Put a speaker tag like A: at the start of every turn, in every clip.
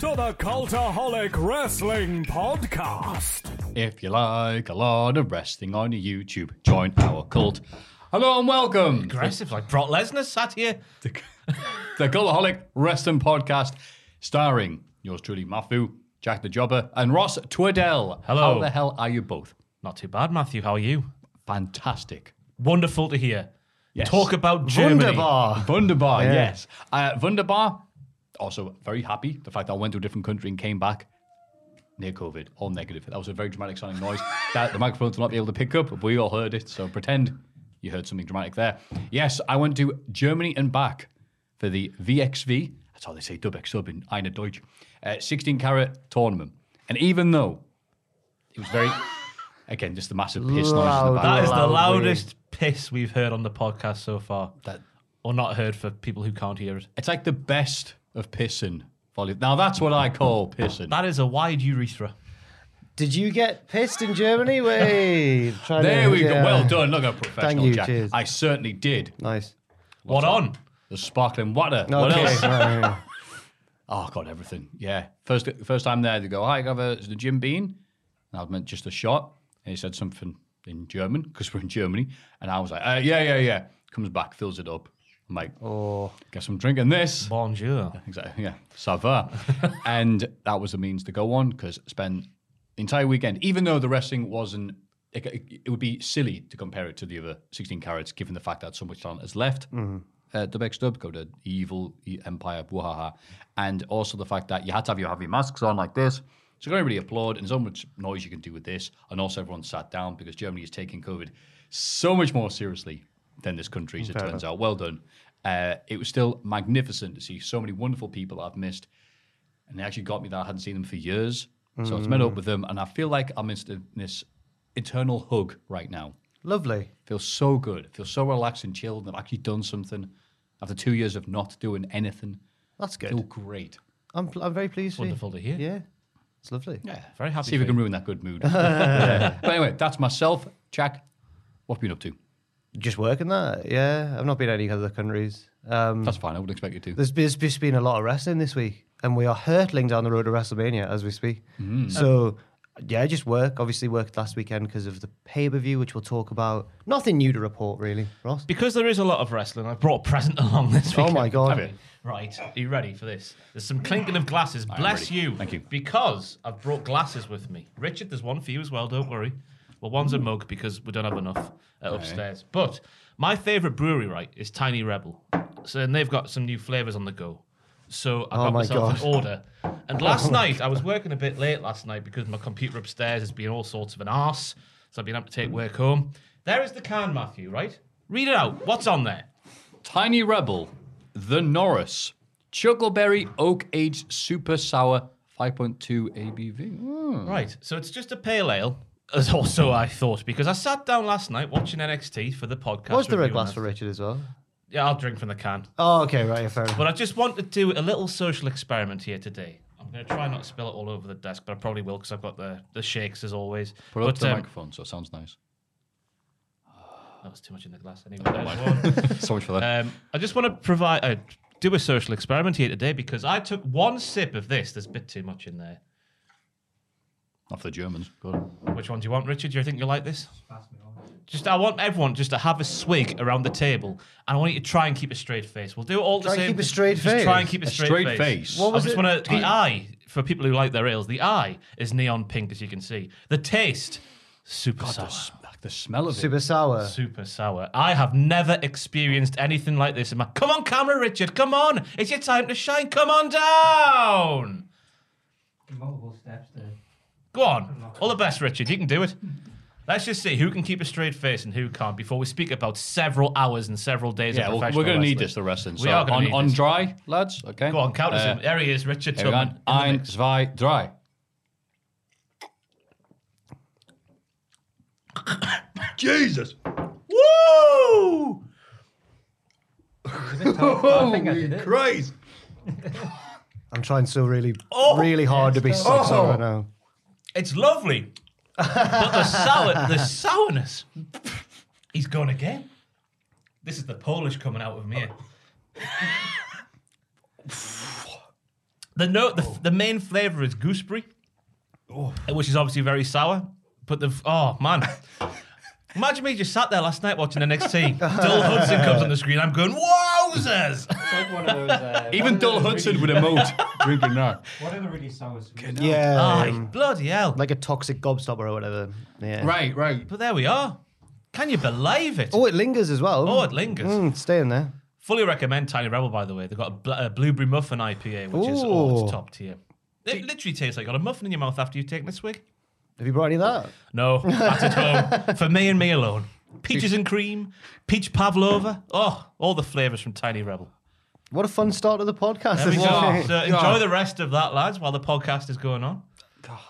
A: to the Cultaholic Wrestling Podcast.
B: If you like a lot of wrestling on YouTube, join our cult. Hello and welcome
C: aggressive, like Brock Lesnar sat here.
B: to the Cultaholic Wrestling Podcast, starring yours truly, Matthew, Jack the Jobber, and Ross Twiddell.
C: Hello.
B: How the hell are you both?
C: Not too bad, Matthew. How are you?
B: Fantastic.
C: Wonderful to hear.
B: Yes.
C: Talk about Germany.
B: Wunderbar. Wunderbar, yes. Uh, Wunderbar, also very happy. The fact that I went to a different country and came back near COVID, all negative. That was a very dramatic sounding noise that the microphones will not be able to pick up, but we all heard it. So pretend you heard something dramatic there. Yes, I went to Germany and back for the VXV. That's how they say Dubex sub in Eine Deutsch. Uh, 16 carat tournament. And even though it was very, again, just the massive piss noise in the background.
C: That is the loudest piss we've heard on the podcast so far.
B: That-
C: or not heard for people who can't hear it.
B: It's like the best of pissing volume. Now that's what I call pissing.
C: That is a wide urethra.
D: Did you get pissed in Germany? Wait, trying
B: there
D: to-
B: we go.
D: yeah.
B: Well done. Look at professional
D: you,
B: Jack.
D: cheers.
B: I certainly did.
D: Nice.
C: what on?
B: The sparkling water. What
D: Okay.
B: else?
D: right, right.
B: Oh god, everything. Yeah. First first time there, they go, "Hi, have a the Jim Bean," and I meant just a shot, and he said something in German because we're in Germany, and I was like, uh, "Yeah, yeah, yeah." Comes back, fills it up. I'm like, "Oh, guess I'm drinking this."
C: Bonjour.
B: Exactly. Yeah. Sava. and that was the means to go on because spend the entire weekend, even though the wrestling wasn't, it, it would be silly to compare it to the other 16 carats, given the fact that so much talent has left. Uh, Dubek Stub, go to Evil E- Empire, Buhaha. And also the fact that you had to have your, have your masks on like this. So you can everybody applaud, and there's so much noise you can do with this. And also, everyone sat down because Germany is taking COVID so much more seriously than this country, as it turns out. Well done. Uh, it was still magnificent to see so many wonderful people I've missed. And they actually got me that I hadn't seen them for years. So it's met up with them, and I feel like I'm in this eternal hug right now.
D: Lovely.
B: Feels so good. Feels so relaxed and chilled. And I've actually done something after two years of not doing anything.
D: That's
B: Feel
D: good.
B: great.
D: I'm, I'm very pleased. for you.
C: Wonderful to hear.
D: Yeah, it's lovely.
B: Yeah,
C: very happy
B: See if
C: for
B: we can ruin that good mood. Yeah. But anyway, that's myself. Jack, what have you been up to?
D: Just working that. Yeah, I've not been to any other countries.
C: Mm.
D: Um,
B: That's fine. I wouldn't expect you to.
D: there's, there's just been a lot of wrestling this week, and we are hurtling down the road to WrestleMania as we speak.
B: Mm.
D: So, yeah, just work. Obviously, worked last weekend because of the pay per view, which we'll talk about. Nothing new to report, really, Ross.
C: Because there is a lot of wrestling, I brought a present along this week.
D: Oh my
B: Have you?
D: god.
C: Right, are you ready for this? There's some clinking of glasses. Bless
B: ready.
C: you.
B: Thank you.
C: Because I've brought glasses with me. Richard, there's one for you as well, don't worry. Well, one's a mug because we don't have enough uh, upstairs. But my favourite brewery, right, is Tiny Rebel. So, and they've got some new flavours on the go. So I
D: Oh
C: got
D: my
C: myself
D: God.
C: an order. And last night, I was working a bit late last night because my computer upstairs has been all sorts of an arse. So I've been able to take work home. There is the can, Matthew, right? Read it out. What's on there?
B: Tiny Rebel, The Norris, Chuckleberry Oak Aged Super Sour, 5.2 ABV. Mm.
C: Right. So it's just a pale ale, as also I thought, because I sat down last night watching NXT for the podcast.
D: Was there a
C: review
D: glass
C: and
D: for
C: I-
D: Richard as well?
C: Yeah, I'll drink from the can.
D: Oh, okay, right, yeah, fair enough.
C: But I just want to do a little social experiment here today. I'm going to try not to spill it all over the desk, but I probably will because I've got the, the shakes as always.
B: Put up
C: but,
B: the
C: um,
B: microphone, so it sounds nice.
C: that was too much in the glass anyway. There's one.
B: so much for that.
C: Um, I just want to provide uh, do a social experiment here today because I took one sip of this. There's a bit too much in there.
B: Not for the Germans. Go on.
C: Which one do you want, Richard? Do you think you like this? Just, I want everyone just to have a swig around the table, and I want you to try and keep a straight face. We'll do it all
D: Try
C: the
D: and
C: same.
D: keep a straight
C: just Try
D: face?
C: and keep a
B: A
C: straight,
B: straight face. What
C: I just want to. The eye for people who like their ales. The eye is neon pink, as you can see. The taste, super sour.
B: That's- I The smell of it.
D: Super sour.
C: Super sour. I have never experienced anything like this in my. Come on, camera, Richard. Come on. It's your time to shine. Come on down.
E: Multiple steps there.
C: Go on. All the best, Richard. You can do it. Let's just see who can keep a straight face and who can't before we speak about several hours and several days
B: Yeah,
C: of
B: we're,
C: professional
B: we're going to need
C: wrestling.
B: this, the wrestling.
C: We
B: So
C: are gonna
B: on,
C: need
B: on
C: this.
B: dry, lads, okay?
C: Go on, count us
B: Uh,
C: in. There he is, Richard
B: Here we
C: Tubman.
B: go. Ein, zwei, drei. Jesus.
C: Woo!
B: Christ.
D: I'm trying so really, really hard to be six
C: Oh.
D: right now.
C: It's lovely. but the sour, the sourness. He's gone again. This is the Polish coming out of me. the note, the,
D: Oh.
C: the main flavour is gooseberry, which is obviously very sour. But the oh man, imagine me just sat there last night watching NXT. Dull Hudson comes on the screen. I'm going wowzers.
E: It's like one of those. Uh, one
B: Even
E: of those
B: Dull Hudson
E: really-
B: would emote drinking that.
E: One of the really sour sweets.
D: Yeah,
C: Aye,
D: um,
C: bloody hell.
D: like a toxic gobstopper or whatever. Yeah.
B: Right, right.
C: but there we are. Can you believe it?
D: Oh, it lingers as well.
C: Oh, it lingers.
D: Mm, staying there.
C: Fully recommend Tiny Rebel, by the way. They've got a, bl- a blueberry muffin IPA, which is oh, it's
D: Ooh.
C: top tier. It literally tastes like you got a muffin in your mouth after you've taken a swig.
D: Have you brought any of that?
C: No, that's at home for me and me alone. Peaches and cream, peach pavlova. Oh, all the flavors from Tiny Rebel.
D: What a fun start to the podcast.
C: There we go.
D: Oh,
B: Wow.
C: So enjoy the rest of that, lads, while the podcast is going on.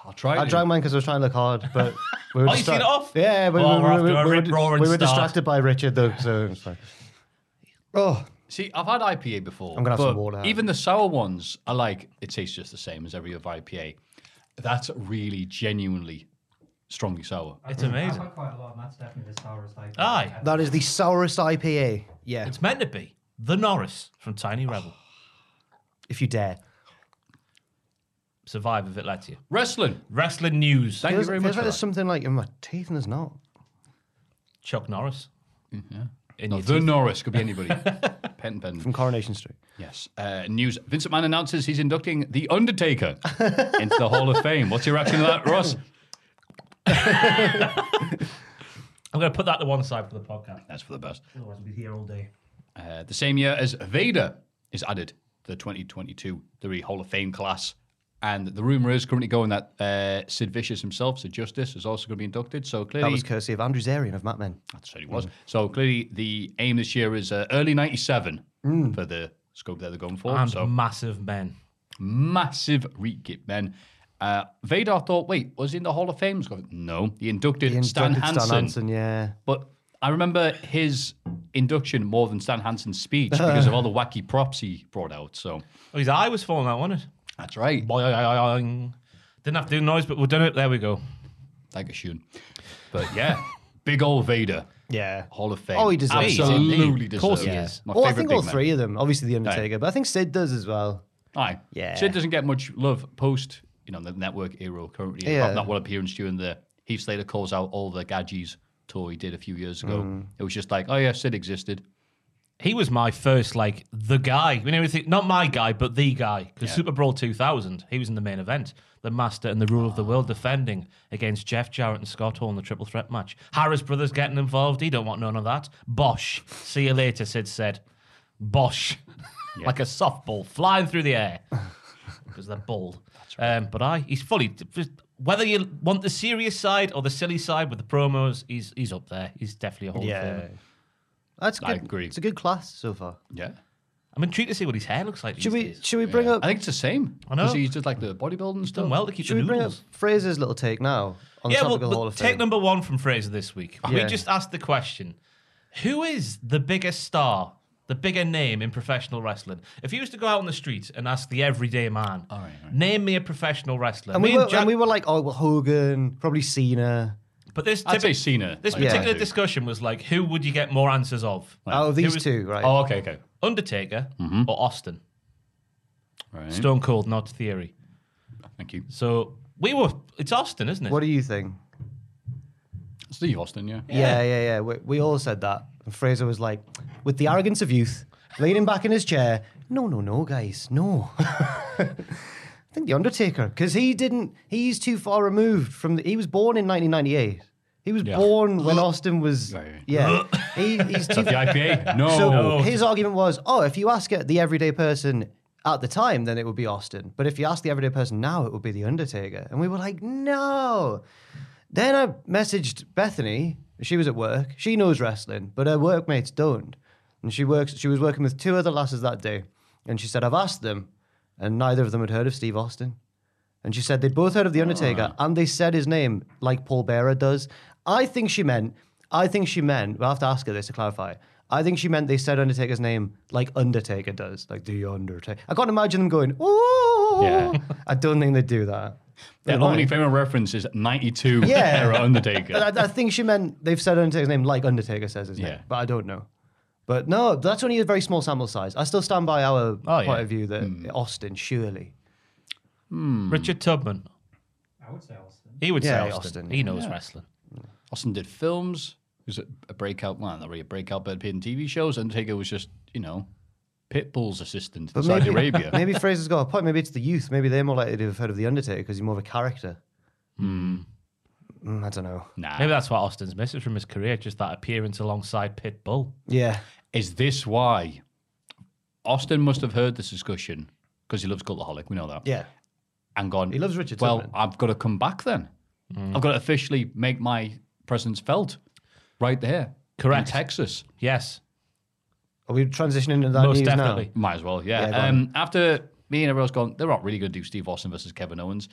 B: I'll try
D: I
B: it.
D: drank mine because I was trying to look hard, but we were
C: Oh, you seen
D: distra-
C: it off?
D: Yeah, but
C: Oh,
D: we,
C: we're off to
D: were- we,
C: a
D: we
C: rip
D: were,
C: roaring
D: we were
C: start.
D: distracted by Richard though, so it's fine. Oh,
B: See, I've had IPA before.
D: I'm gonna have
B: but
D: some water.
B: Even the sour ones, I like. It tastes just the same as every other IPA. That's really genuinely strongly sour.
C: It's
E: I've
C: amazing.
E: had quite a lot, and that's definitely the sourest I've had.
C: Aye.
D: that is the sourest IPA. Yeah,
C: It's meant to be the Norris from Tiny Rebel.
D: if you dare.
C: Survive if it lets you.
B: Wrestling.
C: Wrestling news.
B: Thank you
D: Feels,
B: very
D: feels
B: much.
D: like
B: for
D: there's
B: that.
D: something like in my teeth and there's not.
C: Chuck Norris. In
B: No,
C: your
B: the
C: teeth.
B: Norris could be anybody. Penton Penton.
D: From Coronation Street.
B: Yes. Uh, news. Vincent Mann announces he's inducting The Undertaker into the Hall of Fame. What's your reaction to that, Ross?
C: I'm going to put that to one side for the podcast.
B: That's for the best.
E: Otherwise, we'd be here all day.
B: Uh, the same year as Vader is added to the 2022 WWE Hall of Fame class. And the rumor is currently going that uh, Sid Vicious himself, Sid Justice, is also going to be inducted. So
D: That
B: clearly,
D: was courtesy of Andrew Zarian of Matt Men.
B: That certainly was. So clearly, the aim this year is uh, early '97 for the scope that they're going for.
C: And
B: so
C: massive men.
B: massive re-get then. Uh, Vader thought, wait, was he in the Hall of Fame? He's gone, No, he inducted,
D: Ian
B: Stan,
D: Duncan,
B: Hansen.
D: yeah.
B: But I remember his induction more than Stan Hansen's speech because of all the wacky props he brought out. So
C: Oh, his eye was falling out, wasn't it?
B: that's right.
C: Boing. Didn't have to do noise, but we've done it. There we go.
B: Thank you, Shun. But yeah, big old Vader.
D: Yeah.
B: Hall of Fame.
D: Oh, he deserves it.
B: Absolutely
C: Of course
B: deserves
C: he
B: it.
C: is.
B: My
D: well, I
B: favorite
D: think
B: big
D: all
B: man.
D: three of them. Obviously, the Undertaker, but I think Sid does as well.
B: Aye.
D: Yeah.
B: Sid doesn't get much love post, you know, the network era currently.
D: Yeah.
B: Yeah. That one appearance during the Heath Slater calls out all the gadgets tour he did a few years ago.
D: Mm.
B: It was just like, oh yeah, Sid existed.
C: He was my first, like, the guy. We never think, not my guy, but the guy. Because Super Bowl 2000, he was in the main event. The master and the rule of the
D: Ah.
C: world defending against Jeff Jarrett and Scott Hall in the triple threat match. Harris Brothers getting involved. He don't want none of that. Bosh. See you later, Sid said. Bosh. like a softball flying through the air. because they're bald. um, but I, he's fully. just- Whether you want the serious side or the silly side with the promos, he's he's up there. He's definitely a whole.
D: Yeah. That's good.
B: I agree.
D: It's a good class so far.
B: Yeah.
C: I'm intrigued to see what his hair looks like. these
D: Should we?
C: days.
D: Should we bring up?
B: I think it's the same.
C: I know.
B: Because he's just like the bodybuilding stuff.
C: Done well to keep
D: Should
C: the
D: we bring up
C: noodles.
D: Fraser's little take now on
C: yeah,
D: the
C: well,
D: topical Hall
C: but
D: of
C: take
D: Fame?
C: number one from Fraser this week. We
D: Yeah.
C: just asked the question: Who is the biggest star, the bigger name in professional wrestling? If you was to go out on the street and ask the everyday man, name me a professional wrestler.
D: and
C: Me
D: we were,
C: Jack-
D: and we were like, oh, well, Hogan, probably Cena.
C: but this
B: I'd say
C: typic-
B: Cena.
C: this
B: I'd say
C: particular
B: too.
C: discussion was like, who would you get more answers of?
D: Oh, these
C: was-
D: two, right? Mm-hmm.
B: Oh, okay, okay.
C: Undertaker or Austin.
B: Right.
C: Stone Cold, not Theory.
B: Thank you.
C: So we were. It's Austin, isn't it?
D: What do you think?
B: Steve Austin, yeah.
D: Yeah, yeah, yeah. We, we all said that. And Fraser was like, with the arrogance of youth, leaning back in his chair. No, no, no, guys, no. I think the Undertaker, because he didn't. He's too far removed from. The, he was born in 1998, He was
B: Yeah.
D: born when Austin was.
B: Right.
D: Yeah. he,
B: Is
D: he's
B: that the IPA? No.
D: So his argument was, oh, if you ask the everyday person at the time, then it would be Austin. But if you ask the everyday person now, it would be The Undertaker. And we were like, no. Then I messaged Bethany. She was at work. She knows wrestling, but her workmates don't. And she works. She was working with two other lasses that day, and she said, "I've asked them, and neither of them had heard of Steve Austin." And she said they both heard of The Undertaker
B: Ah.
D: and they said his name like Paul Bearer does. I think she meant, I think she meant, we'll have to ask her this to clarify. I think she meant they said Undertaker's name like Undertaker does, like The Undertaker. I can't imagine them going, ooh.
B: Yeah.
D: I don't think they do that.
B: Their only famous reference is 92
D: Yeah.
B: era Undertaker.
D: But I, I think she meant they've said Undertaker's name like Undertaker says his name,
B: Yeah.
D: but I don't know. But no, that's only a very small sample size. I still stand by our
B: Oh,
D: point
B: yeah. Hmm.
D: of view that Austin, surely.
C: Richard Tubman.
E: I would say Austin.
C: He would
D: Yeah,
C: say Austin.
D: Austin,
C: He
D: yeah.
C: knows wrestling.
B: Austin did films. He was a, a breakout man, not really a breakout, but appeared in TV shows. Undertaker was just, you know, Pitbull's assistant in Saudi Arabia.
D: Maybe Fraser's got a point. Maybe it's the youth. Maybe they're more likely to have heard of The Undertaker because he's more of a character.
B: Hmm.
D: Mm, I don't know.
B: Nah.
C: Maybe that's what Austin's missing from his career, just that appearance alongside Pitbull.
D: Yeah.
B: Is this why Austin must have heard this discussion because he loves Cultaholic? We know that.
D: Yeah.
B: And gone.
D: He loves Richard
B: Well,
D: Tubman." Mm.
B: I've got to come back then. I've got to officially make my presence felt right there.
C: Correct.
B: In Texas.
C: Yes,
D: Are we transitioning into that
C: most
D: news
C: definitely.
D: now?
B: Might as well, yeah.
D: Yeah, go
B: um, after me and everyone's gone, they're not really going to do Steve Austin versus Kevin Owens.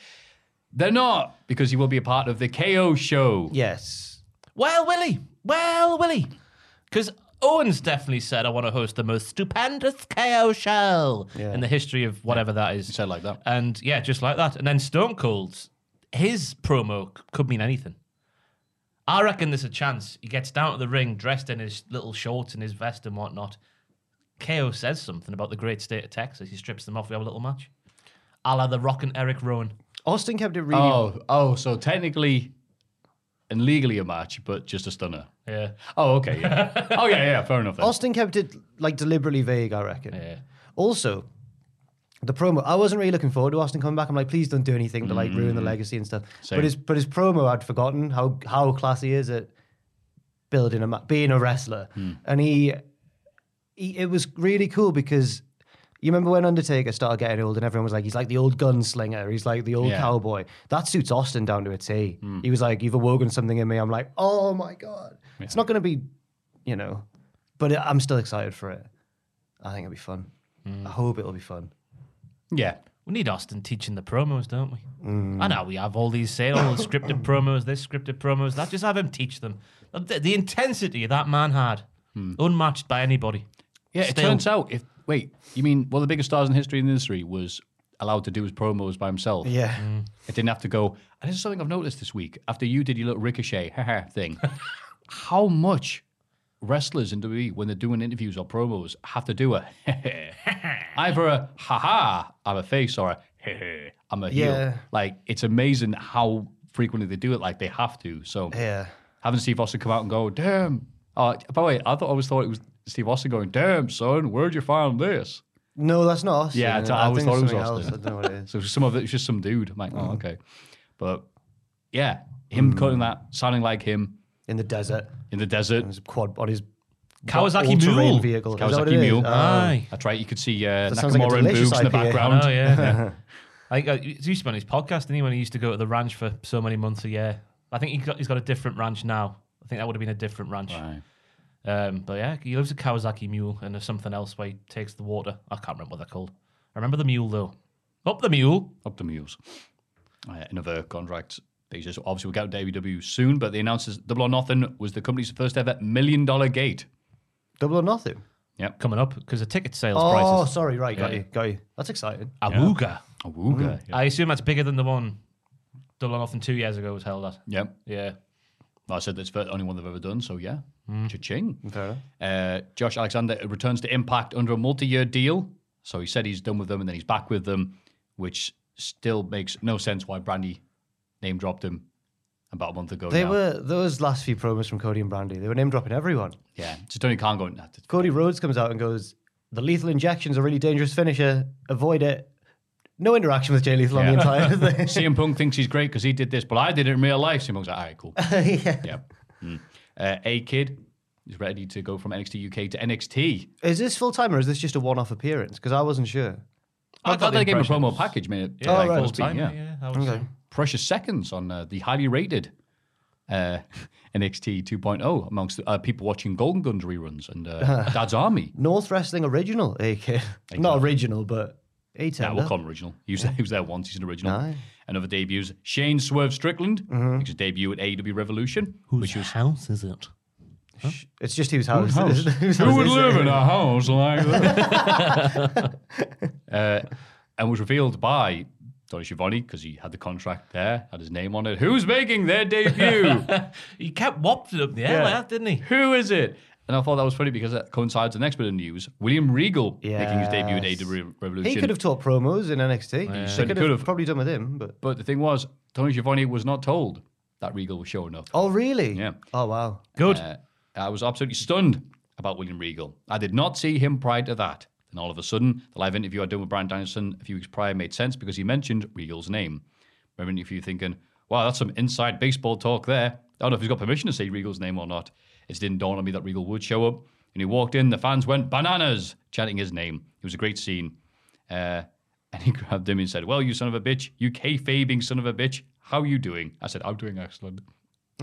B: They're not because he will be a part of the KO show.
D: Yes.
C: Well, Willie. Well, Willie. Because Owens definitely said, I want to host the most stupendous KO show
D: Yeah.
C: in the history of whatever that is.
B: He said like that.
C: And yeah, just like that. And then Stone Cold's, his promo c- could mean anything. I reckon there's a chance he gets down to the ring dressed in his little shorts and his vest and whatnot. KO says something about the great state of Texas. He strips them off. We have a little match. A la The Rock and Eric Rowan.
D: Austin kept it really.
B: Oh, oh, so technically and legally a match, but just a stunner.
C: Yeah.
B: Oh, okay, yeah. oh, yeah, yeah, fair enough. Then.
D: Austin kept it like deliberately vague, I reckon.
C: Yeah.
D: Also, the promo. I wasn't really looking forward to Austin coming back. I'm like, please don't do anything to like ruin the legacy and stuff.
B: Mm. Same.
D: But his but his promo, I'd forgotten how how classy is it building a ma- being a wrestler,
B: Hmm.
D: and he, he it was really cool because. You remember when Undertaker started getting old and everyone was like, he's like the old gunslinger, he's like the old
B: Yeah. Hmm.
D: cowboy. That suits Austin down to a T. He was like, you've awoken something in me. I'm like, oh my God. It's not going to be, you know, but it, I'm still excited for it. I think it'll be fun.
B: Hmm.
D: I hope it'll be fun.
B: yeah.
C: We need Austin teaching the promos, don't we?
B: Mm.
C: I know we have all these say all the scripted promos, this scripted promos, that. Just have him teach them. The, the intensity that man had,
B: Hmm.
C: unmatched by anybody.
B: Yeah, it
C: Still.
B: turns out if, wait, you mean one of the biggest stars in history in the industry was allowed to do his promos by himself? Mm.
D: Yeah.
B: It didn't have to go. And this is something I've noticed this week after you did your little ricochet haha thing. how much wrestlers in WWE, when they're doing interviews or promos, have to do a either a haha, I'm a face, or a "Heh-heh, I'm a heel.
D: Yeah.
B: Like it's amazing how frequently they do it. Like they have to. So
D: Yeah.
B: having Steve Austin come out and go, damn. Oh, by the way, I thought always thought it was Steve Austin going, damn son, where'd you find this?
D: No, that's not Austin.
B: Yeah, I,
D: I
B: always
D: think
B: thought it
D: it's
B: was
D: something
B: Austin.
D: Else. I don't know what it is.
B: So some of it was just some dude. I'm like,
D: Mm.
B: oh, okay. But yeah, him cutting that, sounding like him
D: In the desert.
B: in the desert.
D: On his quad on his
C: Kawasaki
D: all-terrain
C: Mule.
D: vehicle. Is that what it
B: Kawasaki
D: is?
B: Mule. Ah.
D: Oh.
C: Aye.
B: That's right. You could see uh,
D: That sounds like a
B: Nakamura and
D: delicious
B: boobs in the
D: IPA.
B: background.
C: Oh, yeah. I think uh, it's used to be on his podcast, didn't he, when he used to go to the ranch for so many months a year? I think he got, he's got a different ranch now. I think that would have been a different ranch.
B: Right.
C: Um, but yeah, he lives a Kawasaki mule and there's something else where he takes the water. I can't remember what they're called. I remember the mule, though. Up the mule.
B: Up the mules. Uh, another contract. They just obviously will get out of WWE soon, but they announced this Double or Nothing was the company's first ever million dollar gate.
D: Double or nothing.
B: Yep.
C: Coming up because the ticket sales
D: Oh,
C: prices.
D: sorry, right, got
B: Yeah.
D: you, got you. That's exciting.
C: Awooga.
D: Mm.
B: Awooga.
C: I assume that's bigger than the one Double or Nothing two years ago was held at.
B: Yep.
C: Yeah.
B: I said that's the only one they've ever done, so yeah. Cha-ching.
D: Hmm. Fair enough.
B: Uh, Josh Alexander returns to Impact under a multi-year deal. So he said he's done with them, and then he's back with them, which still makes no sense why Brandy name dropped him about a month ago.
D: They
B: now.
D: were those last few promos from Cody and Brandy. They were name dropping everyone.
B: yeah. So Tony Khan going. Nah,
D: Cody Rhodes comes out and goes, "The lethal injection's a really dangerous finisher. Avoid it." No interaction with Jay Lethal on the
B: Yeah.
D: entire thing.
B: CM Punk thinks he's great because he did this, but I did it in real life. CM Punk's like, all right, cool.
D: yeah.
B: yeah. Mm. Uh, a kid is ready to go from NXT UK to NXT.
D: Is this full time or is this just a one off appearance? Because I wasn't sure.
B: I,
C: got
B: thought
C: the
B: they gave him a
C: impression it
B: promo
C: was-
B: package, minute.
C: Yeah,
D: Oh,
C: like
D: right.
C: full time. Yeah, I would say.
B: Precious Seconds on uh, the highly rated uh, NXT 2.0 amongst uh, people watching Golden Guns reruns and uh, Dad's Army.
D: North Wrestling original, AK. Not original, but A
B: That
D: tender.
B: will come original. He was, he was there once. He's an original. Another debuts. Shane Swerve Strickland makes his debut at AEW Revolution, which was
C: house is it?
D: It's just he was housed. Who's
B: Who would live in a house like that? uh, and was revealed by Donny Schiavone because he had the contract there, had his name on it. Who's making their debut?
C: He kept whopping up the air like that, didn't he?
B: Who is it? And I thought that was funny because that coincides with the next bit of news. William Regal making his debut at
D: Yes.
B: AEW Revolution.
D: He could have taught promos in NXT. They
B: certainly
D: could
B: could
D: have
B: have.
D: probably done with him, but.
B: But the thing was, Tony Giovanni was not told that Regal was showing up.
D: Oh, really?
B: Yeah.
D: Oh, wow.
C: Good.
B: Uh, I was absolutely stunned about William Regal. I did not see him prior to that. Then all of a sudden, the live interview I'd done with Brian Danielson a few weeks prior made sense because he mentioned Regal's name. Remember if you thinking, wow, that's some inside baseball talk there. I don't know if he's got permission to say Regal's name or not. It just didn't dawn on me that Regal would show up. And he walked in, the fans went bananas chanting his name. It was a great scene. Uh, and he grabbed him and said, well, you son of a bitch, you kayfabing son of a bitch, how you doing? I said, I'm doing excellent.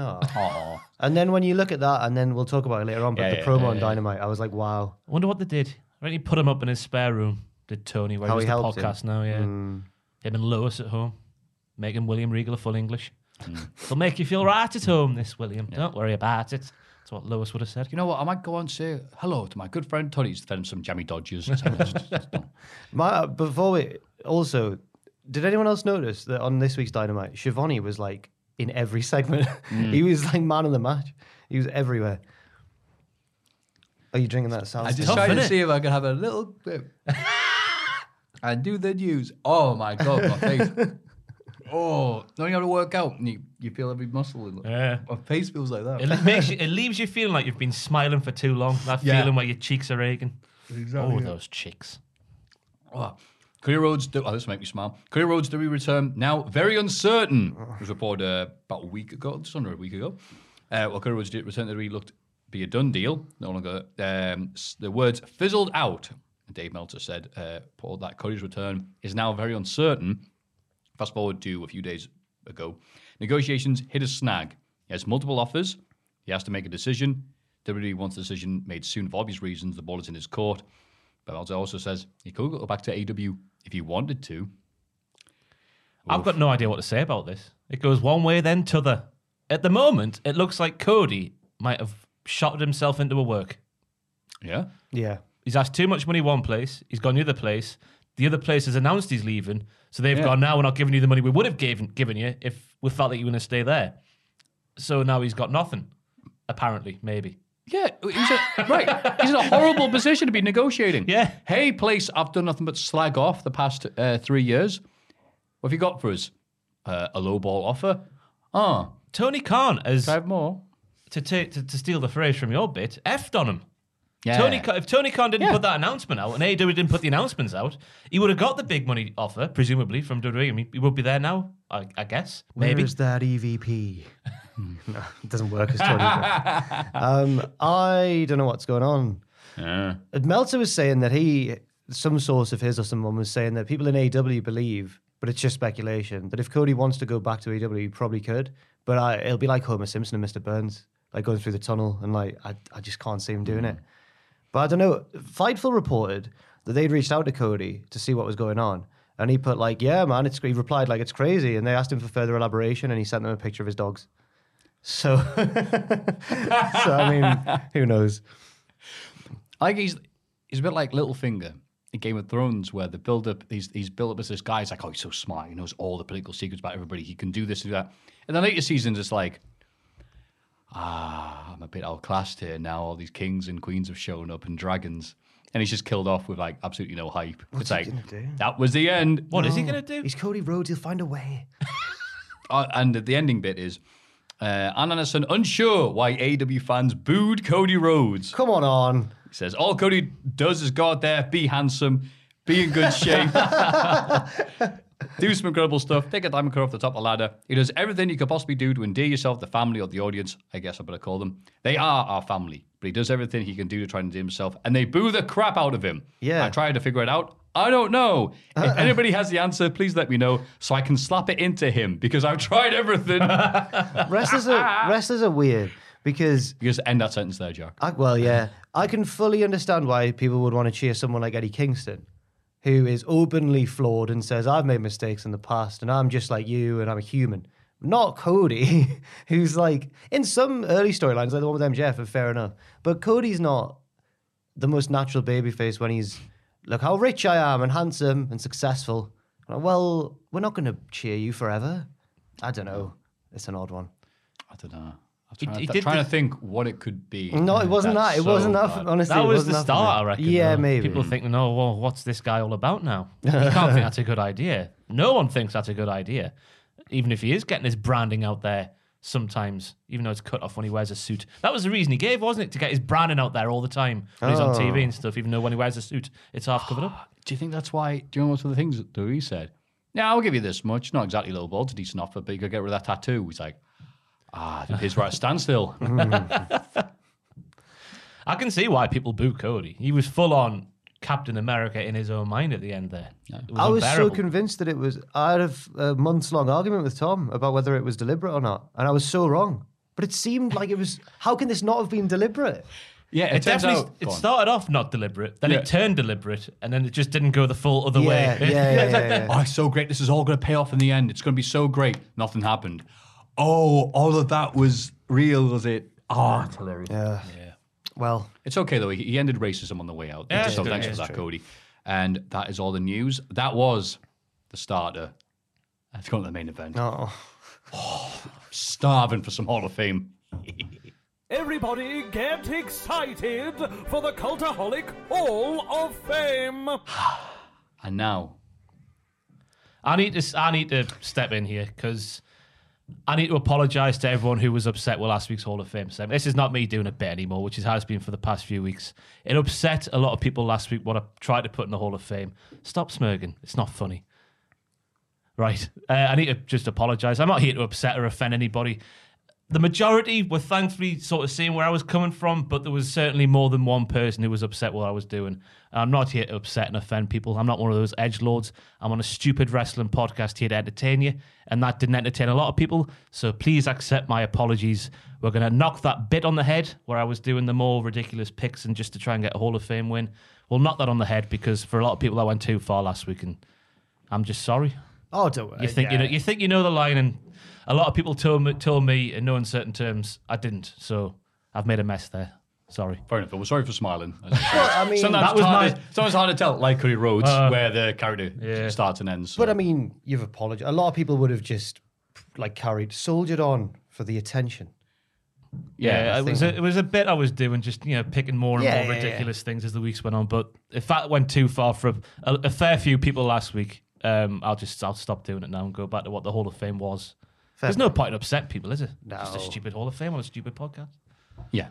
D: Oh.
B: Aw.
D: And then when you look at that, and then we'll talk about it later on, but
B: Yeah,
D: the
B: yeah,
D: promo
B: yeah,
D: on
B: yeah.
D: Dynamite, I was like, wow.
C: I wonder what they did. I think he put him up in his spare room, did Tony, where
D: How
C: he
D: he
C: was
D: helped
C: the
D: him. Hmm.
C: podcast now, yeah. Him and Lois at home, making William Regal a full English. It'll make you feel right at home, this William. Don't worry about it. That's what Lois would have said.
B: you know what? I might go and say hello to my good friend Tony. He's fed him some jammy dodgers. It's like, just- just-
D: My, uh, before we also, did anyone else notice that on this week's Dynamite, Shivani was like in every segment?
B: Mm.
D: he was like man of the match. He was everywhere. Are you drinking that sound?
F: I just
C: tough,
F: tried to
C: innit?
F: see if I could have a little bit. I do the news. Oh my god, my face. Oh, no, you have to work out and you, you feel every muscle. In,
C: Yeah.
F: My face feels like that.
C: It le- makes you, it leaves you feeling like you've been smiling for too long. That
F: Yeah.
C: feeling where your cheeks are aching. oh, those cheeks.
B: oh. Clear Roads, do- oh, this will make me smile. Clear Roads, do we return now? Very uncertain. It was reported uh, about a week ago, just under a week ago. Uh, well, Clear Roads did return to WWE looked to be a done deal. No longer. Um, s- the words fizzled out. And Dave Meltzer said uh, Paul, that Cody's return is now very uncertain. Fast forward to a few days ago, negotiations hit a snag. He has multiple offers. He has to make a decision. WWE wants a decision made soon for obvious reasons. The ball is in his court. But Meltzer also says he could go back to AW if he wanted to.
C: I've got no idea what to say about this. It goes one way, then t'other. At the moment, it looks like Cody might have shot himself into a work.
B: Yeah.
D: yeah.
C: He's asked too much money one place. He's gone the other place. The other place has announced he's leaving. So they've
B: Yeah.
C: gone, now we're not giving you the money we would have given, given you if we felt that you were going to stay there. So now he's got nothing, apparently, maybe.
B: Yeah, he's a, right. He's in a horrible position to be negotiating.
C: Yeah.
B: Hey, place, I've done nothing but slag off the past uh, three years. What have you got for us? Uh, a low ball offer? Ah,
C: Tony Khan has,
B: five more.
C: to, take to, to steal the phrase from your bit, effed on him.
B: Yeah.
C: Tony, Khan- if Tony Khan didn't
B: Yeah.
C: put that announcement out, and AEW didn't put the announcements out, he would have got the big money offer, presumably from WWE. I mean, he would be there now, I, I guess. Maybe.
D: Where's that E EVP? no, it doesn't work as Tony. um, I don't know what's going on. And Meltzer was saying that he, some source of his or someone was saying that people in AW believe, but it's just speculation, that if Cody wants to go back to AW, he probably could. But I, it'll be like Homer Simpson and Mr. Burns, like going through the tunnel and like, I, I just can't see him doing it. But I don't know. Fightful reported that they'd reached out to Cody to see what was going on. And he put like, yeah, man, it's, he replied like, it's crazy. And they asked him for further elaboration and he sent them a picture of his dogs. So, so I mean, who knows?
B: I think he's he's a bit like Littlefinger in Game of Thrones, where the build up he's he's built up as this guy. He's like, oh, he's so smart. He knows all the political secrets about everybody. He can do this and do that. And then later seasons, it's like, ah, I'm a bit outclassed here now. All these kings and queens have shown up and dragons, and he's just killed off with like absolutely no hype. it's like that was the end.
C: What is he going to do?
D: He's Cody Rhodes. He'll find a way.
B: Uh, and the ending bit is. Uh, Ann Anderson unsure why AW fans booed Cody Rhodes.
D: Come on, on.
B: He says, All Cody does is go out there, be handsome, Be in good shape. do some incredible stuff. Take a diamond cutter off the top of the ladder. He does everything you could possibly do to endear yourself, the family, or the audience. I guess I better call them. They are our family, but he does everything he can do to try and endear himself, and they boo the crap out of him.
D: Yeah.
B: I tried to figure it out. I don't know. If anybody has the answer, please let me know so I can slap it into him because I've tried everything.
D: Wrestlers are wrestlers are weird because
B: you just end that sentence there, Jack.
D: I, well, yeah, I can fully understand why people would want to cheer someone like Eddie Kingston, who is openly flawed and says, I've made mistakes in the past and I'm just like you and I'm a human. Not Cody, who's like, in some early storylines, like the one with MJF, are fair enough. But Cody's not the most natural babyface when he's, look how rich I am and handsome and successful. Like, well, we're not going to cheer you forever. I don't know. It's an odd one.
B: I don't know. I'm
C: He-
B: trying,
C: he
B: to,
C: did
B: trying
C: the-
B: to think what it could be.
D: No, it wasn't
B: That's
D: that. It
B: so
D: wasn't that.
B: bad.
D: Honestly,
C: that
D: it
C: was
D: wasn't
C: the
D: that for
C: start,
D: me.
C: I reckon.
D: Yeah,
C: though.
D: maybe.
C: People thinking, oh, well, what's this guy all about now? You can't think that's a good idea. No one thinks that's a good idea. Even if he is getting his branding out there sometimes, even though it's cut off when he wears a suit. That was the reason he gave, wasn't it? To get his branding out there all the time when he's
D: Oh.
C: on TV and stuff, even though when he wears a suit, it's half covered up.
B: Do you think that's why? Do you know what other things that he said? Yeah, I'll give you this much. Not exactly low ball, it's a decent offer, but you could get rid of that tattoo. He's like, ah, his right standstill.
C: I can see why people boo Cody. He was full on Captain America in his own mind at the end there. It
D: I was so
C: unbearable.
D: convinced that it was. I had a f- a months long argument with Tom about whether it was deliberate or not, and I was so wrong. But it seemed like it was. How can this not have been deliberate?
B: yeah, it,
C: It
B: turns
C: definitely
B: out.
C: it
B: go on.
C: started off not deliberate, then
B: Yeah.
C: it turned deliberate, and then it just didn't go the full other
D: yeah,
C: way.
D: yeah, yeah, yeah, yeah.
B: Oh, it's so great. This is all going to pay off in the end. It's going to be so great. Nothing happened. Oh, all of that was real, was it? Oh, it's hilarious.
D: Well,
B: It's okay though. He he ended racism on the way out.
C: Yeah,
B: so
C: it's
B: thanks
C: true.
B: for
C: Yeah,
B: that, Cody. And that is all the news. That was the starter. Let's go on to the main event.
D: oh,
B: Starving for some Hall of Fame.
A: Everybody get excited for the Cultaholic Hall of Fame.
B: Oh, And now,
C: I need to s- I need to step in here because I need to apologise to everyone who was upset with last week's Hall of Fame segment. This is not me doing a bit anymore, which it has been for the past few weeks. It upset a lot of people last week what I tried to put in the Hall of Fame. Stop smirking. It's not funny. Right. Uh, I need to just apologise. I'm not here to upset or offend anybody. The majority were thankfully sort of seeing where I was coming from, but there was certainly more than one person who was upset what I was doing. And I'm not here to upset and offend people. I'm not one of those edge lords. I'm on a stupid wrestling podcast here to entertain you, and that didn't entertain a lot of people. So please accept my apologies. We're going to knock that bit on the head where I was doing the more ridiculous picks and just to try and get a Hall of Fame win. We'll knock that on the head because for a lot of people that went too far last week, and I'm just sorry.
D: oh, don't worry.
C: You think you know. You think you know the line, and a lot of people told me, told me in no uncertain terms, I didn't. So I've made a mess there. Sorry.
B: fair enough. We're sorry for smiling. as I said.
D: I mean,
B: sometimes,
C: that was
B: hard,
C: my-
B: sometimes hard to tell, like Cody Rhodes, where the character starts and ends.
D: but I mean, you've apologized. A lot of people would have just like carried, soldiered on for the attention.
C: Yeah, it was a, it was a bit I was doing, just you know, picking more and
D: Yeah,
C: more
D: yeah, yeah.
C: ridiculous things as the weeks went on. But if that went too far for a, a, a fair few people last week, um, I'll just I'll stop doing it now and go back to what the Hall of Fame was. There's no point in upset people, is it? No. Just a stupid Hall of Fame on a stupid podcast.
B: yeah.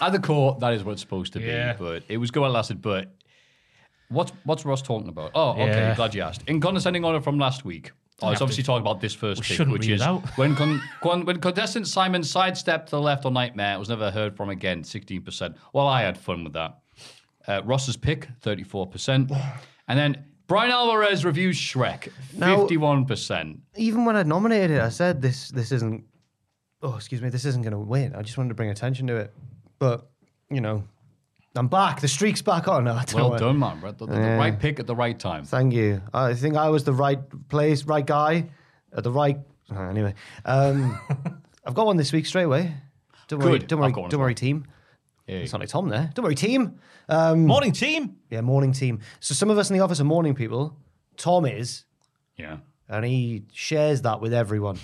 B: At the core, that is what it's supposed to be.
C: Yeah.
B: But it was good while it lasted. But what's what's Ross talking about? Oh, okay.
C: Yeah.
B: Glad you asked. In condescending order from last week. Oh, it's obviously talking about this first
C: We
B: pick,
C: shouldn't
B: which
C: read it
B: is
C: out.
B: when, con- con- when contestant Simon sidestepped to the left on Nightmare, it was never heard from again, 16%. Well, I had fun with that. Uh, Ross's pick, 34%. And then Brian Alvarez reviews Shrek,
D: Now-
B: 51%.
D: even when I nominated it, I said this this isn't oh excuse me, this isn't gonna win. I just wanted to bring attention to it. But, you know, I'm back. The streak's back on. I don't
B: Well
D: know.
B: done, man. The, the- the right pick at the right time.
D: Thank you. I think I was the right place, right guy, at the right uh, anyway. Um I've got one this week straight away. Don't worry,
B: Good.
D: don't worry,
B: I've got one
D: don't
B: as
D: worry, team.
B: Hey.
D: It's not like Tom there. Don't worry, team.
C: Morning team.
D: Yeah, morning team. So some of us in the office are morning people. Tom is,
B: Yeah.
D: and he shares that with everyone.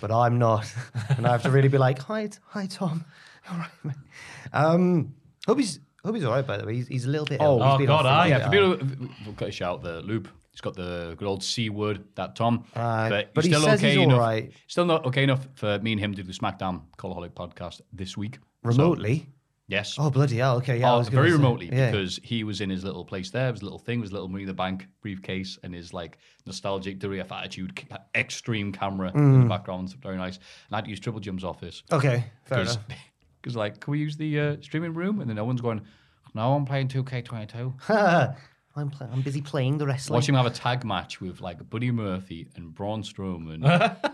D: But I'm not, and I have to really be like, "Hi, t- hi, Tom. All right, mate. Um, hope he's hope he's all right. By the way, he's, he's a little bit. ill.
B: Oh,
D: He's
C: oh,
D: been
C: God,
D: off for a
C: aye.
D: little
B: Yeah, for
D: bit.
B: people who- we've got to shout the loop. He's got the good old C word, that Tom.
D: Aye,
B: but
D: but
B: he's
D: he
B: still
D: says
B: okay
D: he's all
B: enough.
D: right.
B: Still not okay enough for me and him to do the SmackDown Colaholic podcast this week.
D: remotely.
B: Yes.
D: Oh bloody hell! Okay, yeah, I
B: Oh,
D: was gonna
B: very
D: say-
B: remotely
D: yeah.
B: because he was in his little place there, his little thing, his little money in the bank briefcase, and his like nostalgic WF attitude, ca- extreme camera in
D: Mm.
B: the background. Very nice. And I had to use Triple Jim's office
D: Okay, fair
B: because
D: enough.
B: like, can we use the uh, streaming room? And then no one's going. No, I'm playing 2K22.
D: I'm, pl- I'm busy playing the wrestling.
B: Watch him have a tag match with like Buddy Murphy and Braun Strowman.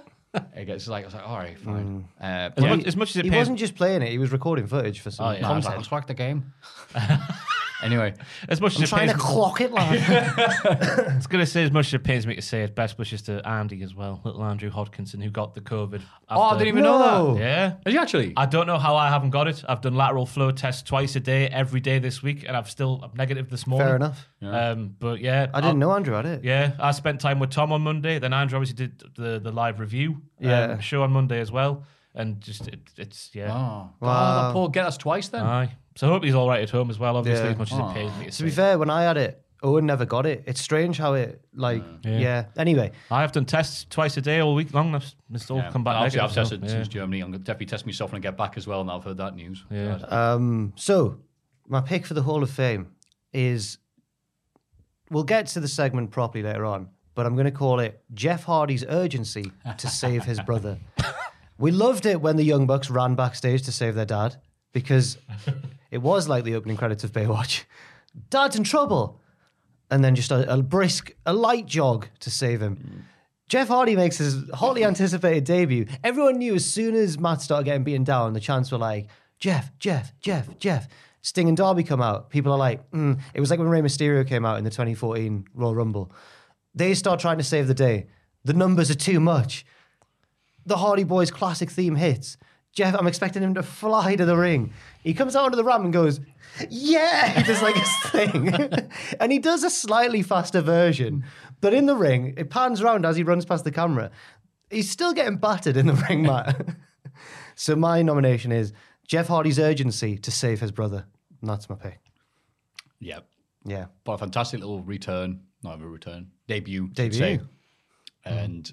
B: it gets like I was like, all right, fine. Uh,
C: As,
B: yeah,
C: much, as much as it
D: He
C: pains-
D: wasn't just playing it; he was recording footage for some
C: Oh, yeah.
B: I was
D: content.
B: like, let's whack the game. anyway,
C: as much
D: I'm
C: as it
D: trying
C: pains
D: to clock it, lad.
C: I was gonna say as much as it pains me to say it. Best wishes to Andy as well, little Andrew Hodkinson who got the COVID.
B: oh, I
C: after-
B: didn't even know
D: No.
B: that.
C: Yeah.
B: Is he actually?
C: I don't know how I haven't got it. I've done lateral flow tests twice a day, every day this week, and I've still I'm negative this morning.
D: fair enough.
C: Um, but yeah,
D: I didn't
C: I'll-
D: know Andrew had it.
C: Yeah, I spent time with Tom on Monday. Then Andrew obviously did the the live review um,
D: Yeah.
C: show on Monday as well, and just it, it's yeah.
B: Oh,
D: Wow.
B: oh, that poor get us twice then.
C: Aye. So I hope he's all right at home as well. Obviously,
D: Yeah.
C: as much as it pains me.
D: To be fair, when I had it, Owen never got it. It's strange how it like
C: Mm.
D: yeah. Anyway,
C: I have done tests twice a day all week long. I've it's all come back.
B: Obviously, I've
C: negative, so,
B: tested
C: yeah.
B: since Germany. I'm going to definitely test myself when I get back as well. And I've heard that news. Uh,
C: Yeah.
B: God.
D: um, so my pick for the Hall of Fame is. We'll get to the segment properly later on, but I'm going to call it Jeff Hardy's urgency to save his brother. We loved it when the Young Bucks ran backstage to save their dad because it was like the opening credits of Baywatch. Dad's in trouble. And then just a, a brisk, a light jog to save him. Jeff Hardy makes his hotly anticipated debut. Everyone knew as soon as Matt started getting beaten down, the chants were like, Jeff, Jeff, Jeff, Jeff. Sting and Darby come out. People are like, mm. it was like when Rey Mysterio came out in the 2014 Royal Rumble. They start trying to save the day. The numbers are too much the Hardy Boys classic theme hits. Jeff, I'm expecting him to fly to the ring. He comes out onto the ramp and goes, Yeah! He does like his thing. and he does a slightly faster version. But in the ring, it pans around as he runs past the camera. He's still getting battered in the ring, Matt. so my nomination is Jeff Hardy's urgency to save his brother. And that's my pick.
B: yeah.
D: Yeah.
B: But a fantastic little return. Not even a return. Debut. I'd
D: Debut.
B: say. And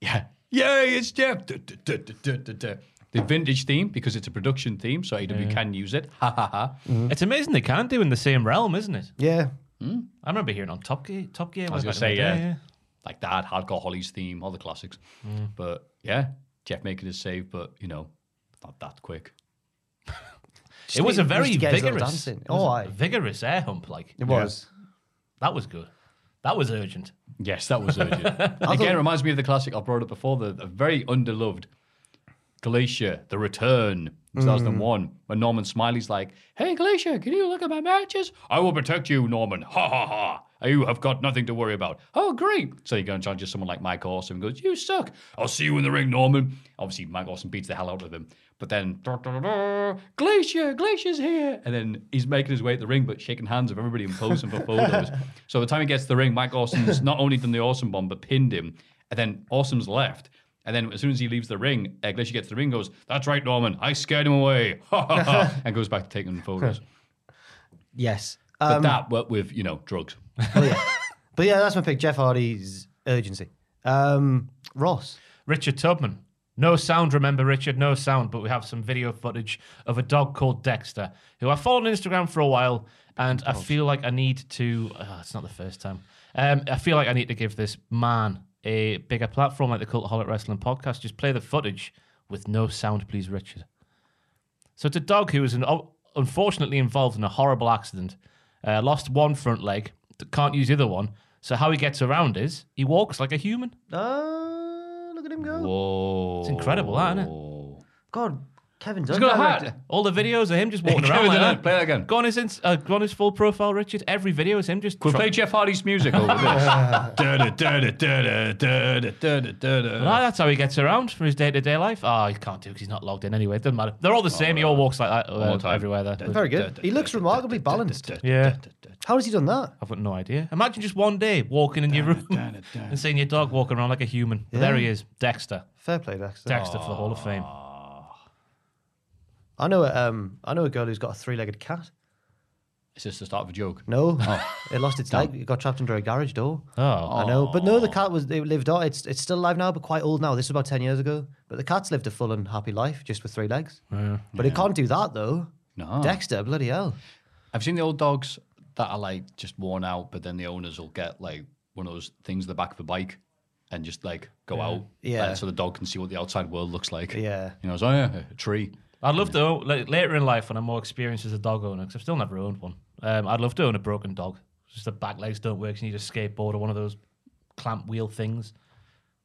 B: yeah. Yay, it's Jeff. Du- du- du- du- du- du- du. The vintage theme, because it's a production theme, so AW can use it. Ha ha ha.
C: It's amazing they can do in the same realm, isn't it?
D: Yeah.
C: I remember hearing on Top Gear. Top Gear.
B: I was
C: way
B: going to
C: back
B: say,
C: in the
B: yeah,
C: day,
B: Like that, Hardcore Hollies theme, all the classics. But yeah, Jeff making his save, but you know, not that quick.
D: Just
C: It was a
D: need-
C: very
D: just get his little
C: vigorous,
D: dancing.
C: it was
D: Oh,
C: a
D: aye.
C: vigorous air hump. Like
D: It was.
C: that was good. That was urgent.
B: Yes, that was urgent. Again, it reminds me of the classic I brought up before, the, the very underloved Glacier, The Return, 2001, when Norman Smiley's like, Hey, Glacier, can you look at my matches? I will protect you, Norman. Ha ha ha. You have got nothing to worry about. Oh, great. So he goes and challenges someone like Mike Awesome and goes, You suck. I'll see you in the ring, Norman. Obviously, Mike Awesome beats the hell out of him. But then, "Da, da, da, da, Glacier, Glacier's here. And then he's making his way to the ring, but shaking hands with everybody and posing for photos. So by the time he gets to the ring, Mike Awesome's not only done the Awesome bomb, but pinned him. And then Awesome's left. And then as soon as he leaves the ring, uh, Glacier gets to the ring, goes, "That's right, Norman. I scared him away," and goes back to taking photos.
D: Yes.
B: but that worked with you know drugs.
D: Uh, But yeah. but yeah, that's my pick. Jeff Hardy's urgency. Um, Ross.
C: Richard Tubman. No sound, remember, Richard, no sound, but we have some video footage of a dog called Dexter, who I followed on Instagram for a while, and I feel like I need to. ah, it's not the first time. Um, I feel like I need to give this man a bigger platform like the Cultaholic Wrestling podcast. Just play the footage with no sound, please, Richard. So it's a dog who was an, oh, unfortunately involved in a horrible accident, uh, lost one front leg, can't use the other one. So how he gets around is he walks like a human.
D: Uh, look at him go.
B: Whoa,
C: It's incredible, that, isn't it?
D: God, Kevin
B: He's
D: Dunn.
B: got a
D: directed-
B: hat.
C: All the videos of him just walking
B: Kevin
C: around like
B: Durant,
C: that.
B: play that again.
C: Go on his ins- uh, go on his full profile, Richard. Every video is him just.
B: We'll
C: tro-
B: play Jeff Hardy's music over this. Da-da, da-da, da-da, da-da, da-da, da-da.
C: Ah, that's how he gets around for his day to day life. Oh, he can't do because he's not logged in anyway. It doesn't matter. They're all the same. He all walks like that
B: All the
C: uh,
B: time.
C: everywhere. There.
D: Very good. He looks remarkably balanced.
C: Yeah,
D: How has he done that?
C: I've got no idea. Imagine just one day walking in your room and seeing your dog walking around like a human. But there he is, Dexter.
D: Fair play, Dexter.
C: Dexter for the Hall of Fame.
D: I know. A, um, I know a girl who's got a three-legged cat.
B: It's just the start of a joke.
D: No,
B: Oh.
D: it lost its leg. It got trapped under a garage door.
C: Oh,
D: I know, but no, the cat was. It lived on. It's it's still alive now, but quite old now. This was about ten years ago. But the cat's lived a full and happy life just with three legs. But it can't do that though.
B: No.
D: Dexter, bloody hell.
B: I've seen the old dogs that are like just worn out, but then the owners will get like one of those things in the back of the bike and just like go out.
D: Yeah.
B: uh, so the dog can see what the outside world looks like.
D: Yeah.
B: You know, it's oh yeah, a tree.
C: I'd love to own, like, later in life when I'm more experienced as a dog owner, because I've still never owned one. Um, I'd love to own a broken dog. It's Just the back legs don't work. So you need a skateboard or one of those clamp wheel things.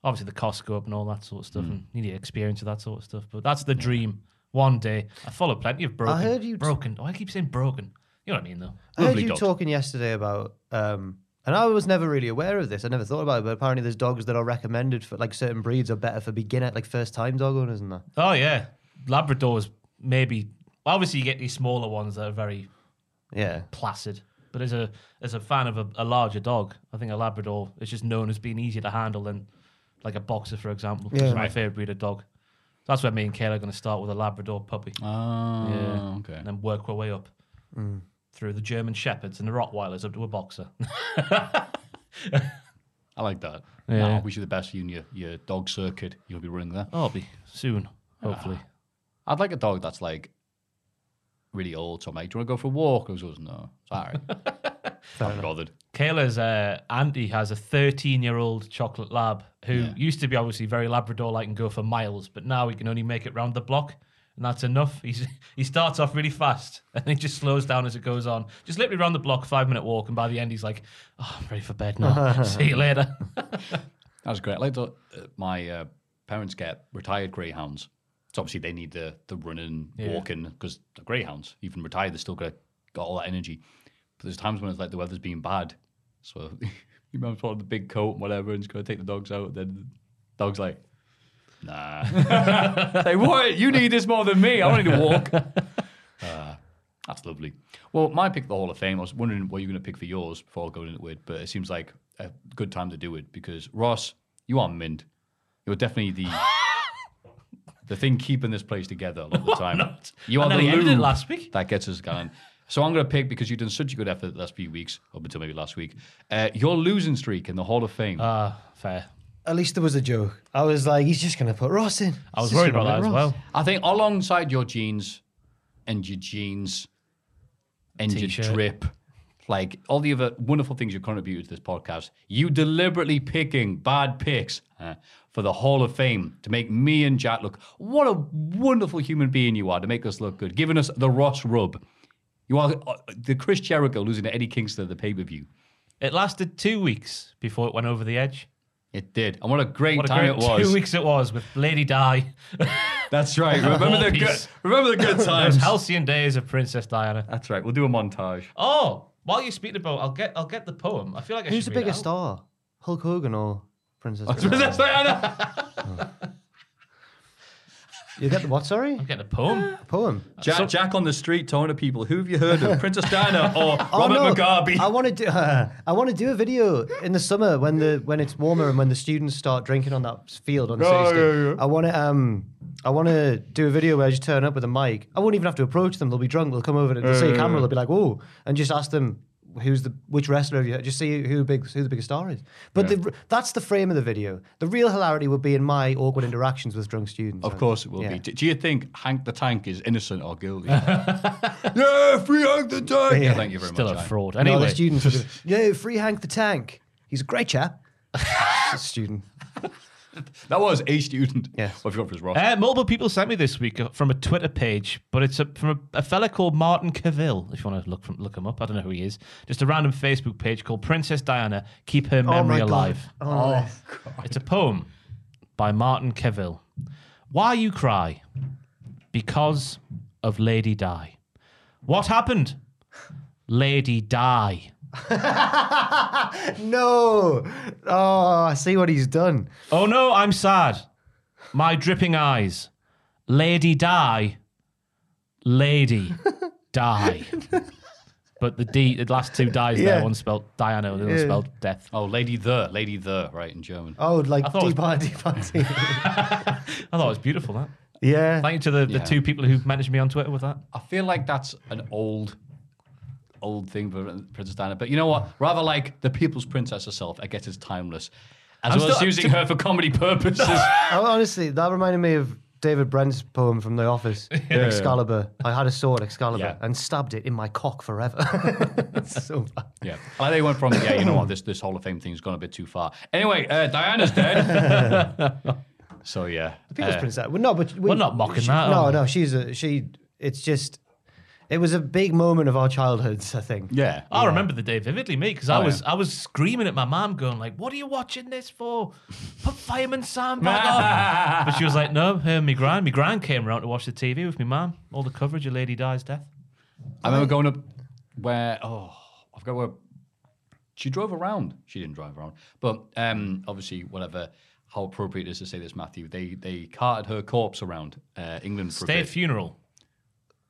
C: Obviously, the costs go up and all that sort of stuff,
D: Hmm.
C: and you need experience of that sort of stuff. But that's the dream. One day, I follow plenty of broken.
D: heard you-
C: broken. Oh, I keep saying broken. You know what I mean, though.
D: I heard
B: Lovely
D: you
B: dog.
D: talking yesterday about, um, and I was never really aware of this. I never thought about it, but apparently there's dogs that are recommended for like certain breeds are better for beginner, like first time dog owners and that.
C: Oh yeah, Labradors maybe. Obviously, you get these smaller ones that are very
D: Yeah.
C: placid. But as a as a fan of a, a larger dog, I think a Labrador is just known as being easier to handle than like a boxer, for example, which
D: Yeah.
C: is my favorite breed of dog. That's where me and Kayla are going to start with a Labrador puppy,
B: Oh,
C: Yeah.
B: okay.
C: and then work our way up through the German Shepherds and the Rottweilers up to a boxer.
B: I like that.
C: Yeah.
B: Nah, wish you the best in your, your dog circuit. You'll be running that.
C: oh, it'll be soon, hopefully.
B: I'd like a dog that's like really old. So I'm like, do you want to go for a walk? I was like, no, sorry. Not bothered.
C: Kayla's uh, auntie has a 13 year old chocolate lab who used to be obviously very Labrador like and go for miles, but now he can only make it round the block. And that's enough. He's, he starts off really fast and he just slows down as it goes on. Just literally round the block, five minute walk. And by the end, he's like, oh, I'm ready for bed now. See you later.
B: That's great. I like that uh, my uh, parents get retired greyhounds. So obviously they need the the running,
C: Yeah.
B: walking because the greyhounds, even retired, they still got got all that energy. But there's times when it's like the weather's been bad, so your mum's put on the big coat and whatever, and she's gonna take the dogs out. Then the dog's like, nah, like what? You need this more than me. I don't need to walk. Uh, that's lovely. Well, my pick of the Hall of Fame. I was wondering what you're going to pick for yours before going into it, but it seems like a good time to do it because Ross, you are mint. You're definitely the the thing keeping this place together a lot of the time. You
C: I
B: are the
C: nearly ended it
B: lube
C: last week.
B: that gets us going. So I'm going to pick because you've done such a good effort the last few weeks, up until maybe last week. Uh, your losing streak in the Hall of Fame.
C: Ah, fair.
D: At least there was a joke. I was like, he's just going to put Ross in.
C: I was worried about that as well.
B: I think alongside your jeans and your jeans and
C: T-shirt.
B: your drip, like all the other wonderful things you contributed to this podcast, you deliberately picking bad picks uh, for the Hall of Fame to make me and Jack look what a wonderful human being you are to make us look good, giving us the Ross rub. You are uh, the Chris Jericho losing to Eddie Kingston at the pay per view.
C: It lasted two weeks before it went over the edge.
B: It did, and what a great
C: What a
B: time
C: great
B: it was.
C: two weeks it was with Lady Di.
B: That's right. Remember the good,
C: Peace.
B: remember the good
C: Those
B: times.
C: halcyon days of Princess Diana.
B: That's right. We'll do a montage.
C: Oh, while you're speaking about, I'll get I'll get the poem. I feel like I
D: Who's the
C: should read it out.
D: biggest star? Hulk Hogan or Princess? Diana?
B: Princess Diana.
D: you get the what, sorry?
C: I'm getting a poem.
D: Poem.
B: Jack, Jack on the street talking to people. Who have you heard of? Princess Diana or Robert
D: Oh, no,
B: Mugabe?
D: I want to do. I want to do a video in the summer when the when it's warmer and when the students start drinking on that field on the
B: Oh,
D: city. stage.
B: yeah, yeah.
D: I want to um. I want to do a video where I just turn up with a mic. I won't even have to approach them. They'll be drunk. They'll come over to they'll see a camera. They'll be like, "Whoa!" and just ask them who's the which wrestler have you heard? just see who big who the biggest star is. But the, that's the frame of the video. The real hilarity would be in my awkward interactions with drunk students.
B: of
D: And-
B: course it will
D: yeah.
B: be. Do, do you think Hank the Tank is innocent or guilty? yeah, free Hank the Tank. Yeah, thank you very
C: Still
B: much.
C: a
B: Hank.
C: fraud.
D: No,
C: Anyway,
D: the students would be, "No, free Hank the Tank. He's a great chap." student.
B: That was a student.
D: Yes. Eh?
B: Well, I forgot for his Ross.
C: uh, multiple people sent me this week uh, from a Twitter page, but it's a, from a, a fella called Martin Cavill. If you want to look from, look him up, I don't know who he is. Just a random Facebook page called Princess Diana. Keep her memory alive.
D: Oh God. Oh, no.
C: It's a poem by Martin Kevill. Why you cry? Because of Lady Di. What happened? Lady Di.
D: No. Oh, I see what he's done.
C: Oh no, I'm sad. My dripping eyes. Lady die. Lady die. But the D, the last two dies
D: Yeah.
C: there, one spelled Diana, the other
D: Yeah.
C: spelled death.
B: Oh, Lady the, Lady the, right in German.
D: Oh, like
C: thought it was-
D: deep on, deep on, deep.
C: I thought it was beautiful, that.
D: Yeah.
C: Thank you to the, the two people who managed me on Twitter with that.
B: I feel like that's an old, old thing for Princess Diana. But you know what? Rather like the People's Princess herself, I guess is timeless. As well as
C: still-
B: using her for comedy purposes.
D: Oh, honestly, that reminded me of David Brent's poem from The Office, Excalibur. I had a sword, Excalibur,
B: Yeah.
D: and stabbed it in my cock forever. It's so bad.
B: Yeah, like they went from yeah, you know what, this this Hall of Fame thing's gone a bit too far. Anyway, uh, Diana's dead. so yeah,
D: The People's
B: Uh,
D: Princess. Well, no, but we,
C: we're not mocking
D: she-
C: that, are
D: No,
C: we?
D: no, she's a she. It's just, it was a big moment of our childhoods. I think.
B: Yeah,
C: I remember the day vividly, me, because I was I was screaming at my mom, going like, "What are you watching this for? Put Fireman Sam back on." But she was like, "No, her and me grand, me grand came round to watch the TV with me mom. All the coverage of Lady Di's death.
B: I remember going up where oh I forgot where she drove around. She didn't drive around, but um, obviously whatever. How appropriate it is to say this, Matthew? They they carted her corpse around uh, England for
C: State
B: a bit.
C: funeral.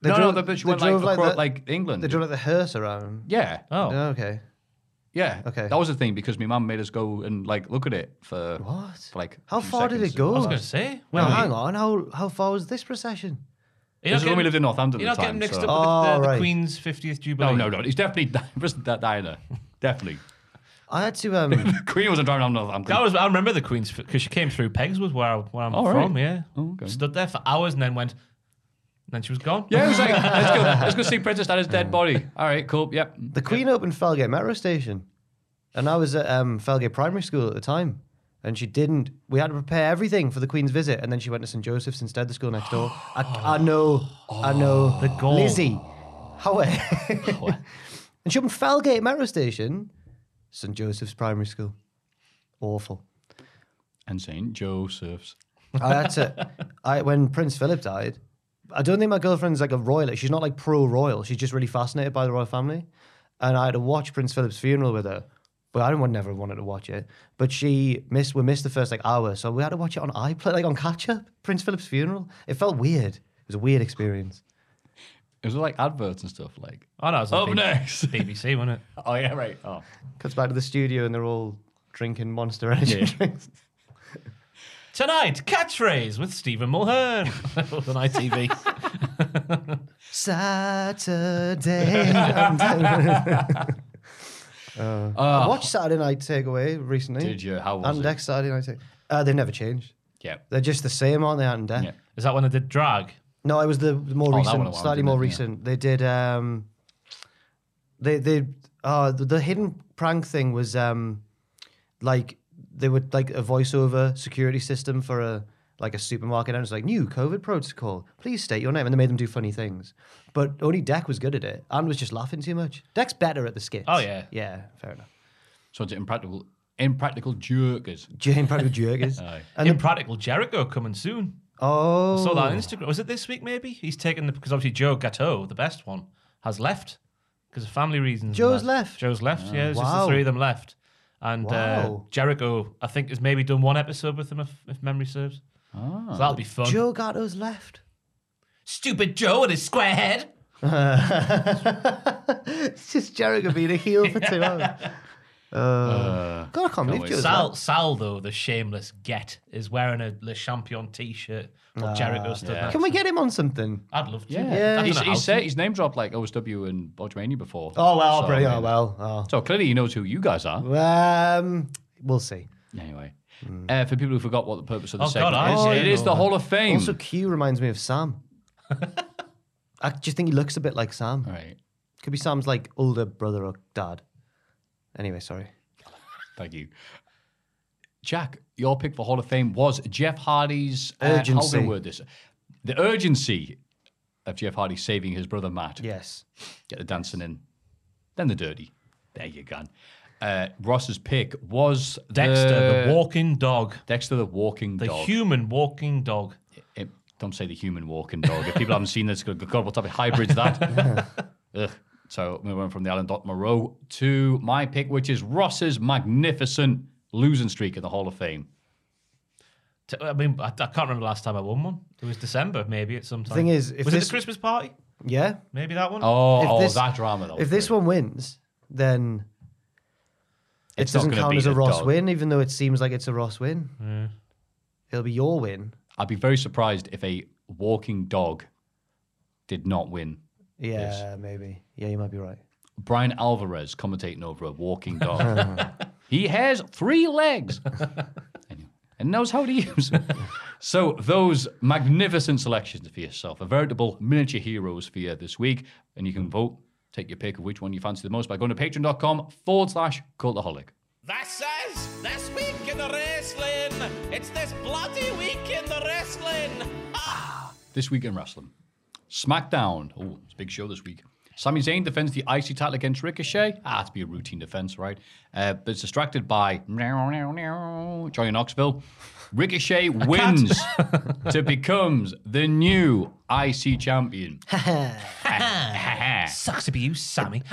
D: They
B: no,
D: drove-
B: no, but she
D: they
B: went like,
D: drove like
B: across-
D: the-
B: like England.
D: They drove like the hearse around.
B: yeah,
C: Oh,
D: Okay.
B: yeah.
D: Okay.
B: that was the thing because my mum made us go and like look at it for
D: What?
B: for, like
D: How
B: a few
D: far did
B: seconds.
D: it go?
C: I was going to say,
D: Well,
C: well,
D: hang on. How how far was this procession?
B: This
C: you're not
B: is when we
C: getting-
B: lived in Northampton
C: You're
B: at
C: not
B: the time.
C: getting mixed
B: so-
C: up
D: Oh,
C: with the, the
D: right.
C: Queen's 50th Jubilee.
B: No, no, no. It's definitely it wasn't that Diana. Definitely.
D: I had to. Um,
B: Queen wasn't driving on Northampton.
C: That was I remember the Queen's because she came through Pegswood where, I, where I'm
B: Oh, right.
C: from. Yeah,
B: Oh, okay.
C: stood there for hours and then went. and Then she was gone.
B: yeah, it was like, let's go, let's go see Princess Diana's dead body. All right, cool. Yep.
D: the Queen opened Felgate Metro Station, and I was at um, Felgate Primary School at the time. And she didn't. We had to prepare everything for the Queen's visit, and then she went to St Joseph's instead, the school next door. I, I know, I know. The
C: goal.
D: Lizzie, how? and she opened Felgate Metro Station, St Joseph's Primary School. Awful.
B: And St. Joseph's.
D: I had to. I when Prince Philip died, I don't think my girlfriend's like a royal. She's not like pro royal. She's just really fascinated by the royal family. And I had to watch Prince Philip's funeral with her, but I didn't want never wanted to watch it. But she missed. We missed the first like hour, so we had to watch it on iPlay, like on catch up. Prince Philip's funeral. It felt weird. It was a weird experience.
B: It was like adverts and stuff. Like,
C: Oh no, it was on
B: Up
C: B-
B: next.
C: BBC, wasn't it?
B: oh, yeah, right. Oh.
D: Cuts back to the studio and they're all drinking Monster Energy drinks.
C: Tonight, catchphrase with Stephen Mulhern on ITV.
D: Saturday. I watched Saturday Night Takeaway recently.
B: Uh, oh. Did you? How was
D: Ant and
B: it?
D: Deck Saturday Night Takeaway. Uh, they've never changed.
B: Yeah.
D: They're just the same, aren't they, Ant and Deck?
B: Yeah.
C: Is that when I did drag?
D: No, it was the, the more
B: that
D: recent,
B: one a while,
D: slightly
B: didn't
D: more
B: it? Yeah.
D: recent. They did. Um, they they uh, the, the hidden prank thing was um, like they would like a voiceover security system for a like a supermarket, and it's like new COVID protocol. Please state your name, and they made them do funny things. But only Deck was good at it, and was just laughing too much. Deck's better at the skits.
C: Oh, yeah.
D: yeah, fair enough.
B: So it's impractical, impractical jerkers.
D: Jane Practical Jurgis.
C: And Impractical Jericho coming soon.
D: Oh,
C: Saw that on Instagram. Was it this week? Maybe he's taken the because obviously Joe Gatto, the best one, has left because of family reasons. and
D: Joe's
C: that.
D: left?
C: Joe's left. yeah, it's just
D: Wow.
C: the three of them left. And uh,
D: Wow.
C: Jericho, I think, has maybe done one episode with them if, if memory serves. So that'll be fun.
D: Ah. Joe Gatto's left.
C: Stupid Joe with his square head.
D: it's just Jericho being a heel for two hours. Uh, God, I can't believe
B: wait.
D: Joe's
C: Sal, Sal though, the shameless get, is wearing a Le Champion t-shirt. What Jericho stood
B: yeah.
C: next
D: Can
C: to.
D: we get him on something?
C: I'd love to.
D: Ah, Yeah.
C: I don't
B: He's,
C: know how
B: he's,
C: to.
B: said, he's name dropped like OSW and Bodgemania before.
D: Oh well,
B: So,
D: brilliant.
B: I
D: Oh
B: mean-
D: well.
B: So clearly he knows who you guys are.
D: Oh. Um, we'll see.
B: Anyway, uh, for people who forgot what the purpose of the
C: Oh,
B: segment
C: God, I
B: is,
C: didn't
B: it is
C: know
B: the
C: that.
B: Hall of Fame.
D: Also, Q reminds me of Sam. I just think he looks a bit like Sam.
B: All right.
D: Could be Sam's like older brother or dad. Anyway, sorry.
B: Thank you. Jack, your pick for Hall of Fame was Jeff Hardy's uh, How
D: Urgency.
B: can I word this? The urgency of Jeff Hardy saving his brother Matt.
D: Yes.
B: Get the dancing in, then the dirty. There you go. Uh, Ross's pick was
C: Dexter, the
B: walk.
C: walking dog,
B: Dexter the walking
C: the
B: uh, dog.
C: human walking dog.
B: It- don't say the human walking dog. If people haven't seen this, good God, what type of hybrid's that? Ugh. So we went from the Alan Dot Moreau to my pick, which is Ross's magnificent losing streak in the Hall of Fame.
C: T- I mean, I, I can't remember the last time I won one. It was December, maybe at some time.
D: Thing is, if
C: was it
D: this-
C: the Christmas party?
D: Yeah.
C: Maybe that one.
B: Oh,
D: If
B: oh,
D: this-
B: that drama. That was
D: If this
B: great.
D: one wins, then it
B: It's not
D: doesn't
B: gonna
D: count
B: be
D: as a
B: the
D: Ross
B: dog.
D: win, even though it seems like it's a Ross win. It'll be your win.
B: I'd be very surprised if a walking dog did not win.
D: Yeah, maybe. Yeah, you might be right.
B: Brian Alvarez commentating over a walking dog. he has three legs and knows how to use them. So those magnificent selections for yourself, a veritable miniature heroes for you this week, and you can vote, take your pick of which one you fancy the most by going to patreon.com forward slash cultaholic.
G: This is This Week in the Wrestling. It's this bloody week in the wrestling.
B: This week in wrestling, SmackDown. Oh, it's a big show this week. Sami Zayn defends the IC title against Ricochet. Ah, to be a routine defense, right? Uh, but it's distracted by Johnny Knoxville. Ricochet wins to becomes the new IC champion.
C: Sucks to be you, Sammy.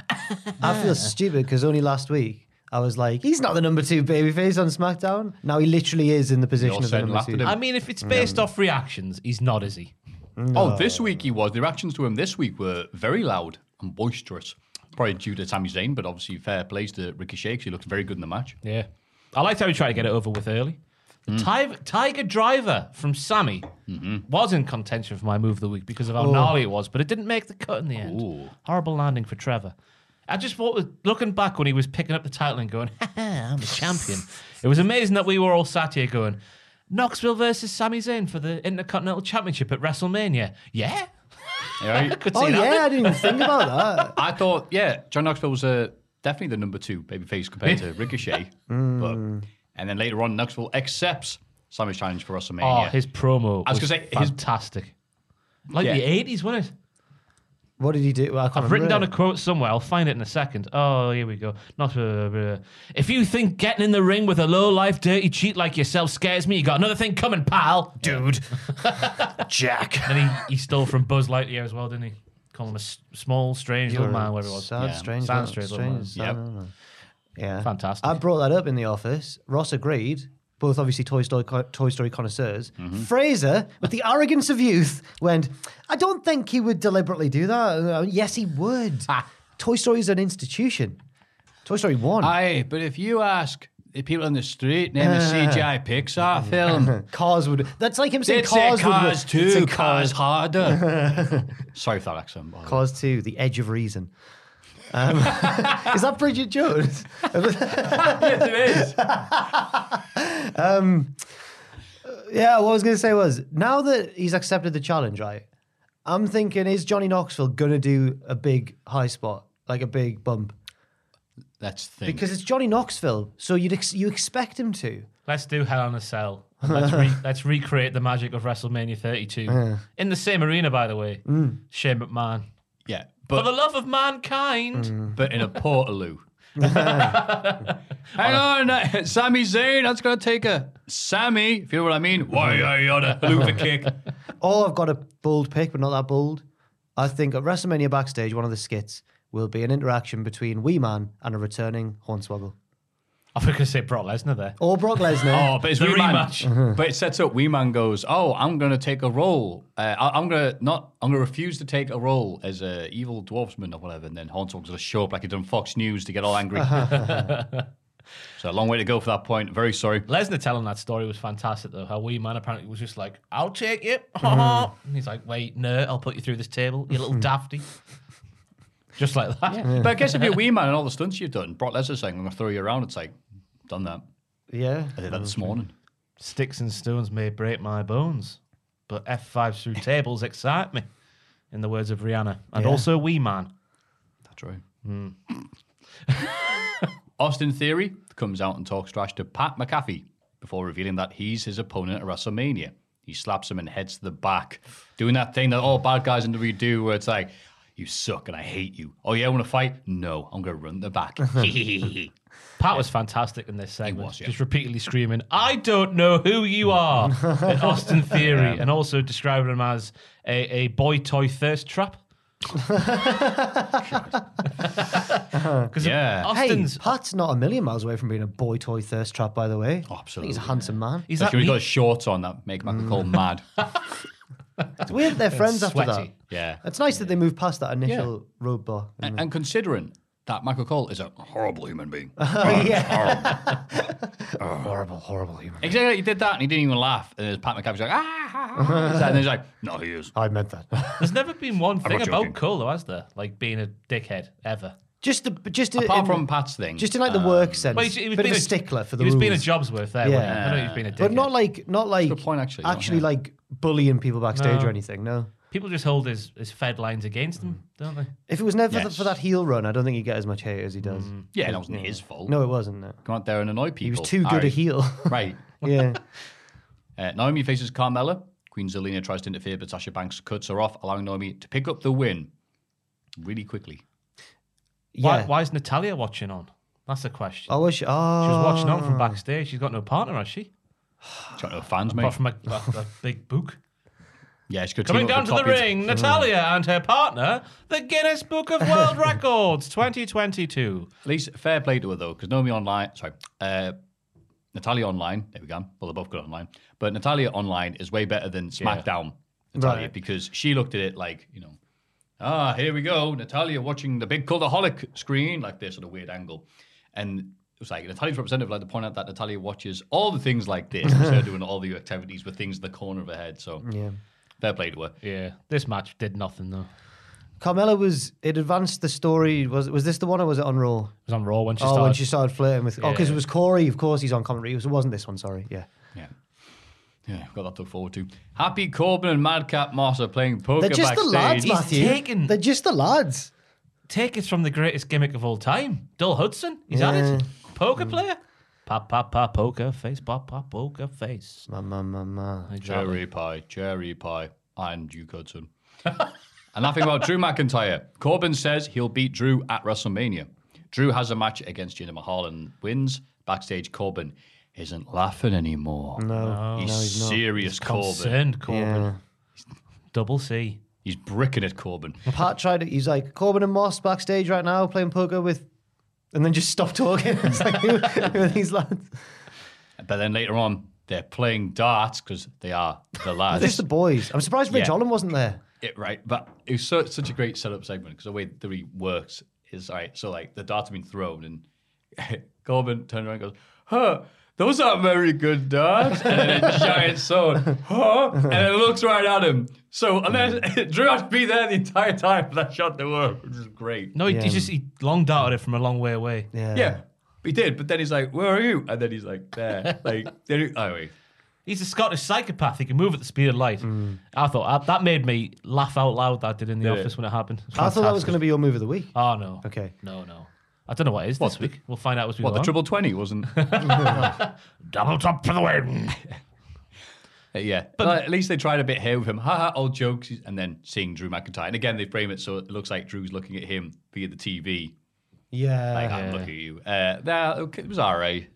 D: I feel stupid because only last week I was like, he's not the number two babyface on SmackDown. Now he literally is in the
B: all
D: position of the
B: said
D: number
B: laughed
D: two.
B: at him.
C: I mean, if it's based off reactions, he's not, is he?
B: Oh, this week he was. The reactions to him this week were very loud and boisterous. Probably due to Sami Zayn, but obviously fair plays to Ricochet because he looked very good in the match.
C: Yeah. I liked how he tried to get it over with early.
B: Mm.
C: Ti- Tiger Driver from Sammy
B: Mm-hmm.
C: was in contention for my move of the week because of how gnarly it was, but it didn't make the cut in the end.
B: Oh. Ooh.
C: Horrible landing for Trevor. I just thought, with- looking back when he was picking up the title and going, "Ha ha, I'm a champion. it was amazing that we were all sat here going, Knoxville versus Sami Zayn for the Intercontinental Championship at WrestleMania. Yeah.
B: All right?
C: Could
D: Oh
C: see
D: yeah,
C: that.
D: I didn't even think about that.
B: I thought, yeah, John Knoxville was uh, definitely the number two babyface compared to Ricochet. but, and then later on, Knoxville accepts Sami's challenge for
C: Oh,
B: WrestleMania.
C: his promo
B: I was
C: was
B: gonna say, his-
C: fantastic. Like
B: Yeah.
C: the 80s, wasn't it?
D: What did he do? Well, I can't
C: I've written down
D: remember
C: a quote somewhere. I'll find it in a second. Oh, here we go. Not uh, uh, if you think getting in the ring with a low life dirty cheat like yourself scares me, you got another thing coming, pal, dude.
D: Jack.
C: and he, he stole from Buzz Lightyear as well, didn't he? Call him a s- small, strange little man, whatever it was.
D: Sad,
B: Yeah.
D: strange,
C: Sad,
D: little-
C: strange
D: strange,
C: little
B: Yep.
C: man.
D: sad little man. Yeah,
C: Fantastic.
D: I brought that up in the office. Ross agreed. Both obviously Toy Story, Toy Story connoisseurs.
B: Mm-hmm.
D: Fraser, with the arrogance of youth, went. I don't think he would deliberately do that. Uh, Yes, he would. Toy Story is an institution. Toy Story one.
B: Aye, but if you ask the people on the street, name a CGI Pixar film.
D: cars would. That's like him saying
B: They'd say
D: cars,
B: cars
D: would. It's a
B: too,
D: car-
B: cars harder. Sorry for that accent. by the way.
D: Cause two, the edge of reason. Um, is that Bridget Jones? Yeah, what I was going to say was now that he's accepted the challenge, right? I'm thinking, is Johnny Knoxville going to do a big high spot, like a big bump?
B: That's the thing.
D: Because it's Johnny Knoxville, so you'd ex- you expect him to.
C: Let's do Hell in a Cell. Let's, re- let's recreate the magic of WrestleMania 32 in the same arena, by the way. Shane McMahon.
B: yeah,
C: For the
B: but
C: love of mankind.
B: but in a Portaloo. Hang on, uh, Sami Zayn. That's gonna take a Sammy. If you know what I mean. Why are you on a Hoover kick?
D: Oh, I've got a bold pick, but not that bold. I think at WrestleMania backstage, one of the skits will be an interaction between Wee Man and a returning Hornswoggle.
C: I was going to say Brock Lesnar there.
D: Or Brock Lesnar.
B: Oh, but it's
C: The
B: Wee Man.
C: rematch. Mm-hmm.
B: But it sets up. Wee Man goes, "Oh, I'm gonna take a role. Uh, I, I'm gonna not. I'm gonna refuse to take a role as a evil dwarfsman or whatever." And then Hornswoggle's gonna show up like he done Fox News to get all angry. so a long way to go for that point. Very sorry.
C: Lesnar telling that story was fantastic, though. How Wee Man apparently was just like, I'll take you. and he's like, wait, no, I'll put you through this table, you little dafty. just like that.
B: But I guess if you're Wee Man and all the stunts you've done, Brock Lesnar's saying, "I'm gonna throw you around." It's like, done that.
D: yeah.
B: I did that this morning.
C: Sticks and stones may break my bones, but F5 through tables excite me, in the words of Rihanna. And
D: Yeah.
C: also Wee Man.
B: That's right. Hmm. Austin Theory comes out and talks trash to Pat McAfee before revealing that he's his opponent at WrestleMania. He slaps him and heads to the back, doing that thing that all bad guys in the do, where it's like, "You suck and I hate you." Oh yeah, want to fight? No, I'm gonna run the back.
C: Pat was fantastic in this segment.
B: was, yeah.
C: Just repeatedly screaming, I don't know who you are at Austin Theory, and also describing him as a, a boy toy thirst trap. Because
B: Yeah.
C: Austin's
D: Hey, Pat's not a million miles away from being a boy toy thirst trap, by the way.
B: Oh, Absolutely,
D: He's a handsome man.
C: Is
B: so
C: that
B: he
C: me? Mm.
B: got his shorts on that make McAfee mad.
D: It's weird they're friends after that.
C: sweaty.
B: Yeah.
D: It's nice that they moved past that initial roadblock.
B: And, and considering that Michael Cole is a horrible human being,
D: horrible, horrible human.
B: exactly, he did that and he didn't even laugh. And then Pat McAfee's like, "Ah," ah, ah," and then he's like, "No, he is."
D: Uh, I meant that.
C: There's never been one thing
B: not
C: about
B: joking.
C: Cole, though, has there? Like being a dickhead ever.
D: Just the just
B: Apart
D: in-
B: from Pat's thing,
D: just in like the work sense.
C: Well, um, he, he was
D: bit
C: being
D: of a stickler for the
C: He was
D: rules.
C: being a Jobsworth there. Yeah, I know he was being a dick.
D: but not like not like
B: good point, actually, yeah.
D: actually like bullying people backstage
C: No.
D: or anything. No,
C: people just hold his, his Fed lines against him, don't they?
D: if it was never
B: Yes.
D: for that heel run, I don't think he'd get as much hate as he does.
C: Mm.
B: yeah, that wasn't his fault.
D: No, it wasn't. No.
B: Come out there and annoy people.
D: He was too good
B: Harry.
D: a heel.
B: Right.
D: yeah,
B: Uh, Naomi faces Carmella. Queen Zelina tries to interfere, but Sasha Banks cuts her off, allowing Naomi to pick up the win really quickly.
D: yeah.
C: Why, why is Natalia watching on? That's the question.
D: I wish. Oh, she
C: She was watching on from backstage. She's got no partner, has she?
B: Trying to fans, mate.
C: Apart from a, a, a big book.
B: yeah, she could
C: Coming
B: team
C: down
B: up
C: to
B: with
C: the Mm.
B: Copy-
C: ring, Natalia and her partner, the Guinness Book of World Records 2022.
B: At least fair play to her though, because Naomi online, sorry, uh, Natalia online. There we go. Well, they're both good online, but Natalia online is way better than SmackDown Natalia
D: Right.
B: because she looked at it like you know, ah, here we go, Natalia watching the big cultaholic screen like this at a weird angle, and it was like Natalia's representative like to point out that Natalia watches all the things like this, instead of doing all the activities with things in the corner of her head. So
D: Yeah.
B: fair play to her.
C: Yeah, this match did nothing though. It
D: Carmella was. It advanced the story. Was was this the one or was it on Raw?
C: was on Raw when she
D: oh,
C: started.
D: when she started flirting with. Oh, because
C: Yeah.
D: it was Corey. Of course, he's on commentary. It was- it wasn't this one. Sorry. Yeah.
B: Yeah. Yeah, got that to look forward to. Happy Corbin and Madcap Moss are playing poker
D: They're just
B: backstage.
D: the lads,
C: He's
D: Matthew.
C: taken-
D: They're just the lads.
C: Take it from the greatest gimmick of all time, Dull Hudson. He's at it. Poker player. Pop, pop, pop, poker face. Pop, pop, poker face.
D: Ma, ma, ma, ma.
B: Cherry pie, cherry pie, and you Hudson. and laughing about Drew McIntyre. Corbin says he'll beat Drew at WrestleMania. Drew has a match against Jinder Mahal and wins. Backstage, Corbin isn't laughing anymore. No, he's, serious, Corbin.
C: Concerned Corbin.
D: Yeah.
C: Double C.
B: He's bricking at Corbin.
D: Pat tried it. He's like Corbin and Moss backstage right now playing poker with, and then just stopped talking. it's like who, who are these lads?
B: But then later on, they're playing darts because they are the
C: Ah,
B: lads.
D: Just the boys. I'm surprised Rich
B: Yeah.
D: Holland wasn't there.
B: it right, but it was so, such a great setup segment because the way the way it works is right. So like the darts have been thrown, and Corbin turned around and goes, "Huh." Those aren't very good darts. And then a giant sword, huh? And it looks right at him. So unless Drew has to be there the entire time for that shot to work, which is great.
C: No, he, he just he long darted it from a long way away.
D: Yeah.
B: Yeah, he did. But then he's like, "Where are you?" And then he's like, "There." Like, there. he- Oh wait.
C: He's a Scottish psychopath. He can move at the speed of light. I thought uh, that, that made me laugh out loud. That did in the
B: Mm. Did it?
C: office when it happened.
D: I thought that was going to be your move of the week.
C: Oh no.
D: Okay.
C: No, no. I don't know what it is this week. We'll find out as we
B: What
C: go
B: the
C: on.
B: triple twenty wasn't?
C: Double top for the win.
B: Uh, Yeah, but at least they tried a bit here with him. Ha ha, old jokes. And then seeing Drew McIntyre. And again, they frame it so it looks like Drew's looking at him via the TV.
D: Yeah.
B: Like, I'm looking at you. Uh, nah, okay, it was all right.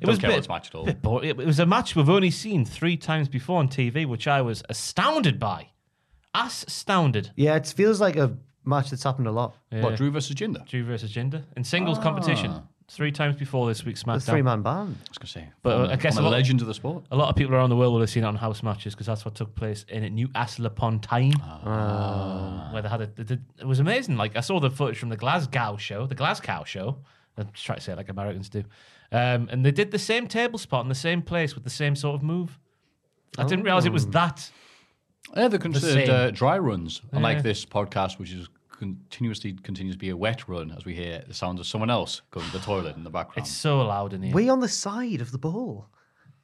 B: It was
C: was
B: care
C: bit-
B: about this match at all.
C: Bit boring. It was a match we've only seen three times before on TV, which I was astounded by. Ass astounded.
D: Yeah. It feels like a match that's happened a lot.
B: What, Drew versus Jinder? I
C: Drew versus Jinder
B: Ah.
C: in singles competition three times before this week's
D: The
C: SmackDown.
D: three man band.
B: was going to say.
C: But, uh,
B: former-
C: I guess
B: former
C: a lot-
B: legends of the sport.
C: A lot of people around the world will have seen it on house matches because that's what took place in New Aslepontine, where they had a, they did- it was amazing. Like I saw the footage from the Glasgow show, the Glasgow show. I'm just trying to say it like Americans do, um, and they did the same table spot in the same place with the same sort of move. I didn't realize it was that.
B: Yeah, they're considered
C: same.
B: uh, dry runs, unlike
C: Yeah.
B: this podcast, which is continuously continues to be a wet run as we hear the sounds of someone else going to the toilet in the background.
C: It's so loud in here.
D: Way on the side of the ball.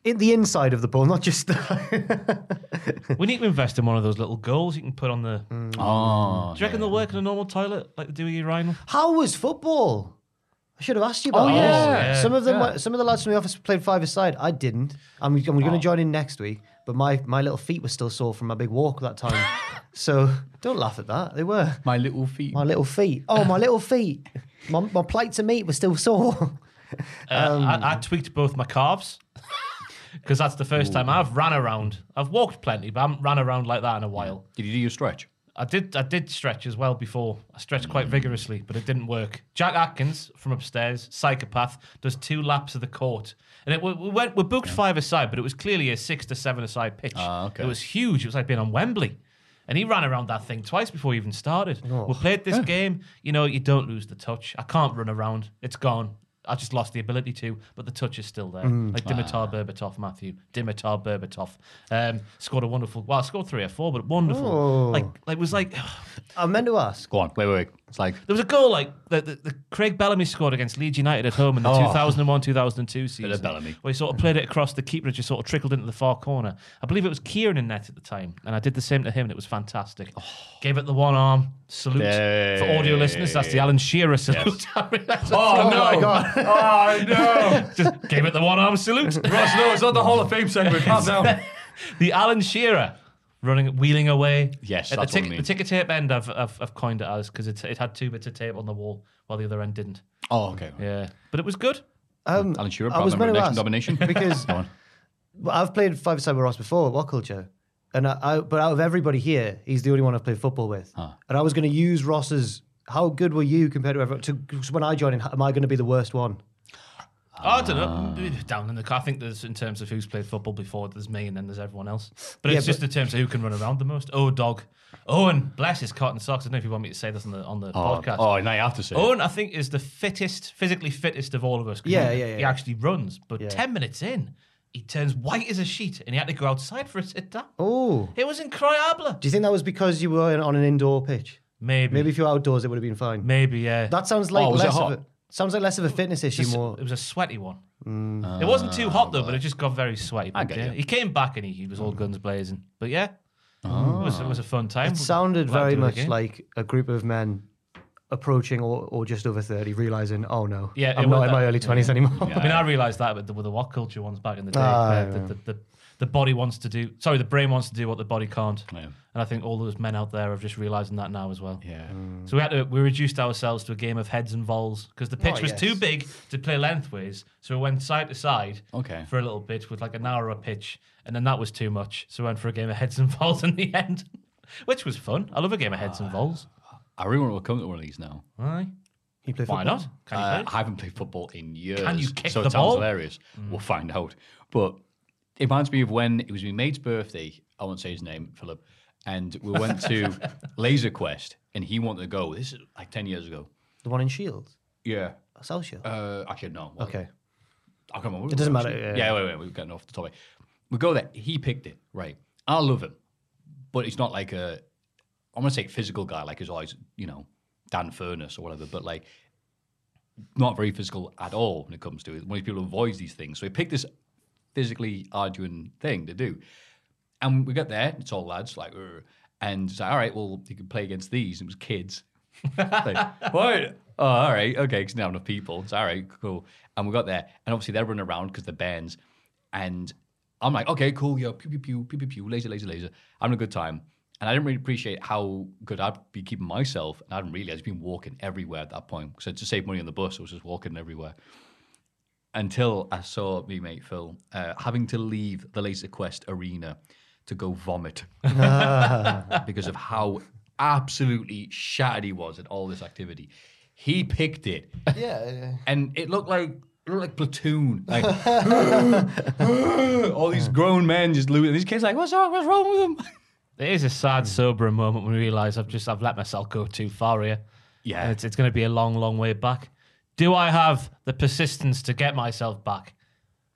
D: In the inside of the ball, not just the.
C: we need to invest in one of those little goals you can put on the.
B: oh,
C: Do you reckon they'll work in a normal toilet like they do with urinal?
D: How was football? I should have asked you about
B: Oh,
D: this.
B: yeah.
D: Some of them,
B: Yeah.
D: some of the lads from the office played five aside. I didn't. I'm, I'm going
B: Oh.
D: to join in next week, but my, my little feet were still sore from my big walk that time. so don't laugh at that. They were
B: my little feet.
D: my little feet. Oh, my little feet. My, my plates of meat were still sore.
C: Uh,
B: Um,
C: I, I tweaked both my calves because that's the first time I've ran around. I've walked plenty, but I haven't ran around like that in a while.
B: Did you do your stretch?
C: I did. I did stretch as well before. I stretched quite
B: Mm.
C: vigorously, but it didn't work. Jack Atkins from upstairs, psychopath, does two laps of the court, and it, we, we went. We booked five aside, but it was clearly a six to seven aside pitch.
B: Ah, okay.
C: It was huge. It was like being on Wembley. And he ran around that thing twice before he even started. We played this game. You know, you don't lose the touch. I can't run around. It's gone. I just lost the ability to, but the touch is still there. Like Dimitar Berbatov, Matthew. Dimitar Berbatov. Um, scored a wonderful, well, scored three or four, but wonderful. Like, like, was like,
D: I meant to ask.
B: Go on, wait, wait, wait. It's like
C: There was a goal like the, the, the Craig Bellamy scored against Leeds United at home in the
B: Oh.
C: 2001-2002 season.
B: Bellamy.
C: Where he sort of played it across the keeper and just sort of trickled into the far corner. I believe it was Kieran in net at the time, and I did the same to him, and it was fantastic.
B: Oh.
C: Gave it the one arm salute for audio listeners. That's the Alan Shearer salute. I mean, that's-
B: Oh, no.
D: my God.
B: Oh no!
C: just gave it the one arm salute.
B: Ross, no, it's not the Hall of Fame segment. Calm down.
C: the Alan Shearer running, wheeling away.
B: Yes,
C: At
B: that's
C: the,
B: what I
C: tick-
B: mean.
C: the ticker tape end. I've, I've, I've coined it as because it, it had two bits of tape on the wall while the other end didn't.
B: Oh, okay.
C: Yeah, but it was good.
D: Um,
B: Alan Shearer,
D: I was
B: proud member
D: meant to
B: of
D: ask,
B: Nation Domination.
D: because
B: Go on.
D: Well, I've played five side with Ross before at What Culture, and I, I, but out of everybody here, he's the only one I've played football with. And I was going to use Ross's. How good were you compared to everyone? To 'cause when I join in, am I going to be the worst one? Ah.
C: I don't know. Down in the car, I think there's in terms of who's played football before. There's me, and then there's everyone else. But
D: Yeah,
C: it's just in terms of who can run around the most. Oh, dog. Owen, bless his cotton socks. I don't know if you want me to say this on the on the
B: Oh,
C: podcast.
B: oh, now you have to say. it.
C: Owen, I think, is the fittest, physically fittest of all of us. 'cause
D: Yeah,
C: he,
D: yeah, yeah.
C: He actually runs, but
D: Yeah.
C: ten minutes in, he turns white as a sheet, and he had to go outside for a sit down.
D: Oh,
C: It was incredible.
D: do you think that was because you were in- on an indoor pitch?
C: Maybe,
D: Maybe
C: maybe,
D: if you were outdoors, it would have been fine.
C: maybe, yeah.
D: That sounds like
B: Oh, was it
D: less of
B: hot?
D: a, sounds like less of a fitness issue,
C: Just-
D: more
C: It was a sweaty one.
D: Mm.
C: it wasn't too hot though, but it just got very sweaty. But,
B: get
C: yeah,
B: you.
C: He came back and he, he was all guns blazing. But yeah, it, was, it was a fun time.
D: It sounded
C: Glad to
D: very
C: do it
D: much
C: again.
D: like a group of men approaching or, or just over 30, realizing, oh no,
C: Yeah, it
D: I'm not
C: was
D: in my
C: that-
D: early 20s anymore.
C: I mean, I realised that with the, with the what culture ones back in the day.
D: Ah,
C: where
D: yeah.
C: the, the, the, the body wants to do, sorry, the brain wants to do what the body can't.
B: Yeah.
C: And I think all those men out there are just realising that now as well.
B: Yeah.
C: So we had to, we reduced ourselves to a game of heads and vols because the pitch
D: Oh,
C: was
D: yes.
C: too big to play lengthways. So we went side to side
B: Okay.
C: for a little bit with like a narrower pitch, and then that was too much. So we went for a game of heads and vols in the end, which was fun. I love a game of heads and vols.
B: I really want to come to one of these now.
C: Aye.
D: You play
C: Why
D: football?
C: not? Can you
B: Uh,
C: play?
B: I haven't played football in years.
C: you kick
B: so
C: the
B: it
C: ball? Mm.
B: sounds hilarious. We'll find out. But it reminds me of when it was my mate's birthday. I won't say his name, Philip. And we went to Laser Quest, and he wanted to go. This is like ten years ago.
D: The one in Shield?
B: Yeah.
D: South Shield?
B: Uh, actually, no. Well,
D: okay.
B: I can't remember.
D: It doesn't matter,
B: Actually-
D: yeah, yeah.
B: Yeah, wait, wait. We're getting off the topic. We go there. He picked it, right? I love him, but he's not like a. I'm gonna say physical guy, like he's always, you know, Dan Furness or whatever. But like, not very physical at all when it comes to it. Most people avoid these things, so he picked this physically arduous thing to do. And we got there, it's all lads, like, "Ugh." and it's like, all right, well, you can play against these. It was kids. like, what? Oh, all right, okay, because not enough people. It's all right, cool. And we got there, and obviously they're running around because they're bands. And I'm like, okay, cool, yo, pew, pew, pew, pew, pew, pew, laser, laser, laser. Having a good time. And I didn't really appreciate how good I'd be keeping myself. And I didn't realize I'd been walking everywhere at that point because I just saved money on the bus. I was just walking everywhere until I saw me mate Phil uh, having to leave the Laser Quest arena to go vomit because of how absolutely shattered he was at all this activity. He picked it,
D: Yeah.
B: and it looked like it looked like platoon, like all these grown men just losing. These kids like, what's wrong? What's wrong with them?
C: It is a sad, sobering moment when we realise I've just I've let myself go too far here.
B: Yeah.
C: And it's, it's going to be a long, long way back. Do I have the persistence to get myself back?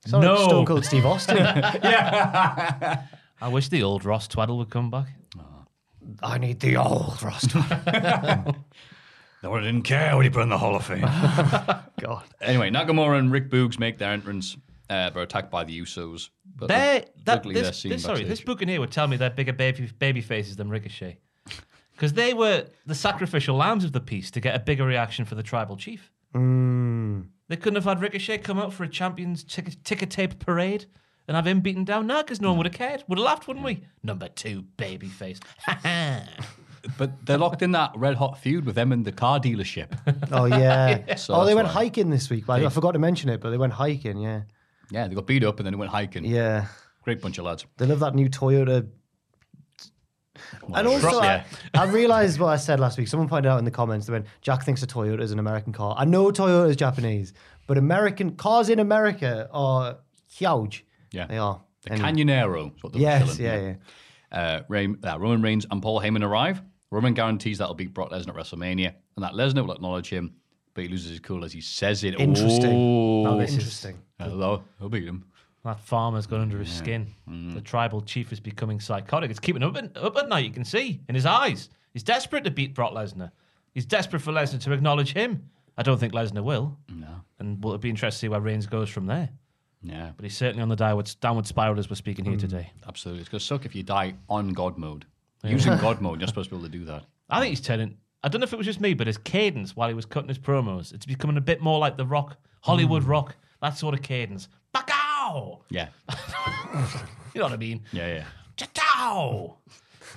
D: Sound like
C: No.
D: Stone Cold Steve Austin.
C: I wish the old Ross Tweddle would come back.
D: I need the old roster.
B: No one didn't care when he put in the Hall of Fame.
D: God.
B: anyway, Nagamora and Rick Boogs make their entrance. Uh, they're attacked by the Usos. But
C: They that
B: luckily they're
C: this,
B: seen
C: this sorry, this
B: backstage.
C: Buccaneer would tell me they're bigger baby baby faces than Ricochet, because they were the sacrificial lambs of the piece to get a bigger reaction for the tribal chief. They couldn't have had Ricochet come out for a champions ticker, ticker tape parade and have him beaten down now because no one would have cared. Would have laughed, wouldn't we? Number two baby face.
B: But they're locked in that red hot feud with them and the car dealership.
D: Oh, yeah.
B: So
D: oh, they
B: that's
D: went
B: why.
D: hiking this week. I, I forgot to mention it, but they went hiking, yeah.
B: yeah, they got beat up and then they went hiking.
D: Yeah.
B: Great bunch of lads.
D: They love that new Toyota And also, I,
B: yeah.
D: I realized what I said last week. Someone pointed out in the comments, they went, Jack thinks a Toyota is an American car. I know Toyota is Japanese, but American cars in America are huge.
B: Yeah.
D: They are.
B: the
D: Anyway.
B: Canyonero. Is what they were
D: Yes,
B: calling
D: yeah,
B: it.
D: yeah.
B: Uh, Ray, uh, Roman Reigns and Paul Heyman arrive. Roman guarantees that'll beat Brock Lesnar at WrestleMania and that Lesnar will acknowledge him, but he loses his cool as he says it.
D: Interesting.
B: Oh,
D: Oh, interesting.
B: Hello, he'll beat him.
C: That farmer's gone under his skin. The tribal chief is becoming psychotic. It's keeping him up, up at night, you can see, in his eyes. He's desperate to beat Brock Lesnar. He's desperate for Lesnar to acknowledge him. I don't think Lesnar will.
B: No.
C: And well, it'd be interesting to see where Reigns goes from there.
B: Yeah,
C: But he's certainly on the downward, downward spiral as we're speaking here today.
B: absolutely. It's going to suck if you die on God mode. Using God mode, you're supposed to be able to do that.
C: I think he's turning. I don't know if it was just me, but his cadence while he was cutting his promos, it's becoming a bit more like the rock, Hollywood rock, that sort of cadence. Bacow!
B: Yeah.
C: You know what I mean?
B: Yeah, yeah.
C: Chatow!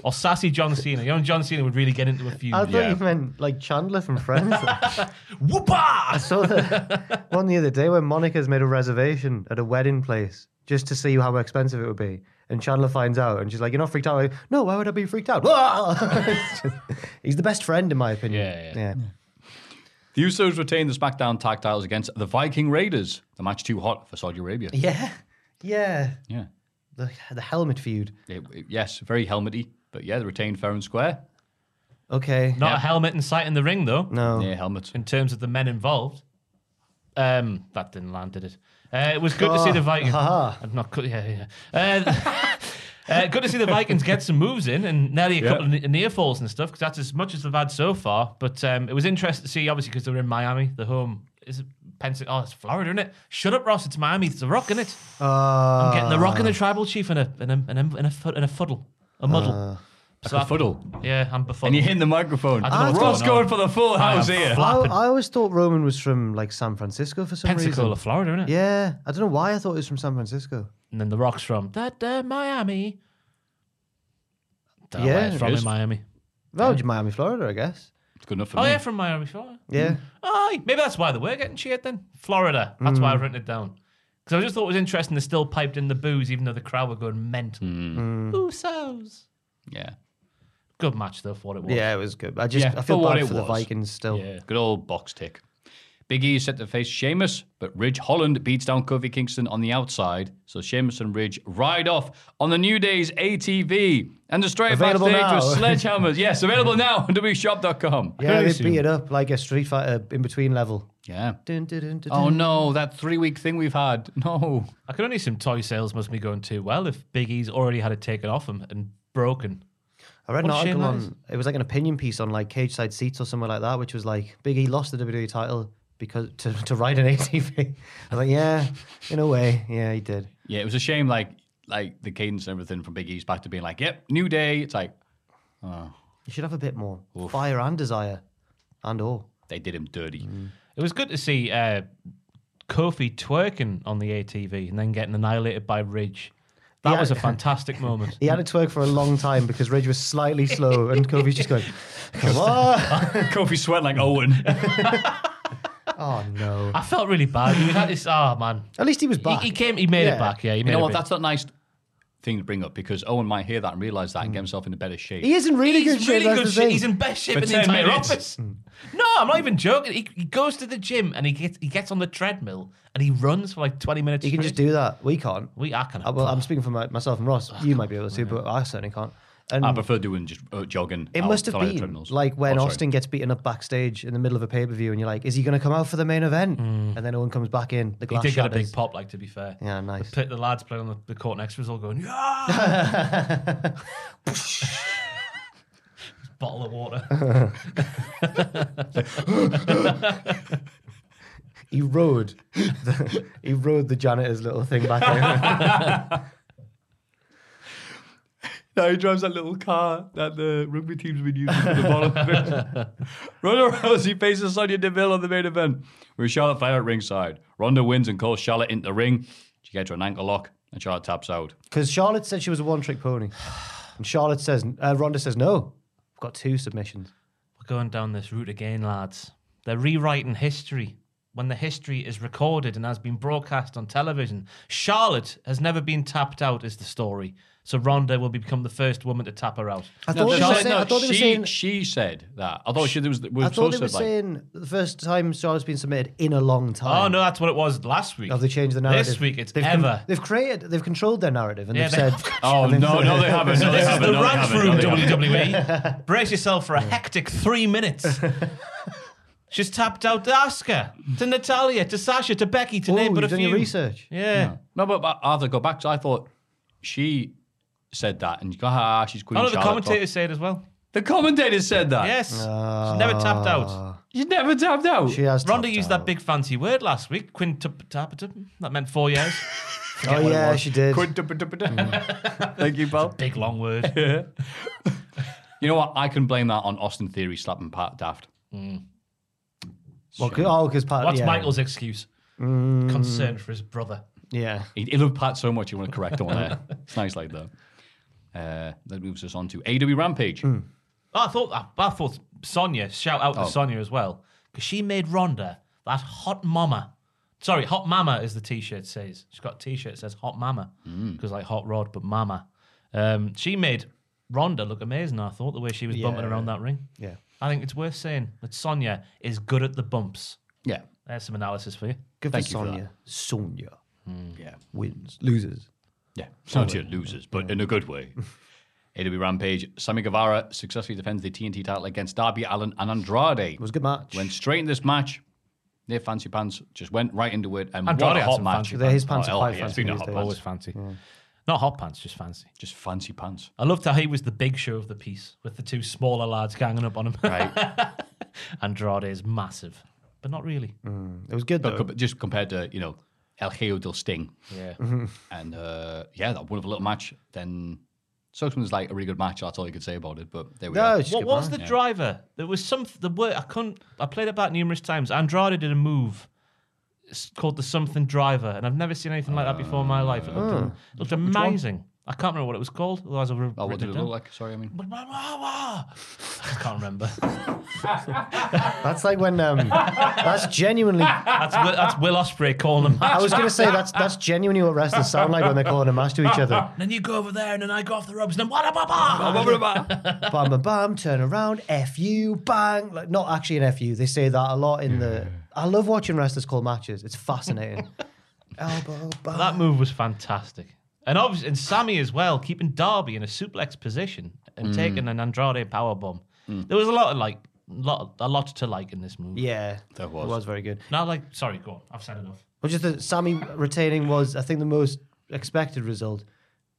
C: Or sassy John Cena. You know, John Cena would really get into a few.
D: I thought
B: Yeah.
D: you meant like Chandler from Friends. I
C: Whoopah!
D: saw the one the other day where Monica's made a reservation at a wedding place just to see how expensive it would be. And Chandler finds out and she's like, You're not freaked out. Like, no, why would I be freaked out? It's just- he's the best friend, in my opinion.
B: Yeah, yeah. The Usos retain the SmackDown tag titles against the Viking Raiders. The match too hot for Saudi Arabia.
D: Yeah. Yeah. Yeah.
B: Yeah.
D: The, the helmet feud.
B: It- it- yes, very helmety, but yeah, they retained fair and square.
D: Okay.
C: Not a helmet in sight in the ring, though,
D: No.
B: Yeah, helmet.
C: in terms of the men involved. Um, That didn't land, did it? Uh, it was good to see the Vikings.
D: haha.
C: I'm not cut. Yeah, yeah. Uh, uh, good to see the Vikings get some moves in and nearly a
B: Yeah.
C: couple of ne- near falls and stuff because that's as much as they've had so far. But um, it was interesting to see, obviously, because they're in Miami, the home is it Pennsylvania. Oh, it's Florida, isn't it? Shut up, Ross. It's Miami. It's the Rock, is it?
D: Uh,
C: I'm getting the Rock and
B: Ah.
C: the Tribal Chief in a in a in a, in a, fud- in a fuddle, a muddle. So
B: Like
C: I-
B: a fuddle.
C: Yeah, I'm befuddled.
B: Ah. And you hit the microphone.
C: I don't know what's
B: Ross
C: going on.
B: going for the full
C: I am
B: house here.
D: I,
C: flapping.
D: I always thought Roman was from like San Francisco for some
C: Pensacola,
D: reason.
C: Florida, isn't it?
D: Yeah. I don't know why I thought it was from San Francisco.
C: And then the Rock's from that uh, Miami. Don't know
D: Yeah,
C: where it's
D: it
C: from in
B: is.
C: Miami.
D: Well, Miami, Florida, I guess.
B: It's good enough for
C: Oh
B: me.
C: yeah, from Miami, Florida.
B: Mm.
D: Yeah.
C: Aye, maybe that's why they were getting cheered then. Florida. That's
B: Mm.
C: why I wrote it down. Because I just thought it was interesting. They still piped in the booze, even though the crowd were going mental.
B: Mm.
C: Usos.
B: yeah.
C: Good match though, for what it was.
D: Yeah, it was good. I just
B: Yeah,
D: I feel
B: for what
D: bad
B: it
D: for the
B: was.
D: Vikings still.
B: Yeah. Good old box tick. Big E is set to face Sheamus, but Ridge Holland beats down Kofi Kingston on the outside. So Sheamus and Ridge ride off on the New Day's ATV. And the straight
D: Available
B: backstage
D: now.
B: with sledgehammers. yes, available now on wshop.com.
D: Yeah,
B: Very
D: they
B: soon.
D: beat it up like a Street Fighter in between level.
B: Yeah.
D: Dun, dun, dun, dun,
B: Oh
D: dun.
B: no, that three week thing we've had. No.
C: I could only assume toy sales must be going too well if Big E's already had it taken off him and broken.
D: I read an
C: what a shame
D: article
C: that is.
D: on it was like an opinion piece on like cage side seats or somewhere like that, which was like Big E lost the WWE title because to, to ride an ATV. I was like, yeah, in a way, yeah, he did.
B: Yeah, it was a shame, like like the cadence and everything from Big E's back to being like, Yep, new day. It's like
D: You should have a bit more fire and desire, and all.
B: they did him dirty.
C: It was good to see uh, Kofi twerking on the ATV and then getting annihilated by Ridge. That
D: Yeah.
C: was a fantastic moment.
D: He had it to work for a long time because Ridge was slightly slow, and Kofi's just going, "Come on!"
B: Kofi sweat like Owen.
D: oh no!
C: I felt really bad. He was at this. Oh man,
D: At least he was
C: he,
D: back.
C: he came. He made
D: Yeah.
C: it back. Yeah, he made
B: You know
C: it
B: what?
C: back.
B: That's not a nice thing to bring up because Owen might hear that and realize that and get himself into better shape.
D: Hmm. He is in really
C: He's
D: good shape.
C: really
D: that's
C: good
D: the
C: shape.
D: thing.
C: He's in best shape
B: For
C: in the
B: 10
C: entire
B: minutes. Hmm.
C: office. No, I'm not even joking. He, he goes to the gym and he gets he gets on the treadmill and he runs for like 20 minutes.
D: You can just
C: straight.
D: do that. We can't.
C: We are kind
D: Uh,
C: of.
D: well, I'm speaking for my, myself and Ross. You might be able to, but I certainly can't. And
B: I prefer doing just uh, jogging.
D: it
B: out
D: must have
B: on the
D: been
B: treadmills.
D: like when
B: Oh, sorry.
D: Austin gets beaten up backstage in the middle of a pay per view, and you're like, "Is he going to come out for the main event?" And then Owen comes back in. The
C: Mm. he
D: glass
C: did get a big
D: shatters.
C: pop. Like to be fair,
D: Yeah, nice.
C: The, pit- the lads playing on the, the court next to us all going, yeah. Bottle of water.
D: He rode. The, he rode the janitor's little thing back in.
B: No, he drives that little car that the rugby team's been using for the bottom of it. Ronda Rousey faces Sonia Deville on the main event with Charlotte Flair at ringside. Ronda wins and calls Charlotte into the ring. She gets her an ankle lock and Charlotte taps out.
D: Because Charlotte said she was a one trick pony, and Charlotte says, uh, "Ronda says no. I've got two submissions."
C: We're going down this route again, lads. They're rewriting history when the history is recorded and has been broadcast on television. Charlotte has never been tapped out, is the story. So Ronda will become the first woman to tap her out.
D: I thought, they, were
B: Charlotte-
D: saying, I
B: no,
D: thought they were
B: she,
D: saying.
B: she said that. I thought she there was.
D: I
B: was
D: thought they were
B: supposed to, like,
D: saying the first time Charlotte's been submitted in a long time.
C: Oh no, that's what it was last week.
D: Have they changed the narrative?
C: This week it's
D: they've con-
C: ever.
D: they've created, they've controlled their narrative, and
C: Yeah,
D: they've
C: they-
D: said,
B: Oh no, no, they haven't. No, they
C: this is
B: haven't.
C: the
B: no, they
C: rant
B: haven't.
C: room,
B: No, they haven't.
C: WWE. E. Brace yourself for a hectic three minutes. She's tapped out to Asuka, to Natalia, to Sasha, to Becky, to
D: "Oh,
C: name
D: you've
C: but a
D: done
C: few.
D: your research."
C: Yeah.
B: No, but, but I have to go back. 'cause I thought she said that, and you go, ah, she's Queen
C: None of Oh, the
B: Charlotte.
C: commentators say it as well.
B: The commentator said that.
C: Yes. She's never tapped out.
B: She never tapped out.
D: She has.
C: Ronda
D: tapped
C: used
D: Uh, out.
C: that big fancy word last week, quintupetum. That meant four years.
D: Oh yeah, she did.
B: Mm-hmm. Thank you, pal.
C: big long word.
B: You know what? I can blame that on Austin Theory slapping Pat Daft.
D: Well, 'cause- oh, because Pat.
C: What's
D: yeah. Mm.
C: Michael's excuse? Concern for his brother.
D: Yeah.
B: He, he loved Pat so much, he want to correct him on there. It's nice like that. Uh, that moves us on to AW Rampage.
D: Hmm.
C: I thought I, I thought Sonia. Shout out to Sonia as well because she made Ronda that hot mama. Sorry, hot mama is the t-shirt says. She's got a t-shirt that says hot mama because like hot rod, but mama. Um, she made Ronda look amazing. I thought the way she was bumping around that ring.
D: Yeah.
C: I think it's worth saying that Sonia is good at the bumps.
B: Yeah.
C: There's some analysis for you.
D: Good
B: Thank
D: for
B: you for
D: Sonia. Sonia Hmm.
B: Yeah.
D: wins, loses.
B: Yeah. Sounds like losers, but in a good way. AW Rampage, Sammy Guevara successfully defends the TNT title against Darby Allen and Andrade.
D: It was a good match.
B: Went straight in this match. Their fancy pants just went right into it. And
C: Andrade
B: what a
C: had
B: hot
C: some
B: match.
C: fancy
D: They're his pants
B: Oh,
D: are
B: hell
D: quite
B: yeah,
D: fancy
B: speaking of
D: these
B: hot
D: days.
B: pants.
C: Always fancy. Not hot pants, just fancy.
B: Just fancy pants.
C: I loved how he was the big show of the piece with the two smaller lads ganging up on him.
B: Right.
C: Andrade is massive, but not really.
D: It was good
B: But
D: though.
B: com- just compared to, you know, El Hijo del Sting.
C: Yeah.
B: And uh, yeah, that wonderful little match. Then Soxman's like a really good match. That's all you could say about it. But there we Oh,
D: No,
B: go.
D: it's just
C: What
D: good
C: was
D: match.
C: the driver? There was some the word I couldn't. I played it back numerous times. Andrade did a move it's called the something driver, and I've never seen anything like that before in my life. It
B: Hmm.
C: looked, it looked amazing. I can't remember what it was called. Otherwise, I would have
B: Oh, what
C: written
B: did it
C: down.
B: look like? Sorry, I mean.
C: I can't remember.
D: That's like when um, that's genuinely. I
C: That's Will, that's Will Osprey calling him.
D: was gonna say that's that's genuinely what wrestlers sound like when they're calling a match to each other.
C: And then you go over there, and then I go off the ropes, and then what about?
D: bam, bam, bam, turn around, F you, bang. Like, not actually an F you. They say that a lot in the. I love watching wrestlers call matches. It's fascinating. Elbow, bang.
C: That move was fantastic. And obviously, and Sammy as well, keeping Darby in a suplex position and
B: Hmm.
C: taking an Andrade powerbomb. There was a lot of like, lot, a lot to like in this move.
D: yeah,
B: That
D: it
B: was.
D: was very good.
C: Now, like, sorry, go on. I've said enough.
D: But just that Sammy retaining was, I think, the most expected result,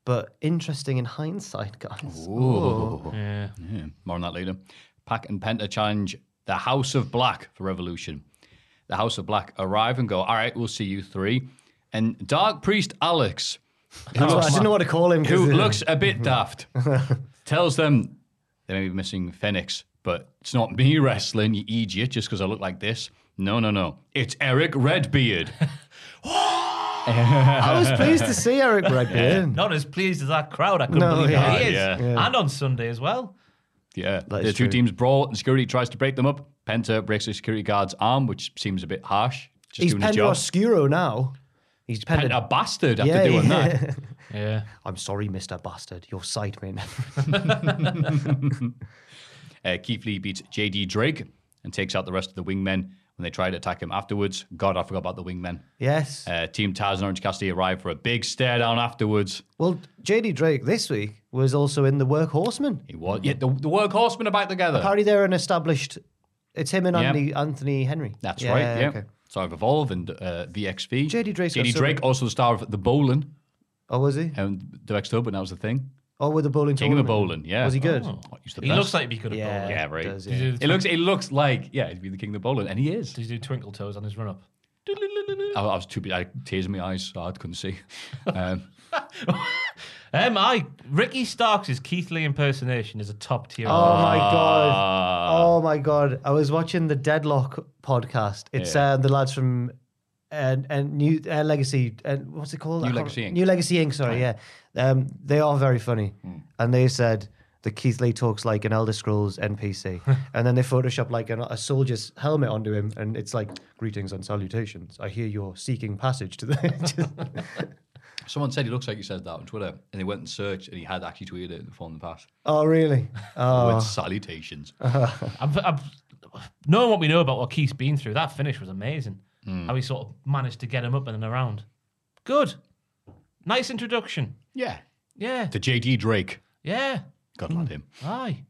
D: but interesting in hindsight, guys.
C: Yeah.
B: Yeah, more on that later. Pack and Penta challenge the House of Black for Revolution. The House of Black arrive and go, all right, we'll see you three. And Dark Priest Alex, who,
D: That's why I
B: looks,
D: didn't know what to call him. 'cause,
B: who
D: uh,
B: looks a bit daft, tells them they may be missing Phoenix, but it's not me wrestling, you idiot, just because I look like this. No, no, no. It's Eric Redbeard.
D: I was pleased to see Eric Redbeard.
C: Not as pleased as that crowd. I couldn't
D: No,
C: believe
D: yeah.
C: how he is.
B: Yeah.
C: And on Sunday as well.
B: Yeah,
D: That
B: the
D: is
B: two
D: true.
B: teams brawl and security tries to break them up. Penta breaks the security guard's arm, which seems a bit harsh. Just
D: He's
B: doing his
D: Penta
B: job.
D: Oscuro now. He's Penta.
B: Penta bastard after
D: Yeah,
B: doing
D: yeah.
B: that.
C: Yeah.
D: I'm sorry, Mr. Bastard. Your sight may never.
B: Uh, Keith Lee beats JD Drake and takes out the rest of the wingmen when they try to attack him afterwards. God, I forgot about the wingmen.
D: Yes.
B: Uh, Team Taz and Orange Cassidy arrive for a big stare down afterwards.
D: Well, JD Drake this week was also in The Work Horseman.
B: It was yeah, the, the work horsemen are back together.
D: Apparently, they're an established. It's him and
B: Yeah.
D: Anthony, Anthony Henry.
B: That's right. Yeah. Sorry, Evolve and uh, VXV.
D: JD Drake's got
B: JD
D: so
B: Drake, also the star of the bowling
D: Oh, was he?
B: and the October. That was the thing.
D: Oh, with the bowling
B: King of the
D: tournament.
B: bowling. Yeah.
D: Was he good?
B: Oh, he's the
C: He
B: best.
C: looks like he could have
D: Yeah.
C: bowled.
B: Yeah, right.
D: does,
B: It
D: yeah.
B: It looks. It looks like yeah, he'd be the king of the bowling, and he is.
C: Did he do twinkle toes on his run up?
B: I, I was too. bu- I had tears in my eyes. So I couldn't see. Um,
C: Um, I Ricky Starks' Keith Lee impersonation is a top tier.
D: Oh my
B: Ah.
D: god! Oh my god! I was watching the Deadlock podcast. It's uh, the lads from and and New uh, Legacy and what's it called?
B: New
D: I can't-
B: Legacy Inc.
D: New Legacy Inc. Sorry, yeah. Um, they are very funny,
B: Hmm.
D: and they said that Keith Lee talks like an Elder Scrolls NPC, and then they Photoshop like an, a soldier's helmet onto him, and it's like greetings and salutations. I hear you're seeking passage to the. Just-
B: Someone said he looks like he said that on Twitter, and they went and searched, and he had actually tweeted it in the form in the past
D: oh really? Oh,
B: with salutations.
C: I've, I've, knowing what we know about what Keith's been through, that finish was amazing.
B: Hmm.
C: How he sort of managed to get him up and around. Good. Nice introduction.
B: yeah,
C: Yeah.
B: the JD Drake.
C: Yeah.
B: God love him.
C: Aye.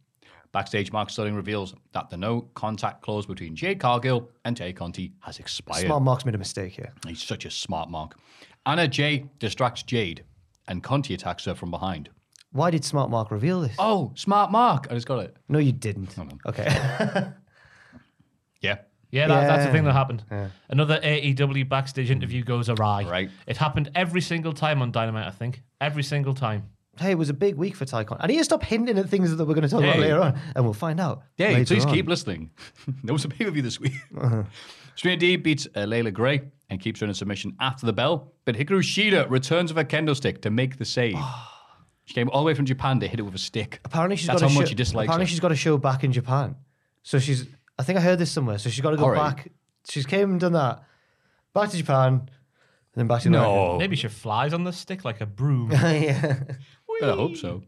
B: Backstage, Mark Sterling reveals that the no contact clause between Jade Cargill and Tay Conti has expired.
D: smart Mark's made a mistake here.
B: He's such a smart mark. Anna Jay distracts Jade, and Conti attacks her from behind.
D: Why did Smart Mark reveal this?
B: Oh, smart Mark. I just got it.
D: No, you didn't.
B: Hold on.
D: Okay.
B: Yeah.
C: Yeah, that, that's the thing that
D: Yeah.
C: happened. Another AEW backstage interview goes awry.
B: Right.
C: It happened every single time on Dynamite, I think. Every single time.
D: hey, it was a big week for Tycon. I need to stop hinting at things that we're going to talk about
B: Hey.
D: later on, and we'll find out.
B: Hey,
D: later
B: please
D: on. Uh-huh.
B: keep listening. there was a pay per view this week. Serena D beats uh, Layla Gray and keeps her in submission after the bell, but Hikaru Shida returns with a kendo stick to make the save. she came all the way from Japan to hit it with a stick.
D: Ah. Apparently, she's
B: That's
D: got a
B: how
D: show,
B: much he dislikes
D: Apparently,
B: her.
D: she's got a show back in Japan. So she's. I think I heard this somewhere. So she's got to go
B: All right.
D: back. She's came and done that. Back to Japan, and then back to
B: No.
C: Maybe she flies on the stick like a broom.
D: America. yeah.
B: I hope so.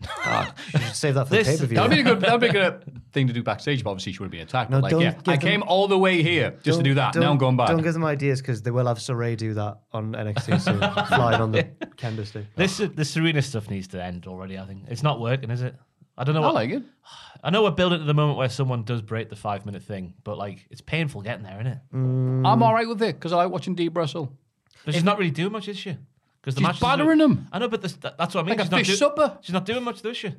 D: You should save that for
C: This-
D: the pay per view.
B: That would be a good. That would be a good thing to do backstage. But obviously, she wouldn't be attacked.
D: No,
B: like,
D: don't
B: yeah,
D: give
B: I
D: them-
B: came all the way here just to do that. Now I'm going back.
D: Don't give them ideas because they will have Saray do that on NXT soon, flying on the kendo stick.
C: This the Serena stuff needs to end already. I think it's not working, is it? I don't know.
B: I
C: What,
B: like it.
C: I know we're building to the moment where someone does break the five minute thing, but like it's painful getting there, isn't it?
D: Hmm.
B: I'm all right with it because I like watching Dee Russell.
C: But she's not really doing much, is she? Because the
B: She's
C: matches
B: battering
C: are-
B: him.
C: I know, but this, that, that's what I mean.
B: Like a
C: she's, not
B: fish
C: do-
B: supper.
C: she's not doing much, does she?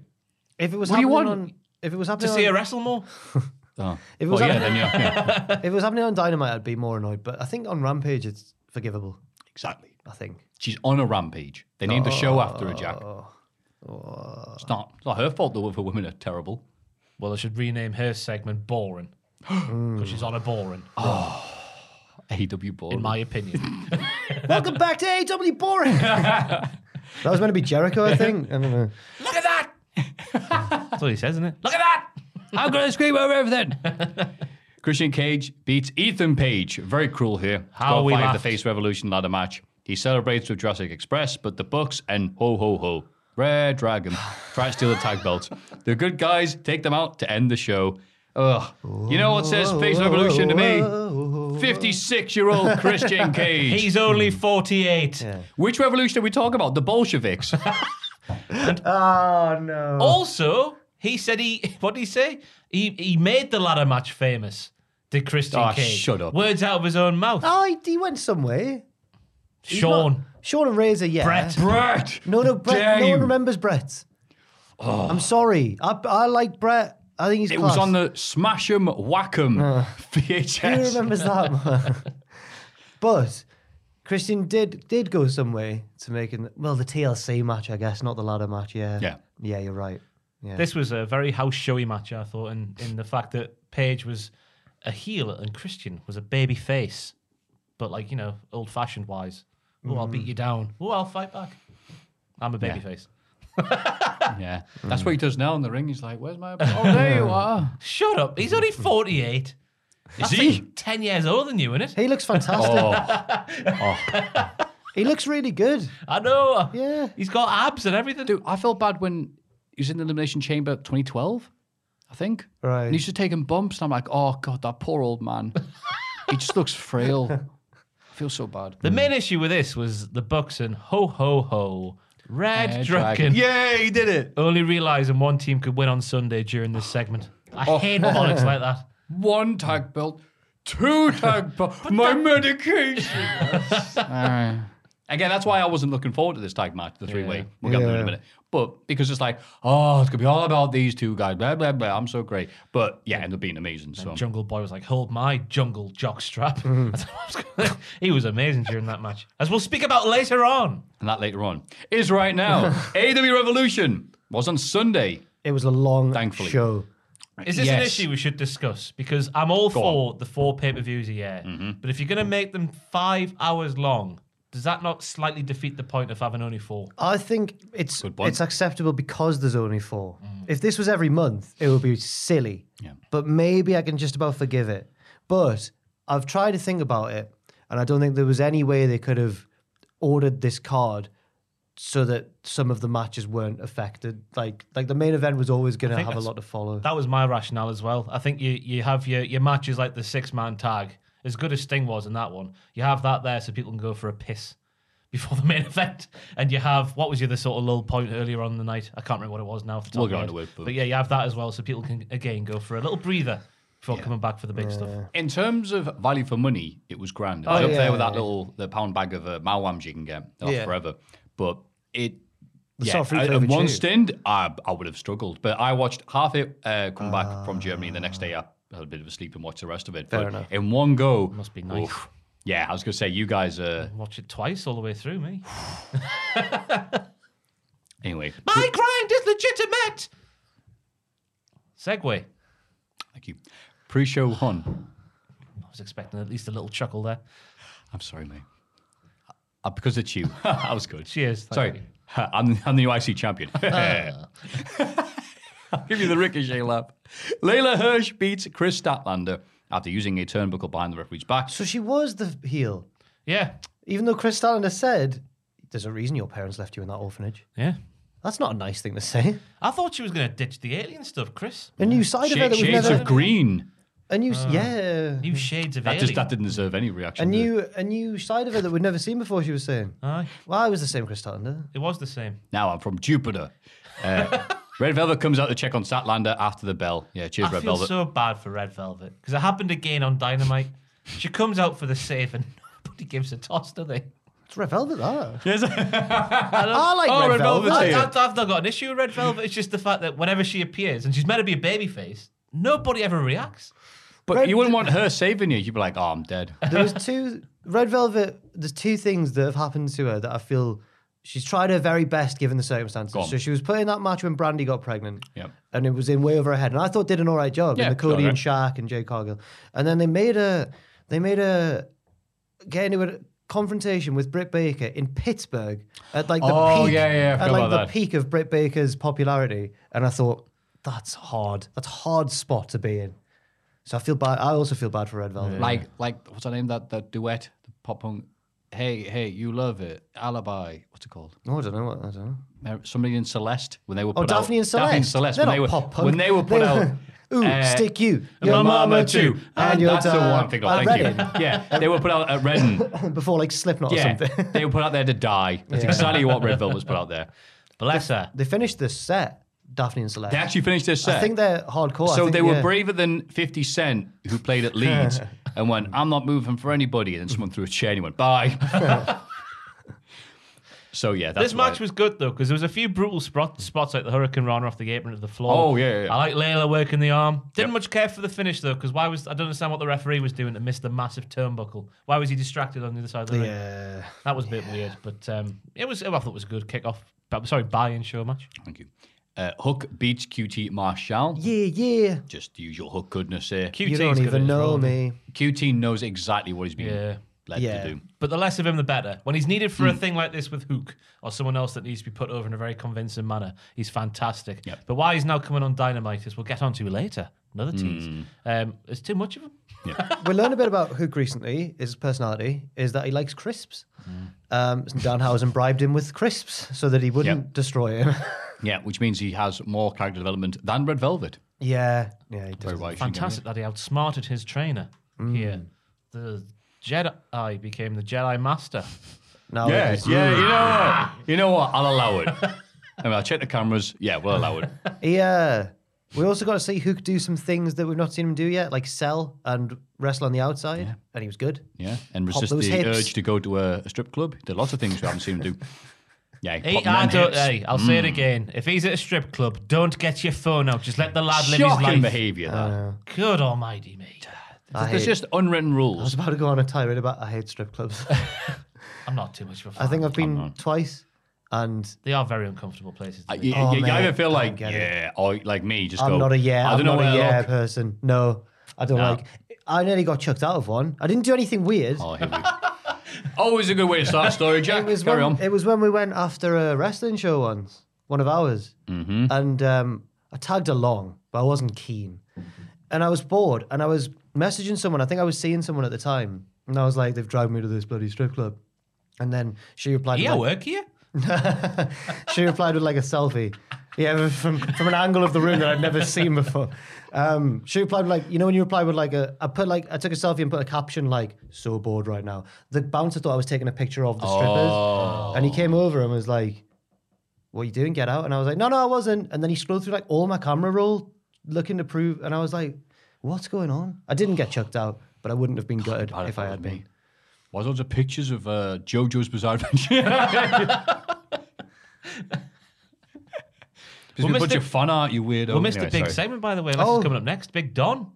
D: If it was
B: What do you
D: happening
B: want?
D: on, if it was
C: To
D: happening,
C: see her
D: on,
C: wrestle more.
B: Oh,
D: If it
B: well,
D: was
B: yeah,
D: like-
B: then yeah, yeah.
D: if it was happening on Dynamite, I'd be more annoyed. But I think on Rampage, it's forgivable.
B: exactly.
D: I think.
B: She's on a rampage. They named the show after her, Jack. It's not. It's not her fault though. If her women are terrible.
C: Well, I should rename her segment boring because she's on a boring,
B: AW Ball.
C: in my opinion.
D: Welcome back to AW Boring. that was meant to be Jericho, I think. I don't know.
C: Look at that. that's what he says, isn't it? Look at that.
B: I'm gonna scream over everything. Christian Cage beats Ethan Page. Very cruel here.
C: How we
B: five the
C: laughed.
B: Face Revolution ladder match. He celebrates with Jurassic Express, but the Bucks and ho ho ho. Red Dragon try to steal the tag belt. The good guys take them out to end the show. Ugh. You know what says Face Revolution to me? 56 year old Christian Cage.
C: He's only
B: Hmm.
C: forty-eight.
B: Which revolution are we talking about? The Bolsheviks.
D: Oh no.
C: Also, he said he what did he say? He he made the ladder match famous. Did Christian
B: Ah,
C: Cage?
B: shut up.
C: Words out of his own mouth.
D: Oh, he, he went somewhere. He's
C: Sean.
D: not- Sean and Razor, yeah.
C: Brett.
B: Brett!
D: No, no,
B: Dare
D: Brett. No one
B: you. Oh.
D: remembers Brett. I'm sorry. I, I like Brett. I think he's.
B: It
D: class. Uh.
B: was on the Smash 'em Whack 'em
D: Who
B: VHS.
D: remembers that? man? but Christian did did go some way to making well the TLC match, I guess, not the ladder match. Yeah.
B: Yeah.
D: Yeah, you're right. Yeah.
C: This was a very house showy match, I thought, in, in the fact that Paige was a heel and Christian was a baby face. But like, you know, old fashioned wise. Oh, I'll beat you
B: Mm.
C: down. Oh, I'll fight back. I'm a baby face.
B: Yeah, that's what he does now in the ring. He's like, "Where's my?" Oh, there you are.
C: Shut up. He's only forty eight.
B: Is
C: He's
B: he?
C: like ten years older than you, innit?
D: he looks fantastic.
B: Oh,
D: He looks really good.
C: I know.
D: Yeah.
C: He's got abs and everything.
B: dude, I felt bad when he was in the Elimination Chamber 2012, I think.
D: Right.
B: And he's just taking bumps, and I'm like, "Oh God, that poor old man. he just looks frail. I feel so bad."
C: The main issue with this was the Bucks and ho ho ho. Red
B: Red
C: Dragon.
B: Dragon.
C: Yay, he did it. Only realizing one team could win on Sunday during this segment. I
B: Oh.
C: hate bollocks like that.
B: One tag belt, two tag belt, my medication. Alright. Again, that's why I wasn't looking forward to this tag match, the three way. We'll get there in
D: Yeah.
B: a minute. But because it's like, oh, it's gonna be all about these two guys, blah blah blah. I'm so great, but yeah, ended up being amazing. So
C: Jungle Boy was like, "Hold my jungle jockstrap." That's what I was gonna- he was amazing during that match, as we'll speak about later on.
B: and that later on is right now. AW Revolution was on Sunday.
D: It was a long
B: Thankfully.
D: show.
C: Is this an
B: Yes.
C: issue we should discuss? Because I'm all for the four pay per views a year, but if you're going to make them five hours long, does that not slightly defeat the point of having only four?
D: I think it's
B: Good point. Mm.
D: it's acceptable because there's only four. If this was every month, it would be silly.
B: Yeah.
D: But maybe I can just about forgive it. But I've tried to think about it, and I don't think there was any way they could have ordered this card so that some of the matches weren't affected. Like like the main event was always going to
C: think
D: have a
C: that's-
D: lot to follow.
C: That was my rationale as well. I think you you have your your matches like the six man tag, as good as Sting was in that one. You have that there so people can go for a piss before the main event, and you have what was your the sort of lull point earlier on in the night? I can't remember what it was now. off the top
B: We'll
C: of my
B: get
C: head.
B: on to it, but-
C: But yeah, you have that as well, so people can again go for a little breather before coming back for the big stuff.
B: In terms of value for money, it was grand. It was
D: Oh,
B: up
D: yeah,
B: there with that
D: yeah.
B: little the pound bag of uh, Malwams you can get off
D: Yeah.
B: forever. But it
D: The
B: yeah,
D: soft fruit
B: I-
D: flavored
B: at one
D: chew.
B: stint, I, I would have struggled. But I watched half it uh, come back from Germany. The next day, I had a bit of a sleep and watched the rest of it.
D: Fair
B: but
D: enough.
B: in one go,
C: Must be nice.
B: yeah, I was going to say, you guys uh,
C: Watch it twice all the way through, me.
B: Anyway,
C: My grind is legitimate. Segway.
B: thank you. Pre show one.
C: I was expecting at least a little chuckle there.
B: I'm sorry, mate. Uh, because it's you. I was good.
C: Cheers, thank
B: Sorry.
C: you. Uh.
B: I'm, I'm the new IC champion. Give you the ricochet lap. Layla Hirsch beats Chris Statlander after using a turnbuckle behind the referee's back.
D: So she was the heel,
C: Yeah.
D: even though Chris Statlander said, "There's a reason your parents left you in that orphanage."
C: Yeah.
D: That's not a nice thing to say.
C: I thought she was going to ditch the alien stuff, Chris.
D: A new side of her
B: Shade-
D: that we've
B: shades
D: never.
B: of green.
D: a new, yeah.
C: New shades of
B: Hmm. That
C: alien.
B: just that didn't deserve any reaction.
D: a
B: did it?
D: new, a new side of her that we'd never seen before. She was saying,
C: Aye.
D: "Well, I was the same Chris Statlander."
C: It was the same.
B: Now I'm from Jupiter. Uh, Red Velvet comes out to check on Statlander after the bell. Yeah, cheers,
C: I
B: Red
C: feel
B: Velvet.
C: so bad for Red Velvet because it happened again on Dynamite. she comes out for the save and nobody gives a toss, do they?
D: It's Red Velvet, that.
C: I
D: like Red Velvet.
C: I,
D: Yeah.
C: have not got an issue with Red Velvet. It's just the fact that whenever she appears and she's meant to be a babyface, nobody ever reacts.
B: but you wouldn't want her saving you. You'd be like, oh, I'm dead.
D: There was two Red Velvet. There's two things that have happened to her that I feel she's tried her very best given the
B: Go on.
D: circumstances. So she was put in that match when Brandy got pregnant,
B: Yep.
D: and it was in way over her head. And I thought did an all right job
B: Yeah,
D: in the Cody
B: okay.
D: and Shark and Jay Cargill. And then they made her, they made her get into a confrontation with Britt Baker in Pittsburgh at like the
B: Oh,
D: peak,
B: yeah, yeah, I
D: at
B: forgot
D: like
B: about
D: the
B: that.
D: peak of Britt Baker's popularity. And I thought that's hard. That's a hard spot to be in. So I feel bad. I also feel bad for Red Velvet.
F: Like, like what's her name? That that duet, the pop punk. Hey, hey, you love it. Alibi. What's it called?
D: Oh, I don't know. What, I don't know.
B: Mer- Somebody in Celeste when they were
D: Oh,
B: put
D: Daphne
B: out,
D: and Celeste.
B: Daphne and Celeste
D: They're
B: when they
D: not
B: were
D: pop punk.
B: when they were put
D: They
B: out.
D: Ooh,
B: uh,
D: stick you.
B: My mama too. And
D: your
B: that's the
D: dad.
B: one thing.
D: At
B: Oh, thank you.
D: Reading.
B: Yeah, they were put out at Redden.
D: Before like Slipknot
B: Yeah,
D: or something.
B: they were put out there to die. That's exactly what Red Velvet was put out there.
C: Bless her.
D: they finished this set, Daphne and Celeste.
B: They actually finished their set.
D: I think they're hardcore. I
B: So
D: think,
B: they were
D: yeah.
B: braver than 50 Cent, who played at Leeds and went, I'm not moving for anybody. And then someone threw a chair and he went, bye. so, yeah, that's
C: this match
B: why-
C: was good though because there was a few brutal spot, spots like the Hurricane Runner off the apron to the floor.
B: Oh, yeah, yeah, yeah.
C: I like Layla working the arm. Didn't much care for the finish though because why was I don't understand what the referee was doing to miss the massive turnbuckle. Why was he distracted on the other side of the ring?
D: Yeah.
C: That was a bit weird, but um, it was. I thought it was a good kickoff. But sorry, buy-in show match.
B: Thank you. Uh, Hook beats QT Marshall.
D: Yeah, yeah.
B: Just the usual Hook goodness here.
C: QT
D: You
C: 's
D: don't
C: good at
D: even
C: his
D: know
C: role.
D: me.
B: QT knows exactly what he's being
C: Yeah.
B: led
D: Yeah.
B: to do.
C: But the less of him, the better. When he's needed for a thing like this with Hook or someone else that needs to be put over in a very convincing manner, he's fantastic.
B: Yep.
C: But why he's now coming on Dynamite is we'll get onto later. Another tease. Um, there's too much of him.
D: we learned a bit about Hook recently. His personality is that he likes crisps.
B: Mm.
D: Um, Danhausen bribed him with crisps so that he wouldn't
B: Yep.
D: destroy him.
B: Yeah, which means he has more character development than Red Velvet.
D: yeah, yeah, he
B: Very
D: does.
B: wise. you know.
C: Fantastic that he outsmarted his trainer here. The Jedi became the Jedi Master.
D: Now
B: Yes, yeah, you know what? You know what? I'll allow it. I mean, I'll check the cameras. Yeah, we'll allow it.
D: Yeah. uh, We also got to see Hook do some things that we've not seen him do yet, like sell and wrestle on the outside, and he was good.
B: Yeah, and
D: Pop
B: resist
D: those
B: the
D: hips.
B: urge to go to a, a strip club. Did lots of things we haven't seen him do. Yeah,
C: Hey,
B: pop
C: I
B: them
C: don't,
B: hips.
C: hey, I'll say it again. If he's at a strip club, don't get your phone out. Just let the lad live his
B: shocking
C: life.
B: behaviour. That
D: Uh,
C: Good almighty me.
D: I,
B: there's
D: hate-
B: just unwritten
D: I was
B: rules.
D: about to go on a tirade about I hate strip clubs.
C: I'm not too much of a fan.
D: I think I've
B: Come
D: been
B: on.
D: twice, and
C: They are very uncomfortable places. To
B: I-
C: be.
B: You,
D: Oh,
B: you- you
D: mate,
B: either feel
D: I
B: like
D: get it.
B: yeah, or like me, just
D: I'm
B: go.
D: not a yeah.
B: I
D: I'm
B: don't know
D: not
B: where
D: a
B: to
D: yeah
B: look.
D: person. No, I don't
B: No.
D: like. I nearly got chucked out of one. I didn't do anything weird.
B: Oh, here we go. Always a good way to start a story, Jack.
D: it was
B: Carry
D: when,
B: on.
D: It was when we went after a wrestling show once, one of ours,
B: Mm-hmm.
D: and um, I tagged along, but I wasn't keen, and I was bored, and I was messaging someone. I think I was seeing someone at the time, and I was like, "They've dragged me to this bloody strip club," and then she replied,
C: yeah, I
D: like,
C: work here.
D: she replied with like a selfie. Yeah, from, from an angle of the room that I'd never seen before. Um, she replied with like, you know, when you reply with like a, I put like, I took a selfie and put a caption like, so bored right now. The bouncer thought I was taking a picture of the strippers, and he came over and was like, "What are you doing? Get out!" And I was like, "No, no, I wasn't." And then he scrolled through like all my camera roll, looking to prove, and I was like, "What's going on?" I didn't get chucked out, but I wouldn't have been gutted
B: Bad
D: if I had
B: with me.
D: been.
B: Why loads of pictures of uh, JoJo's Bizarre Adventure? Because
C: We
B: you're a
C: missed
B: bunch
C: it.
B: of fan art, you weirdo.
C: we missed
B: Anyway,
C: a big
B: sorry.
C: segment, by the way. Unless
D: Oh.
C: it's coming up next. Big Don.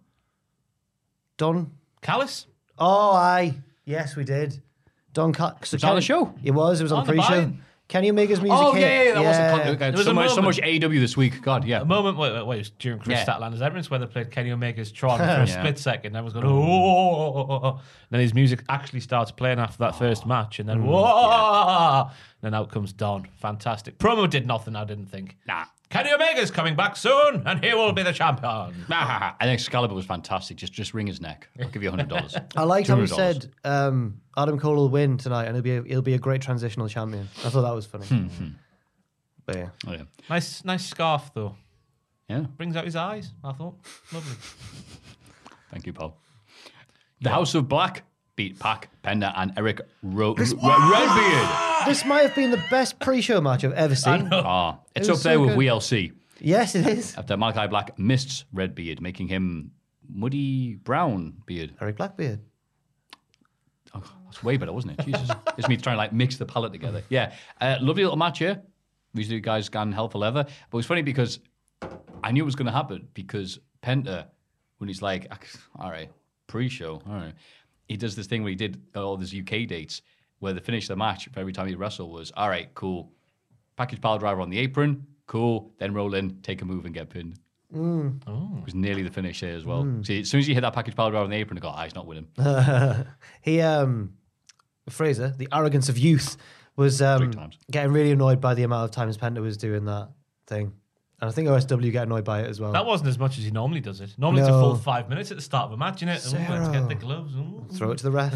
D: Don.
C: Callis.
D: Oh, aye. Yes, we did. Don Cut. So
B: Was that on the show?
D: It was. It was on
C: On the
D: pre-show.
C: vine.
D: Kenny Omega's music.
B: Oh,
D: hit.
B: yeah, yeah, yeah, that wasn't continuity.
C: There was
B: so,
C: a
B: much, so
C: moment.
B: much AW this week. God, yeah.
C: A moment wait, wait, wait, it was during Chris
B: Yeah.
C: Statlander's entrance where they played Kenny Omega's Tron for a
B: Yeah.
C: split second. Everyone's going, oh, oh, oh, oh, oh." And then his music actually starts playing after that first match. And
D: Hmm.
C: then, whoa. And then out comes Don. Fantastic. Promo did nothing, I didn't think.
B: Nah.
C: Kenny Omega's coming back soon, and he will be the champion.
B: Ah, and Excalibur was fantastic. Just just wring his neck. I'll give you hundred dollars.
D: I liked how he said um, Adam Cole will win tonight, and he'll be a, he'll be a great transitional champion. I thought that was funny. but yeah,
B: Oh, yeah.
C: Nice, nice scarf, though.
B: yeah,
C: Brings out his eyes, I thought. Lovely.
B: thank you, Paul. The House of Black beat Pac, Pender, and Eric Ro- Ro- Redbeard.
D: this might have been the best pre-show match I've ever seen.
B: Ah, it's
D: It
B: up
D: was
B: there
D: so
B: with
D: good.
B: WLC.
D: Yes, it is.
B: After Malachi Black mists Redbeard, making him muddy brown beard.
D: Eric Blackbeard.
B: Oh, that's way better, wasn't it? Jesus. it's me trying to like mix the palette together. Yeah. Uh, lovely little match here. These two guys can hell for leather. But it's funny because I knew it was going to happen because Penta, when he's like, "Ah, all right, pre show, all right, he does this thing where he did all these UK dates where they finish the match for every time he wrestled was, all right, cool. Package pile driver on the apron, cool. Then roll in, take a move and get pinned. It was nearly the finish here as well. See, as soon as you hit that package pile driver on the apron, I got, ah, he's not winning.
D: He um, Fraser, the arrogance of youth, was um,
B: times.
D: getting really annoyed by the amount of times Penta was doing that thing, and I think OSW get annoyed by it as well.
C: That wasn't as much as he normally does it. Normally, it's a
D: No.
C: full five minutes at the start of a match, innit? Oh, let's
D: Zero.
C: get the gloves. Ooh.
D: Throw it to the ref.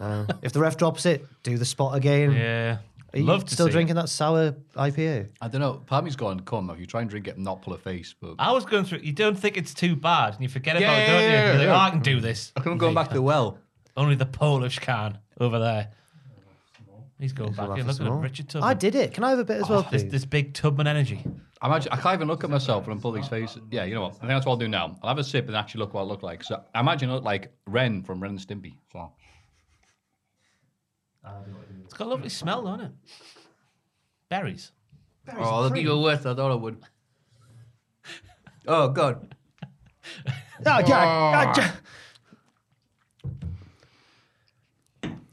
D: No. If the ref drops it, do the spot again.
C: Yeah.
D: Are you
C: Love to
D: still
C: see it.
D: drinking that sour IPA?
B: I don't know. Part of me's gone, come, if you try and drink it, not pull a face. But
C: I was going through. You don't think it's too bad, and you forget
B: Yeah,
C: about it, don't
B: yeah,
C: you?
B: yeah,
C: You're like,
B: yeah.
C: "Oh, I can do this.
B: I couldn't go back to the well.
C: Only the Polish can over there. He's going back
D: Laugh
C: in.
D: us
C: Look at
D: some
C: him,
D: more.
C: Richard Tubman.
D: I did it. Can I have a bit as well,
C: Oh, this,
D: please?
C: this big Tubman energy.
B: I'm actually, I can't even look at myself when I'm pulling these faces. Yeah, you know what? I think that's what I'll do now. I'll have a sip and actually look what I look like. So I imagine I look like Ren from Ren and Stimpy. So
C: It's got a lovely smell, doesn't it? Berries.
F: Oh, look at your worth. I thought I would. Oh, God.
D: Oh, yeah, yeah.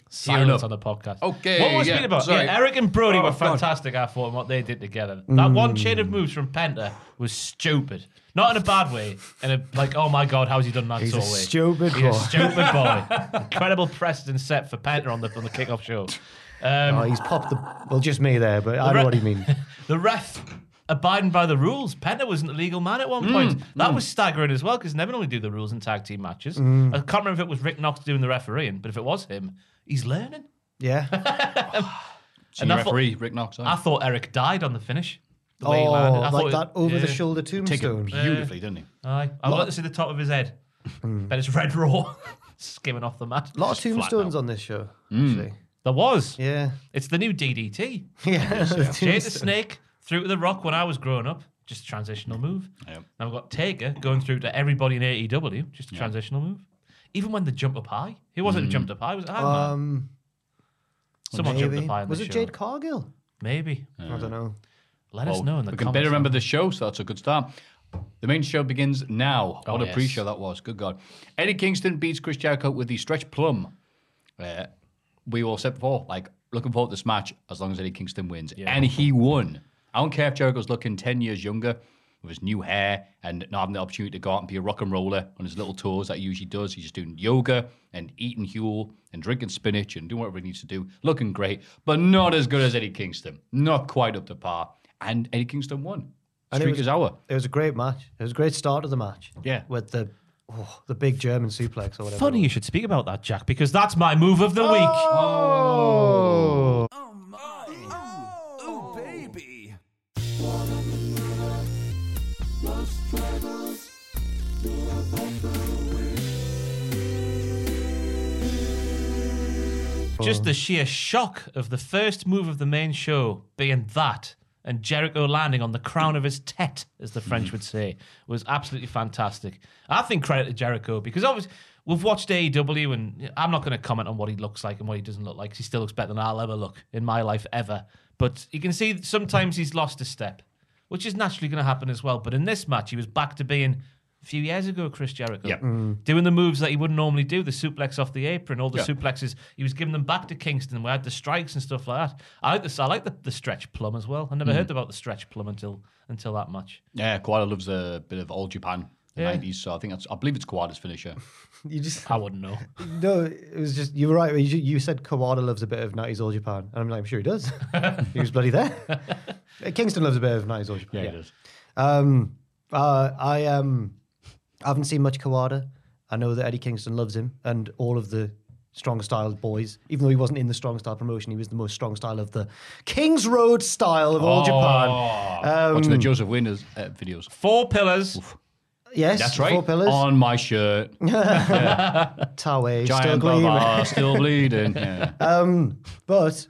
C: Silence
B: up.
C: on the podcast.
B: Okay,
C: What was
B: yeah,
C: it about?
B: sorry.
C: Yeah, Eric and Brody
B: Oh,
C: were
B: God.
C: fantastic. I thought and what they did together. That one chain of moves from Penta was stupid. Not in a bad way. In a like, oh my god, how's he done that
D: He's a
C: sort of way?
D: stupid
C: He's a
D: boy.
C: stupid boy. Incredible precedent set for Penta on the on the kickoff show. Um,
D: Oh, he's popped the. Well, just me there, but I know what he means.
C: the ref abiding by the rules. Penta wasn't a legal man at one
D: Mm,
C: point. That was staggering as well because never normally do the rules in tag team matches.
D: Mm.
C: I can't remember if it was Rick Knox doing the refereeing, but if it was him, he's learning.
D: Yeah.
B: senior
C: I thought-
B: referee Rick Knox.
C: I thought Eric died on the finish. The way he
D: Mm. Oh,
C: landed. I
D: like
C: thought
D: that
C: it-
D: over the
C: yeah.
D: shoulder
B: Take it
D: tombstone.
B: beautifully, didn't he?
C: Aye. I would like to see the top of his head. But it's red raw, skimming off the mat.
D: A Mm. lot of
C: Just flat
D: tombstones
C: out.
D: on this show,
C: Hmm.
D: actually.
C: There was.
D: Yeah.
C: It's the new DDT.
D: Yeah.
C: Jade the Snake through to The Rock when I was growing up. Just a transitional move.
B: Yep.
C: Now we've got Taker going through to everybody in AEW. Just a transitional move. Even when they jump up high. Who was it
B: Hmm.
C: who jumped up high? Was it Hangman?
D: um,
C: Someone jumped
D: maybe.
C: up high in
D: Was
C: this
D: it
C: show.
D: Jade Cargill?
C: Maybe.
D: I don't know.
C: Let us know in the
B: we
C: comments.
B: can better remember the show, so that's a good start. The main show begins now. What a
C: yes.
B: pre-show that was. Good God. Eddie Kingston beats Chris Jericho with the stretch plum. Uh, we all said before, like, looking forward to this match as long as Eddie Kingston wins. And he won. I don't care if Jericho's looking 10 years younger with his new hair and not having the opportunity to go out and be a rock and roller on his little tours that he usually does. He's just doing yoga and eating huel and drinking spinach and doing whatever he needs to do. Looking great, but not as good as Eddie Kingston. Not quite up to par. And Eddie Kingston won.
D: And it
B: Streak
D: was-
B: is our.
D: It was a great match. It was a great start to the match.
B: Yeah.
D: With the oh, the big German suplex or whatever.
C: Funny you should speak about that, Jack, because that's my move of the week.
H: Oh, baby.
C: Just the sheer shock of the first move of the main show being that and Jericho landing on the crown of his tete, as the French would say, was absolutely fantastic. I think credit to Jericho because obviously we've watched AEW and I'm not going to comment on what he looks like and what he doesn't look like 'cause he still looks better than I'll ever look in my life ever. But you can see sometimes he's lost a step. which is naturally going to happen as well. But in this match, he was back to being a few years ago, Chris Jericho,
B: Yep.
C: doing the moves that he wouldn't normally do, the suplex off the apron, all the suplexes. He was giving them back to Kingston. We had the strikes and stuff like that. I like the I like the, the stretch plum as well. I never heard about the stretch plum until until that match.
B: Yeah, Kawada loves a bit of old Japan, the
C: Yeah.
B: 90s. So I think that's, I believe it's Kawada's finisher.
D: You just
C: I wouldn't know.
D: no. It was just you were right. You, you said Kawada loves a bit of '90s old Japan, and I'm like, I'm sure he does. he was bloody there. Uh, Kingston loves a bit of '90s old Japan.
B: is.
D: Um, uh, I um, I haven't seen much Kawada. I know that Eddie Kingston loves him and all of the strong style boys. Even though he wasn't in the strong style promotion, he was the most strong style of the Kings Road style of all
B: Oh,
D: Japan. Um,
B: Ah, Watching the Joseph Winners uh, videos.
C: Four pillars.
D: yes,
B: That's right.
D: Four pillars.
B: On my shirt.
D: Tawe, still
B: Giant
D: gleaming.
B: Baba, still bleeding. Yeah.
D: But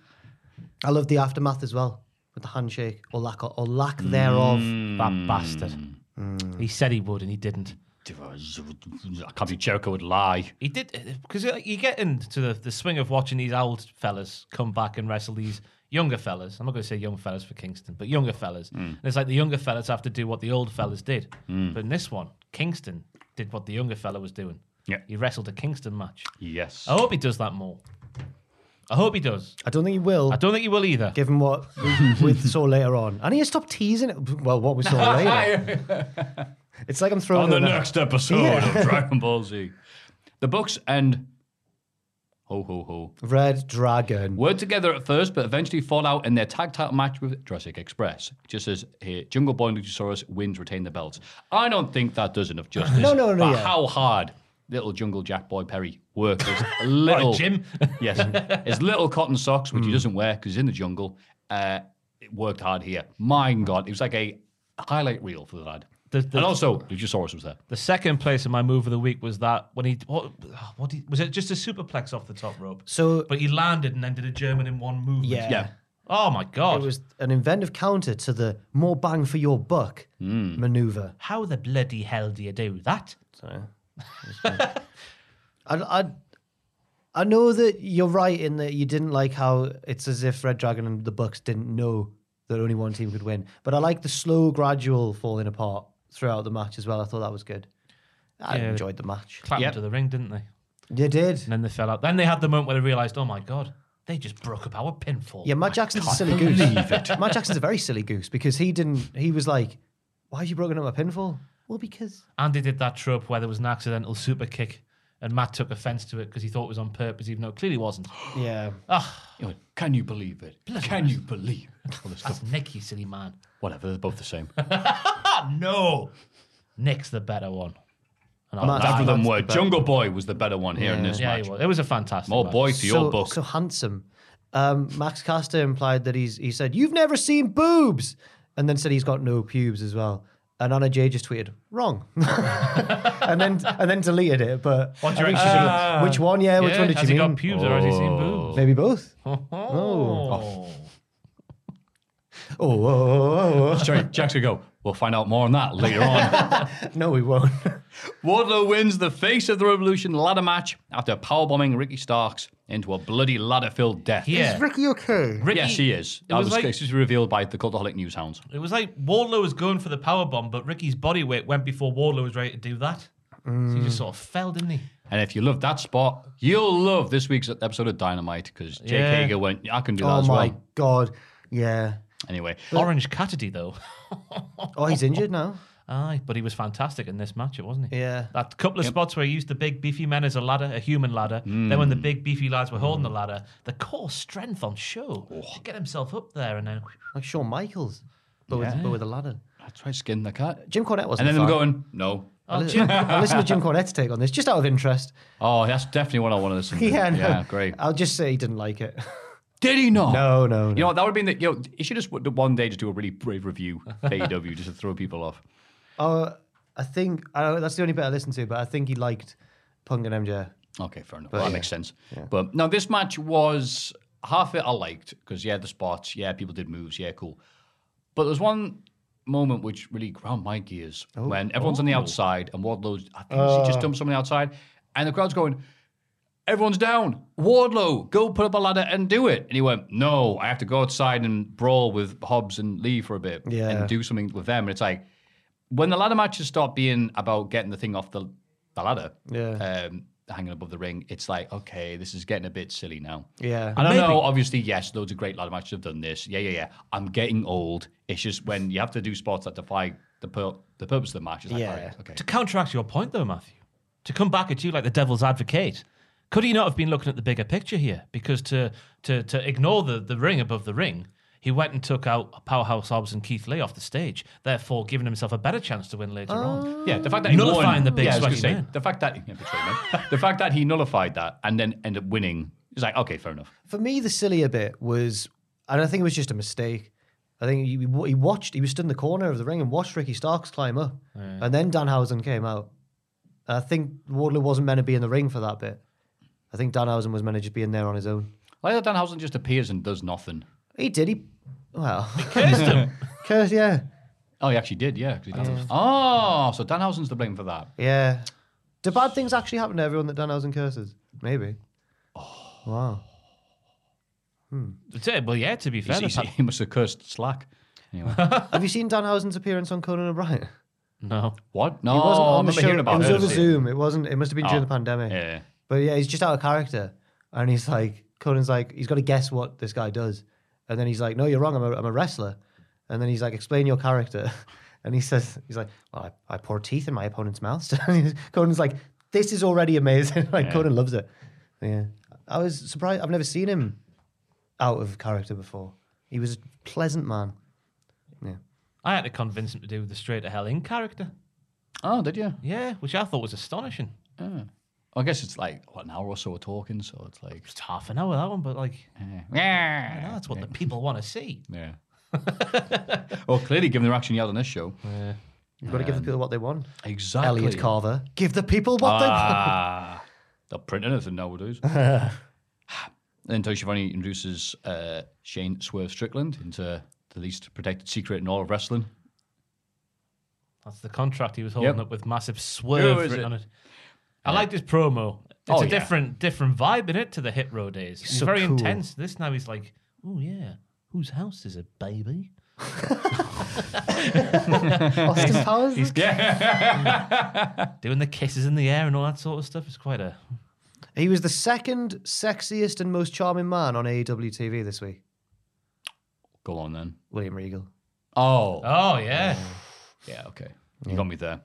D: I love the aftermath as well with the handshake or lack o- or lack thereof.
C: That bastard. He said he would, and he didn't.
B: I can't believe Jericho would lie.
C: He did because you get into the, the swing of watching these old fellas come back and wrestle these younger fellas. I'm not going to say young fellas for Kingston, but younger fellas.
D: Mm.
C: And it's like the younger fellas have to do what the old fellas did. But in this one, Kingston did what the younger fella was doing.
B: Yeah.
C: he wrestled a Kingston match.
B: Yes.
C: I hope he does that more. I hope he does.
D: I don't think he will.
C: I don't think he will either.
D: Given what we, we saw later on, I need to stop teasing it. Well, what we saw later. It's like I'm throwing
B: on the
D: it out.
B: next episode of Dragon Ball Z. The books and ho ho ho
D: Red Dragon.
B: were together at first, but eventually fall out in their tag title match with Jurassic Express. Just as here, Jungle Boy and Luchasaurus wins, retain the belts. I don't think that does enough justice.
D: No, no, no,
B: But
D: yeah.
B: how hard little Jungle Jack Boy Perry worked his little
C: Jim.
B: yes, his little cotton socks, which he
D: Hmm.
B: doesn't wear because he's in the jungle. Uh, it worked hard here. My God, it was like a highlight reel for the lad.
C: The- the-
B: and also, Luchasaurus was there.
C: The second place in my move of the week was that when he what what he, was it just a superplex off the top rope.
D: So-
C: but he landed and then did a German in one movement.
D: Yeah.
B: Yeah.
C: Oh my god!
D: It was an inventive counter to the more bang for your buck maneuver.
C: How the bloody hell do you do that?
D: I, I, I know that you're right in that you didn't like how it's as if Red Dragon and the Bucks didn't know that only one team could win. But I like the slow, gradual falling apart throughout the match as well. I thought that was good. I
C: Yeah.
D: enjoyed the match.
C: Clapped into the ring, didn't they?
D: You did.
C: And then they fell out. Then they had the moment where they realised, oh my god, they just broke up our pinfall.
D: Yeah, Matt Jackson's a silly goose. Matt Jackson's a very silly goose because he didn't. He was like, "Why have you broken up my pinfall?" Well, because
C: And they did that trope where there was an accidental super kick, and Matt took offence to it because he thought it was on purpose, even though it clearly wasn't.
D: yeah,
B: You know, Can you believe it? Can you believe it? All this stuff.
C: That's Nick, you silly man.
B: Whatever, they're both the same.
C: No, Nick's the better one. And I'll
D: Matt-
C: die.
B: Neither of them
D: that's
B: were.
D: the
B: Jungle Boy was the better one here in this
C: Yeah,
B: match.
C: he was. It was a fantastic.
B: More
C: match.
B: boy to your
D: so,
B: book.
D: so handsome. Um, Max Caster implied that he's he said, You've never seen boobs and then said he's got no pubes as well. And Anna J just tweeted, wrong. and then and then deleted it. But
C: What do
D: I
C: you reckon
D: think she
C: she
D: should-
C: did?
D: which one, yeah, which
C: Yeah,
D: one did
C: has
D: she
C: he
D: mean?
C: got pubes or has he seen boobs?
D: Maybe both.
C: Oh.
D: Oh, oh, oh, oh,
B: Sorry, Jack's gonna go. We'll find out more on that later on.
D: oh. no, we won't.
B: Wardlow wins the Face of the Revolution ladder match after powerbombing Ricky Starks into a bloody ladder-filled death.
C: Yeah.
D: Ricky okay?
C: Ricky,
B: Yes, he is.
C: It
B: That
C: was,
B: was,
C: like,
B: this was revealed by the Cultaholic News Hounds.
C: it was like Wardlow was going for the power bomb, but Ricky's body weight went before Wardlow was ready to do that. So he just sort of fell, didn't he?
B: And if you love that spot, you'll love this week's episode of Dynamite because Jake
C: Yeah.
B: Hager went, I can do that
D: Oh
B: as
D: my
B: well.
D: god. Yeah.
B: Anyway,
C: Orange Cassidy, though.
D: Oh, he's injured now.
C: Aye, but he was fantastic in this match, wasn't he?
D: Yeah.
C: That couple of spots where he used the big beefy men as a ladder, a human ladder. Then when the big beefy lads were holding the ladder, the core strength on show to get himself up there and then
D: Like Shawn Michaels. But with but with a ladder.
B: that's right, skin the cat.
D: Jim Cornette wasn't.
B: And then
D: a
B: them
D: fan.
B: going, no.
C: Oh,
D: I listened, I listened to Jim Cornette's take on this just out of interest.
B: Oh, that's definitely what I wanted to listen to.
D: Yeah, no.
B: yeah, great.
D: I'll just say he didn't like it.
B: Did he not?
D: No, no,
B: You know, what, that would have been the, you know, you should just w- one day just do a really brave review of AEW just to throw people off.
D: Oh, I think I don't, that's the only bit I listened to, but I think he liked Punk and MJ.
B: Okay, fair enough. that makes sense. But now this match was half it I liked because, yeah, the spots, yeah, people did moves, yeah, cool. But there's one moment which really ground my gears when everyone's on the outside and Wardlow's, I think he just dumped someone outside and the crowd's going, everyone's down. Wardlow, go put up a ladder and do it. And he went, no, I have to go outside and brawl with Hobbs and Lee for a bit
D: Yeah.
B: and do something with them. And it's like, when the ladder matches stop being about getting the thing off the, the ladder,
D: Yeah.
B: um, hanging above the ring, it's like, okay, this is getting a bit silly now.
D: Yeah.
B: And I know, obviously, yes, loads of great ladder matches have done this. Yeah, yeah, yeah. I'm getting old. It's just when you have to do spots that defy the pur- the purpose of the match. It's like,
D: Yeah.
B: all right, okay.
C: To counteract your point, though, Matthew, to come back at you like the devil's advocate, could he not have been looking at the bigger picture here? Because to to to ignore the, the ring above the ring, he went and took out Powerhouse Hobbs and Keith Lee off the stage, therefore giving himself a better chance to win later on.
B: Yeah, the fact that he
C: Nullifying
B: won,
C: the big
B: yeah, I was gonna
C: sweaty
B: say,
C: man.
B: the fact that yeah, big sweaty man. the fact that he nullified that and then ended up winning is like okay, fair enough.
D: For me, the sillier bit was, and I think it was just a mistake. I think he, he watched, he was stood in the corner of the ring and watched Ricky Starks climb up. And then Danhausen came out. And I think Wardlow wasn't meant to be in the ring for that bit. I think Danhausen was meant to just be in there on his own.
B: Like that Danhausen just appears and does nothing.
D: He did, he, well,
C: Cursed him.
D: cursed, yeah.
B: Oh, he actually did, yeah. 'cause he Danhausen- Oh, so Danhausen's to blame for that.
D: Yeah. Do bad things actually happen to everyone that Danhausen curses? Maybe. Wow.
C: That's it. Uh, Well, yeah, to be fair.
B: He's- he's-
C: the pa-
B: Oh. he must have cursed Slack. Anyway,
D: Have you seen Danhausen's appearance on Conan O'Brien?
C: no.
B: what? No,
D: He wasn't
B: Oh, I
D: on the
B: remember
D: show.
B: hearing about
D: it was
B: it.
D: over Zoom. It wasn't. It must have been during
B: Oh,
D: the pandemic.
B: yeah.
D: But yeah, he's just out of character, and he's like, Conan's like, he's got to guess what this guy does, and then he's like, No, you're wrong. I'm a, I'm a wrestler, and then he's like, Explain your character, and he says, He's like, Well, I, I pour teeth in my opponent's mouth. Conan's like, This is already amazing. like Conan loves it. Yeah, I was surprised. I've never seen him out of character before. He was a pleasant man.
C: I had to convince him to do the straight to hell in character.
B: Oh, did you?
C: Yeah, which I thought was astonishing.
B: I guess it's like what an hour or so of talking, so it's like
C: Just half an hour that one, but like, I know
B: yeah,
C: that's what the people want to see.
B: yeah. well, clearly, given the reaction you had on this show,
D: You've got to give the people what they want.
B: exactly.
D: Elliot Carver, give the people what they want.
B: Ah, they'll print anything nowadays. then Tony Schiavone introduces uh, Shane Swerve Strickland into the least protected secret in all of wrestling.
C: That's the contract he was holding
B: Yep.
C: up with massive
B: Who
C: swerve
B: is
C: written
B: it?
C: on it. I like this promo. It's
B: Oh,
C: a
B: yeah.
C: different different vibe in it to the hit row days. It's
D: so
C: very
D: cool.
C: intense. This now he's like, oh yeah, whose house is it, baby?
D: Austin Powers.
C: Doing the kisses in the air and all that sort of stuff. It's quite a
D: He was the second sexiest and most charming man on E AEW TV this week.
B: Go on then.
D: William Regal.
B: Oh,
C: oh yeah.
B: yeah, okay. You got me there.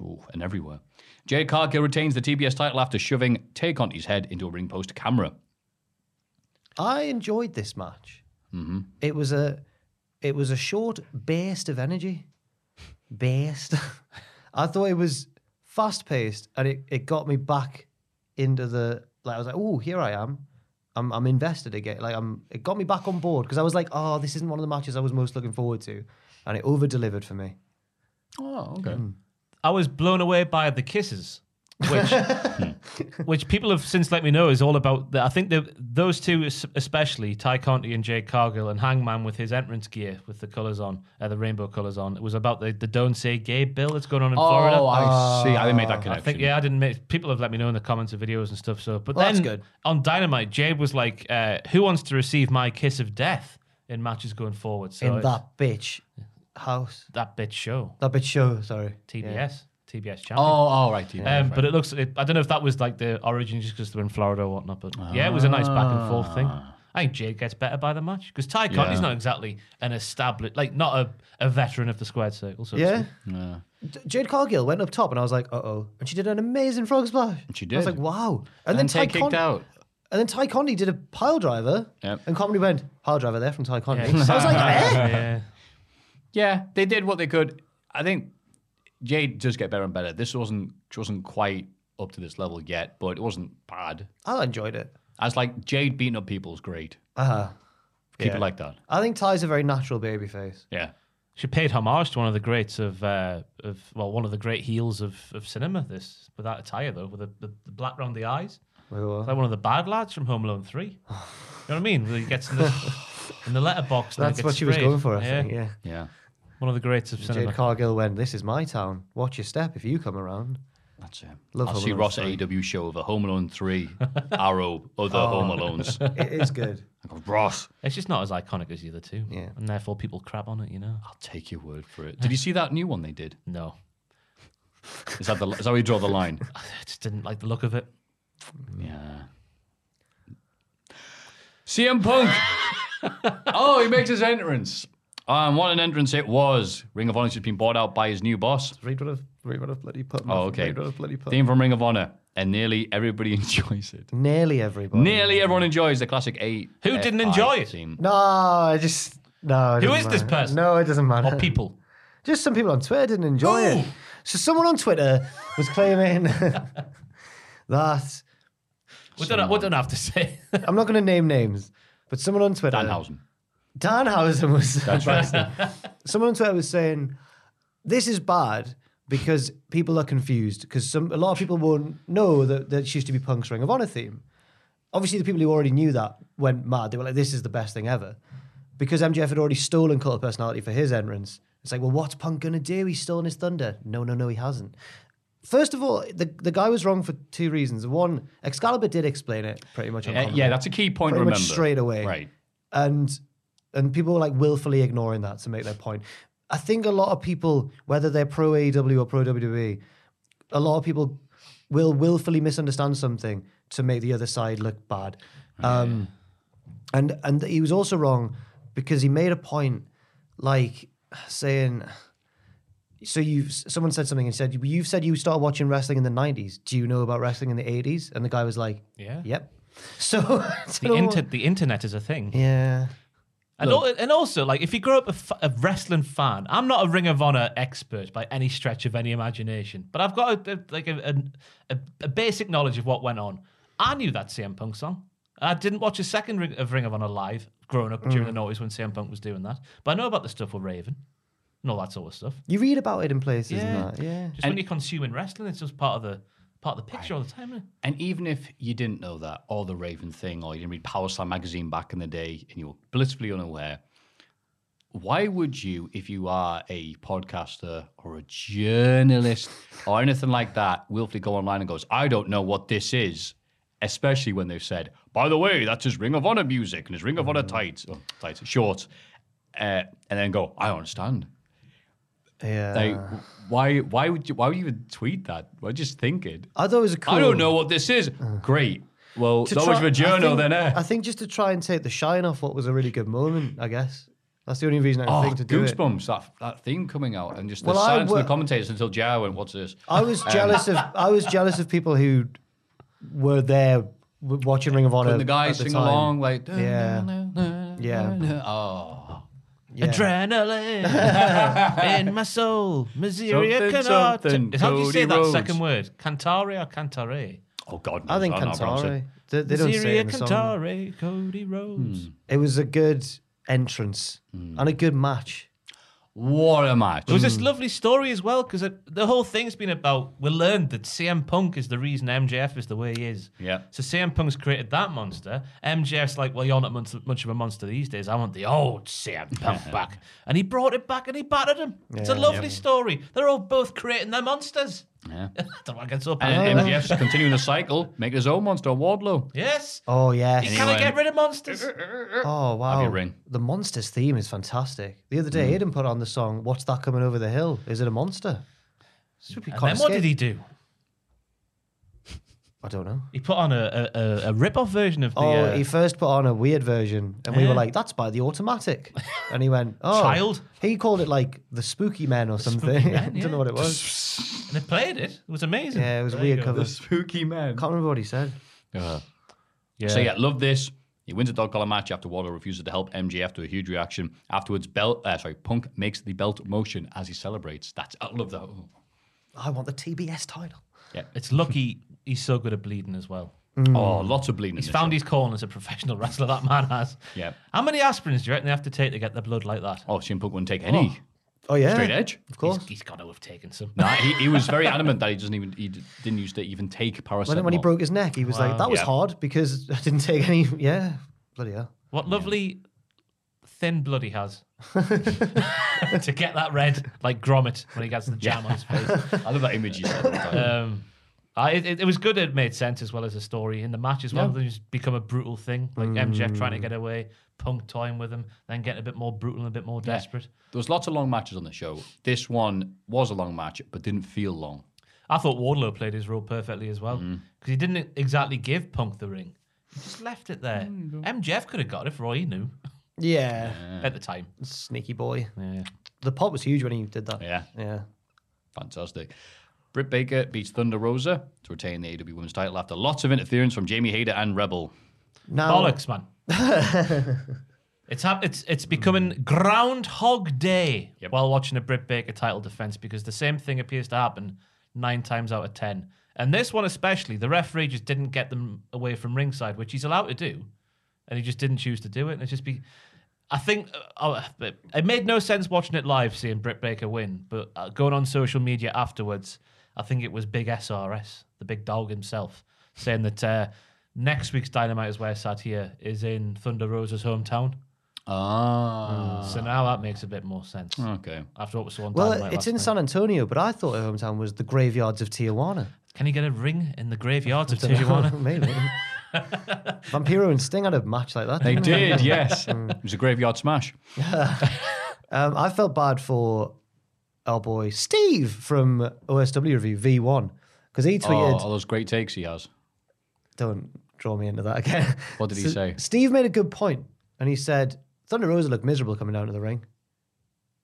B: Ooh, and everywhere. Jay Cargill retains the TBS title after shoving Tay Conti's head into a ring post camera.
D: I enjoyed this match. It was a it was a short burst of energy. Burst. I thought it was fast paced and it, it got me back into the like I was like, oh, here I am. I'm I'm invested again. Like I'm it got me back on board because I was like, oh, this isn't one of the matches I was most looking forward to. And it over delivered for me.
B: Oh, okay.
C: I was blown away by the kisses, which hmm, which people have since let me know is all about. The, I think the, those two, es- especially Ty Conti and Jake Cargill, and Hangman with his entrance gear with the colors on, uh, the rainbow colors on, it was about the, the "Don't Say Gay" bill that's going on in Florida.
B: Oh, I see. I didn't make that
C: I
B: connection.
C: think yeah, I didn't make. People have let me know in the comments of videos and stuff. So, but
D: Well,
C: then
D: that's good.
C: on Dynamite, Jade was like, uh, "Who wants to receive my kiss of death in matches going forward?" So
D: in
C: it's-
D: that bitch house.
C: that bitch show,
D: That bitch show, sorry.
C: TBS, TBS champion.
B: Oh, all right. TBS,
C: Um,
B: right.
C: But it looks. It, I don't know if that was like the origin, just because they're in Florida or whatnot. But yeah, it was a nice back and forth thing.
D: Ah.
C: I think Jade gets better by the match because Ty Conti's
B: Yeah.
C: not exactly an established, like not a, a veteran of the squared circle. So to
D: Yeah.
C: speak.
D: D- Jade Cargill went up top, and I was like, "Uh oh!" And she did an amazing frog splash.
B: She
D: I was
B: did.
D: like, "Wow!"
B: and
D: And,
B: then
D: then
B: Tay
D: Ty Con-
B: kicked out.
D: And then Ty Conti did a pile driver,
B: Yep.
D: and comedy went pile driver there from Ty Conti.
C: Yeah,
D: I was like, eh?
C: yeah.
B: Yeah, they did what they could. I think Jade does get better and better. This wasn't she wasn't quite up to this level yet, but it wasn't bad.
D: I enjoyed it.
B: I was like Jade beating up people is great.
D: Uh-huh.
B: Keep
D: Yeah.
B: it like that.
D: I think Ty's a very natural baby face.
B: Yeah.
C: She paid homage to one of the greats of uh, of well, one of the great heels of, of cinema. This with that attire though, with the, the, the black round the eyes, like one of the bad lads from Home Alone Three. you know what I mean? Where he gets in the in the letterbox. and then
D: That's
C: gets
D: what she was
C: sprayed.
D: going for, I
C: yeah.
D: think. Yeah.
B: Yeah.
C: One of the greats of cinema.
D: Jade Cargill went, "This is my town. Watch your step if you come around."
B: That's it.
D: Love
B: I'll
D: Home
B: see
D: Alone
B: Ross
D: three.
B: AEW show over Home Alone 3, Arrow, other Home Alones.
D: It is good.
B: I go, Ross,
C: It's just not as iconic as the other two.
D: Yeah.
C: And therefore people crab on it, you know?
B: I'll take your word for it. Did you see that new one they did?
C: No.
B: Is that, the, is that where you draw the line?
C: I just didn't like the look of it.
B: Yeah. CM Punk. oh, he makes his entrance. And what an entrance it was. Ring of Honor has been bought out by his new boss.
D: Read what I've, read what I've bloody put.
B: Oh, okay.
D: Read what I've bloody put.
B: Theme from Ring of Honor. And nearly everybody enjoys it.
D: Nearly everybody.
B: Nearly everyone enjoys the classic eight.
C: Who didn't
B: FI
C: enjoy it?
B: Theme.
D: No, I just no. It
C: Who is
D: doesn't
C: this
D: matter.
C: person?
D: No, it doesn't matter.
C: Or people.
D: Just some people on Twitter didn't enjoy it. So someone on Twitter was claiming that
C: We don't, we don't have to say.
D: I'm not going to name names, but someone on Twitter,
B: Danhausen.
D: Danhausen was that's right. someone on Twitter was saying this is bad because people are confused because some a lot of people won't know that that this used to be Punk's Ring of Honor theme. Obviously, the people who already knew that went mad. They were like, "This is the best thing ever," because MJF had already stolen Cult of Personality for his entrance. It's like, well, what's Punk gonna do? He's stolen his thunder. No, no, no, he hasn't. First of all, the, the guy was wrong for two reasons. One, Excalibur did explain it pretty much. on
B: Uh,
D: commentary
B: yeah, that's a key point to
D: pretty
B: remember.
D: much straight away.
B: Right.
D: and and people were like willfully ignoring that to make their point. I think a lot of people, whether they're pro AEW or pro WWE, a lot of people will willfully misunderstand something to make the other side look bad.
B: Oh,
D: Um, and and he was also wrong because he made a point like saying so you've someone said something and said you've said you started watching wrestling in the 90s do you know about wrestling in the 80s and the guy was like
C: Yeah.
D: yep so
C: The, inter- the internet is a thing.
D: yeah
C: And, al- and also, like, if you grow up a, f- a wrestling fan, I'm not a Ring of Honor expert by any stretch of any imagination, but I've got a, a- like a, an- a, a basic knowledge of what went on. I knew that CM Punk song. I didn't watch a second ring of Ring of Honor live growing up
D: Mm.
C: during the noughties when CM Punk was doing that, but I know about the stuff with Raven and all that sort of stuff.
D: You read about it in places
C: Yeah.
D: and that, yeah.
C: Just when you're consuming wrestling, it's just part of the part of the picture all the time. Isn't it?
B: And even if you didn't know that, or the Raven thing, or you didn't read Power Slam magazine back in the day, and you were blissfully unaware, why would you, if you are a podcaster or a journalist or anything like that, willfully go online and goes, "I don't know what this is," especially when they've said, "By the way, that's his Ring of Honor music and his Ring of Honor tights, oh, tights, shorts," uh, and then go, "I don't understand."
D: Yeah.
B: Like, why? Why would you? Why would you even tweet that? Why just think it?
D: I thought it was a cool.
B: I don't know what this is. Great. Well,
D: to
B: that
D: try-
B: was for
D: I
B: journal
D: think-
B: then, eh?
D: I think just to try and take the shine off what was a really good moment, I guess. That's the only reason I can
B: Oh,
D: think to do it.
B: goosebumps! That that theme coming out and just the
D: Well, I
B: silence of
D: wor-
B: the commentators until Jaya went, "What's this?"
D: I was
B: Um,
D: jealous of I was jealous of people who were there w- watching Ring of Honor.
B: And the guys
D: at the
B: sing
D: time.
B: along like, dun,
D: Yeah.
B: dun, dun, dun,
D: Yeah.
B: dun. Oh,
D: Yeah.
C: Adrenaline in my soul, Miseria
B: Something,
C: cannot.
B: something,
C: How do you say
B: Cody
C: that
B: Rhodes.
C: second word? Cantare or cantare?
B: oh God!
D: I think
B: knows. don't know how to pronounce
D: Kantari.
B: it.
D: They, they don't say it,
C: Syria
D: in the song. Hmm.
C: Cantare, Cody Rhodes.
D: it was a good entrance
B: Hmm.
D: and a good match.
B: What a match!
C: It was
D: Hmm.
C: this lovely story as well because the whole thing's been about we learned that CM Punk is the reason MJF is the way he is.
B: Yeah.
C: So CM Punk's created that monster. MJF's like, well, you're not much, much of a monster these days. I want the old CM Punk back, and he brought it back and he battered him. It's a lovely story. They're all both creating their monsters.
B: Yeah.
C: I don't want to get so passionate.
B: And MGF's continuing the cycle, making his own monster Wardlow.
C: Yes.
D: Oh
C: You
D: yes.
C: cannot get rid of monsters.
D: Oh wow.
B: your ring.
D: The monsters theme is fantastic. The other
C: Mm.
D: day Aidan put on the song What's That Coming Over the Hill? Is it a monster? Should be
C: And then what
D: confiscate-
C: did he do?
D: I don't know.
C: He put on a a, a, a rip-off version of the
D: Oh,
C: uh,
D: he first put on a weird version, and we
C: Yeah.
D: were like, "That's by the automatic," and he went, "Oh,
C: Child?
D: He called it like the Spooky Men or something.
C: Spooky
D: I
C: Men,
D: don't
C: yeah.
D: know what it was.
C: and they played it. It was amazing.
D: yeah, it was a
C: There you
D: weird
C: go.
D: cover.
B: spooky man. Uh,
D: Can't remember what he said.
B: So yeah, love this. He wins a dog collar match after Waller refuses to help MJF to a huge reaction. Afterwards, belt uh, sorry, Punk makes the belt motion as he celebrates. That's I love that. Oh,
D: I want the TBS title.
C: It's lucky he's so good at bleeding as well.
B: Oh, lots of bleeding. in
C: He's
B: this
C: found
B: show.
C: his corner as a professional wrestler. That man has.
B: Yeah.
C: How many aspirins do you reckon they have to take to get the blood like that?
B: Oh, CM Punk wouldn't take any
D: Oh yeah,
B: straight edge.
D: of course.
C: He's, he's got to have taken some.
B: Nah, he, he was very adamant that he doesn't even he d- didn't used to even take paracetamol.
D: When, when he broke his neck, he was like, "That was
B: Yeah.
D: hard because I didn't take any." Yeah, bloody hell.
C: What lovely thin blood he has to get that red like grommet when he gets the jam on his face.
B: I love that image. He said all the time.
C: Um, Uh, it, it, it was good. It made sense as well as a story in the match as well. Then just become a brutal thing, like MJF trying to
D: Mm.
C: get away, Punk toying with him, then getting a bit more brutal and a bit more desperate.
B: There was lots of long matches on the show. This one was a long match, but didn't feel long.
C: I thought Wardlow played his role perfectly as well because he didn't exactly give Punk the ring. He just left it there. MJF could have got it if Roy knew
D: Yeah.
C: at the time.
D: Sneaky boy.
C: Yeah.
D: The pop was huge when he did that.
B: Yeah.
D: Yeah.
B: Fantastic. Britt Baker beats Thunder Rosa to retain the AW Women's title after lots of interference from Jamie Hayter and Rebel.
D: Now,
C: Bollocks, man. it's hap- it's it's becoming Groundhog Day while watching a Britt Baker title defense because the same thing appears to happen nine times out of ten. And this one especially, the referee just didn't get them away from ringside, which he's allowed to do, and he just didn't choose to do it. And it's just be, I think uh, uh, it- it made no sense watching it live, seeing Britt Baker win, but uh, going on social media afterwards, I think it was Big SRS, the big dog himself, saying that uh, next week's Dynamite is where Satya is in Thunder Rosa's hometown.
B: Ah.
C: So now that makes a bit more sense.
B: Hmm. Okay.
C: After what was on
D: Well,
C: Dynamite
D: it's
C: last
D: in
C: night.
D: San Antonio, but I thought her hometown was the graveyards of Tijuana.
C: Can he get a ring in the graveyards of Tijuana?
D: Maybe. Vampiro and Sting had a match like that.
B: They
D: didn't
B: did, yes. It was a graveyard smash.
D: Um, I felt bad for our boy Steve from OSW Review V1 because he
B: Oh,
D: tweeted,
B: all those great takes he has.
D: "Don't draw me into that again."
B: What did he say?
D: Steve made a good point, and he said Thunder Rosa looked miserable coming down to the ring,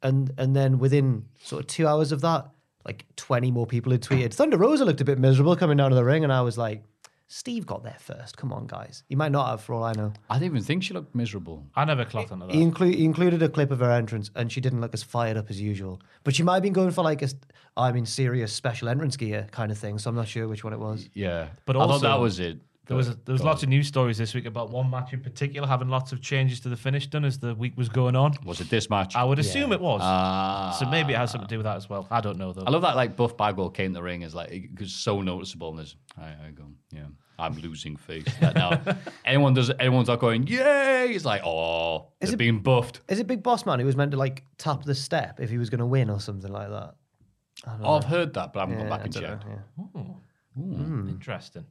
D: and and then within sort of two hours of that, like twenty more people had tweeted Thunder Rosa looked a bit miserable coming down to the ring, and I was like, Steve got there first. Come on, guys. He might not have, for all I know.
B: I didn't even think she looked miserable.
C: I never clocked onto that.
D: He, inclu- he included a clip of her entrance, and she didn't look as fired up as usual. But she might have been going for like a, st- I mean, serious special entrance gear kind of thing. So I'm not sure which one it was.
B: Yeah.
C: But
B: I thought
C: also-
B: that was it.
C: There was there was lots of news stories this week about one match in particular having lots of changes to the finish done as the week was going on.
B: Was it this match?
C: I
B: I,
C: would assume it was. so maybe it has
D: Ah.
C: something to do with that as well. I don't know though.
B: love that, like, Buff Bagwell came to the ring. It's like, it was so noticeable. And there's, I, I go, yeah, I'm losing face. That now, anyone does, anyone's not going, yay. It's like, oh,
D: Is
B: they're
D: it-
B: being buffed.
D: Is it Big Boss Man who was meant to like tap the step if he was going to win or something like that?
B: Oh, I've heard that, but I haven't
D: Yeah,
B: gone back
D: I
B: and
D: don't know,
B: checked.
D: yeah.
C: Hmm.
D: Hmm.
C: Interesting.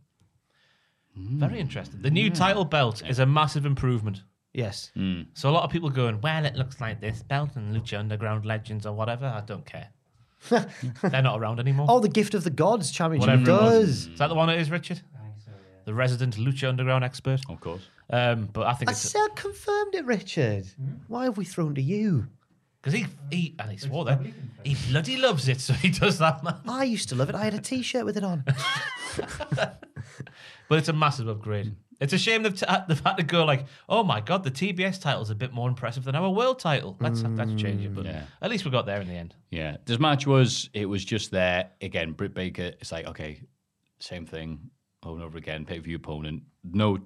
C: Very interesting. The new title belt is a massive improvement.
D: Yes.
B: Hmm.
C: So a lot of people going, well, it looks like this belt and Lucha Underground Legends or whatever. I don't care. They're not around anymore.
D: Oh, the Gift of the Gods Championship
C: Whatever it was.
B: Hmm.
D: does.
C: Is that the one it is, Richard? The resident Lucha Underground expert.
B: Of course.
C: Um, but I think
D: I
C: it's
D: said confirmed it, Richard. Why have we thrown to you?
C: because he, he and he swore there. He bloody loves it, so he does that, man.
D: I used to love it. I had a T-shirt with it on.
C: But it's a massive
D: Hmm.
C: upgrade. It's a shame they've, t- they've had to go like, oh my god, the TBS title's a bit more impressive than our world title. Let's let's change it. But
D: Hmm,
B: Yeah.
C: at least we got there in the end.
B: Yeah, this match was it was just there again. Britt Baker, it's like okay, same thing over and over again. Pay per view opponent, no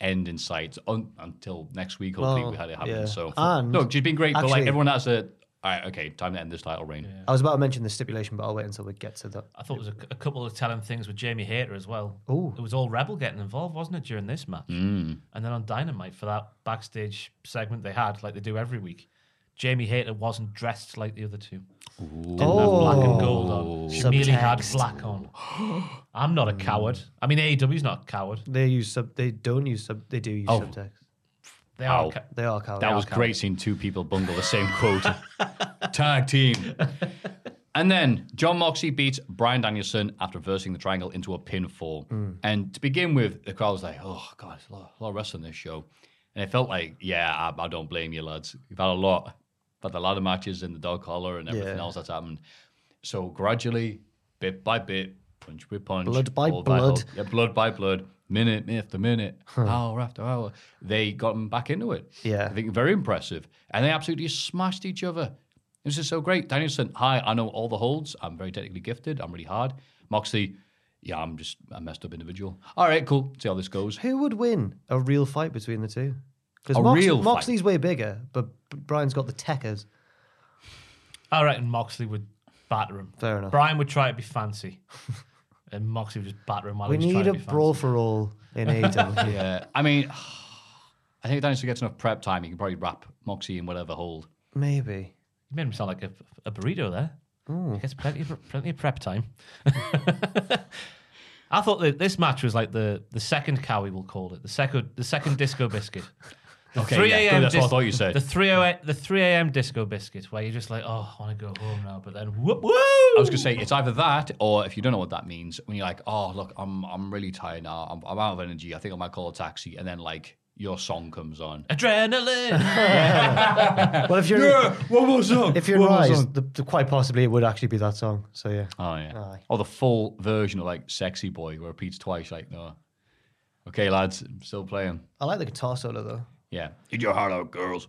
B: end in sight un- until next week. Hopefully,
D: Well,
B: we had it happen.
D: yeah.
B: So
D: And-
B: look, she's been great, but like
D: Actually-
B: everyone has a all right, okay, time to end this title reign.
D: I was about to mention the stipulation, but I'll wait until we get to that.
C: I thought there was a, a couple of telling things with Jamie Hayter as well.
D: Ooh. Hmm.
C: It was all Rebel getting involved, wasn't it, during this match? Mm. And then on Dynamite for that backstage segment they had, like they do every week, Jamie Hayter wasn't dressed like the other two. Didn't
D: Oh,
C: have black and gold on. She merely had
D: Subtext.
C: black on. I'm not a coward. I mean, AEW's not a coward.
D: They use sub. They don't use sub. They do use subtext.
C: They are.
B: Ow.
C: A ca-
D: They are cowards.
B: Oh. That was great seeing two people bungle the same quote. Tag team. And then John Moxley beats Brian Danielson after reversing the triangle into a pinfall.
D: Mm.
B: And to begin with, the crowd was like, oh, God, there's a lot, a lot of wrestling this show. And it felt like, yeah, I, I don't blame you, lads. You've had a lot. But the ladder matches and the dog collar and everything
D: Yeah.
B: else that's happened. So gradually, bit by bit, punch by punch,
D: Blood by
B: hole
D: blood.
B: hole, yeah, blood by blood, minute after minute, hour after hour, they got them back into it.
D: Yeah.
B: I think very impressive. And they absolutely smashed each other. This is so great. Danielson, hi, I know all the holds. I'm very technically gifted. I'm really hard. Moxley, yeah, I'm just a messed up individual. All right, cool. See how this goes.
D: Who would win a real fight between the two?
B: A
D: Because
B: real fight.
D: Moxley's way bigger, but B- Brian's got the techers.
C: I reckon Moxley would batter him.
D: Fair enough.
C: Brian would try to be fancy, and Moxley would just batter him while
D: we
C: he was trying
D: need
C: to
D: a
C: be fancy.
D: brawl for all in AEW.
B: Yeah. I mean, I think Danielson gets enough prep time. He can probably wrap Moxley in whatever hold.
D: Maybe.
C: You made him sound like a, a burrito there. He gets plenty of, plenty of prep time. I thought that this match was like the the second cowie we'll call it the second the second disco biscuit. The
B: Okay,
C: 3
B: yeah,
C: a.m.
B: that's what I
C: dis-
B: thought you said.
C: The 3 a.m. the 3 a.m. disco biscuit where you're just like, oh, I want to go home now, but then whoop woo.
B: I was going to say it's either that or if you don't know what that means, when you're like, oh look, I'm I'm really tired now, I'm, I'm out of energy, I think I might call a taxi, and then like your song comes on.
C: adrenaline.
D: Well, if you're
B: one more song.
D: if you're right, the, the, quite possibly it would actually be that song. So yeah,
B: Oh yeah.
D: Aye.
B: Or the full version of like "Sexy Boy" where it repeats twice. Like no. Okay, lads, I'm still playing.
D: I like the guitar solo though.
B: Yeah. Get your heart out, girls.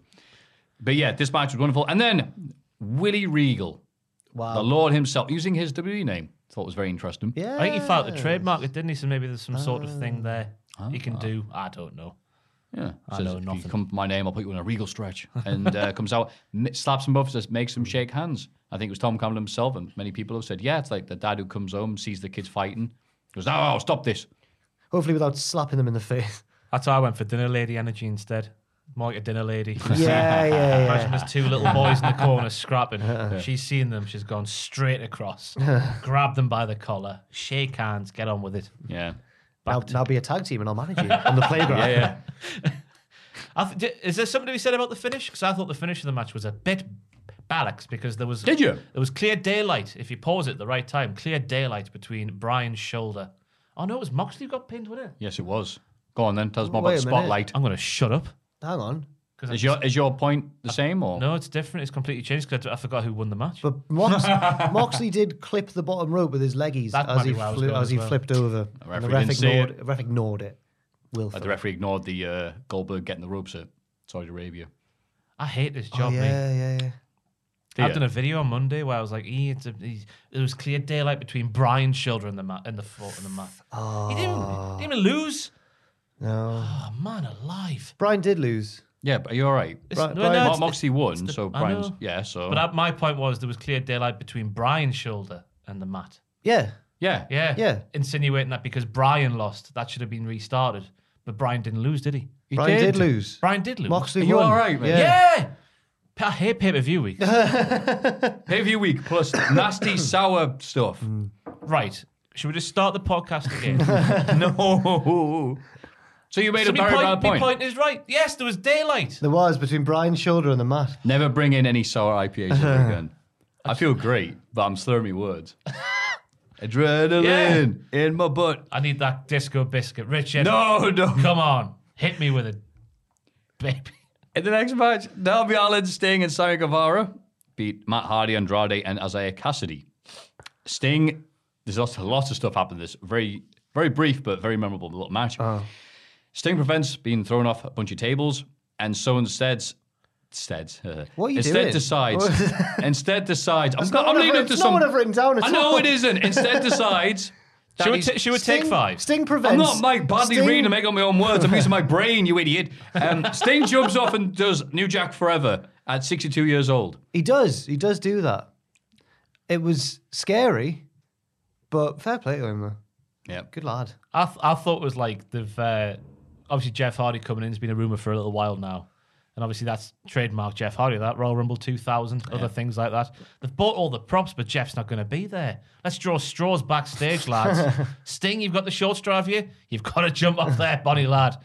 B: But yeah, this match was wonderful. And then Willie Regal,
D: Wow.
B: the Lord himself, using his WWE name, thought was very interesting.
D: Um, yeah.
C: I think he filed a trademark it, didn't he? So maybe there's some sort of thing there he can do. I don't know.
B: Yeah.
C: I
B: Says,
C: know
B: if
C: nothing.
B: You come for my name, I'll put you in a Regal stretch. And uh, comes out, m- slaps him up, says, makes him shake hands. I think it was Tom Campbell himself, and many people have said, yeah, it's like the dad who comes home, sees the kids fighting, goes, no, stop this.
D: Hopefully without slapping them in the face.
C: That's why I went for dinner lady energy instead. More like a dinner lady.
D: yeah, yeah,
C: Imagine there's two little boys in the corner scrapping. She's seen them. She's gone straight across, grabbed them by the collar, shake hands, get on with it.
B: Yeah.
D: Now, now be a tag team and I'll manage you on the playground.
B: Yeah, yeah.
C: I th- di- is there somebody who said about the finish? Because I thought the finish of the match was a bit ballocks because there was
B: Did you?
C: there was clear daylight if you pause it at the right time. Clear daylight between Brian's shoulder. Oh no, it was Moxley who got pinned, wasn't it?
B: yes, it was. Go on then, tell us more
D: Wait
B: about the
D: a minute.
B: spotlight.
C: I'm gonna shut up.
D: Hang on.
B: Is your, is your point the same or?
C: No, it's different. It's completely changed because I, I forgot who won the match.
D: But Mox, Moxley did clip the bottom rope with his leggies
C: That might
D: as he
C: be where I was
D: flew,
C: going
D: as
C: as
D: he
C: well.
D: flipped over. And
B: referee
D: The
B: didn't
D: ref
B: see
D: ignored,
B: it.
D: the ref ignored it. Will
B: Uh, the referee ignored the uh, Goldberg getting the ropes at Saudi Arabia.
C: I hate this
D: Oh,
C: job, mate.
D: yeah, yeah, yeah.
C: I've done a video on Monday where I was like, "Eh, it's a, eh, it was clear daylight between Brian's shoulder and the mat and the foot and the mat. He didn't, didn't even lose.
D: Oh. No.
C: Oh man, alive!
D: Brian did lose.
B: Yeah, but you're all right.
C: It's-
D: Bri-
C: no,
D: Brian-
C: no,
B: Mo-
C: it's-
B: Moxley won,
C: the-
B: so
C: I
B: Brian's
C: know.
B: yeah. So
C: But I, my point was there was clear daylight between Brian's shoulder and the mat.
D: Yeah.
B: yeah,
C: Yeah,
D: Yeah.
C: Insinuating that because Brian lost, that should have been restarted. But Brian didn't lose, did he?
B: He
D: Brian did, lose.
C: Brian did lose.
D: Moxley
B: Are you
D: won.
B: all right, mate?
D: Yeah.
C: Yeah. I hate pay per view week.
B: Heavy week plus nasty sour stuff.
C: Mm. right. Should we just start the podcast again?
B: no. So you made
C: So
B: a
C: my
B: very valid
C: point, my
B: point.
C: point is right. Yes, there was daylight.
D: There was between Brian's shoulder and the mat.
B: Never bring in any sour IPAs
C: Uh-huh.
B: ever again. I feel great, but I'm slurring my words. Adrenaline in my butt.
C: I need that disco biscuit, Richard.
B: No, no.
C: Come on, hit me with it, baby.
B: In the next match, Darby Allin, Sting, and Sammy Guevara beat Matt Hardy, Andrade, and Isaiah Cassidy. Sting, there's lots, lots of stuff happened. This very, very brief but very memorable little match.
D: Ah.
B: Sting prevents being thrown off a bunch of tables, and so instead, instead,
D: What are you
B: instead
D: doing?
B: decides, instead decides, I'm,
D: not
B: not, I'm
D: what I've
B: leading
D: written-
B: up to
D: it's not what
B: some-
D: I've written down at
B: I know
D: all.
B: it isn't. Instead decides. that
C: Should we,
B: he's-
C: ta- should we take
D: Sting-
C: five?
D: Sting prevents.
B: I'm not Mike badly
D: Sting-
B: reading and making up my own words. I'm using my brain, you idiot. Um, Sting jumps off and does New Jack Forever at 62 years old.
D: He does. He does do that. It was scary, but fair play to him though.
B: Yeah.
D: Good lad.
C: I, th- I thought it was like they've uh, obviously Jeff Hardy coming in has been a rumor for a little while now, and obviously that's trademark Jeff Hardy. That Royal Rumble 2000, other things like that. They've bought all the props, but Jeff's not going to be there. Let's draw straws backstage, lads. Sting, you've got the short straw of you. You've got to jump off there, Bonnie lad.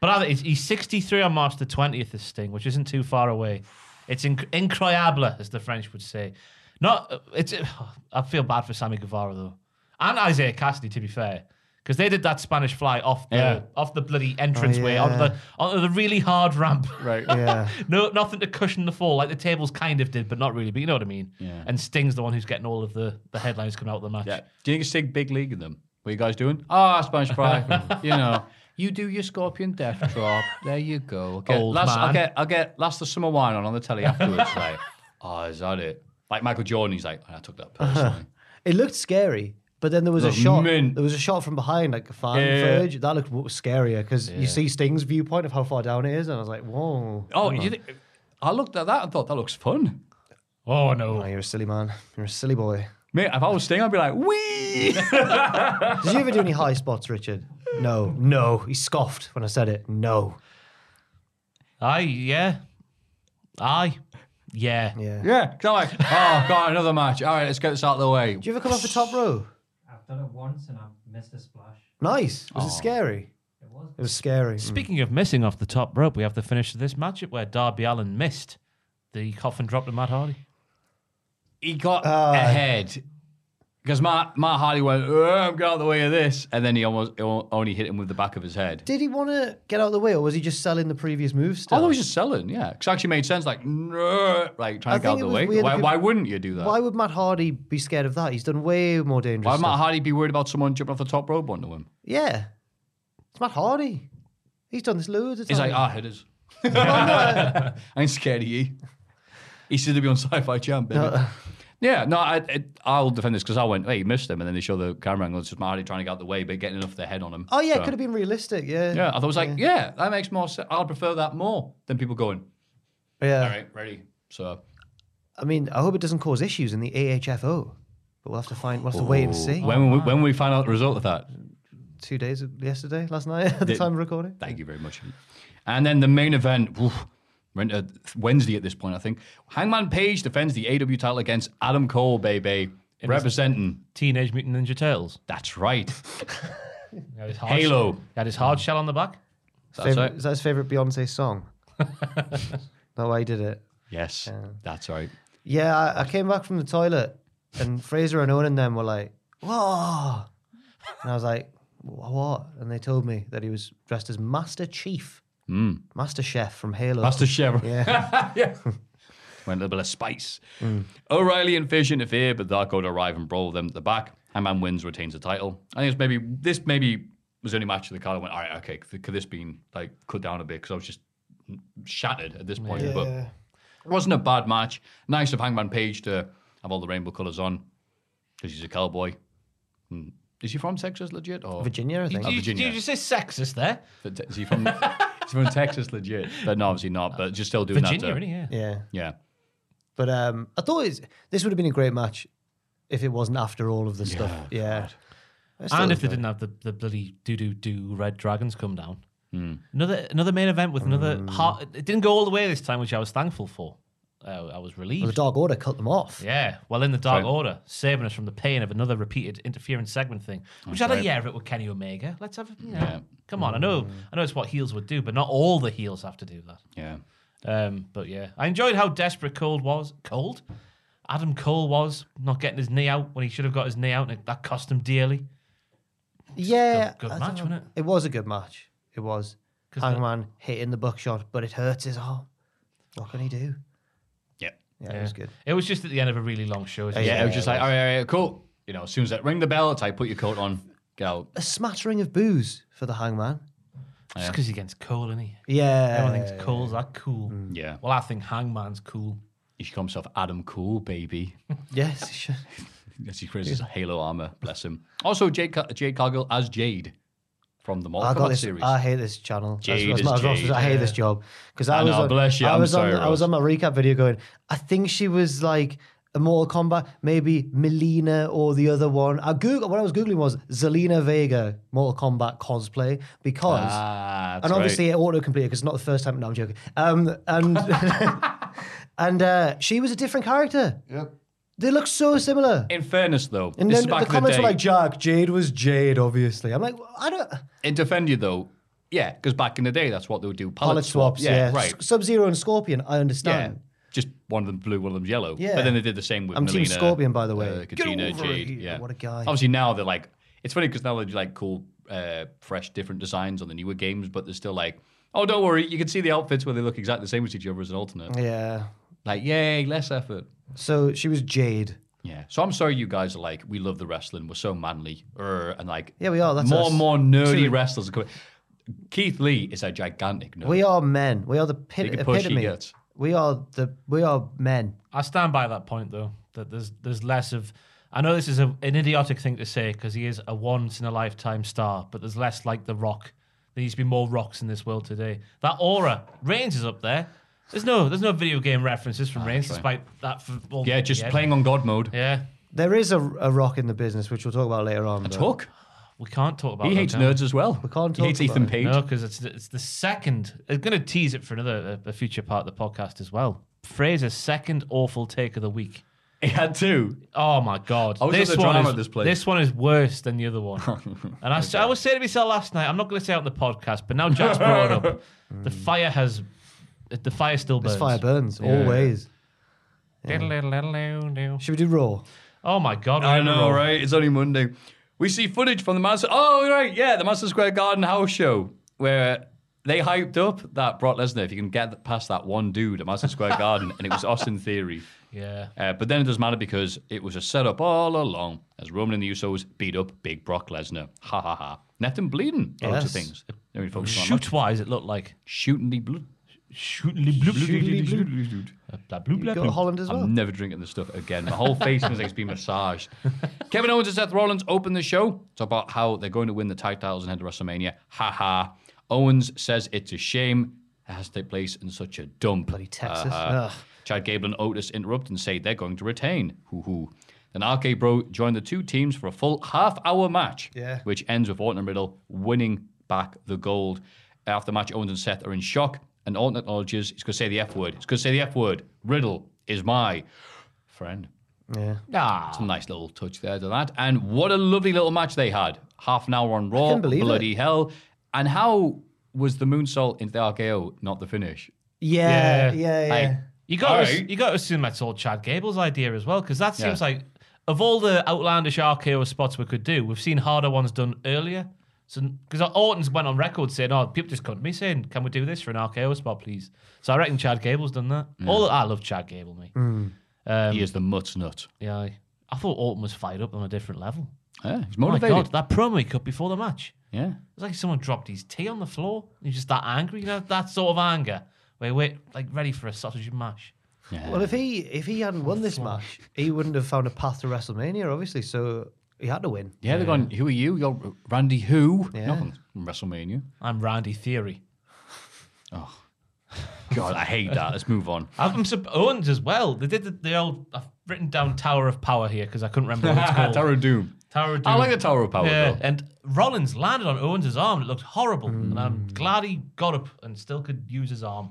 C: But I think he's- he's 63 on March the 20th. This Sting, which isn't too far away. It's inc- incroyable, as the French would say. Not it's. I feel bad for Sammy Guevara though, and Isaiah Cassidy. To be fair, because they did that Spanish fly off the
B: Yeah. Oh,
C: off the bloody entranceway
D: yeah.
C: on the on the really hard ramp.
B: Right.
D: Yeah.
C: no, nothing to cushion the fall. Like the tables kind of did, but not really. But you know what I mean.
B: Yeah.
C: And Sting's the one who's getting all of the the headlines coming out of the match.
B: Yeah. Do you think it's Sting big league in them? What are you guys doing? Ah, Spanish fry. you know. You do your scorpion death drop. There you go. Okay.
C: Old
B: last, I'll
C: man.
B: get I'll get last the summer wine on on the telly afterwards. like, oh, is that it? Like Michael Jordan, he's like, "Oh, I took that personally.
D: It looked scary, but then there was a
B: Looked
D: shot.
B: mint.
D: There was a shot from behind, like a fan
B: Yeah.
D: footage. That looked w- scarier because you see Sting's viewpoint of how far down it is, and I was like, whoa.
B: oh, you think, I looked at that and thought that looks fun.
C: Oh no.
D: Oh, you're a silly man. You're a silly boy.
B: Mate, if I was Sting, I'd be like, wee.
D: Did you ever do any high spots, Richard? No, no. He scoffed when I said it. No.
C: Aye, yeah. Aye. Yeah.
B: Mm.
D: Yeah.
B: Yeah, 'cause I'm like, oh god, another match. All right, let's get this out of the way.
D: Do you ever come off the top row?
E: done it once and I missed a splash.
D: Nice. Was
B: Aw.
D: it scary?
E: It was.
D: It was scary.
C: Speaking of missing off the top rope, we have the finish of this matchup where Darby Allen missed the coffin drop to Matt Hardy.
B: He got
D: Ah.
B: ahead because Matt, Matt Hardy went, oh, I'm going out of the way of this. And then he almost he only hit him with the back of his head.
D: Did he want to get out of the way, or was he just selling the previous moves? Still?
B: Oh, he was just selling, yeah. Because actually made sense, like, "No," like trying
D: I
B: to get
D: think
B: out of
D: it
B: the
D: was
B: way.
D: weird
B: Why,
D: because-
B: why wouldn't you do that?
D: Why would Matt Hardy be scared of that? He's done way more dangerous.
B: Why would Matt
D: stuff.
B: Hardy be worried about someone jumping off the top rope onto him?
D: Yeah, it's Matt Hardy. He's done this loads of times.
B: He's like, ah, hitters. I ain't scared of you. He said to be on Sci-Fi Jam, baby.
D: Uh.
B: Yeah, no, I, I, I'll defend this because I went, hey, you missed him. And then they show the camera angle. It's just Matt Hardy trying to get out the way, but getting enough of the head on him.
D: Oh yeah,
B: "Ah, So-
D: it could have been realistic. Yeah.
B: Yeah, I thought it was like, yeah, that makes more sense. I'll prefer that more than people going,
D: Yeah.
B: all right, ready. So,
D: I mean, I hope it doesn't cause issues in the AHFO, but we'll have to find. We'll have to wait and see.
B: Oh, when, we, when we find out the result of that,
D: Two days of yesterday, last night, at the,
B: The-
D: time of recording.
B: Thank you very much. And then the main event, oof, we're into Wednesday at this point, I think. Hangman Page defends the AW title against Adam Cole, baby, representing.
C: Teenage Mutant Ninja Turtles.
B: That's right.
C: He had his hard
B: Halo. Mm.
C: He had his hard shell on the back.
B: That's
D: Favorite-
B: right.
D: Is that his favorite Beyonce song? no, I did it.
B: Yes, that's right.
D: Yeah, I, I came back from the toilet, and Fraser and Owen and them were like, "Whoa!" And I was like, "Wha- "What?" And they told me that he was dressed as Master Chief, Master Chef from Halo.
B: Master Chevron.
D: Yeah.
B: Went a little bit of spice. O'Reilly and Fish interfere, but Dark Order arrive and brawl them at the back. Hangman wins, retains the title. I think it's maybe this maybe was the only match of the card. I went, all right, okay, c- could this been like cut down a bit? Because I was just shattered at this point. But it wasn't a bad match. Nice of Hangman Page to have all the rainbow colours on because he's a cowboy. Hmm. Is he from Texas, legit? Or
D: Virginia, I think.
B: Oh,
C: Did you,
B: Virginia.
C: did you say sexist there?
B: But Is he from? He's from Texas, legit. But no, obviously not. But just still doing
C: Virginia,
B: that. To,
C: really? Yeah.
D: Yeah.
B: yeah.
D: But um, I thought it's, this would have been a great match if it wasn't after all of the stuff. Yeah. I still
C: And if they
D: enjoyed
C: didn't have the, the bloody doo doo doo red dragons come down. Another another main event with another
D: Hmm.
C: heart. It didn't go all the way this time, which I was thankful for. Uh, I was
D: it. Well, the
C: relieved.
D: Dark Order cut them off.
C: yeah, well, in the Dark
B: Right.
C: Order, saving us from the pain of another repeated interference segment thing, which had a
B: right.
C: year of it with Kenny Omega. Let's have, you know,
B: Yeah.
C: come on. I know,
D: Hmm.
C: I know, it's what heels would do, but not all the heels have to do that.
B: Yeah.
C: Um, but yeah, I enjoyed how desperate Cold was. Cold? Adam Cole was not getting his knee out when he should have got his knee out, and that cost him dearly.
D: Yeah.
C: Good- good
D: I
C: match,
D: don't-
C: wasn't
D: It was a good match. It was.
C: 'Cause the-
D: Hangman hitting the buckshot, but it hurts his arm. What can he do?
B: Yeah.
D: Yeah, it was good.
C: It was just at the end of a really long show.
D: Oh, Yeah,
B: Yeah, it was just
D: it
B: like, all right, all right, cool. You know, as soon as that ring the bell, it's like, put your coat on, get out.
D: A smattering of booze for the Hangman.
C: just because he's against Cole, isn't he?
D: Yeah.
C: Everyone thinks Cole's that cool.
B: Yeah. Mm.
C: Well, I think Hangman's cool.
B: He should call himself Adam Cool, baby.
D: Yes. sure.
B: That's his his Halo armor, bless him. Also, Jade, Car- Jade Cargill as Jade from the
D: I
B: Mortal
D: got
B: Kombat
D: this. uh,
B: series.
D: I hate this channel. That's-
B: Jade
D: that's
B: is
D: my- that's my-
B: Jade.
D: I hate this job because I,
B: I
D: was
B: know,
D: on,
B: bless you,
D: I
B: I'm
D: was
B: sorry,
D: on. I was
B: Ross.
D: on my recap video going. I think she was like a Mortal Kombat, maybe Melina or the other one. I Google what I was googling was Zelina Vega Mortal Kombat cosplay because.
B: ah, that's
D: and obviously uh,
B: right.
D: it auto completed because it's not the first time. No, I'm joking. Um, and and uh, she was a different character. Yep. They look so similar.
B: In fairness, though,
D: and
B: this
D: then
B: is back
D: the
B: in the
D: comments
B: day.
D: were like, "Jack, Jade was Jade, obviously." I'm like, I don't.
B: in defend you though, yeah, because back in the day, that's what they would do. Palette,
D: Palette swaps, yeah.
B: right.
D: Sub Zero and Scorpion, I
B: Yeah,
D: understand.
B: just one of them blue, one of them yellow.
D: Yeah.
B: but then they did the same with
D: I'm Team
B: Melina,
D: Scorpion, by the way.
B: Uh,
D: Get
B: Katina,
D: over
B: Jade.
D: here,
B: Yeah,
D: what a guy.
B: Obviously now they're like, it's funny because now they do like cool, uh, fresh, different designs on the newer games, but they're still like, oh, don't worry, you can see the outfits where they look exactly the same as each other as an alternate.
D: Yeah.
B: Like, yay, less effort.
D: So she was Jade.
B: Yeah. So I'm sorry you guys are like, we love the wrestling. We're so manly. Er, and like,
D: Yeah, we are, that's
B: more
D: us.
B: and more nerdy
D: True.
B: wrestlers are coming. Keith Lee is a gigantic nerd.
D: We are men. We are the
B: Big
D: pit-
B: and pushy
D: epitome.
B: guts.
D: We are the we are men.
C: I stand by that point though. That there's there's less of. I know this is a, an idiotic thing to say because he is a once in a lifetime star, but there's less like the Rock. There needs to be more rocks in this world today. That aura, Reigns is up there. There's no there's no video game references from Reigns, despite that. For all
B: Ah, yeah, just
C: yeah.
B: playing on God mode.
C: Yeah,
D: There is a, a rock in the business, which we'll talk about later on. but-
B: Hook.
C: we can't talk about.
B: He
C: that,
B: hates
C: can we?
B: nerds as well.
D: We can't
B: He hates
D: talk about
B: Ethan
D: it.
B: Page.
C: No, because it's the- it's the second. I'm going to uh, tease it for another a, a future part of the podcast as well. Fraser's second awful take of the week
B: He had two.
C: Oh my god!
F: I was
C: this
F: at the
C: one
F: drama
C: is
F: at this place.
C: this one is worse than the other one. and I, s- I was saying to myself last night, I'm not going to say it on the podcast, but now Jack's brought it up the fire has uh, the fire still burns.
D: This fire burns always.
C: Diddle-diddle-diddle-diddle.
D: Should we do raw?
C: Oh my god!
B: I
C: we're in a
B: know,
C: row.
B: right? It's only Monday. We see footage from the Master. Oh, right, yeah, the Master Square Garden house show where they hyped up that Brock Lesnar. If you can get past that one dude at Master Square Garden, and it was Austin Theory.
C: Yeah.
B: Uh, but then it doesn't matter because it was a setup all along as Roman and the Usos beat up Big Brock Lesnar. Ha ha ha. Left him bleeding. Lots of
D: Yes.
B: things. I mean, focus on that.
C: Shoot wise, it looked like
B: Shooting the blood.
C: shooting the blue blue blue
D: You got Holland as well.
B: I'm never drinking this stuff again. My whole face feels like it's been massaged. Kevin Owens and Seth Rollins open the show. It's about how they're going to win the tag titles and head to WrestleMania. Ha ha. Owens says it's a shame it has to take place in such a dump.
D: Bloody Texas.
B: Uh-huh.
D: Ugh.
B: Chad Gable and Otis interrupt and say they're going to retain. Hoo hoo. Then RK Bro join the two teams for a full half hour match,
D: Yeah.
B: which ends with Orton and Riddle winning back the gold. After the match, Owens and Seth are in shock, and Orton acknowledges he's going to say the F word. He's going to say the F word. Riddle is my friend.
D: Yeah.
B: Ah. Some nice little touch there to that. And what a lovely little match they had. Half an hour on Raw.
D: couldn't believe
B: bloody hell. And how was the moonsault into the RKO not the finish?
D: Yeah. Yeah. Yeah.
B: Like,
C: You got to,
B: Alright.
C: you got to assume that's all Chad Gable's idea as well, because that seems like of all the outlandish RKO spots we could do, we've seen harder ones done earlier. So because Orton's went on record saying, "Oh, people just come to me saying, can we do this for an RKO spot, please?" So I reckon Chad Gable's done that. All I love Chad Gable, mate. Um,
B: he is the mutt nut.
C: Yeah, I, I thought Orton was fired up on a different level.
B: Yeah, he's
C: Oh my
B: motivated.
C: god, that promo he cut before the match.
B: Yeah.
C: It's like someone dropped his tea on the floor. He's just that angry, you know, that sort of anger. Where we're like ready for a sausage mash.
D: Well, if he if he hadn't won this match, he wouldn't have found a path to WrestleMania, obviously. So he had to win.
B: Yeah, they're going, who are you? You're Randy who?
D: Yeah.
B: Not from WrestleMania. Oh.
C: I'm Randy Theory.
B: God, I hate that. Let's move on.
C: I'm sub- Owens as well. They did the, the old. I've written down Tower of Power here because I couldn't remember what it's
D: Oh.
C: called.
B: Tower of Doom.
C: Tower of
B: I
C: Doom.
B: like the Tower of Power,
C: Yeah,
B: though.
C: and Rollins landed on Owens' arm. It looked horrible, and I'm
B: Hmm.
C: glad he got up and still could use his arm.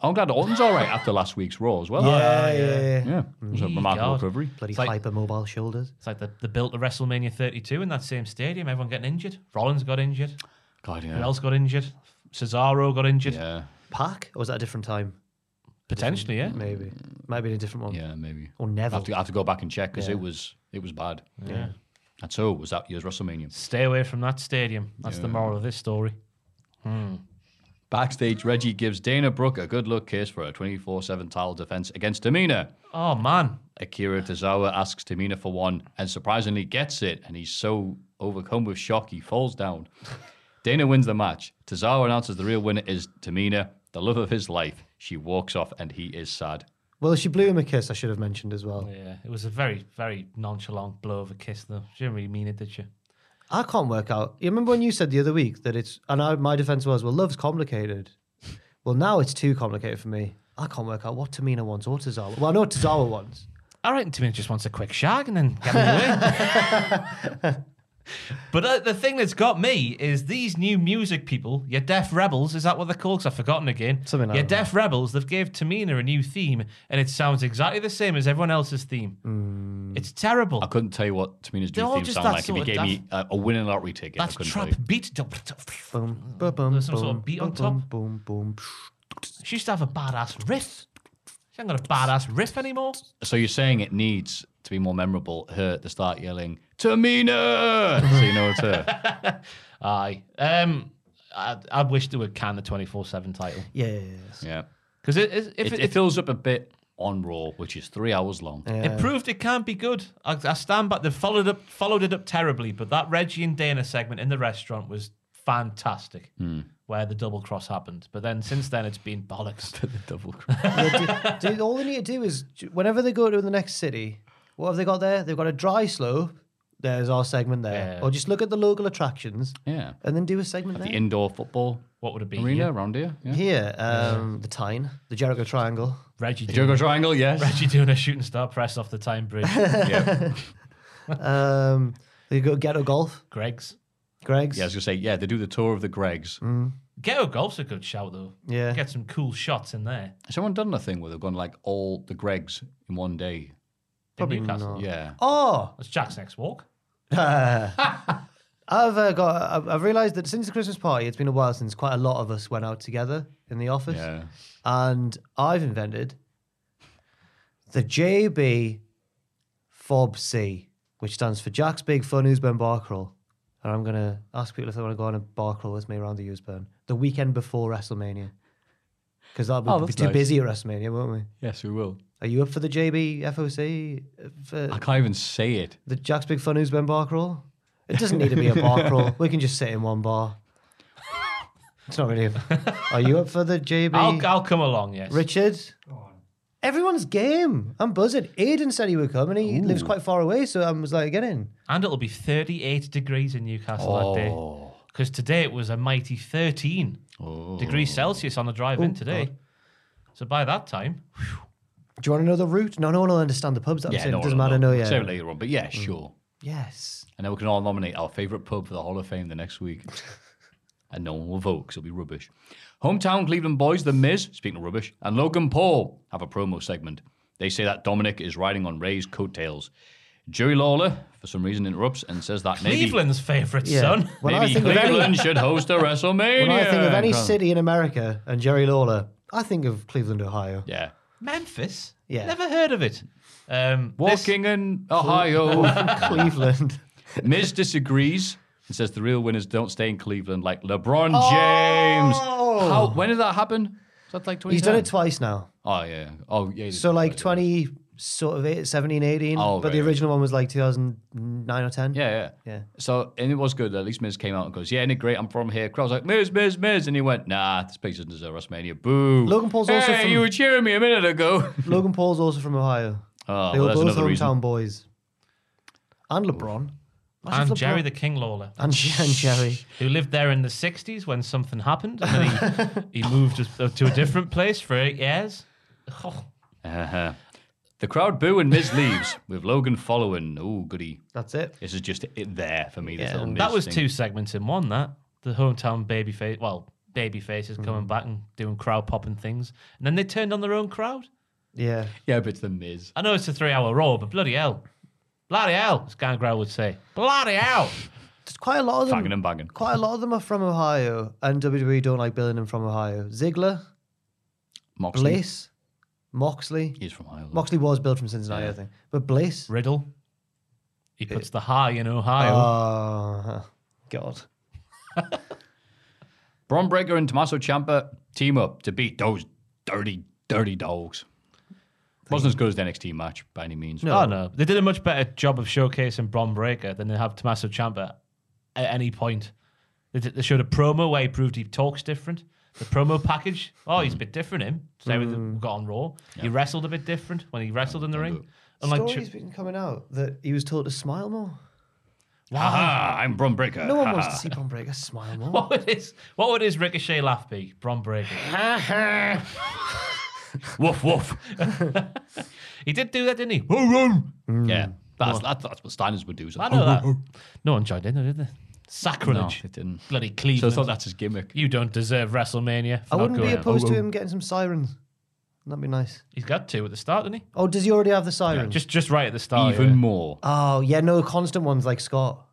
B: I'm glad Oh, Orton's all right after last week's Raw as well.
D: Yeah. Yeah. yeah.
B: Yeah. It was a
C: Me
B: remarkable
C: God.
B: recovery.
D: Bloody
C: It's like-
D: hypermobile shoulders.
C: It's like the, the built to WrestleMania 32 in that same stadium. Everyone getting injured. Rollins got injured.
B: God,
C: Who
B: yeah.
C: else got injured? Cesaro got injured.
B: Yeah.
D: Pack or was that a different time?
C: Potentially, yeah.
D: Maybe. Might have been a different one.
B: Mm. Yeah, maybe.
D: Or
B: I
D: Neville.
B: have to, I have to go back and check because
D: Yeah.
B: it was it was bad.
C: Yeah.
B: And so was that year's WrestleMania.
C: Stay away from that stadium. That's the moral of this story.
B: Backstage, Reggie gives Dana Brooke a good look kiss for a 24 7 title defense against Tamina.
C: Oh, man.
B: Akira Tozawa asks Tamina for one and surprisingly gets it, and he's so overcome with shock he falls down. Dana wins the match. Tozawa announces the real winner is Tamina, the love of his life. She walks off and he is sad.
D: Well, she blew him a kiss, I should have mentioned as well.
C: Yeah, it was a very, very nonchalant blow of a kiss, though. She didn't really mean it, did she?
D: I can't work out. You remember when you said the other week that it's, and I, my defense was, well, love's complicated. Well, now it's too complicated for me. I can't work out what Tamina wants or Tozawa. Well, I know what Tozawa wants.
C: I reckon Tamina just wants a quick shag and then get away. but uh, the thing that's got me is these new music people, your Deaf Rebels, is that what they're called? 'Cause I've forgotten again.
D: Something like
C: your
D: that.
C: Deaf Rebels, they've gave Tamina a new theme and it sounds exactly the same as everyone else's theme. It's terrible.
B: I couldn't tell you what Tamina's
C: They're
B: new
C: all
B: theme
C: just
B: sound
C: that
B: like if he
C: sort of
B: gave
C: daft-
B: me a, a winning lottery ticket.
C: That's
B: I couldn't
C: trap
B: tell you.
C: beat.
D: Boom, ba- boom,
C: There's some
D: boom,
C: sort of beat on
D: boom,
C: top.
D: Boom, boom, boom.
C: She used to have a badass riff. She ain't got a badass riff anymore.
B: So you're saying it needs to be more memorable, her to start yelling, Tamina! so you know it's her.
C: Aye. Um, I, I wish they would can the 24 7 title.
D: Yeah, yeah, yeah.
B: Yeah.
C: Because it, it, if
B: It, it fills up a bit on Raw, which is three hours long.
C: It proved it can't be good. I, I stand back. They followed up, followed it up terribly. But that Reggie and Dana segment in the restaurant was fantastic,
D: Hmm.
C: where the double cross happened. But then since then, it's been bollocks.
B: Double
D: Yeah, do- do- all they need to do is ju- whenever they go to the next city, what have they got there? They've got a dry slope. There's our segment there.
C: Yeah.
D: Or just look at the local attractions
B: Yeah.
D: and then do a segment
B: The
D: there.
B: indoor football
C: what would it be?
B: arena
C: here?
B: around here. Yeah.
D: Here, um, the Tyne, the Jericho Triangle.
C: Reggie
B: The
C: doing,
B: Jericho Triangle, yes.
C: Reggie doing a shooting star press off the time bridge.
B: yeah.
D: Um, they go ghetto golf,
C: Greg's
D: Greg's.
B: yeah, I was gonna say, yeah, they do the tour of the Gregs.
D: Mm.
C: ghetto golf's a good shout though.
D: Yeah.
C: get some cool shots in there.
B: Has Someone done a thing where they've gone like all the Gregs in one day.
D: Probably
C: Newcastle.
D: not.
B: Yeah.
D: Oh,
C: That's Jack's next walk.
D: I've uh, got. I've, I've realised that since the Christmas party, it's been a while since quite a lot of us went out together in the office.
B: Yeah.
D: And I've invented the JB Fob C, which stands for Jack's Big Fun Usburn Bar Crawl. And I'm gonna ask people if they want to go on a bar crawl with me around the Usburn the weekend before WrestleMania, because that would
B: Oh,
D: be
B: that's
D: too
B: nice.
D: busy at WrestleMania, won't we?
B: Yes, we will.
D: Are you up for the JB FOC? uh, For,
B: I can't even say it.
D: the Jack's Big Fun Who's Been Bar Crawl? It doesn't need to be a bar crawl. We can just sit in one bar. It's not really. a- Are you up for the JB?
C: I'll, I'll come along, yes.
D: Richard?
E: Go on.
D: Everyone's game. I'm buzzing. Aiden said he would come and he lives quite far away, so I was like, get in.
C: And it'll be 38 degrees in Newcastle that
B: Oh.
C: day. Because today it was a mighty 13 degrees Celsius on the drive in
D: Oh,
C: today.
D: God.
C: So by that time,
D: Do you want to know the route? No, no one will understand the pubs that I'm saying. it doesn't matter, no, yeah. Mm.
B: Say it later on, but yeah, sure.
D: Yes.
B: And then we can all nominate our favourite pub for the Hall of Fame the next week. and no one will vote because it'll be rubbish. Hometown Cleveland boys, The Miz, speaking of rubbish, and Logan Paul have a promo segment. They say that Dominic is riding on Ray's coattails. Jerry Lawler, for some reason, interrupts and says that maybe,
C: Cleveland's favourite
D: Yeah.
C: son.
D: When I
B: maybe
D: think of any-
B: Cleveland should host a WrestleMania.
D: When I think of any
B: Come on.
D: city in America and Jerry Lawler, I think of Cleveland, Ohio.
B: Yeah.
C: Memphis?
D: Yeah.
C: Never heard of it. Um, this-
B: Walking in Ohio.
D: Cleveland.
B: Miz disagrees and says the real winners don't stay in Cleveland like LeBron James.
D: Oh!
B: How, when did that happen? Is that like 2010?
D: He's done it twice now.
B: Oh yeah. Oh yeah. he did
D: So
B: it
D: like
B: twice.
D: 20, sort of eight, 17, 18.
B: Oh,
D: but
B: right,
D: the
B: right.
D: original one was like 2009 or 10.
B: Yeah, yeah,
D: Yeah.
B: So and it was good. At least Miz came out and goes, "Yeah, isn't it great? I'm from here." Crowd's like, "Miz, Miz, Miz," and he went, "Nah, this place doesn't deserve WrestleMania." Boo.
D: Logan Paul's
B: hey,
D: also from-
B: you were cheering me a minute ago.
D: Logan Paul's also from Ohio.
B: Oh,
D: they
B: well,
D: were
B: that's
D: both hometown
B: another reason.
D: boys. And LeBron. Imagine
C: and
D: if
C: Jerry
D: LeBron-
C: the King Lawler,
D: and, and Jerry.
C: who lived there in the 60s when something happened. And then he, he moved to- to a different place for eight years. Oh,
B: Uh-huh. The crowd boo and Miz leaves with Logan following. Oh, goody.
D: That's it.
B: This is just it there for me. This
D: Yeah,
B: little Miz
C: that was
B: thing.
C: two segments in one. That the hometown baby face, well, baby faces
D: Mm-hmm.
C: coming back and doing crowd popping things, and then they turned on their own crowd.
D: Yeah.
B: Yeah, but it's the Miz.
C: I know it's a three-hour roll, but bloody hell, bloody hell, as Gangrel would say, bloody hell.
D: There's quite a lot of them.
B: Banging and banging.
D: Quite a lot of them are from Ohio. And WWE don't like billing them from Ohio. Ziggler,
B: Moxley.
D: Blaze, Moxley.
B: He's from Ireland.
D: Moxley was billed from Cincinnati, I think. But Blaze.
C: Riddle, he puts the high in Ohio.
D: Oh, God.
B: Braun Breaker and Tommaso Ciampa team up to beat those dirty, dirty dogs. Wasn't as good as the NXT match by any means.
C: oh no, they did a much better job of showcasing Bron Breaker than they have Tommaso Ciampa at any point. They, did, they showed a promo where he proved he talks different. The promo package, oh, he's a bit different. Him, today with we got on Raw. He wrestled a bit different when he wrestled in the ring. Unlike
D: Stories
C: Ch-
D: been coming out that he was told to smile more.
B: Aha, ah, I'm Braun Breaker.
D: No one wants to see Braun Breaker smile more.
C: what would his what would his ricochet laugh be? Bron Breaker.
B: woof, woof.
C: He did do that, didn't he? I
B: yeah, that's, that's, that's what standards would do. So
C: know that. No one joined in, though, did they?
B: No,
C: Sacrilege.
B: it didn't.
C: Bloody
B: So I
C: Cleveland.
B: thought that's his gimmick.
C: you don't deserve WrestleMania. For
D: I
C: not
D: wouldn't be
C: going. Oh,
D: opposed to him getting some sirens. That'd be nice.
C: He's got two at the start, didn't he?
D: Oh, does he already have the sirens?
C: Just just right at the start.
B: Even
C: yeah.
B: more.
D: oh, yeah, no constant ones like Scott.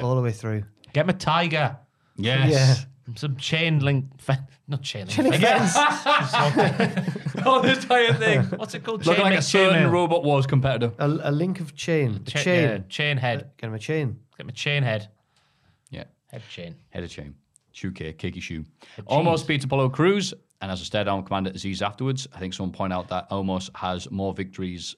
D: All the way through.
C: Get my tiger.
B: Yes.
C: Some chain link, fen- not chain link. fence.
D: Yes.
B: oh, this entire thing.
C: What's it called?
B: Looking
C: chain
B: like
C: link,
B: a certain
C: chainmail.
B: Robot Wars competitor.
D: a, a link of chain. A
C: Cha-
D: chain.
C: yeah, chain head.
D: Get him a chain.
C: Get my chain head.
B: Yeah.
C: Head chain.
B: Head of chain. Shoe kick, kicky shoe. Almost beats Apollo Cruz, and has a stare down with Commander Aziz afterwards. I think someone point out that Almost has more victories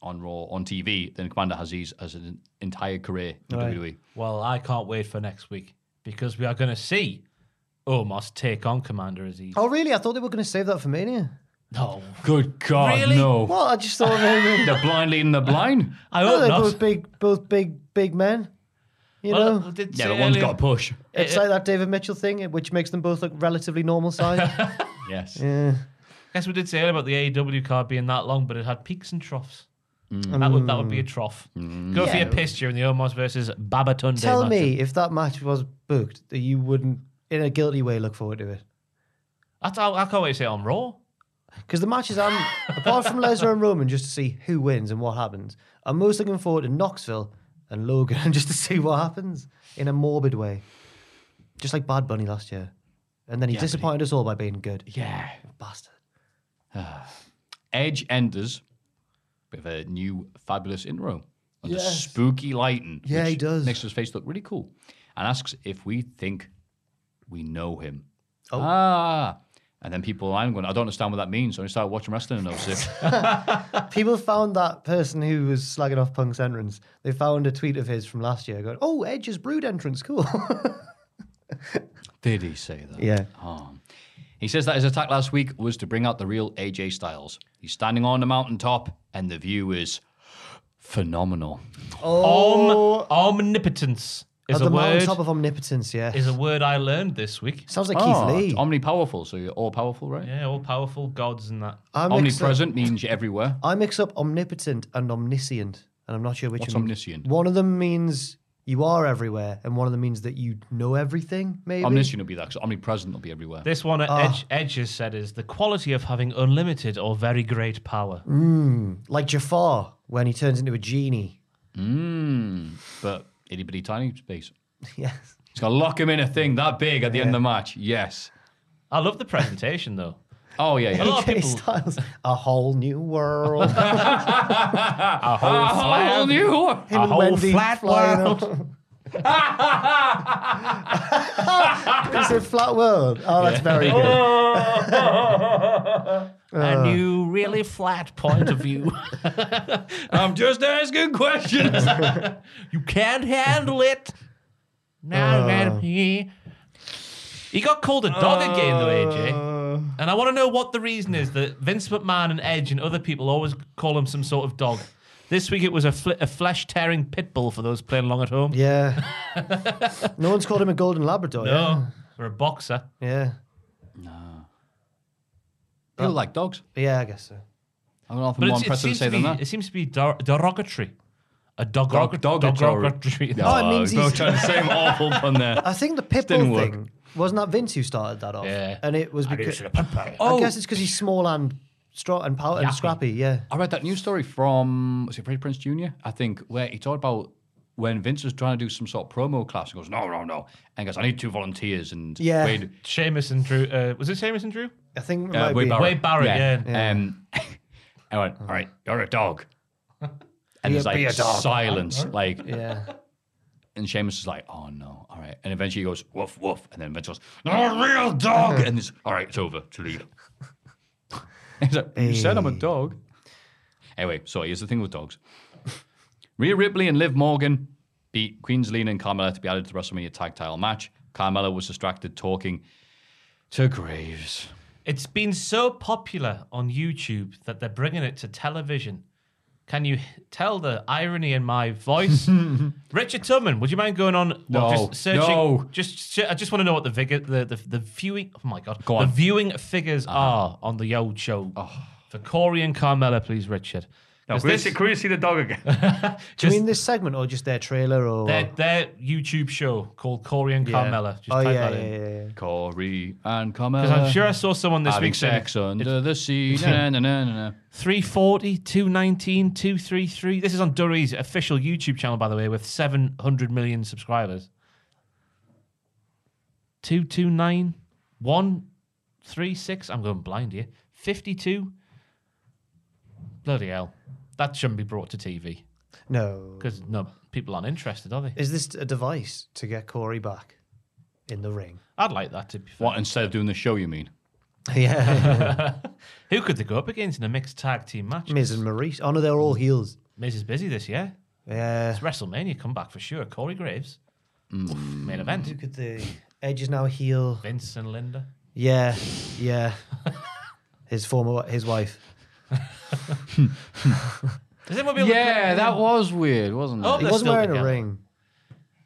B: on Raw on TV than Commander Aziz has an entire career in E.
D: Right.
B: WWE.
C: Well, I can't wait for next week because we are going to see Omos take on Commander Aziz.
D: Oh, really? I thought they were going to save that for Mania.
C: No,
B: Good God,
C: Really?
B: no.
D: Well, I just thought maybe.
B: The blind leading the blind?
C: I
D: no,
C: hope
D: they're
C: not.
D: both big, both big, big men. You
C: Well,
D: know,
C: we did
B: yeah,
C: say
B: but one's
C: earlier-
B: got a push.
D: it's like that David Mitchell thing, which makes them both look relatively normal size.
B: Yes.
D: yeah.
C: I guess we did say earlier about the AEW card being that long, but it had peaks and troughs. That would that would
D: Mm.
C: be a trough.
B: Mm.
C: Go for your piss during the Omos versus Babatunde.
D: Tell
C: matchup.
D: me if that match was booked, that you wouldn't, in a guilty way, look forward to it.
C: That's, I, I can't wait to see it on Raw.
D: because the matches I'm apart from Lesnar and Roman, just to see who wins and what happens. I'm most looking forward to Knoxville and Logan, just to see what happens in a morbid way, just like Bad Bunny last year, and then he disappointed us all by being good.
B: Yeah.
D: bastard.
B: Edge Enders with a new fabulous intro. Under spooky lighting.
D: Yeah,
B: which
D: he does.
B: Makes his face look really cool. And asks if we think we know him.
D: Oh.
B: Ah. And then people I'm going, I don't understand what that means. So I started watching wrestling and I was like,
D: People found that person who was slagging off Punk's entrance. They found a tweet of his from last year going, "Oh, Edge's Brood entrance, cool."
B: Did he say that?
D: yeah.
B: He says that his attack last week was to bring out the real AJ Styles. He's standing on the mountaintop and the view is phenomenal.
C: Om- omnipotence is
D: Oh, At
C: a
D: the
C: word.
D: mountaintop of omnipotence. Yeah.
C: Is a word I learned this week.
D: Sounds like
B: Oh,
D: Keith Lee.
B: Omni powerful, so you're all powerful, right?
C: Yeah, all powerful gods and that.
D: I mix up-
B: Omnipresent means you're everywhere.
D: I mix up omnipotent and omniscient, and I'm not sure which
B: What's
D: one.
B: omniscient?
D: One of them means you are everywhere, and one of them means that you know everything. Maybe
B: Omniscient will be that, 'cause omnipresent will be everywhere.
C: This one, Edge, Edge has said, is the quality of having unlimited or very great power.
D: like Jafar when he turns into a genie.
B: Mm, but itty bitty tiny space.
D: Yes.
B: He's got to lock him in a thing that big at the end of the match. Yes.
C: I love the presentation, though.
B: Oh, yeah,
C: A
B: yeah.
C: lot of
D: AJ
C: people.
D: Styles, a whole new world. Him
C: A whole, flat-
B: whole new one.
C: a
D: and
C: whole
D: Wendy
C: flat
D: flying
C: world.
D: up. he said flat world. Oh, that's very good.
C: a new, really flat point of view.
B: I'm just asking questions.
C: you can't handle it. Now, man, he he got called a dog again, though, AJ. eh? And I want to know what the reason is that Vince McMahon and Edge and other people always call him some sort of dog. This week it was a, fl- a flesh tearing pit bull for those playing along at home.
D: Yeah. No one's called him a golden Labrador. yet.
C: No, or a boxer.
D: Yeah.
B: People like dogs.
D: Yeah, I guess so.
B: I'm going to offer
C: But
B: more
C: it's, it,
B: impressive to
C: seems
B: say
C: to
B: than
C: be,
B: that.
C: it seems to be der- derogatory. A dog,
B: Dog- derogatory.
C: derogatory.
B: No,
D: Oh, it means
B: we're
D: he's-
B: both trying to say an awful pun there.
D: I think the pit
B: didn't
D: bull
B: work.
D: thing wasn't that Vince who started that off.
C: Yeah.
D: and it was because
B: Oh.
D: I guess it's because he's small and strong and power and scrappy. Yeah,
B: I read that news story from was it Freddie Prince Jr. I think where he talked about when Vince was trying to do some sort of promo class and goes no no no and goes I need two volunteers and
D: Yeah.
B: Wade
C: Seamus and Drew. Uh, was it Seamus and Drew?
D: I think it
B: uh,
D: might
B: Wade
D: be.
B: Barrett.
C: Wade Barrett,
B: Um, I went all right you're a dog and
D: Be a-
B: there's
D: be
B: like
D: a dog.
B: silence like
D: Yeah,
B: and Seamus is like oh no all right and eventually he goes woof woof and then Vince goes no a real dog and it's all right it's over to leave. He's like, you said I'm a dog. Anyway, sorry, here's the thing with dogs. Rhea Ripley and Liv Morgan beat Queen's Lena and Carmella to be added to the WrestleMania tag title match. Carmella was distracted talking to Graves.
C: It's been so popular on YouTube that they're bringing it to television. Can you tell the irony in my voice? Richard Tubman, would you mind going on?
B: No,
C: just searching.
B: no.
C: Just, I just want to know what the vigor, the, the the viewing. Oh my god,
B: Go
C: the
B: on. Uh-huh.
C: viewing figures are on the old show for Corey and Carmella, please, Richard. No,
B: we see the dog again?
D: do you mean this segment or just their trailer or? Oh,
C: their, their YouTube show called Corey and
D: Yeah.
C: Carmella. Just
D: oh
C: type
D: yeah,
C: that in.
D: yeah, yeah, yeah.
B: Corey and Carmella.
C: Because I'm sure I saw someone this uh,
B: having
C: week saying
B: sex under the sea. na, na, na, na, na.
C: 340, 219, 233. This is on Dury's official YouTube channel, by the way, with 700 million subscribers. 229, 136. I'm going blind here. 52. Bloody hell. That shouldn't be brought to TV
D: No,
C: because no people aren't interested, are they?
D: is this a device to get Corey back in the ring?
C: I'd like that to be fair.
B: What, instead of doing the show, you mean?
D: yeah,
C: Who could they go up against in a mixed tag team match?
D: Miz and Maurice. Oh no, they're all heels.
C: Miz is busy this year.
D: Yeah,
C: It's WrestleMania comeback for sure. Corey Graves. Oof, main
D: who
C: event.
D: could the Edge is now a heel?
C: Vince and Linda.
D: Yeah, yeah. His former, his wife.
C: Does anyone be able to-
B: Yeah, that was weird, wasn't it?
C: Oh,
D: He
C: They're
D: wasn't
C: still
D: wearing
C: together.
D: a ring.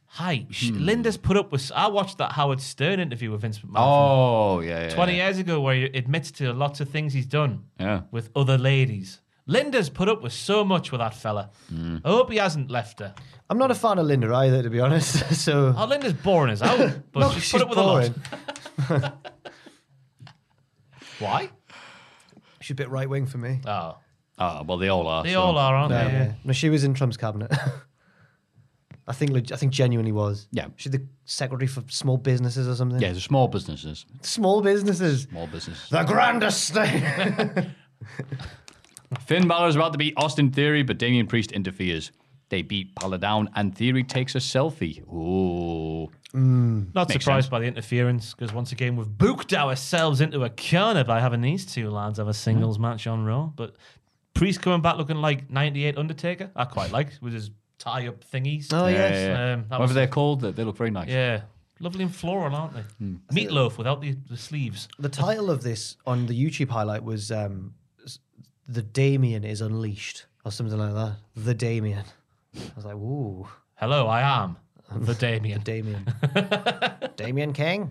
C: Hi, sh
B: Hmm.
C: Linda's put up with. I watched that Howard Stern interview with Vince McMahon
B: oh, yeah, yeah.
C: from twenty
B: yeah.
C: years ago, where he admits to lots of things he's done
B: Yeah.
C: with other ladies. Linda's put up with so much with that fella.
B: Hmm.
C: I hope he hasn't left her.
D: I'm not a fan of Linda either, to be honest. so
C: Oh, Linda's boring as hell, but
D: No,
C: Oh, she's,
D: she's
C: put up with a lot. Why?
D: She's a bit right wing for me.
C: Oh,
B: Ah, well, they all are.
C: they
B: so-
C: all are, aren't
D: No,
C: they?
D: yeah. no, she was in Trump's cabinet. I think leg- I think genuinely was.
B: Yeah.
D: She's the secretary for small businesses or something.
B: Yeah, they're small businesses.
D: Small businesses.
B: Small business.
D: The grandest thing.
B: Finn Balor is about to beat Austin Theory, but Damian Priest interferes. They beat Balor down, and Theory takes a selfie. Ooh.
C: Not
B: Makes
C: surprised
B: sense.
C: by the interference because once again we've booked ourselves into a corner by having these two lads have a singles match on Raw. But Priest coming back looking like '98 Undertaker, I quite like with his tie-up thingies.
D: Oh, yes.
C: Um, that
B: Whatever
C: was-
B: they're called, they, they look very nice.
C: Yeah, lovely and floral, aren't they? Meatloaf without the, the sleeves.
D: The title of this on the YouTube highlight was um, s- "The Damien is Unleashed" or something like that. The Damien. I was like, "Ooh,
C: Hello, I am the Damien.
D: Damien, Damien King."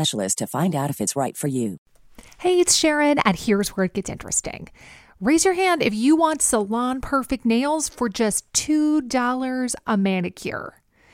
I: to find out if it's right for you.
J: Hey, it's Sharon, and here's where it gets interesting. Raise your hand if you want salon perfect nails for just $2 a manicure.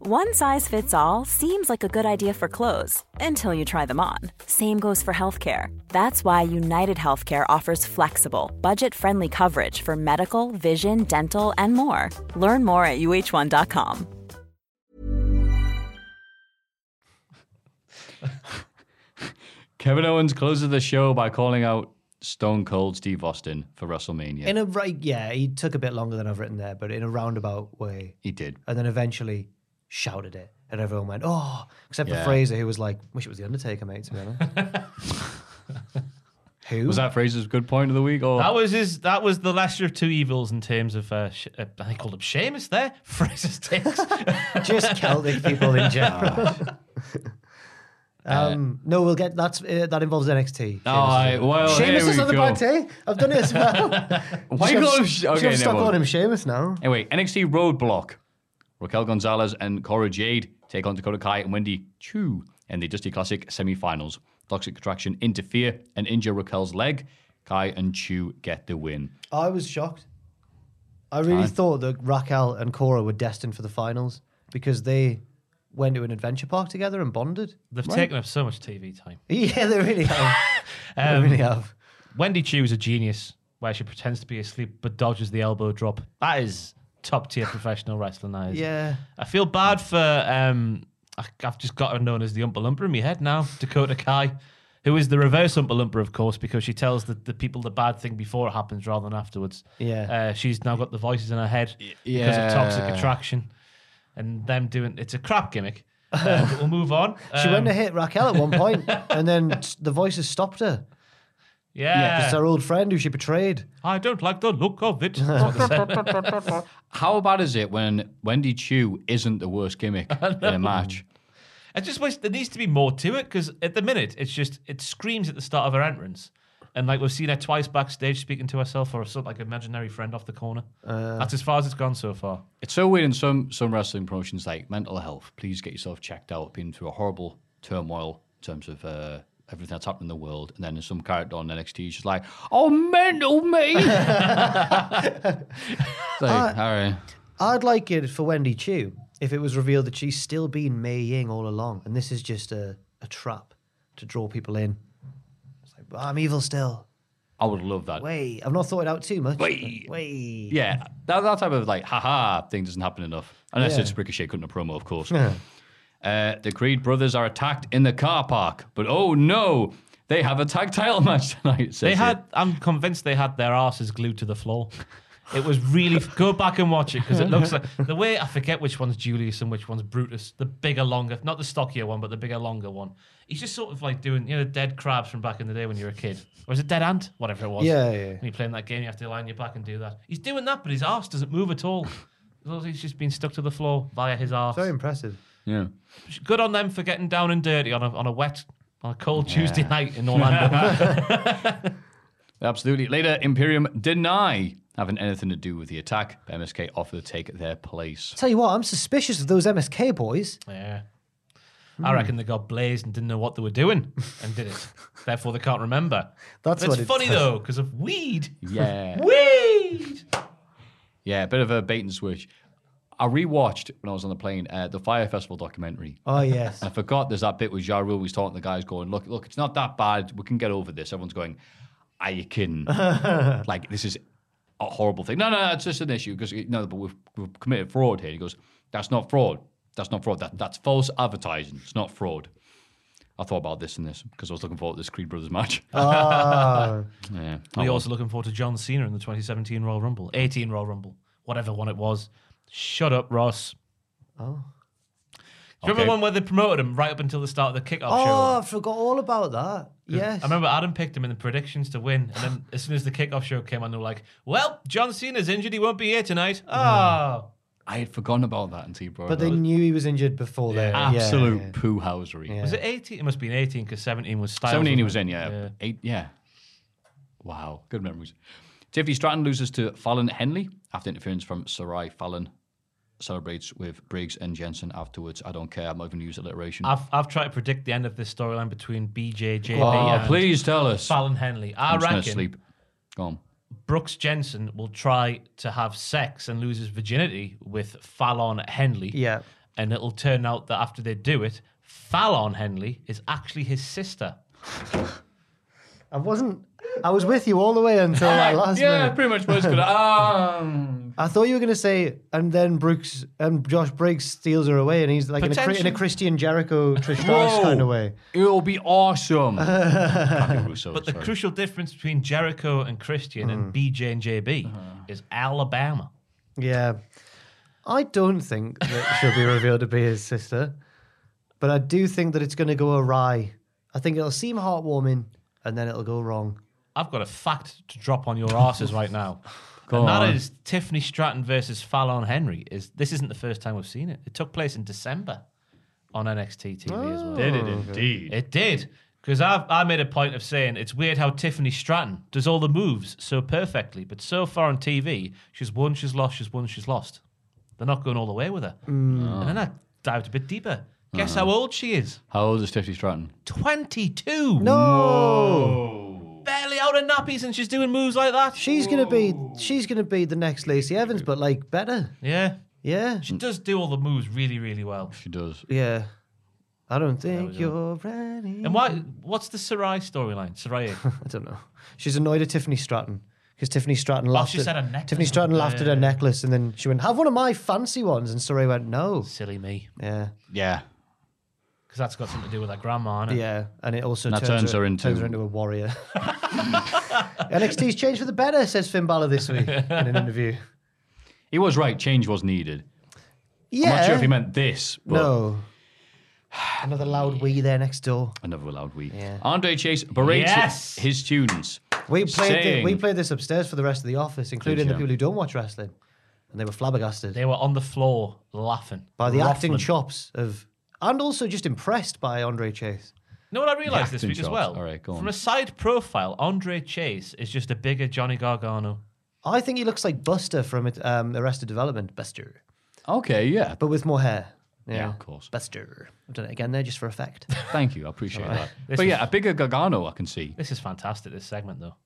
K: One size fits all seems like a good idea for clothes until you try them on. Same goes for healthcare. That's why United Healthcare offers flexible, budget friendly coverage for medical, vision, dental, and more. Learn more at uh1.com.
B: Kevin Owens closes the show by calling out Stone Cold Steve Austin for WrestleMania.
D: In a right, yeah, he took a bit longer than I've written there, but in a roundabout way,
B: he did.
D: and then eventually shouted it, and everyone went, "Oh!" Except for
B: Yeah.
D: Fraser, who was like, "Wish it was the Undertaker, mate." To be honest. Who
B: Was that Fraser's good point of the week? Or
C: That was his. That was the lesser of two evils in terms of. Uh, sh- uh, I called him Seamus there. Fraser's takes.
D: Just Celtic people in general.
B: Ah.
D: um, no, we'll get that's uh, that involves NXT.
B: All right, Oh, well, here
D: Seamus
B: we
D: is on the
B: go.
D: bad day. I've done it as well.
B: Why you got him? sh-
D: Should
B: Okay,
D: have stuck
B: never
D: on
B: mind.
D: him, Seamus. Now
B: Anyway, NXT Roadblock. Raquel Gonzalez and Cora Jade take on Dakota Kai and Wendy Chu in the Dusty Classic semi-finals. Toxic Attraction interfere and injure Raquel's leg. Kai and Chu get the win.
D: I was shocked. I really thought that Raquel and Cora were destined for the finals because they went to an adventure park together and bonded.
C: They've taken up so much TV time.
D: Yeah, they really have.
C: Um,
D: they really have.
C: Wendy Chu is a genius, where she pretends to be asleep but dodges the elbow drop. That is top tier professional wrestling. That is.
D: Yeah.
C: I feel bad for. Um, I, I've just got her known as the Umpa Lumper in my head now. Dakota Kai, who is the reverse Umpa Lumper, of course, because she tells the, the people the bad thing before it happens rather than afterwards.
D: Yeah.
C: Uh, she's now got the voices in her head because of toxic
B: yeah.
C: attraction and them doing it's a crap gimmick. Uh, but we'll move on.
D: She
C: Um,
D: went to hit Raquel at one point, and then s- the voices stopped her.
C: Yeah.
D: It's her old friend who she betrayed.
C: I don't like the look of it. That's what they said.
B: How bad is it when Wendy Chu isn't the worst gimmick in a match?
C: I just wish there needs to be more to it because at the minute it's just it screams at the start of her entrance, and like we've seen her twice backstage speaking to herself or some like imaginary friend off the corner. That's as far as it's gone so far.
B: It's so weird in some some wrestling promotions like mental health. Please get yourself checked out. Been through a horrible turmoil in terms of uh, everything that's happened in the world, and then there's some character on NXT is just like, "Oh, mental me." It's like,
D: Uh,
B: all right.
D: I'd like it for Wendy Chu if it was revealed that she's still been Mei Ying all along, and this is just a, a trap to draw people in. It's like, "But I'm evil still.
B: I would love that.
D: Wait, I've not thought it out too much.
B: Wait.
D: Wait.
B: Yeah, that, that type of like haha thing doesn't happen enough. Unless
D: Yeah.
B: it's Ricochet cutting a promo, of course.
D: Yeah.
B: Uh, the Creed brothers are attacked in the car park, but oh no, they have a tag title match tonight.
C: They
B: says
C: had. I'm convinced they had their asses glued to the floor. It was really go back and watch it because it looks like the way I forget which one's Julius and which one's Brutus. The bigger, longer, not the stockier one, but the bigger, longer one. He's just sort of like doing you know dead crabs from back in the day when you were a kid, or is it dead ant, whatever it was.
D: Yeah, yeah.
C: When you're playing that game, you have to line your back and do that. He's doing that, but his ass doesn't move at all. Well, He's just been stuck to the floor via his ass.
D: Very impressive.
B: Yeah.
C: Good on them for getting down and dirty on a on a wet, on a cold Tuesday night in Orlando.
B: Absolutely. Later, Imperium deny having anything to do with the attack. But MSK offer to take their place.
D: Tell you what, I'm suspicious of those MSK boys.
C: Yeah. I
D: Hmm.
C: reckon they got blazed and didn't know what they were doing and did it. Therefore, they can't remember.
D: That's
C: But
D: what
C: it's
D: it
C: funny
D: says.
C: though, because of weed.
B: Yeah.
C: weed.
D: Oh,
B: Yeah, a bit of a bait and switch. I rewatched when I was on the plane uh, the Fire Festival documentary.
D: Oh yes.
B: And I forgot there's that bit where Ja Rule was talking to the guys going, look, look, it's not that bad. We can get over this. Everyone's going, are you kidding? like, this is a horrible thing. No, no, no, it's just an issue because, no, but we've, we've committed fraud here. He goes, that's not fraud. That's not fraud. That, that's false advertising. It's not fraud. I thought about this and this because I was looking forward to this Creed Brothers match.
D: Uh, Oh.
B: yeah.
C: We're also looking forward to John Cena in the 2017 Royal Rumble, 18 Royal Rumble, whatever one it was. Shut up, Ross.
D: Oh.
C: Do you remember
B: Okay.
C: one where they promoted him right up until the start of the kickoff show?
D: Oh, I forgot all about that.
C: 'Cause
D: Yes.
C: I remember Adam picked him in the predictions to win, and then as soon as the kickoff show came on, they were like, "Well, John Cena's injured; he won't be here tonight."
D: Mm.
C: Oh,
B: I had forgotten about that until you brought
D: But
B: it
D: they
B: up.
D: knew he was injured before then. Yeah,
B: Absolute
D: yeah.
B: poo housery.
D: Yeah.
C: was it eighteen? It must be eighteen because seventeen was Styles.
B: 17 he was in,
C: wasn't it?
B: yeah. Eight, yeah. Wow, good memories. Tiffany Stratton loses to Fallon Henley after interference from Sarai Fallon. Celebrates with Briggs and Jensen afterwards. I don't care. I'm not even use alliteration.
C: I've, I've tried to predict the end of this storyline between BJJB
B: oh,
C: and
B: please tell us.
C: Fallon Henley. I
B: I'm just gonna
C: reckon
B: sleep. Go on.
C: Brooks Jensen will try to have sex and lose his virginity with Fallon Henley.
D: Yeah.
C: And it'll turn out that after they do it, Fallon Henley is actually his sister.
D: I wasn't. I was with you all the way until that last
B: yeah,
D: minute.
B: pretty much was good. Um,
D: I thought you were going to say, and then Brooks and Josh Briggs steals her away, and he's like in a, Chri- in a
C: Potential-
D: Christian Jericho Trish Stratus kind of way.
B: it'll be awesome. Can't be Russo,
C: But the
B: sorry.
C: crucial difference between Jericho and Christian and BJ and JB
B: Uh-huh.
C: is Alabama.
D: Yeah. I don't think that she'll be revealed to be his sister, but I do think that it's going to go awry. I think it'll seem heartwarming, and then it'll go wrong.
C: I've got a fact to drop on your asses right now.
B: Go
C: and
B: on.
C: that is Tiffany Stratton versus Fallon Henry. Is this isn't the first time we've seen it. It took place in December on NXT TV as well.
B: Did it indeed.
C: It did. Because I I made a point of saying it's weird how Tiffany Stratton does all the moves so perfectly, but so far on TV, she's won, she's lost, she's won, she's lost. They're not going all the way with her.
B: Mm.
C: And then I dived a bit deeper. Guess
B: Uh-huh.
C: how old she is?
B: How old is Tiffany Stratton?
C: 22.
D: No,
C: Barely out of nappies and she's doing moves like that.
D: she's going to be she's going to be the next Lacey Evans, but like better.
C: Yeah.
D: Yeah,
C: She does do all the moves really, really well.
B: She does.
D: yeah. I don't think you're ready.
C: And why? What's the Sarai storyline? Sarai.
D: I don't know. She's annoyed at Tiffany Stratton because Tiffany Stratton laughed.
C: Oh, she
D: at,
C: said her necklace.
D: Tiffany Stratton
C: Yeah,
D: laughed at
C: yeah,
D: her
C: yeah.
D: necklace, and then she went, "Have one of my fancy ones." And Saray went, "No."
C: Silly me,
D: Yeah,
B: Yeah.
C: because that's got something to do with her grandma. Innit?
D: yeah. And it also
B: And that
D: turns, her, into turns her into a warrior. NXT's changed for the better, says Finn Balor this week in an interview.
B: He was right. Change was needed.
D: Yeah.
B: I'm not sure if he meant this, but
D: no. Another loud wee there next door.
B: another loud week.
D: Yeah.
B: Andre Chase berates
C: Yes!
B: his students.
D: We played thi-
B: Saying-
D: we played this upstairs for the rest of the office, including the
B: you?
D: people who don't watch wrestling, and they were flabbergasted.
C: They were on the floor laughing
D: by the acting
C: Ruffling.
D: chops of, and also just impressed by Andre Chase.
C: You know what I realised this
B: acting
C: week as
B: chops.
C: well?
B: All right, go
C: From
B: on.
C: a side profile, Andre Chase is just a bigger Johnny Gargano.
D: I think he looks like Buster from um, Arrested Development, Buster,
B: Okay, yeah.
D: but with more hair.
B: Yeah, of course.
D: Buster. I've done it again there just for effect.
B: Thank you. I appreciate
D: Alright.
B: that.
D: This
B: but
D: is-
B: yeah, a bigger Gargano I can see.
C: This is fantastic, this segment, though.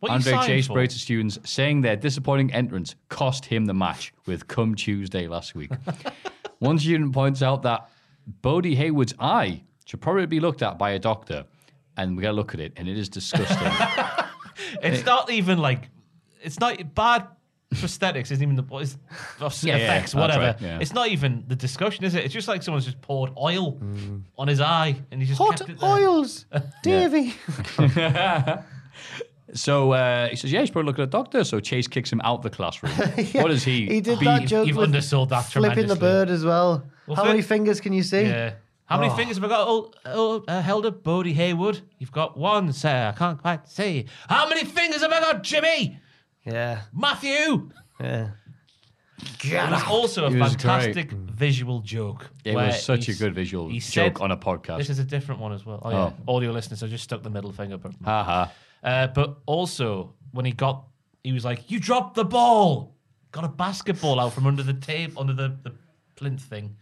C: What are you
B: Andre
C: sighing
B: Chase
C: for?
B: Brater students saying their disappointing entrance cost him the match with Come Tuesday last week. One student points out that Bodie Hayward's eye should probably be looked at by a doctor, and we got to look at it, and it is disgusting.
C: It's not even like it's not bad prosthetics. Isn't even the it's, effects,
B: Yeah, yeah, that's
C: whatever.
B: right, yeah.
C: It's not even the discussion, is it? It's just like someone's just poured oil on his eye and he just
D: Hot
C: kept it there.
D: oils, Davy.
B: so uh, he says, "Yeah, he's probably looking at a doctor." So Chase kicks him out the classroom. What is he?
D: He did
B: Be-
D: that joke
C: You've
D: with
C: undersold that
D: flipping the
C: tremendously.
D: bird as well.
C: Well,
D: How
C: flip-
D: many fingers can you see?
C: Yeah. How many
D: Oh.
C: fingers have I got? Oh, oh uh, held up, Bodie Haywood. You've got one, sir. I can't quite see. How many fingers have I got, Jimmy?
D: Yeah.
C: Matthew.
D: Yeah.
C: It was also a
B: It was
C: fantastic visual joke.
B: It
C: where
B: was such a
C: he's-
B: good visual
C: he
B: joke
C: said-
B: on a podcast.
C: This is a different one as well. Oh, yeah. Audio listeners, I just stuck the middle finger. But,
B: Ha ha.
C: uh, but also, when he got, he was like, You dropped the ball. Got a basketball out from under the tape, under the, the plinth thing.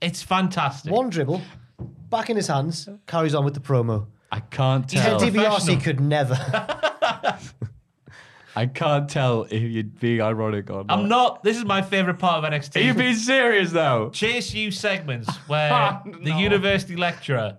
C: It's fantastic.
D: One dribble, back in his hands, carries on with the promo.
B: I can't
C: He's a
B: tell.
C: div-
D: DiBiase
C: Professional.
D: could never.
B: I can't tell if you'd be ironic or not.
C: I'm not. This is my favorite part of NXT.
B: Are you being serious though?
C: Chase U segments where the university lecturer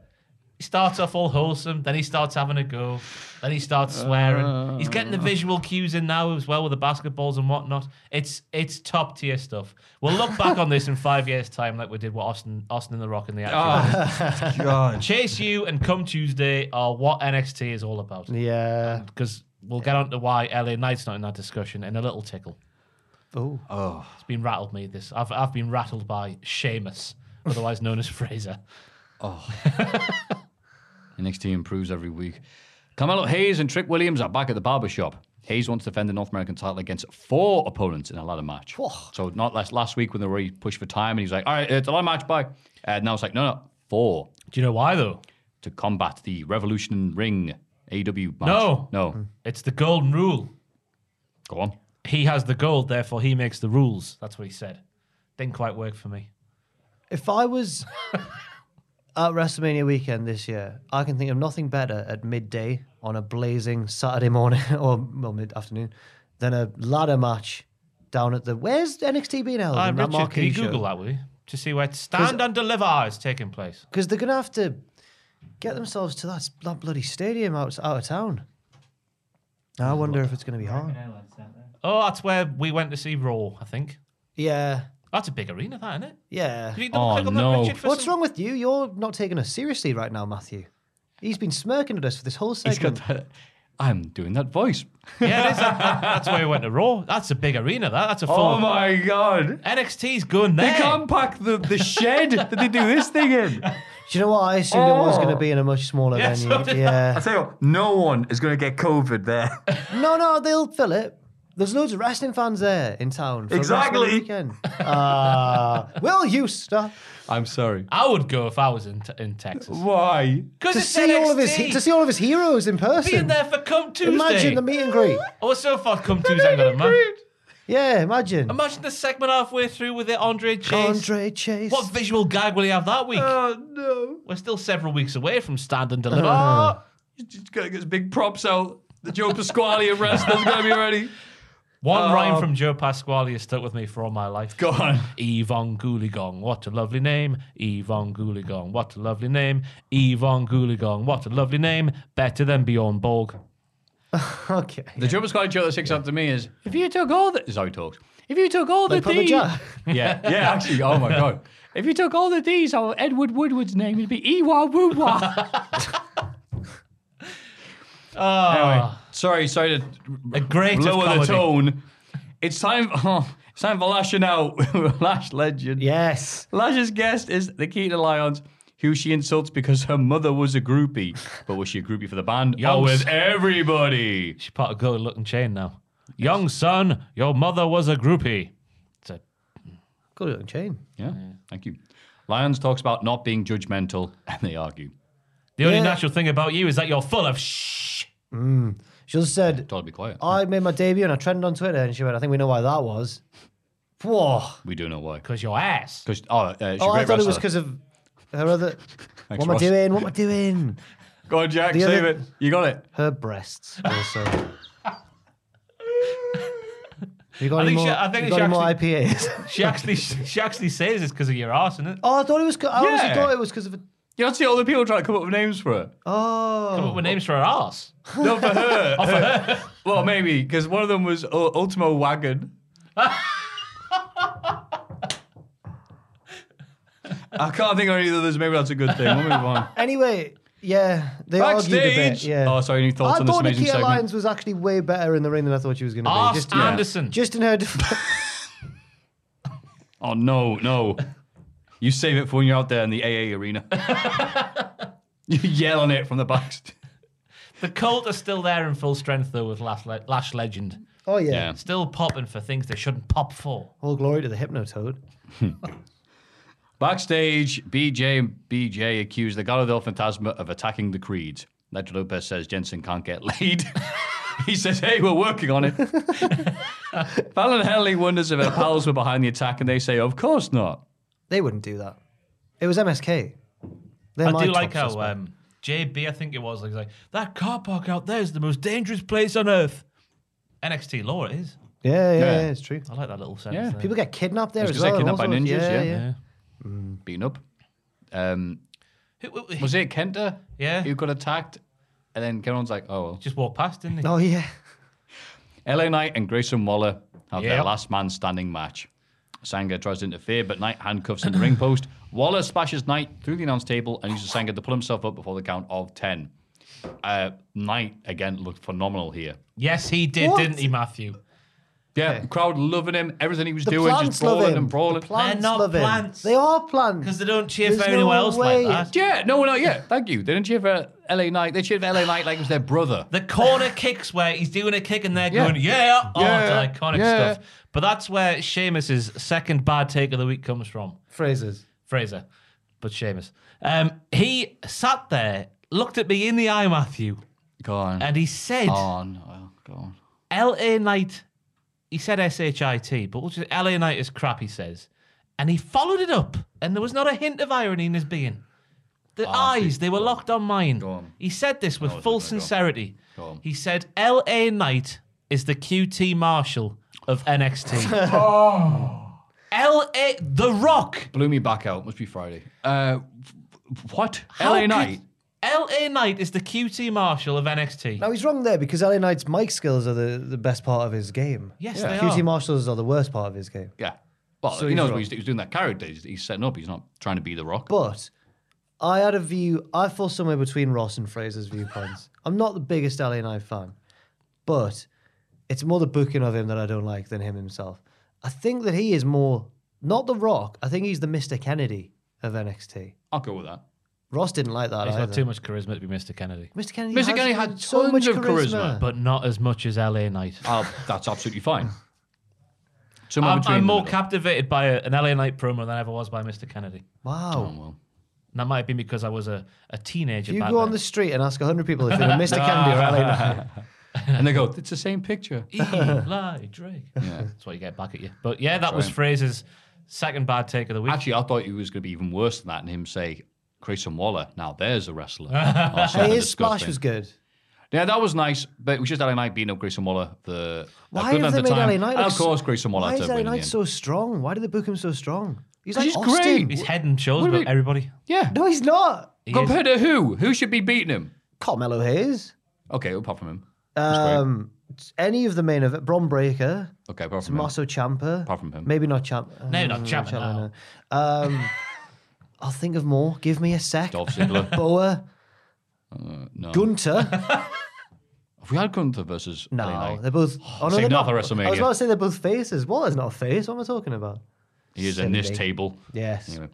C: he starts off all wholesome, then he starts having a go, then he starts swearing. He's getting the visual cues in now as well with the basketballs and whatnot. It's it's top tier stuff. We'll look back on this in five years' time, like we did with Austin, Austin and the Rock in the actual.
F: God.
C: Chase U and Come Tuesday are what NXT is all about
D: yeah.
C: because we'll get on to why LA Knight's not in that discussion in a little tickle.
D: Oh.
C: It's been rattled me this. I've I've been rattled by Seamus, otherwise known as Fraser.
B: NXT improves every week. Carmelo Hayes and Trick Williams are back at the barber shop. Hayes wants to defend the North American title against four opponents in a ladder match. So not last last week when they were already pushed for time, and he's like, "All right, it's a ladder match, bye." And now it's like, "No, no, four
C: Do you know why though?
B: to combat the Revolution Ring AEW match."
C: No.
B: no,
C: It's the golden rule.
B: go on.
C: He has the gold, therefore he makes the rules. That's what he said. Didn't quite work for me.
D: If I was at WrestleMania weekend this year, I can think of nothing better at midday on a blazing Saturday morning or well, mid afternoon than a ladder match down at the. Where's NXT being held?
C: Hi,
D: in that
C: Richard, can
D: marquee
C: you
D: show?
C: Google that, will you? To see where Stand and Deliver is taking place.
D: Because they're going to have to get themselves to that, that bloody stadium out, out of town. I wonder if it's going to be hard.
C: Oh, that's where we went to see Raw, I think.
D: Yeah,
C: That's a big arena, that, isn't it?
D: yeah.
C: Can you double-click
B: Oh,
C: on that,
B: no.
C: Richard, for
D: What's
C: some-
D: wrong with you? You're not taking us seriously right now, Matthew. He's been smirking at us for this whole
B: He's got
D: segment.
B: that. I'm doing that voice.
C: Yeah, it is. That- that- that's where we went to Raw. That's a big arena, that. That's a full.
B: Oh my god!
C: NXT's going
B: They
C: there.
B: can't pack the, the shed that they do this thing in.
D: Do you know what? I assumed it was
B: Oh.
D: going to be in a much smaller
C: Yeah, so
D: venue.
C: did
D: yeah.
B: tell you what, no one is going to get COVID there.
D: No, no, they'll fill it. There's loads of wrestling fans there in town. For
B: Exactly.
D: wrestling Weekend. Uh, will you stop?
B: I'm sorry.
C: I would go if I was in, t- in Texas.
B: Why?
C: Because
D: To
C: it's
D: see all of his
C: NXT.
D: to see all of his heroes in person.
C: being there for Come Tuesday.
D: Imagine the meet and greet.
C: Oh, so far Come Tuesday, man.
D: Yeah, imagine.
C: Imagine the segment halfway through with it, Andre Chase.
D: Andre Uh. Chase.
C: What visual gag will he have that week?
B: Oh no!
C: We're still several weeks away from Stand and Deliver.
D: Uh.
B: He's just gonna get his big props out. The Joe Pasquale of wrestling's gonna be ready.
C: One
B: Oh.
C: rhyme from Joe Pasquale has stuck with me for all my life.
B: Go on.
C: Yvonne Gooligong, what a lovely name. Yvonne Gooligong, what a lovely name. Yvonne Gooligong, what a lovely name. Better than Bjorn Borg.
D: Okay.
B: The Joe Pasquale joke that sticks up to me is if you took all the is how he talks. If you took all
D: Like
B: the
D: Papa
B: D's, yeah,
D: Jack.
B: yeah, actually, oh my god. If you took all the D's out of oh, Edward Woodward's name, it'd be Ewa Woodwa. Anyway, sorry, sorry to
C: A great of
B: lower the
C: comedy.
B: tone. It's time. Oh, it's time for lashing out. Lash legend.
D: Yes.
B: Lash's guest is the Keaton Lyons, who she insults because her mother was a groupie. But was she a groupie for the band? Oh,
C: Yonks.
B: Or with everybody?
C: She's part of Good Looking Chain now. Young son, your mother was a groupie. It's a
D: Good little chain.
B: Yeah, thank you. Lyons talks about not being judgmental, and they argue.
C: The only
D: Yeah.
C: natural thing about you is that you're full of shh.
D: She just said,
B: Totally be quiet.
D: Oh. I made my debut and I trended on Twitter, and she went, I think we know why that was. Whoa.
B: We do know why.
C: Because your ass.
B: Because oh, uh, she's a
D: Oh, I
B: great
D: thought it
B: wrestler.
D: was because of her other. what am I
B: Ross.
D: doing? What am I doing?
B: Go on, Jack,
D: The
B: save
D: other-
B: it. You got it.
D: Her breasts also. you got
C: I
D: any
C: think
D: more,
C: she- I think
D: you
C: she
D: got any more
C: actually-
D: IPAs?
C: She actually she actually says it's because of your ass, isn't it?
D: oh, I thought it was. 'cause- I honestly
C: Yeah.
D: thought it was because of. A,
B: You don't see all the people trying to come up with names for her.
D: oh.
C: Come up with names for her ass.
B: No, for her. her. Well, maybe because one of them was uh, Ultimo Wagon. I can't think of any others. Maybe that's a good thing. We'll move on.
D: Anyway, yeah, they argued a bit.
B: Backstage.
D: Yeah.
B: Oh, sorry. Any thoughts
D: I
B: on this
D: thought
B: amazing
D: Nikita
B: segment?
D: Lyons was actually way better in the ring than I thought she was going to be.
C: Ask
D: Just,
C: Anderson.
D: just in her. def-
B: Oh no, no! You save it for when you're out there in the AA arena. you yell on it from the backstage.
C: The cult are still there in full strength though, with Lash, Le- Lash Legend
D: oh yeah.
B: Yeah.
C: still popping for things they shouldn't pop for.
D: All glory to the Hypnotoad.
B: Backstage, BJ and BJ accuse the God of the Phantasma of attacking the Creed. Ledger Lopez says Jensen can't get laid. he says, hey, we're working on it. Fallon Henley wonders if her pals were behind the attack, and they say, of course not.
D: They wouldn't do that. It was MSK. They're
C: I
D: my
C: do like
D: top
C: how
D: suspect.
C: um, JB, I think it was, like, he's like that car park out there is the most dangerous place on earth. NXT lore it is.
D: yeah, yeah,
B: yeah.
D: yeah, it's true.
C: I like that little sentence.
B: Yeah.
C: there.
D: People get kidnapped there
B: It's
D: as
B: 'cause they're
D: well. and
B: kidnapped
D: all
B: by
D: sorts.
B: ninjas, yeah.
D: yeah. yeah.
B: Beaten up. Um,
C: Who- who-
B: was it Kenta
C: Yeah.
B: who got attacked? And then Kenon's like, oh, well.
C: just walked past, didn't he?
D: Oh yeah.
B: LA Knight and Grayson Waller have their
C: Yep.
B: last man standing match. Sanga tries to interfere, but Knight handcuffs him to the ring post. Waller splashes Knight through the announce table and uses Sanga to pull himself up before the count of 10. Uh, Knight, again, looked phenomenal here.
C: Yes, he did,
D: What?
C: didn't he, Matthew?
B: Yeah, crowd loving him. Everything he was
D: The
B: doing,
D: plants
B: just brawling
D: love
B: and
D: him.
B: brawling.
D: The plants
C: not
D: love him.
C: plants.
D: They are plants.
C: Because they don't cheer
D: There's
C: for
D: no
C: anyone else
D: way.
C: like that.
B: yeah, no, no, yeah, thank you. They didn't cheer for LA Knight. They cheered for LA Knight like it was their brother.
C: The corner kicks where he's doing a kick and they're
B: Yeah.
C: going, yeah, oh,
B: Yeah.
C: it's iconic
B: Yeah.
C: stuff. But that's where Sheamus's second bad take of the week comes from.
D: Phrases.
C: Fraser, but Seamus. Um, he sat there, looked at me in the eye, Matthew,
B: Go on.
C: and he said,
B: Go on. Oh, go on.
C: LA Knight. He said S H I T, but we'll just, LA Knight is crap, he says. And he followed it up, and there was not a hint of irony in his being. The eyes, they were locked on mine.
B: on.
C: He said this with
B: was gonna
C: full
B: go.
C: sincerity.
B: Go on.
C: He said, LA Knight is the QT Marshall of NXT. LA, Oh. The Rock.
B: Blew me back out. Must be Friday. Uh, what? LA
C: could-
B: Knight?
C: LA Knight is the QT Marshall of NXT.
D: Now he's wrong there because LA Knight's mic skills are the, the best part of his game.
C: yes,
B: Yeah.
C: they
D: QT
C: are.
D: Marshals are the worst part of his game.
B: Yeah. Well,
D: So
B: he
D: he's
B: knows
D: wrong.
B: what he's, he's doing that character. He's, he's setting up. He's not trying to be the Rock.
D: But I had a view. I fall somewhere between Ross and Fraser's viewpoints. I'm not the biggest LA Knight fan, but it's more the booking of him that I don't like than him himself. I think that he is more not the Rock. I think he's the Mr. Kennedy of NXT.
B: I'll go with that.
D: Ross didn't like that
C: He's
D: either.
C: got too much charisma to be Mr. Kennedy,
D: Mr. Kennedy.
B: Mr.
D: has
B: Kennedy had
D: so
B: tons
D: much
B: of
D: charisma.
B: charisma,
C: but not as much as LA Knight.
B: I'll, that's absolutely fine. Somewhere
C: I'm,
B: between
C: I'm
B: the
C: more
B: middle.
C: captivated by a, an LA Knight promo than I ever was by Mr. Kennedy.
D: wow.
B: Oh, well.
C: And that might have been because I was a, a teenager.
D: If you
C: back
D: go on
C: then.
D: the street and ask 100 people if they're a Mr. Kennedy or LA Knight.
B: And they go, it's the same picture.
C: Eli Drake. That's what you get back at you. But yeah, that was
B: right.
C: Fraser's second bad take of the week.
B: Actually, I thought it was going to be even worse than that and him say, Grayson Waller, now there's a wrestler. Or something
D: Hey, his splash
B: disgusting.
D: was good.
B: Yeah, that was nice, but it was just LA Knight beating up Grayson Waller for
D: Why
B: a good length
D: have they
B: of
D: made
B: time.
D: LA Knight?
B: And
D: look
B: of
D: so-
B: course, Grayson Waller
D: Why
B: had
D: is
B: to
D: LA
B: win in the
D: Knight
B: end.
D: so strong? Why did they book him so strong? He's like
B: he's
D: Austin.
B: great.
C: He's head and shoulders
B: What do you
C: above
B: mean?
C: everybody.
B: Yeah.
D: No, he's not.
C: He is-
B: Compared to who? Who should be beating him?
D: Carmelo Hayes.
B: Okay, apart from him. That's great.
D: Um, any of the main event. Bron Breaker.
B: Okay, apart from him.
D: Tommaso Ciampa.
B: Apart from him.
D: Maybe not Champa.
C: No, not Ciampa,
D: no. Um, I'll think of more. Give me a sec.
B: Dolph Ziggler.
D: Boa.
B: no.
D: Gunter.
B: Have we had Gunther versus LA
D: No,
B: Knight?
D: they're both. Oh, no,
B: Save
D: they're
B: that
D: not.
B: for WrestleMania.
D: I was about to say they're both faces. Well, it's not a face. What am I talking about?
B: He is in this
D: Silly.
B: table.
D: Yes.
B: Anyway.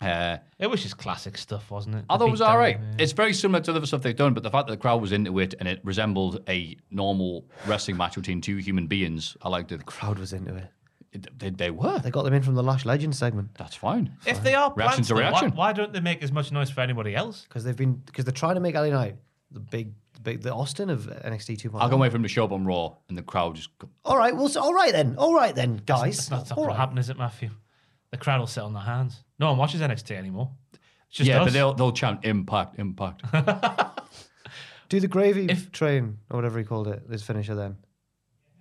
B: Uh,
C: It was just classic stuff, wasn't it?
B: I thought it was
C: Beat down,
B: all right.
C: yeah.
B: It's very similar to the other stuff they've done, but the fact that the crowd was into it and it resembled a normal wrestling match between two human beings, I liked it.
D: Crowd was into it.
B: It- They, they were.
D: They got them in from the Lash Legend segment
B: That's fine.
C: uh, If they are
B: Reaction
C: plants,
B: to
C: though, why,
B: reaction.
C: why don't they make as much noise for anybody else?
D: because they've been because they're trying to make LA Knight the big big, the Austin of NXT 2.0.
B: I'll go away from the show up on Raw, and the crowd just go-
D: oh. All right, well, so, all right then, all right then, guys.
C: That's, that's not what happened, is it, Matthew? The crowd will sit on their hands. No one watches NXT anymore. It's just
B: yeah,
C: us.
B: but they'll they'll chant impact, impact.
D: Do the gravy train or whatever he called it. His finisher then.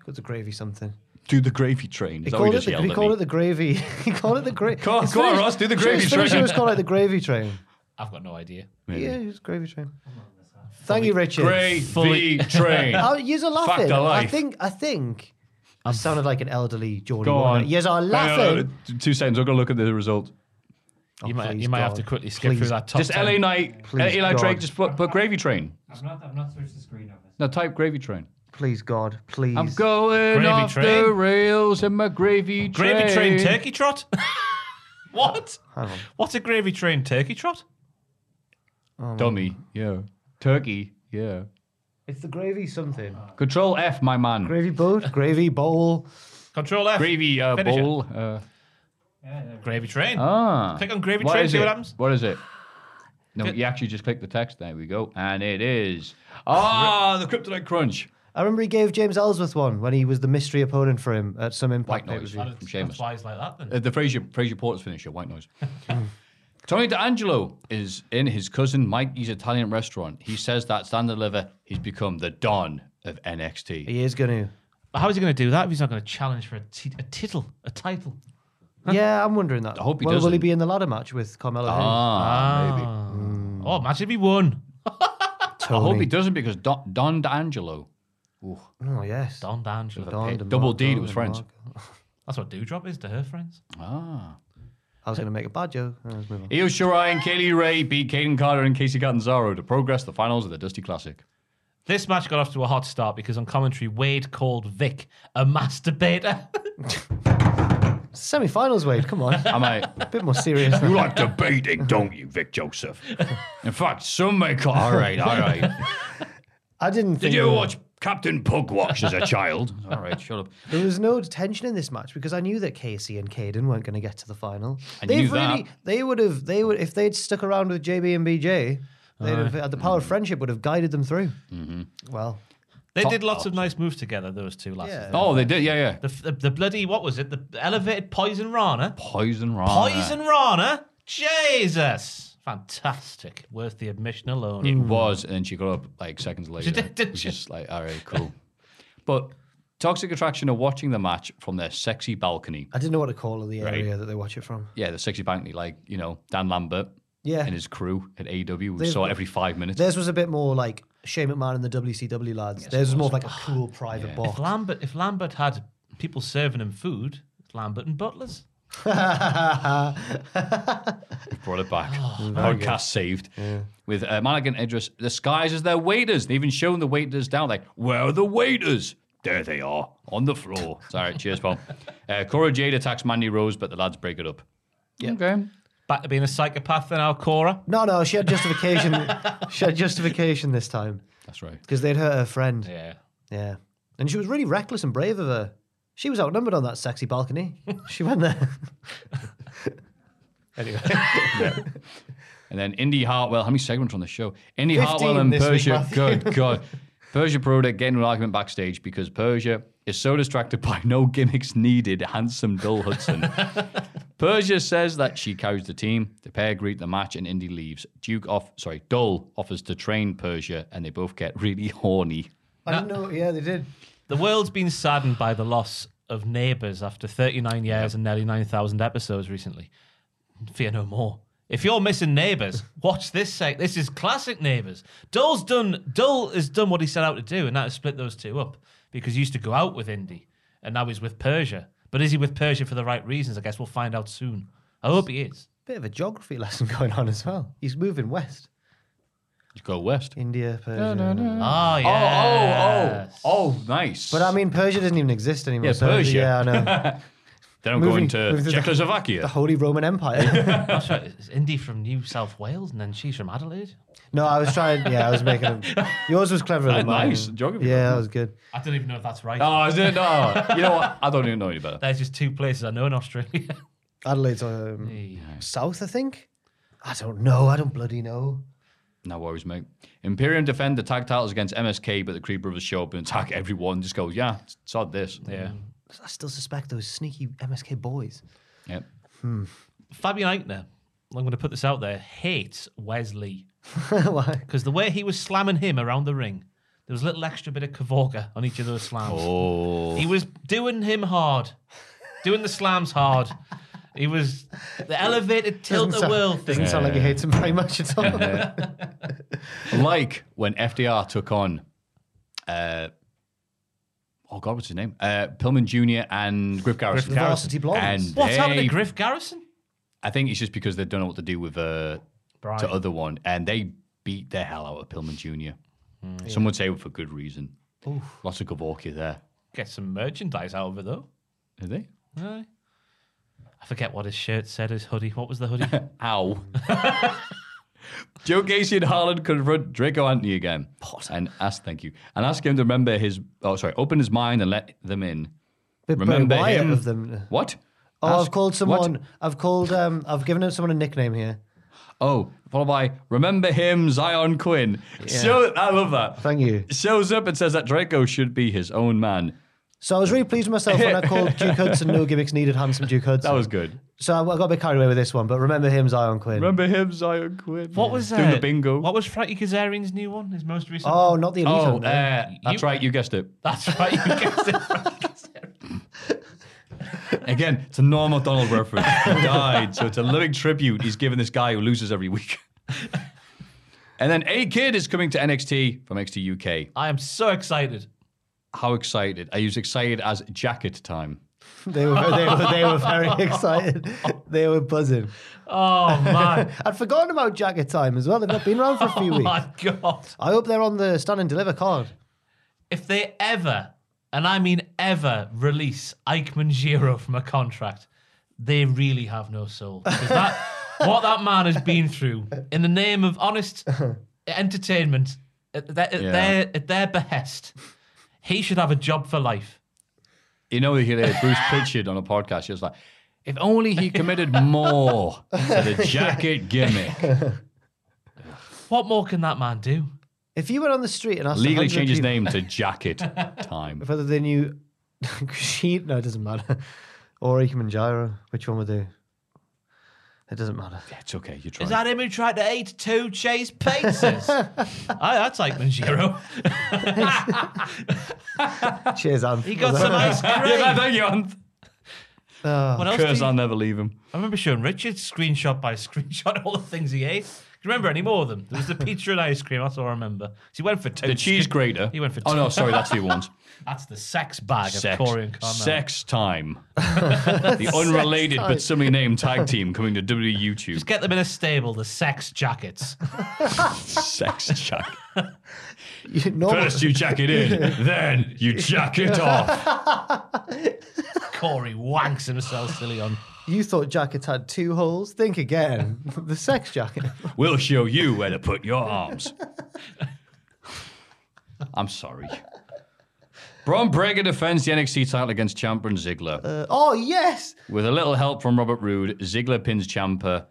D: Got the gravy something.
B: Do the gravy train.
D: He
B: Is that what you
D: called, it
B: just
D: the,
B: yelled
D: he
B: at
D: called
B: me?
D: it the gravy. he called it the gravy.
B: Go on- go on, Ross, do the gravy
D: His
B: train.
D: was called it the gravy train.
C: I've got no idea.
D: Yeah, it was gravy train. Thank you, Richard.
B: Gravy Fully- train.
D: Oh, yous are
B: Fuck
D: laughing.
B: the
D: I
B: life.
D: think. I think. I sounded like an elderly Geordie.
B: Go
D: Warner.
B: on.
D: Yous are
B: Hang on,
D: laughing.
B: t- uh, Two seconds. I'm gonna look at the result.
C: you might,
B: please
C: you might have
B: God.
C: to quickly skip
B: Please.
C: through that top
B: just
C: 10.
B: LA Knight, uh,
D: Please
B: Eli
D: God.
B: Drake. Just put, put gravy train.
E: I've not, I've not searched the screen of it.
B: No, type gravy train.
D: Please, God, please.
B: I'm going
C: Gravy
B: off
C: train?
B: the rails in my gravy train.
C: Gravy train turkey trot? what?
D: Hang on.
C: What's a gravy train turkey trot?
D: Um,
B: Dummy. Yeah. Turkey. Yeah.
D: It's the gravy something.
B: Control F, my man.
D: Gravy boat. Gravy bowl.
C: Control F.
B: Gravy uh,
C: Finish it.
B: bowl. Uh,
C: Gravy train.
B: ah.
C: Click on gravy train,
B: is
C: see
B: it?
C: what happens.
B: What is it? No, you actually just click the text. There we go. And it is. Ah, the Kryptonite Crunch.
D: I remember he gave James Ellsworth one when he was the mystery opponent for him at some
B: White
D: Impact
B: noise
D: pay-per-view.
B: from Sheamus.
C: Why is like that then?
B: Uh, the Fraser Fraser Porter's finisher, White Noise. Tony D'Angelo is in his cousin Mikey's Italian restaurant. He says that standard liver, he's become the Don of NXT.
D: He is going
C: But Uh, How is he going to do that if he's not going to challenge for a, ti- a tittle, a title?
D: to. Yeah, I'm wondering that.
B: I hope he
D: Well, will he
B: doesn't.
D: be in the ladder match with Carmelo? Hayes?
B: Ah, maybe.
C: Oh, imagine if he won.
B: I hope he
D: Tony.
B: doesn't because Don, Don D'Angelo,
D: Oh yes.
C: Don D'Angelo.
D: Don
B: hey,
D: DeMar-
B: double D to
D: Don
B: his friends.
D: DeMarco.
C: That's what Dewdrop is to her friends.
B: Ah.
D: I was going to make a bad joke. Uh, Let's move on.
B: Io Shirai and Kaylee Ray beat Kaden Carter and Casey Catanzaro to progress the finals of the Dusty Classic.
C: This match got off to a hot start because on commentary, Wade called Vic a masturbator.
D: Semi-finals, Wade. Come on, a
B: Am I?
D: bit more serious.
B: You like debating, don't you, Vic Joseph? In fact, some may call. All right, all right.
D: I didn't.
B: Did
D: think
B: you
D: that-
B: watch Captain Pugwash as a child? all right, shut up.
D: There was no tension in this match because I knew that Casey and Caden weren't going to get to the final.
B: I
D: They've
B: knew that.
D: They would have. They would if they'd stuck around with JB and BJ. They'd have, had the power of friendship would have guided them through. Well,
C: they did lots of nice moves together, those two lasses.
D: Yeah.
B: Oh, they did. Yeah, yeah.
C: The, the, the bloody, what was it? The elevated poison rana.
B: Poison Rana.
C: Poison rana? Jesus. Fantastic. Worth the admission alone.
B: It was, and then she got up like seconds later.
C: did, didn't
B: It was
C: she?
B: just like, all right, cool. but Toxic Attraction are watching the match from their sexy balcony.
D: I didn't know what to call the area that they watch it from.
B: Yeah, the sexy balcony, like you know Dan Lambert
D: Yeah,
B: and his crew at AW. We
D: They've
B: saw
D: got-
B: it every five minutes.
D: theirs was a bit more like Shane McMahon and the WCW lads. theirs was more of like a cool private
C: If Lambert, if Lambert had people serving him food, it's Lambert and Butlers.
D: bar.
B: Brought it back. Podcast saved. With uh, Malik and Idris disguised as their waiters. They even shown the waiters down. Like, where are the waiters? There they are on the floor. Sorry, cheers, Paul. Uh, Cora Jade attacks Mandy Rose, but the lads break it up. Okay.
C: Back to being a psychopath then, Alcora.
D: no, no, she had justification. she had justification this time
B: That's right.
D: because they'd hurt her friend.
C: Yeah.
D: Yeah. And she was really reckless and brave of her. She was outnumbered on that sexy balcony. She went there. anyway.
B: And then Indy Hartwell, how many segments on the show? Indy
D: 15
B: Hartwell and
D: this week,
B: Persia.
D: Matthew.
B: Good God. Persia Broder getting an argument backstage because Persia is so distracted by no gimmicks needed, handsome Bill Hudson. Persia says that she carries the team. The pair greet the match and Indy leaves. Duke off sorry, Dull offers to train Persia and they both get really horny.
D: I didn't know. Yeah, they did.
C: The world's been saddened by the loss of Neighbours after 39 years and nearly 9,000 episodes recently. Fear no more. If you're missing Neighbours, watch this sec. This is classic Neighbours. Dull's done. Dull has done what he set out to do, and that is split those two up because he used to go out with Indy, and now he's with Persia. But is he with Persia for the right reasons? I guess we'll find out soon. I hope he is.
D: Bit of a geography lesson going on as well. He's moving west.
B: You go west.
D: India, Persia.
C: Ah,
B: Oh,
C: yeah.
B: oh, oh, oh, nice.
D: But I mean, Persia doesn't even exist anymore.
B: Yeah,
D: so-
B: Persia.
D: Yeah, I know.
B: then I'm
D: moving-
B: going
D: moving
B: to
D: to the- the
B: Czechoslovakia.
D: Holy Roman Empire.
C: That's right. It's Indy from New South Wales, and then she's from Adelaide.
D: no, I was trying. Yeah, I was making a, Yours was cleverer than mine.
B: Nice, geography
D: Yeah,
B: lesson.
D: that was good.
C: I don't even know if that's right.
B: oh, is it? No. You know what? I don't even know any better.
C: There's just two places I know in Australia.
D: Adelaide's um, south, I think. I don't know. I don't bloody know.
B: No worries, mate. Imperium defend the tag titles against MSK, but the Creed brothers show up and attack everyone. Just goes, yeah, it's odd this. Yeah.
D: I still suspect those sneaky MSK boys.
B: Yep.
D: Hmm.
C: Fabian Eichner, I'm going to put this out there, hates Wesley.
D: Why?
C: Because the way he was slamming him around the ring, there was a little extra bit of Kavorka on each of those slams.
B: Oh.
C: He was doing him hard, doing the slams hard. He was the elevated tilt
D: Doesn't
C: the
D: sound-
C: world thing.
D: Doesn't sound like he hates him very much at all.
B: like when FDR took on, uh, oh God, what's his name? Uh, Pillman Jr. and Griff Garrison.
D: Griff Varsity Blondes.
B: And
C: What happened
B: they-
C: to Griff Garrison?
B: I think it's just because they don't know what to do with uh,
C: Brian.
B: the other one. And they beat the hell out of Pillman Jr. Some would say for good reason.
C: Oof.
B: Lots of Gavorki there.
C: Get some merchandise out of it though.
B: Are they?
C: Aye. I forget what his shirt said. His hoodie. What was the hoodie?
B: Ow. Joe Gacy and Harlan confront Draco Anthony again. And ask, thank you. And ask him to remember his, oh, sorry, open his mind and let them in.
D: But
B: remember
D: why
B: him.
D: of them?
B: What?
D: Oh,
B: Ask-
D: I've called
B: what?
D: someone. I've called. Um, I've given someone a nickname here.
B: Oh, followed by remember him, Zion Quinn. So I love that.
D: Thank you.
B: Shows up and says that Draco should be his own man.
D: So I was really pleased with myself when I called Duke Hudson. No gimmicks needed. Handsome Duke Hudson.
B: That was good.
D: So I got a bit carried away with this one, but remember him, Zion Quinn.
B: Remember him, Zion Quinn.
C: What was
B: doing the
C: uh,
B: bingo?
C: What was Frankie Kazarian's new one? His most recent.
D: oh, not the elite.
B: oh, uh,
D: Hunter.
B: that's right. You guessed it.
C: That's right. You guessed it. Frankie Kazarian.
B: Again, it's a Norm Macdonald reference. He died, so it's a living tribute he's giving this guy who loses every week. and then A Kid is coming to NXT from NXT UK.
C: I am so excited.
B: How excited? Are you as excited as jacket time?
D: They were, they were they were very excited. They were buzzing.
C: Oh man.
D: I'd forgotten about Jacket Time as well. They've not been around for a few
C: oh
D: weeks.
C: my god.
D: I hope they're on the stand and deliver card.
C: If they ever, and I mean ever, release Eichmann Giro from a contract, they really have no soul. 'Cause that, what that man has been through in the name of honest entertainment, at their, at
B: Yeah.
C: their, at their behest, he should have a job for life.
B: You know, you hear Bruce Pritchard on a podcast. He was like, if only he committed more to the jacket gimmick.
C: What more can that man do?
D: If you went on the street and asked
B: Legally
D: 100
B: change his
D: people
B: name to Jacket Time.
D: whether they knew Kushida, no, it doesn't matter, or Ikemanjaro, which one would do? It doesn't matter.
B: It's okay. You try.
C: Is that him who tried to eat two cheese pizzas? Aye, that's Eichmann Giro.
D: Cheers, Anne.
C: He got some ice
B: yeah,
C: cream.
B: thank you. Anth.
C: What else? do
B: Curse,
C: you-
B: I'll never leave him.
C: I remember showing Richard screenshot by screenshot all the things he ate. Do you remember any more of them? There was the pizza and ice cream. That's all I remember. So he went for two.
B: The cheese
C: skin-
B: grater.
C: He went for two.
B: Oh, no, sorry. That's the ones.
C: That's the sex bag
B: Sex.
C: of Corey and Carmel.
B: Sex time. the unrelated
D: time.
B: but similarly named tag team coming to WWE YouTube.
C: Just get them in a stable. The sex jackets.
B: Sex jacket.
D: You- normal-
B: First you jacket in, then you jacket off.
C: Corey wanks himself silly on.
D: you thought jackets had two holes? Think again. the sex jacket.
B: We'll show you where to put your arms. I'm sorry. Braun Breaker defends the NXT title against Champa and Ziggler.
D: Uh, oh yes,
B: With a little help from Robert Roode, Ziggler pins Champa,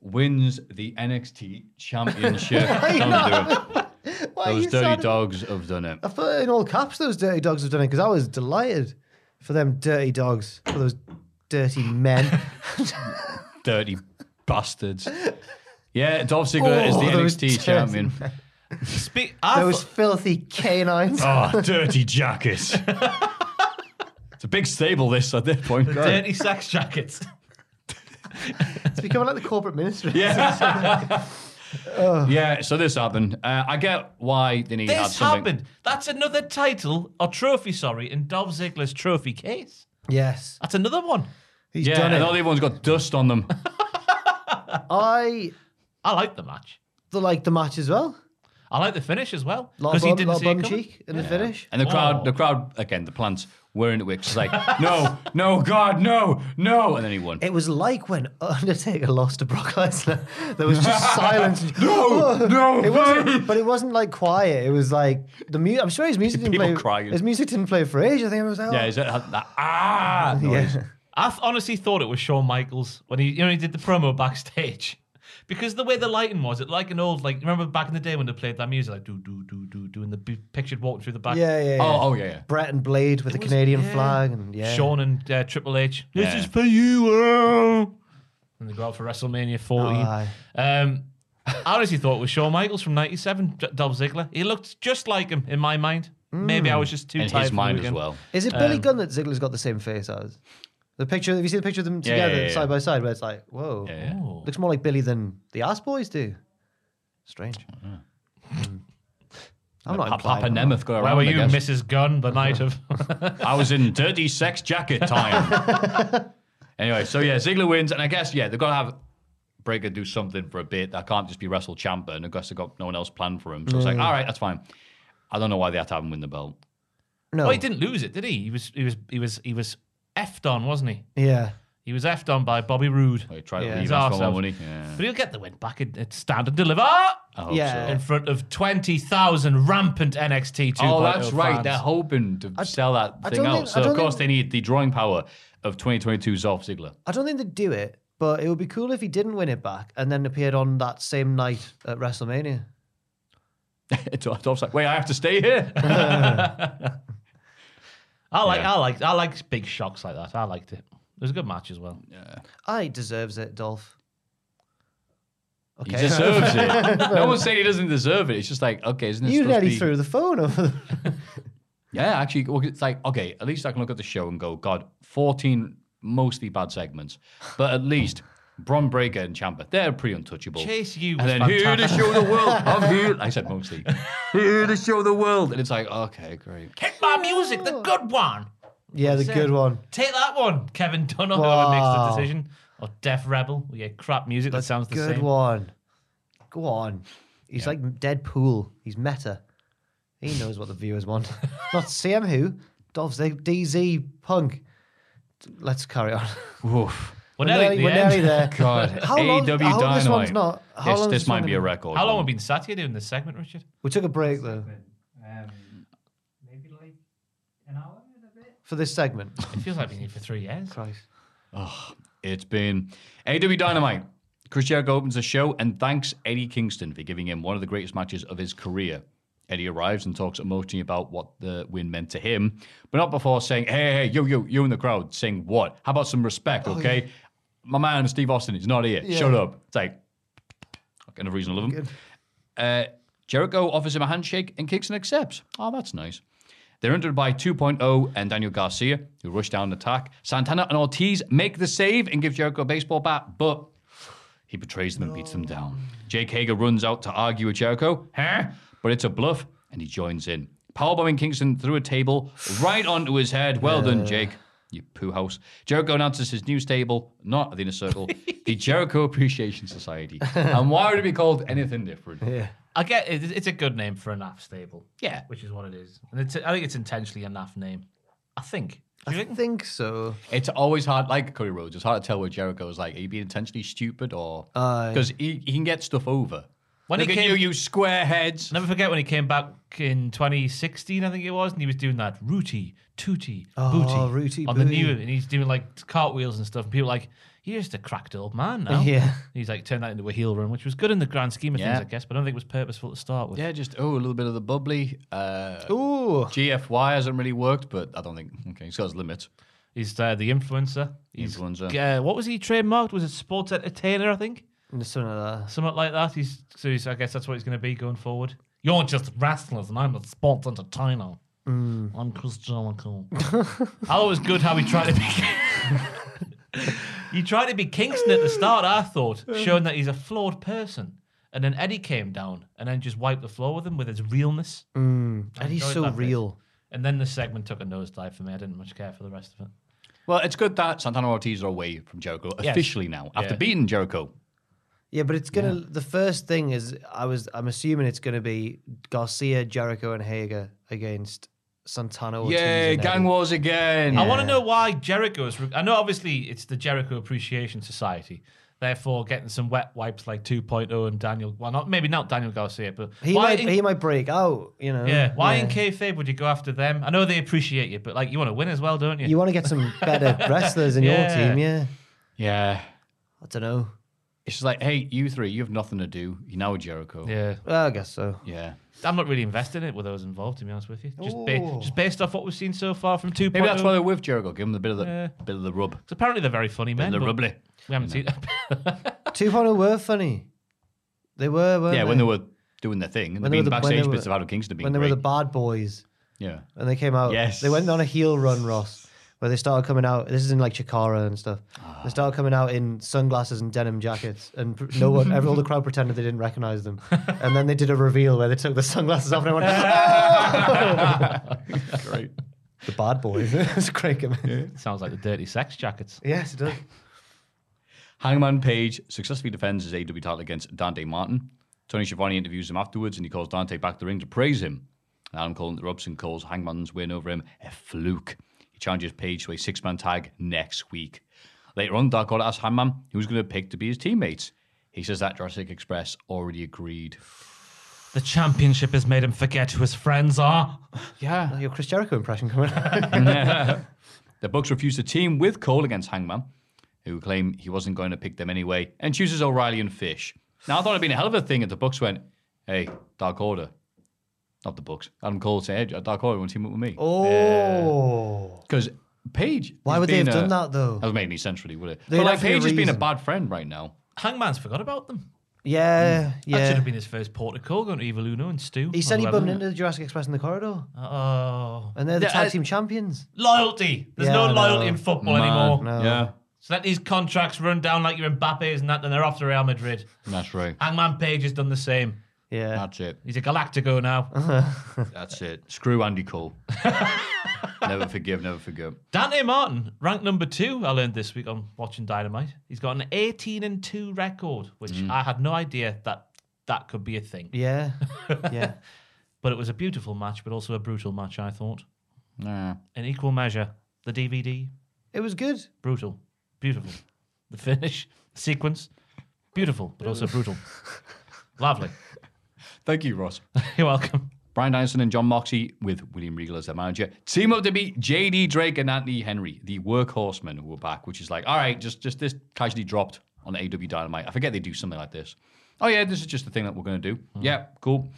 B: wins the NXT Championship. Don't do it.
D: Why are
B: Those
D: you
B: dirty
D: sad?
B: dogs have done it.
D: I thought in all caps those dirty dogs have done it because I was delighted for them dirty dogs for those dirty men.
B: Dirty bastards. Yeah, Dolph Ziggler is
D: Oh,
B: the
D: those
B: NXT
D: dirty
B: champion.
C: Speak. I
D: those
C: thought-
D: filthy canines.
B: Oh, dirty jackets. it's a big stable, this, at this point.
C: dirty sex jackets.
D: It's becoming like the corporate ministry.
B: Yeah. yeah, so this happened. Uh, I get why they need to have
C: This
B: something.
C: happened. That's another title or trophy. Sorry, in Dolph Ziggler's trophy case.
D: Yes,
C: That's another one.
D: he's
B: Yeah,
D: done
B: and
D: it.
B: all the other ones got dust on them.
D: I
C: I like the match.
D: like the match as well.
C: I like the finish as well
D: Lot
C: because
D: of
C: he
D: bum,
C: didn't
D: lot of
C: see
D: bum
C: it coming.
D: cheek in the finish.
B: And the crowd, the crowd again, the plants were in the wicks. It's like, no, no, God, no, no. And then he won.
D: It was like when Undertaker lost to Brock Lesnar. There was just silence.
B: No,
D: Oh,
B: no,
D: It wasn't, but it wasn't like quiet. It was like the music. I'm sure his music didn't
B: People
D: play.
B: crying.
D: His music didn't play for ages. I think it was like, oh.
B: yeah, is that, that, that ah noise?
D: yeah.
C: oh, I th- honestly thought it was Shawn Michaels when he, you know, he did the promo backstage, Because the way the lighting was, it like an old like remember back in the day when they played that music like do do do do do and the b- pictured walking through the back.
D: Yeah, yeah, yeah.
C: Oh, oh yeah, yeah.
D: Brett and Blade with the Canadian flag and yeah.
C: Sean and uh, Triple H. This
D: Yeah.
C: is for you. uh." And they go out for WrestleMania 14.
D: Oh, Aye.
C: um, I honestly thought it was Shawn Michaels from '97, J- Dolph Ziggler. He looked just like him in my mind. Maybe I
D: Mm.
C: was just too
B: In his
C: tired. from the
B: mind as
C: weekend.
B: well.
D: Is it Billy
C: Um,
D: Gunn that Ziggler's got the same face as? The picture. Have you seen the picture of them
B: Yeah,
D: together,
B: yeah, yeah.
D: side by side, where it's like, whoa, looks more like Billy than the Ass Boys do. Strange. Mm. I'm not
B: Papa
D: implying-
B: Nemeth got
C: Where
B: around,
C: were
B: I
C: you,
B: guess.
C: Mrs. Gunn, the night of?
B: I was in dirty sex jacket time. anyway, so yeah, Ziggler wins, and I guess yeah, they've got to have Breaker do something for a bit. I can't just be Wrestle Champa, and I guess they got no one else planned for him. So it's like,
C: Mm.
B: all right, that's fine. I don't know why they had to have him win the belt.
D: No.
B: Oh,
C: Well, he didn't lose it, did he? He was, he was, he was, he was effed on, wasn't he?
D: Yeah.
C: He was effed on by Bobby Roode.
B: He tried
C: Yeah.
B: to leave
C: His
B: us
C: arse
B: for more
C: off.
B: money. Yeah. Oh,
C: But he'll get the win back at, at Stand and Deliver.
B: hope Yeah. so.
C: In front of 20,000 rampant NXT 2.0
B: Oh, that's right.
C: fans.
B: They're hoping to sell that
D: I
B: thing
D: don't
B: out.
D: think- I
B: so
D: don't
B: of course they need the drawing power of 2022's Dolph Ziggler.
D: I don't think they'd do it, but it would be cool if he didn't win it back and then appeared on that same night at WrestleMania.
B: Dolph's like, wait, I have to stay here.
C: I like,
B: Yeah.
C: I like, I like big shocks like that. I liked it. It was a good match as well.
B: Yeah.
D: I deserves it, Dolph.
B: He deserves it. no one's saying he doesn't deserve it. It's just like, okay, isn't it
D: You
B: supposed to
D: nearly
B: be-
D: threw the phone over. The...
B: Yeah, actually, well, it's like, okay, at least I can look at the show and go, God, 14 mostly bad segments, but at least Bron Breaker and Champa, they're pretty untouchable.
C: Chase you
B: And
C: was
B: then here to
C: fantastic.
B: show the world, I'm here. I said mostly. Here to show the world. And it's like, okay, great.
C: Hit my music, the good one.
D: Yeah, the
C: Say-
D: good one.
C: Take that one, Kevin Dunn, whoever
D: Wow.
C: makes the decision. Or Def Rebel. We get crap music that sounds the
D: Good
C: same.
D: one. Go on. He's like Deadpool. He's meta. He knows what the viewers want. Not CM who. Dolph Zig- DZ Punk. Let's carry on.
B: Woof.
C: We're nearly at the
D: we're
C: end.
D: nearly there.
B: God,
D: How long-
B: AW
D: I hope
B: Dynamite.
D: this one's not- how
B: Yes,
D: long
B: this
D: this
B: might
D: one
B: be a
D: gonna be?
B: record.
C: How long have we been sat here doing this segment, Richard?
D: We took a break though
E: Um, maybe like an hour and a bit.
D: for this segment.
C: It feels like we've been here for three years.
D: Christ.
B: Oh, it's been AW Dynamite. Chris Jericho opens the show and thanks Eddie Kingston for giving him one of the greatest matches of his career. Eddie arrives and talks emotionally about what the win meant to him, but not before saying, "Hey, hey, yo, yo, you in the crowd, saying what? How about some respect,
D: Oh,
B: okay?
D: yeah.
B: My man Steve Austin is not here.
D: Yeah.
B: Shut up." It's like kind of reasonable of him. Uh, Jericho offers him a handshake and Kingston accepts. Oh, that's nice. They're entered by 2.0 and Daniel Garcia, who rush down and attack. Santana and Ortiz make the save and give Jericho a baseball bat, but he betrays them and beats them down. Jake Hager runs out to argue with Jericho, huh? But it's a bluff, and he joins in. Powerbombing Kingston through a table right onto his head. Well done, Jake. You poo house. Jericho announces his new stable, not the inner circle, the Jericho Appreciation Society. And why would it be called anything different?
D: Yeah.
C: I get it, it's a good name for a naff stable.
B: Yeah.
C: Which is what it is. And it's, I think it's intentionally a naff name. I think.
D: I think so.
B: It's always hard, like Cody Rhodes, it's hard to tell where Jericho is like, are you being intentionally stupid or.
D: Aye.
B: Because he, he can get stuff over.
C: When
B: Look
C: he
B: at
C: came-
B: you, you square heads.
C: Never forget when he came back in 2016, I think it was, and he was doing that rooty, tooty,
D: Oh,
C: booty
D: rooty,
C: on the
D: booty.
C: new, and he's doing like cartwheels and stuff. And people are like, you're just a cracked old man now.
D: Yeah.
C: He's like turned that into a heel run, which was good in the grand scheme of
B: Yeah.
C: things, I guess, but I don't think it was purposeful to start with.
B: Yeah, just oh, a little bit of the bubbly. Uh,
D: Ooh,
B: GFY hasn't really worked, but I don't think okay, he's got his limits.
C: He's uh, the influencer. He's,
B: Influencer.
C: Uh, what was he trademarked? Was it sports entertainer? I think
D: Something like that.
C: something like that. He's so he's, I guess that's what he's going to be going forward. You're just wrestlers, and I'm a sports entertainer.
D: Mm.
C: I'm Chris Jericho. I thought it was good how he tried to be. he tried to be Kingston at the start. I thought, showing that he's a flawed person, and then Eddie came down and then just wiped the floor with him with his realness.
D: Mm.
C: I
D: And he's
C: enjoyed
D: so
C: that bit.
D: real.
C: And then the segment took a nosedive for me. I didn't much care for the rest of it.
B: Well, it's good that Santana Ortiz are away from Jericho
C: Yes.
B: officially now after
C: Yeah.
B: beating Jericho.
D: Yeah, but it's gonna. The first thing is, I was, I'm assuming it's gonna be Garcia, Jericho, and Hager against Santana. Ortiz
B: Yay,
D: and
B: gang
D: Eddie.
B: wars again!
C: I want to know why Jericho's. I know, obviously, it's the Jericho Appreciation Society. Therefore, getting some wet wipes like 2.0 and Daniel. Well, not maybe not Daniel Garcia, but
D: He
C: why?
D: might,
C: in-
D: he might break out. You know.
C: yeah, why in kayfabe would you go after them? I know they appreciate you, but like you want to win as well, don't you?
D: You want to get some better wrestlers in
C: Yeah.
D: your team, yeah.
B: Yeah,
D: I don't know.
B: It's just like, hey, you three, you have nothing to do. You're now a Jericho.
C: Yeah.
D: I guess so.
B: Yeah.
C: I'm not really invested in it with those involved, to be honest with you. Just, ba-
B: Ooh.
C: just based off what we've seen so far from two. oh.
B: Maybe that's why they're with Jericho. Give them a bit of the bit of the rub. Because
C: apparently they're very funny men.
B: The
C: but
B: rubbly.
C: We haven't seen.
D: 2.0 were funny. They were, weren't
B: Yeah, when they were doing their thing, the
D: they were
B: being
D: when
B: backstage
D: they
B: bits
D: were-
B: of Adam Kingston being
D: When they
B: great.
D: were the bad boys.
B: Yeah.
D: And they came out.
B: Yes.
D: They went on a heel run, Ross, where they started coming out. This is in like Chikara and stuff.
C: Ah.
D: They started coming out in sunglasses and denim jackets, and pr- no one, every, all the crowd pretended they didn't recognize them. And then they did a reveal where they took the sunglasses off and everyone.
C: Great.
D: The bad boys. it's a great comment.
C: Sounds like the dirty sex jackets.
D: Yes, it does.
B: Hangman Page successfully defends his AW title against Dante Martin. Tony Schiavone interviews him afterwards and he calls Dante back to the ring to praise him. Adam Cole interrupts and calls Hangman's win over him a fluke. He challenges Page to a six man tag next week. Later on, Dark Order asks Hangman who's going to pick to be his teammates. He says that Jurassic Express already agreed.
C: The championship has made him forget who his friends are.
B: Yeah.
D: Oh, Your Chris Jericho impression coming out.
B: the Bucks refuse to team with Cole against Hangman, who claim he wasn't going to pick them anyway, and chooses O'Reilly and Fish. Now I thought it'd been a hell of a thing if the Bucks went, "Hey, Dark Order, not the Bucks." Adam Cole said, "Hey, Dark Order, want to team up with me?"
D: Oh.
B: Because Paige.
D: Why
B: is
D: would they
B: being
D: have
B: a-
D: done that, though?
B: That would make any sense, really, would it?
D: They'd
B: but like
D: have to be a
B: Paige is being a
D: reason.
B: bad friend right now.
C: Hangman's forgot about them.
D: Yeah, yeah.
C: Mm. That should have been his first port of call going to Evil Uno and Stu.
D: He said he
C: Whoever.
D: bumped into the Jurassic Express in the corridor,
C: Oh.
D: and they're the
C: Yeah,
D: tag
C: I-
D: team champions.
C: Loyalty. There's
D: Yeah,
C: no
D: I
C: loyalty
D: know.
C: in football
D: Man,
C: anymore.
D: Uh, no. Yeah.
C: So let these contracts run down like your Mbappe's and that, then they're off to Real Madrid.
B: That's right.
C: Hangman Page has done the same.
D: Yeah.
B: That's it.
C: He's a Galactico now.
D: Uh-huh.
B: That's it. Screw Andy Cole. never forgive, never forget.
C: Dante Martin, ranked number two, I learned this week on watching Dynamite. He's got an 18 and 2 record, which I had no idea that that could be a thing.
D: Yeah, yeah.
C: But it was a beautiful match, but also a brutal match, I thought.
B: Nah.
C: In equal measure, the DVD,
D: It was good.
C: brutal, beautiful. The finish, sequence, beautiful, but also brutal. Lovely.
B: Thank you, Ross.
C: You're welcome.
B: Brian Dyson and John Moxey, with William Regal as their manager, team up to beat JD Drake and Anthony Henry, the workhorsemen who were back, which is like, all right, just just this casually dropped on AW Dynamite. I forget they do something like this. Oh, yeah, this is just the thing that we're going to do. Yeah, cool.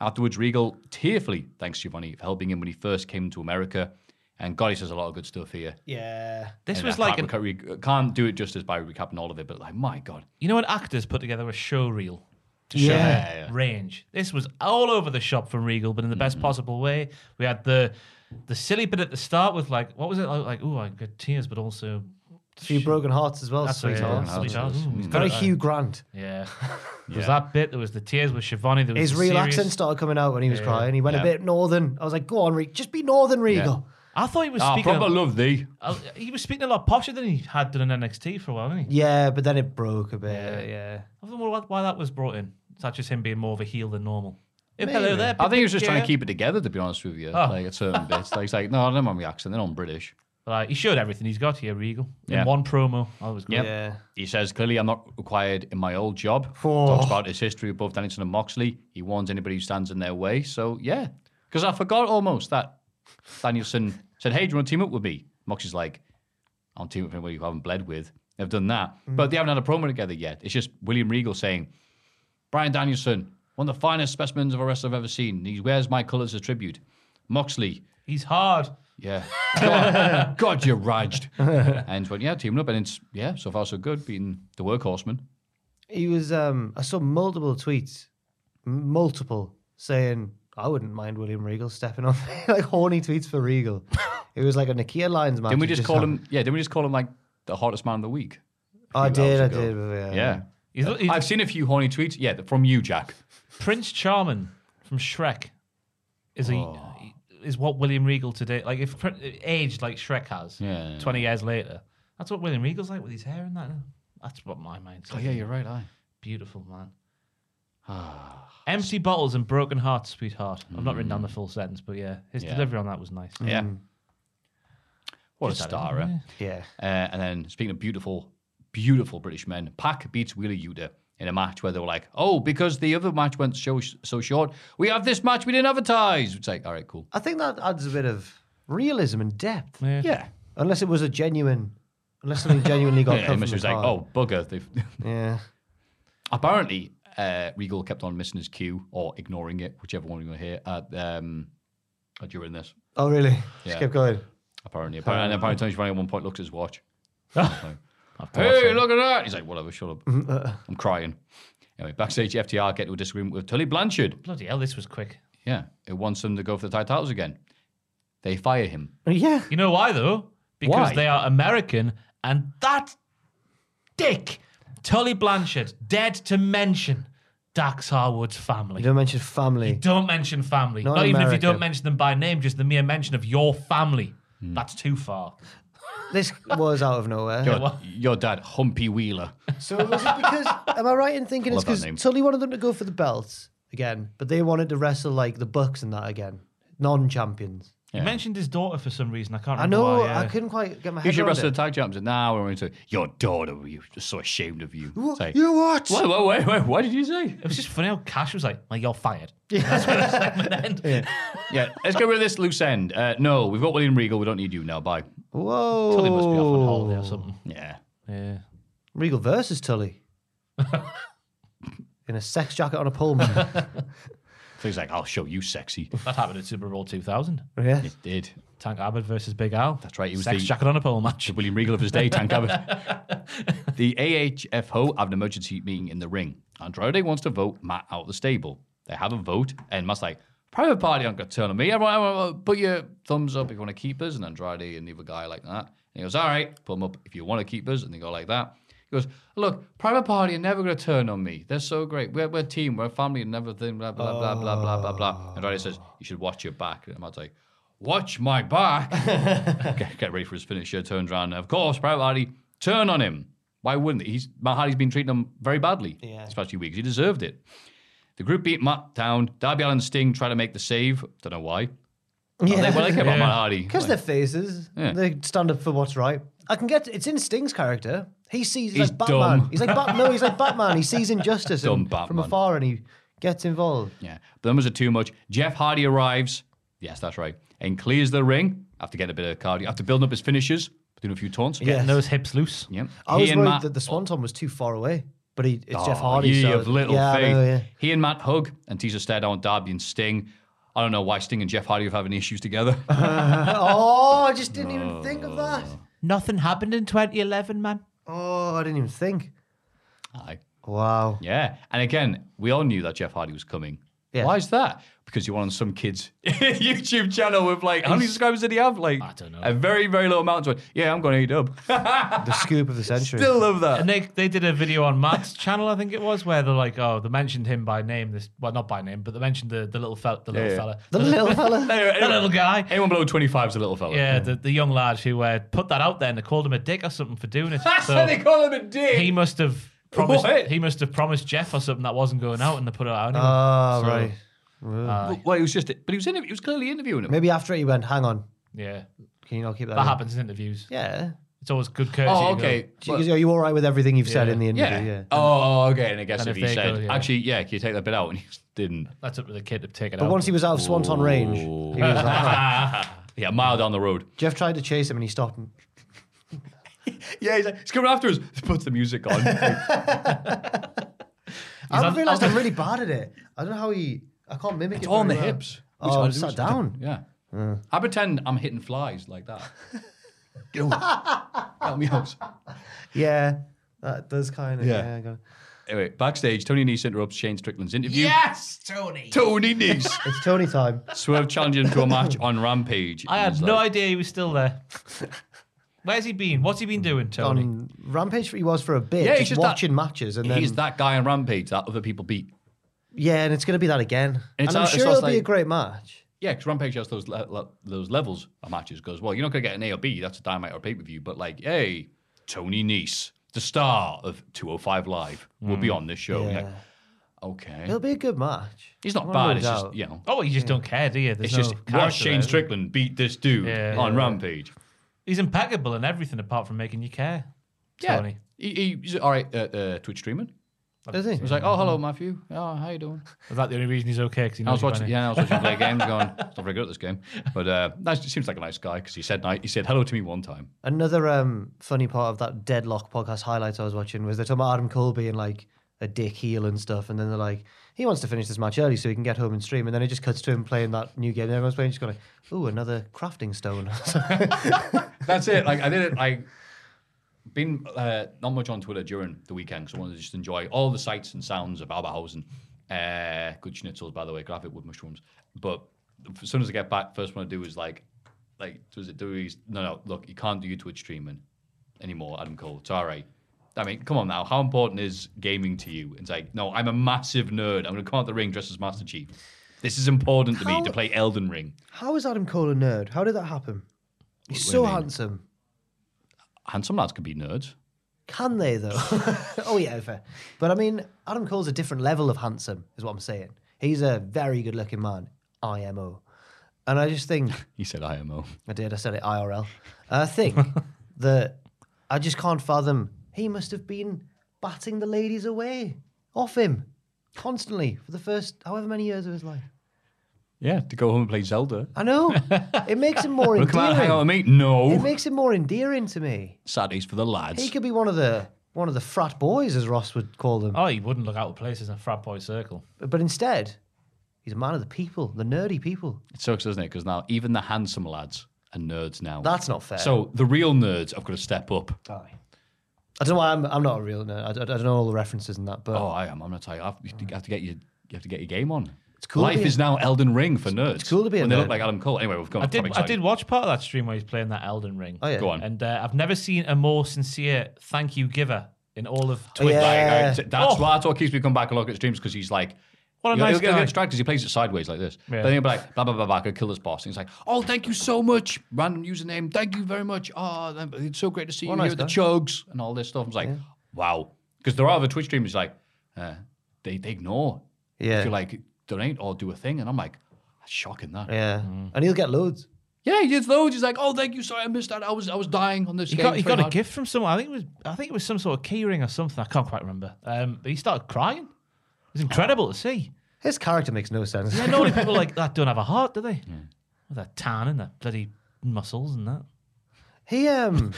B: Afterwards, Regal tearfully thanks Giovanni for helping him when he first came to America. And God, he says a lot of good stuff here.
D: Yeah.
C: This
B: And
C: was
B: I
C: like
B: Can't,
C: an,
B: reca- can't do it justice by recapping all of it, but like, my God.
C: you know when actors put together a show reel to
B: Yeah.
C: show
B: Yeah, Mm-hmm. yeah.
C: their range. This was all over the shop from Regal, but in the best possible way. We had the the silly bit at the start with like, what was it like? like oh, I got tears, but also
D: A few broken hearts as well.
C: That's
D: Sweet
C: what it is,
D: hearts.
C: Sweet Hearts. Ooh, he's got
D: Very
C: it, uh,
D: Hugh Grant.
C: yeah. There was
B: Mm. Yeah.
C: that bit. There was the tears with Shivani. There was
D: His
C: the
D: real
C: serious-
D: accent started coming out when he was
C: Yeah.
D: crying. He went
C: Yeah.
D: a bit northern. I was like, go on, Regal. Just be northern, Regal.
C: I thought he was
B: Ah,
C: speaking.
B: proper love thee.
C: uh, he was speaking a lot posher than he had done in NXT for a while, didn't he?
D: Yeah, but then it broke a bit. Yeah.
C: I don't know why- why that was brought in. It's not just him being more of a heel than normal. If hello
D: Maybe.
C: there.
B: I think he was just trying
C: yeah.
B: to keep it together, to be honest with you.
C: Oh.
B: Like, at certain bits. Like, he's like, no, I don't mind my accent. They're not British.
C: Like, he showed everything he's got here, Regal.
B: Yeah.
C: In one promo. I was good.
B: Yep.
D: Yeah.
B: He says, clearly, I'm not required in my old job.
D: Oh.
B: Talks about his history with both Dennington and Moxley. He warns anybody who stands in their way. So, yeah. Because I forgot almost that Danielson said, hey, do you want to team up with me? Moxley's like, I'll team up with anybody you haven't bled with. They've done that. But they haven't had a promo together yet. It's just William Regal saying, Brian Danielson, one of the finest specimens of a wrestler I've ever seen. He wears my colours as tribute. Moxley,
C: He's hard.
B: yeah. God, God, you're raged. and went, yeah, teaming up. And it's, yeah, so far so good, beating the workhorseman.
D: He was, um, I saw multiple tweets, m- multiple, saying, I wouldn't mind William Regal stepping on like horny tweets for Regal. it was like a Nikia Lions match.
B: Didn't we
D: that
B: just, call
D: happened.
B: him, yeah, didn't we just call him like the hottest man of the week? a
D: I
B: few hours
D: did, I
B: ago?
D: did. Yeah.
B: Yeah.
C: He's, he's
B: I've seen a few horny tweets. Yeah, from you, Jack.
C: Prince Charming from Shrek is
B: Oh.
C: a is what William Regal today like if pr- aged like Shrek has.
B: Yeah, yeah,
C: Twenty years later, that's what William Regal's like with his hair and that. That's what my mind's.
B: Oh,
C: like.
B: yeah, you're right. I.
C: Beautiful man.
D: Ah.
C: Empty bottles and broken hearts, sweetheart. I've not written down the
D: Mm.
C: full sentence, but yeah, his
B: Yeah.
C: delivery on that was nice.
B: Yeah. What
C: Just
B: a
C: had it,
B: star, eh?
C: yeah.
D: Yeah.
B: Uh, and then speaking of beautiful, beautiful British men, Pack beats Wheeler Yuta in a match where they were like, oh, because the other match went so, so short, we have this match we didn't advertise. It's like, all right, cool.
D: I think that adds a bit of realism and depth.
C: Yeah.
B: Yeah.
D: Unless it was a genuine, unless something genuinely got
B: yeah,
D: cut
B: it
D: from
B: must
D: the
B: was like,
D: card.
B: oh, bugger. They've,
D: Yeah.
B: apparently, uh, Regal kept on missing his cue or ignoring it, whichever one you were here at um, during this.
D: Oh, really? Just kept going.
B: Apparently, apparently, and apparently, Tony Schiavone at one point looks at his watch.
F: course,
B: hey,
F: yeah.
B: look at that! He's like, whatever, shut up.
D: Mm-hmm. Uh,
B: I'm crying. Anyway, backstage, FTR get to a disagreement with Tully Blanchard.
C: Bloody hell, this was quick.
B: Yeah, it wants them to go for the tag titles again. They fire him.
D: Yeah.
C: You know why though? Because
B: Why?
C: they are American, and that dick Tully Blanchard dared to mention Dax Harwood's family.
D: You don't mention family.
C: Don't mention family.
D: Not
C: Not, even if you
D: America. Hmm.
C: don't mention them by name, just the mere mention of your family. That's too far.
D: This was out of nowhere.
B: Your, your dad, Humpy Wheeler.
D: So was it because? Am I right in thinking it's
B: Love that
D: because
B: name.
D: Tully wanted them to go for the belts again, but they wanted to wrestle like the Bucks and that again, non-champions.
C: You mentioned his daughter for some reason. I can't
D: I
C: remember
D: know.
C: why. yeah.
D: I couldn't quite get my
B: You
D: head
B: should
D: around
B: wrestle the
D: it.
B: tag champions. Now we're going to your daughter. You're just so ashamed of you.
D: Wha-
B: Say,
D: you what?
B: Wait, wait, wait, wait. What did you say?
C: It was just funny how Cash was like, well, you're fired.
B: Yeah, let's get rid of this loose end. Uh, no, we've got William Regal. We don't need you now. Bye.
D: Whoa.
C: Tully must be off on holiday or something.
B: Yeah.
C: Yeah.
D: Regal versus Tully. in a sex jacket on a Pullman.
B: So he's like, I'll show you sexy.
C: That happened at Super Bowl 2000.
D: yeah.
B: It did.
C: Tank Abbott versus Big Al.
B: That's right. He was
C: Sex
B: the
C: jacket on a pole match.
B: the William Regal of his day, Tank Abbott. the AHFO have an emergency meeting in the ring. Andrade wants to vote Matt out of the stable. They have a vote, and Matt's like, Private party aren't going to turn on me. Everyone, everyone, everyone, put your thumbs up if you want to keep us. And Andrade and the other guy like that. And he goes, All right, put them up if you want to keep us. And they go like that. He goes, Look, Private Party are never going to turn on me. They're so great. We're, we're a team. We're a family and everything. Blah, blah, blah, blah, blah, blah, blah. Andrade says, You should watch your back. And Matt's like, Watch my back get, get ready for his finisher, turns around. Of course, Private Hardy, turn on him. Why wouldn't he? He's, Matt Hardy's been treating him very badly yeah. these past few weeks. He deserved it. The group beat Matt down. Darby Allen and Sting try to make the save. Don't know why. Yeah. They, what do they care about Matt Hardy?
D: Because they're faces.
B: Yeah.
D: They stand up for what's right. I can get it's in Sting's character. He sees he's,
B: He's
D: like Batman.
B: dumb.
D: He's like Bat- no, he's like Batman. He sees injustice
B: Dumb
D: and- from
B: Batman.
D: afar and he gets involved.
B: Yeah. But then was it too much? Jeff Hardy arrives. Yes, that's right. And clears the ring after getting a bit of cardio, after building up his finishes, doing a few taunts.
D: Yes.
C: Getting those hips loose.
B: Yeah.
D: I
B: He
D: was
B: and
D: worried
B: Matt-
D: that the Swanton was too far away, but he, it's Jeff
B: Oh,
D: Hardy.
B: Ye
D: so
B: of little
D: yeah, I
B: faith.
D: know, yeah.
B: He and Matt hug, and teaser stare down at Darby and Sting. I don't know why Sting and Jeff Hardy are having issues together.
D: Oh, I just didn't even think of that.
C: Nothing happened in 2011, man.
D: Oh, I didn't even think.
B: Aye.
D: Wow.
B: Yeah. And again, we all knew that Jeff Hardy was coming.
D: Yeah.
B: Why is that? Because you're on some kid's YouTube channel with like, how many subscribers did he have? Like, I
C: don't know.
B: A very, very low amount. So, yeah, I'm going to eat up.
D: The scoop of the century.
B: Still love
D: Uh.
B: that.
C: And they, they did a video on Matt's channel, I think it was, where they're like, oh, they mentioned him by name. This well, not by name, but they mentioned the, the little fella, the little
B: yeah.
C: fella,
D: the little fella.
B: Anyway,
C: the
B: anyone-
C: little guy.
B: Anyone below 25 is a little fella.
C: Yeah, the, the young lad who uh, put that out there and they called him a dick or something for doing it.
B: So they
C: So
B: call him a dick.
C: he must have promised
B: What?
C: he must have promised Jeff or something that wasn't going out, and they put it out. Anyway.
D: Oh,
C: So,
D: right.
B: well, he was just, but he was, interv- he was clearly interviewing him.
D: Maybe after it, he went, hang on.
C: yeah,
D: Can you not keep that?
C: that
D: in?
C: happens in interviews.
D: Yeah.
C: It's always good courtesy.
B: Oh,
C: to go,
B: okay.
D: She goes, Are you all right with everything you've said
C: Yeah.
D: in the
B: Yeah.
D: interview? Yeah.
B: Oh, oh, okay. And I guess
C: And
B: if,
C: if
B: he
C: they
B: said,
C: go, yeah.
B: actually, yeah, can you take that bit out? And he didn't.
C: That's up to the kid to take it
D: But
C: out.
D: once he was out of Swanton range, he was
B: Oh.
D: like, "Ah."
B: Yeah, a mile down the road.
D: Jeff tried to chase him and he stopped him.
B: Yeah, he's like, he's coming after us. Puts the music on.
D: I
C: on-
D: realised I'm really bad at it. I don't know how he. I can't mimic
B: it's
D: it.
B: all on the
D: very well.
B: hips.
D: Oh,
B: Which I do
D: sat
B: sometimes.
D: down.
B: Yeah.
D: Uh.
B: I pretend I'm hitting flies like that. Get over. Help me out.
D: Yeah. That does kind of.
B: Yeah.
D: Yeah. I got it.
B: Anyway, backstage, Tony Nese interrupts Shane Strickland's interview. Yes, Tony. Tony Nese.
D: It's Tony time.
B: Swerve challenging him to a match on Rampage.
C: I
B: And
C: had
B: he's
C: no
B: like,
C: idea he was still there. Where's he been? What's he been doing, Tony?
D: On Rampage, he was for a bit.
B: Yeah, he's
D: just,
B: just that-
D: watching matches. and then
B: He's that guy on Rampage that other people beat.
D: Yeah, and it's going to be that again. And,
B: it's
D: I'm
B: all-
D: sure
B: it's all
D: it'll be
B: like-
D: a great match.
B: Yeah, because Rampage has those le- le- those levels of matches. Goes well, you're not gonna get an A or B. That's a dynamite or pay per view. But like, hey, Tony Nese, the star of 205 Live, will
C: Hmm.
B: be on this show. You're like,
D: Yeah.
B: okay,
D: It'll be a good match.
B: he's not
D: Well,
B: bad.
D: no
B: It's just
D: doubt.
B: you know,
C: Oh, you just don't care, do you?
B: it's
C: There's no
B: just watch
C: character
B: Shane
C: there.
B: Strickland beat this dude
C: Yeah.
B: on
C: Yeah.
B: Rampage.
C: He's impeccable in everything apart from making you care.
B: Yeah,
C: Tony.
B: He, he- he's all right. Uh, uh, Twitch streaming.
D: Does he?
B: He was like, oh hello Matthew, oh how you doing?
C: Is that the only reason he's okay? Because
B: I
C: he
B: was
C: knows you're
B: watching,
C: funny?
B: yeah, I was watching him play games, going, not very good at this game, but uh, nice, he seems like a nice guy because he said ni- he said hello to me one time.
D: Another um, funny part of that Deadlock podcast highlights I was watching was they're talking about Adam Cole being like, a dick heel and stuff, and then they're like, he wants to finish this match early so he can get home and stream, and then it just cuts to him playing that new game. And everyone's playing, just going, like, ooh, another crafting stone.
B: That's it. Like I did it. Like been uh, not much on Twitter during the weekend because I wanted to just enjoy all the sights and sounds of Alberhausen. Uh, good schnitzels, by the way, graphic wood mushrooms. But as soon as I get back, first one I do is like, like does it do? these- No, no. Look, you can't do your Twitch streaming anymore, Adam Cole. It's all right. I mean, come on now. How important is gaming to you? It's like, no, I'm a massive nerd. I'm going to come out the ring dressed as Master Chief. This is important to
D: How-
B: me to play Elden Ring.
D: How is Adam Cole a nerd? How did that happen?
B: What
D: He's
B: do you
D: so
B: mean?
D: handsome.
B: Handsome lads can be nerds.
D: Can they though? oh yeah, fair. But I mean, Adam Cole's a different level of handsome, is what I'm saying. He's a very good-looking man, IMO, and I just think
B: He said IMO.
D: I did. I said it IRL. And I think that I just can't fathom. He must have been batting the ladies away off him constantly for the first however many years of his life.
B: Yeah, to go home and play Zelda.
D: I know. It makes him more
B: Wanna
D: endearing.
B: come out and hang out with me? No.
D: It makes him more endearing to me.
B: Saturdays for the lads.
D: He could be one of the one of the frat boys, as Ross would call them.
C: Oh, he wouldn't look out of place in a frat boy circle.
B: Oh.
D: But instead, he's a man of the people, the nerdy people.
B: It sucks, doesn't it? Because now even the handsome lads are nerds now.
D: That's not fair.
B: So the real nerds have got to step up.
D: I don't know why I'm, I'm not a real nerd. I, I- I don't know all the references and that, but
B: oh, I am. I'm not tired. I've- You have to get your you have to get your game on. It's
D: cool to
B: Life
D: be a-
B: is now Elden Ring for nerds. It's cool
D: to be a
B: when they
D: nerd.
B: look like Adam Cole. Anyway, we've gone.
C: I
B: off
C: did.
B: topic,
C: I
B: sorry.
C: did watch part of that stream where he's playing that Elden Ring.
B: Oh, yeah. Go on.
C: And uh, I've never seen a more sincere thank you giver in all of
B: Twitch.
C: Twitter.
B: Like, uh, t- that's, why that's what keeps me coming back and look at streams because he's like.
C: Oh. What a
B: he'll-
C: nice
B: he'll get- he'll
C: guy.
B: get distracted 'cause he plays it sideways like this.
C: Yeah.
B: But then he'll be like, blah, blah, blah, blah, go kill this boss. And he's like, oh, thank you so much. Random username. Thank you very much. Oh, th- it's so great to see
F: What
B: you
F: a
B: here
F: nice
B: at the
F: guy."
B: Chugs and all this stuff. I'm like, wow. Because there are other Twitch streamers like, uh, they, they ignore.
D: Yeah.
B: If you like, donate or do a thing. And I'm like, that's shocking that.
D: yeah,
B: Mm.
D: and he'll get loads.
B: Yeah, he did loads. He's like, "Oh, thank you. Sorry, I missed that. I was, I was dying on this."
C: He
B: game.
C: got, he
B: It's
C: got
B: very
C: a
B: hard."
C: gift from someone. I think it was I think it was some sort of keyring or something. I can't quite remember. Um, but he started crying. It was incredible to see.
D: His character makes no sense.
C: Yeah, normally people like that don't have a heart, do they? With their tan and their bloody muscles and that.
D: He um,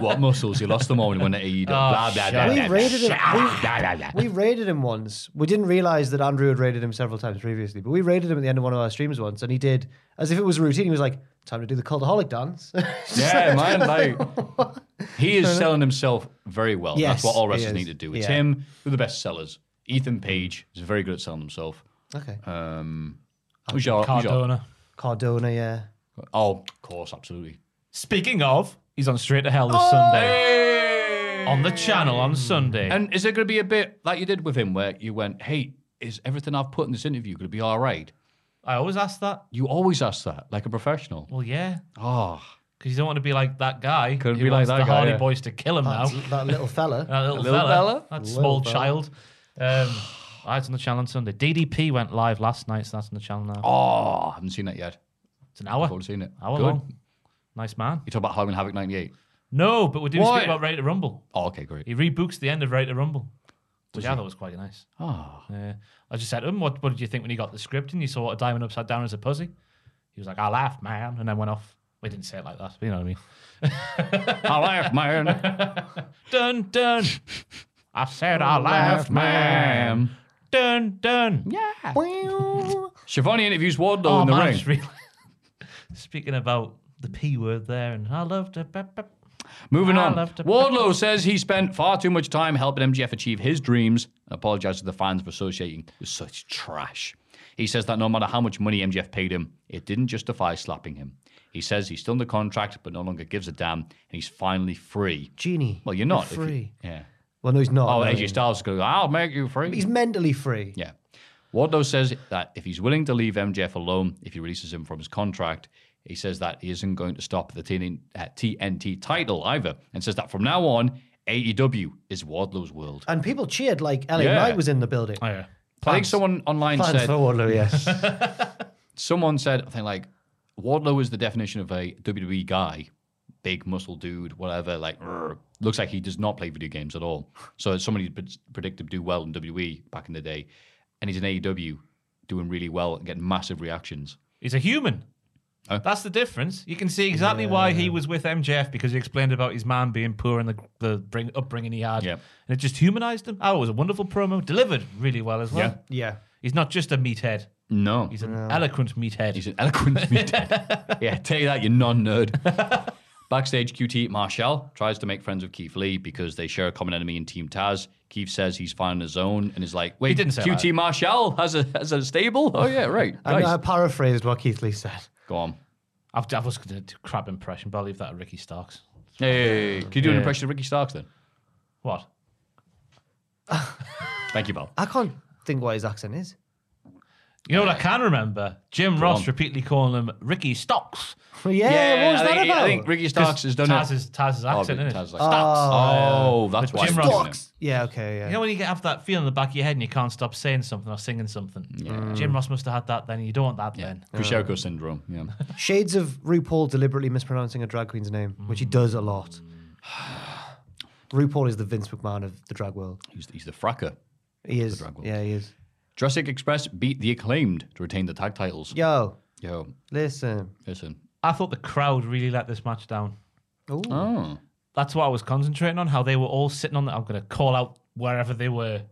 B: what muscles? You lost them all when you went to AEW. blah, blah, blah,
D: we
B: blah,
D: raided him.
B: blah,
D: we-
B: blah, blah, blah.
D: we raided him once. We didn't realize that Andrew had raided him several times previously, but we raided him at the end of one of our streams once, and he did as if it was a routine. He was like, "Time to do the cultaholic dance."
B: Yeah, man. Like, he is selling himself very well.
D: Yes,
B: That's what all
D: he
B: wrestlers
D: is.
B: need to do. It's
D: Yeah.
B: him who are the best sellers. Ethan Page is very good at selling himself.
D: Okay.
B: Um, who's your who's your-
D: Cardona, yeah.
B: Oh, of course, absolutely.
C: Speaking of, he's on Straight to Hell
B: Oh!
C: this Sunday. On the channel on Sunday.
B: And is there going to be a bit like you did with him, where you went, "Hey, is everything I've put in this interview going to be all right?"
C: I always ask that.
B: You always ask that, like a professional.
C: Well, yeah.
B: Oh,
D: Ah.
C: Because you don't want to be like that guy.
B: Couldn't
C: who
B: be like
C: wants
B: that
C: the
B: guy,
C: Hardy
B: yeah.
C: Boys to kill him
D: That,
C: now.
D: that little fella.
B: Uh,
C: That little,
D: Little
C: fella,
D: fella?
C: That
D: Little
C: small
D: fella.
C: child. Um, that's on the channel on Sunday. DDP went live last night, so that's on the channel now.
B: Oh, I haven't seen that yet.
C: It's an hour.
B: I've already seen it.
C: Hour
B: Good.
C: long. Nice man.
B: You talk about Halloween Havoc 98.
C: No, but we do
B: Why?
C: speak about Ready to Rumble.
B: Oh, okay, great.
C: He rebooks the end of Ready to Rumble, which
B: Does
C: I
B: he?
C: thought was quite nice.
B: Ah.
C: Yeah. I just said to him, what, what did you think when he got the script and you saw a diamond upside down as a pussy? He was like, I laughed, man, and then went off. We didn't say it like that, but you know what I mean.
B: I laughed, man.
C: dun, dun. I said, I laughed, man. Dun, dun.
B: Yeah. Shivani interviews Wardlow
C: Oh,
B: in the
C: man, I
B: ring.
C: just realised- Speaking about the P word there, and I loved it. bep, bep.
B: Moving
C: I
B: on.
C: loved it.
B: Wardlow says he spent far too much time helping MGF achieve his dreams and apologized to the fans for associating with such trash. He says that no matter how much money MGF paid him, it didn't justify slapping him. He says he's still under contract but no longer gives a damn and he's finally free.
D: Genie.
B: Well, you're not. if you-
D: free.
B: yeah.
D: Well, no, he's not.
B: Oh,
D: no,
B: AJ Styles is going, I'll make you free.
D: He's mentally free.
B: Yeah. Wardlow says that if he's willing to leave MJF alone, if he releases him from his contract, he says that he isn't going to stop the TN uh, TNT title either, and says that from now on, AEW is Wardlow's world.
D: And people cheered like LA
B: Yeah.
D: Knight was in the building.
C: Oh, yeah.
B: I think someone online
D: Plans
B: said
D: for Wardlow, yes.
B: someone said I think like Wardlow is the definition of a WWE guy, big muscle dude, whatever. Like "Rrr." looks like he does not play video games at all. So it's somebody pre- predicted do well in WWE back in the day, E and he's in AEW doing really well and getting massive reactions.
C: He's a human. That's the difference. You can see exactly why he was with MJF because he explained about his man being poor and the the bring, upbringing he had, and it just humanized him. Oh, it was a wonderful promo, delivered really well as well.
D: Yeah. Yeah.
C: he's not just a meathead.
B: No.
C: He's an eloquent meathead.
B: He's an eloquent meathead. yeah, take that, you non nerd. Backstage, QT Marshall tries to make friends with Keith Lee because they share a common enemy in Team Taz. Keith says he's fine on his own and is like, wait,
C: didn't say
B: QT
C: that.
B: Marshall has a, has a stable? Oh, yeah, right.
D: I, I
B: nice.
D: paraphrased what Keith Lee said.
B: Go on.
C: I've, I was going to do a crap impression, but I'll leave that at Ricky Starks.
B: Hey, can you do an
C: Yeah.
B: impression of Ricky Starks then?
C: What?
B: Thank you, Val.
D: I can't think what his accent is.
C: You know what I can remember? Jim Ross repeatedly calling him Ricky Stocks.
D: Well, yeah, what was
C: I
D: that
C: think-
D: about?
C: I think
B: Ricky Starks has done
C: Taz's,
B: it.
C: Taz's accent,
B: but
C: isn't it?
B: Taz's like-
D: Oh.
B: Oh, that's
C: But
B: why.
C: Jim
B: I'm
C: Ross-
B: doing it.
D: Yeah, okay, yeah.
C: You know when you get have that feeling in the back of your head and you can't stop saying something or singing something?
D: Mm.
C: Jim Ross must have had that then. You don't want that then.
B: Kushoko syndrome. Yeah.
D: Shades of RuPaul deliberately mispronouncing a drag queen's name, which he
B: Mm.
D: does a lot. RuPaul is the Vince McMahon of the drag world.
B: He's, he's the fracker.
D: He is. Yeah, he is.
B: Jurassic Express beat the acclaimed to retain the tag titles.
D: Yo,
B: Yo,
D: listen.
B: listen.
C: I thought the crowd really let this match down.
D: Ooh.
C: Mm.
B: Oh.
C: That's what I was concentrating on, how they were all sitting on the. I'm going to call out wherever they were.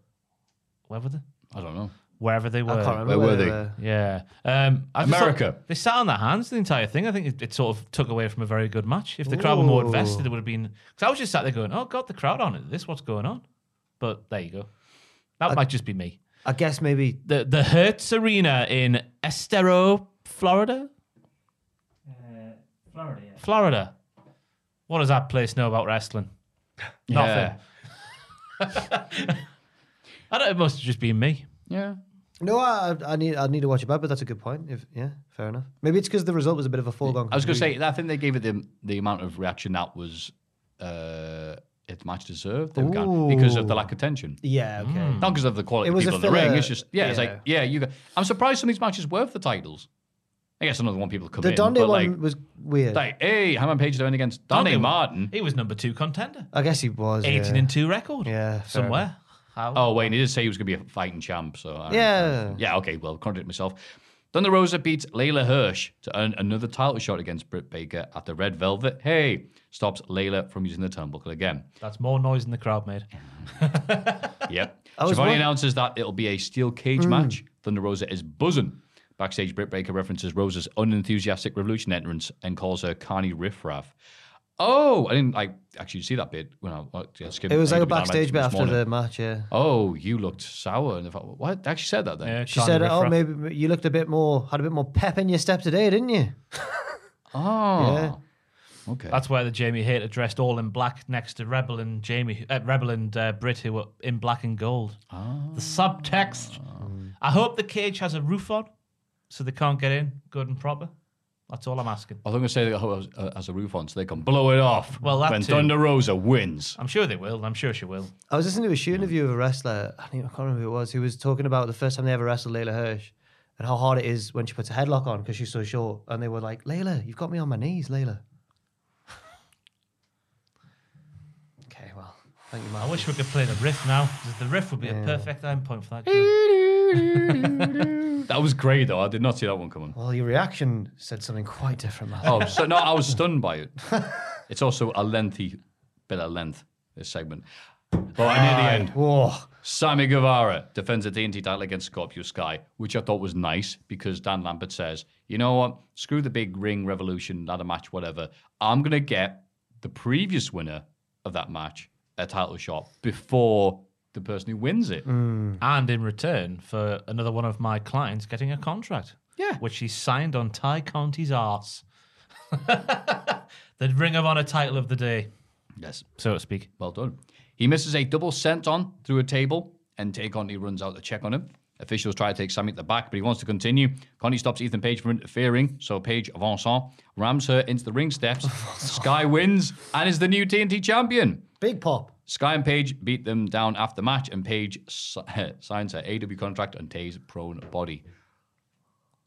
C: Wherever they,
B: I don't know.
C: wherever they were.
D: I can't remember.
B: Where were
D: they
B: they?
C: Yeah. Um, I just
B: America.
C: thought They sat on their hands the entire thing. I think it, it sort of took away from a very good match. If the crowd were more
D: Ooh.
C: invested, it would have been. Because I was just sat there going, oh, God, the crowd on it. This, what's going on? But there you go. That might just be me.
D: I guess maybe.
C: The, the Hertz Arena in Estero, Florida?
E: Uh, Florida, yeah.
C: Florida. What does that place know about wrestling? Nothing. I don't, it must have just been me.
B: Yeah.
D: No, I, I need I need to watch it back, but that's a good point. If yeah, fair enough. Maybe it's because the result was a bit of a foregone.
B: I was going to
D: conclusion.
B: say, I think they gave it the, the amount of reaction that was uh, it match deserved. They were going, because of the
D: Ooh.
B: lack of tension.
D: Yeah, okay.
B: Not because of the quality
D: It
B: of
D: was
B: people
D: a
B: in the ring.
D: filler-
B: It's just, yeah, it's
D: yeah.
B: like, yeah, you. Got, I'm surprised some of these matches worth the titles. I guess another one people come
D: The
B: in.
D: Donde
B: but
D: one
B: like,
D: was weird.
B: like, hey, Hammond Page doing against Donnie
C: Donnie-
B: Martin.
C: He was number two contender.
D: I guess he was
C: 18
D: yeah.
C: and 2 record.
D: Yeah, fair
C: Somewhere. How?
B: Oh wait, and he did say he was going to be a fighting champ. So I-
D: Yeah.
B: yeah, okay. Well, contradict myself. Thunder Rosa beats Layla Hirsch to earn another title shot against Britt Baker at the Red Velvet. Hey, stops Layla from using the turnbuckle again.
C: That's more noise than the crowd made.
B: Yep.
D: was Hmm.
B: Shivani
D: wondering-
B: announces that it'll be a steel cage match. Thunder Rosa is buzzing. Backstage, Britt Baker references Rosa's unenthusiastic Revolution entrance and calls her Carney riffraff. Oh, I didn't like actually see that bit when I, I skipped.
D: It was
B: I
D: like a
B: skipped down
D: backstage bit
B: this
D: after
B: morning.
D: the match. Yeah,
B: Oh, you looked sour. And I thought, what? They actually said that then?
C: Yeah,
D: she
C: Carney
D: said,
C: riff
D: "Oh,
C: raff.
D: maybe you looked a bit more, had a bit more pep in your step today, didn't you?"
B: Oh. Okay.
C: That's why the Jamie Hater dressed all in black next to Rebel and Jamie, uh, Rebel and uh, Brit, who were in black and gold.
D: Ah.
C: The subtext. I hope the cage has a roof on, so they can't get in, good and proper. That's all I'm asking.
B: I was going to say that oh, it was, uh, has a roof on, so they can blow it off.
C: Well, that
B: when
C: too.
B: Thunder Rosa wins.
C: I'm sure they will. I'm sure she will.
D: I was listening to a shoot interview of a wrestler. I, think, I can't remember who it was. Who was talking about the first time they ever wrestled Layla Hirsch and how hard it is when she puts a headlock on because she's so short. And they were like, "Layla, you've got me on my knees, Layla." okay, well, thank you,
C: I
D: Matt.
C: wish we could play the riff now. 'cause The riff would be a perfect end point for that. Show.
B: That was great, though. I did not see that one coming.
D: Well, your reaction said something quite different, Matt.
B: Oh, so no, I was stunned by it. It's also a lengthy bit of length, this segment. But I near the end,
D: Whoa.
B: Sammy Guevara defends the TNT title against Scorpio Sky, which I thought was nice because Dan Lambert says, you know what? Screw the big ring revolution, ladder match, whatever. I'm going to get the previous winner of that match a title shot before the person who wins it.
C: And in return for another one of my clients getting a contract.
B: Yeah.
C: Which he signed on Ty County's arts. the Ring of Honor title of the day,
B: Yes.
C: so to speak.
B: Well done. He misses a double sent on through a table, and Tay Conti runs out to check on him. Officials try to take Sammy at the back, but he wants to continue. Conti stops Ethan Page from interfering, so Page avances, rams her into the ring steps. Sky wins and is the new TNT champion.
D: Big pop.
B: Sky and Page beat them down after the match, and Page s- signs her AW contract on Tay's prone body.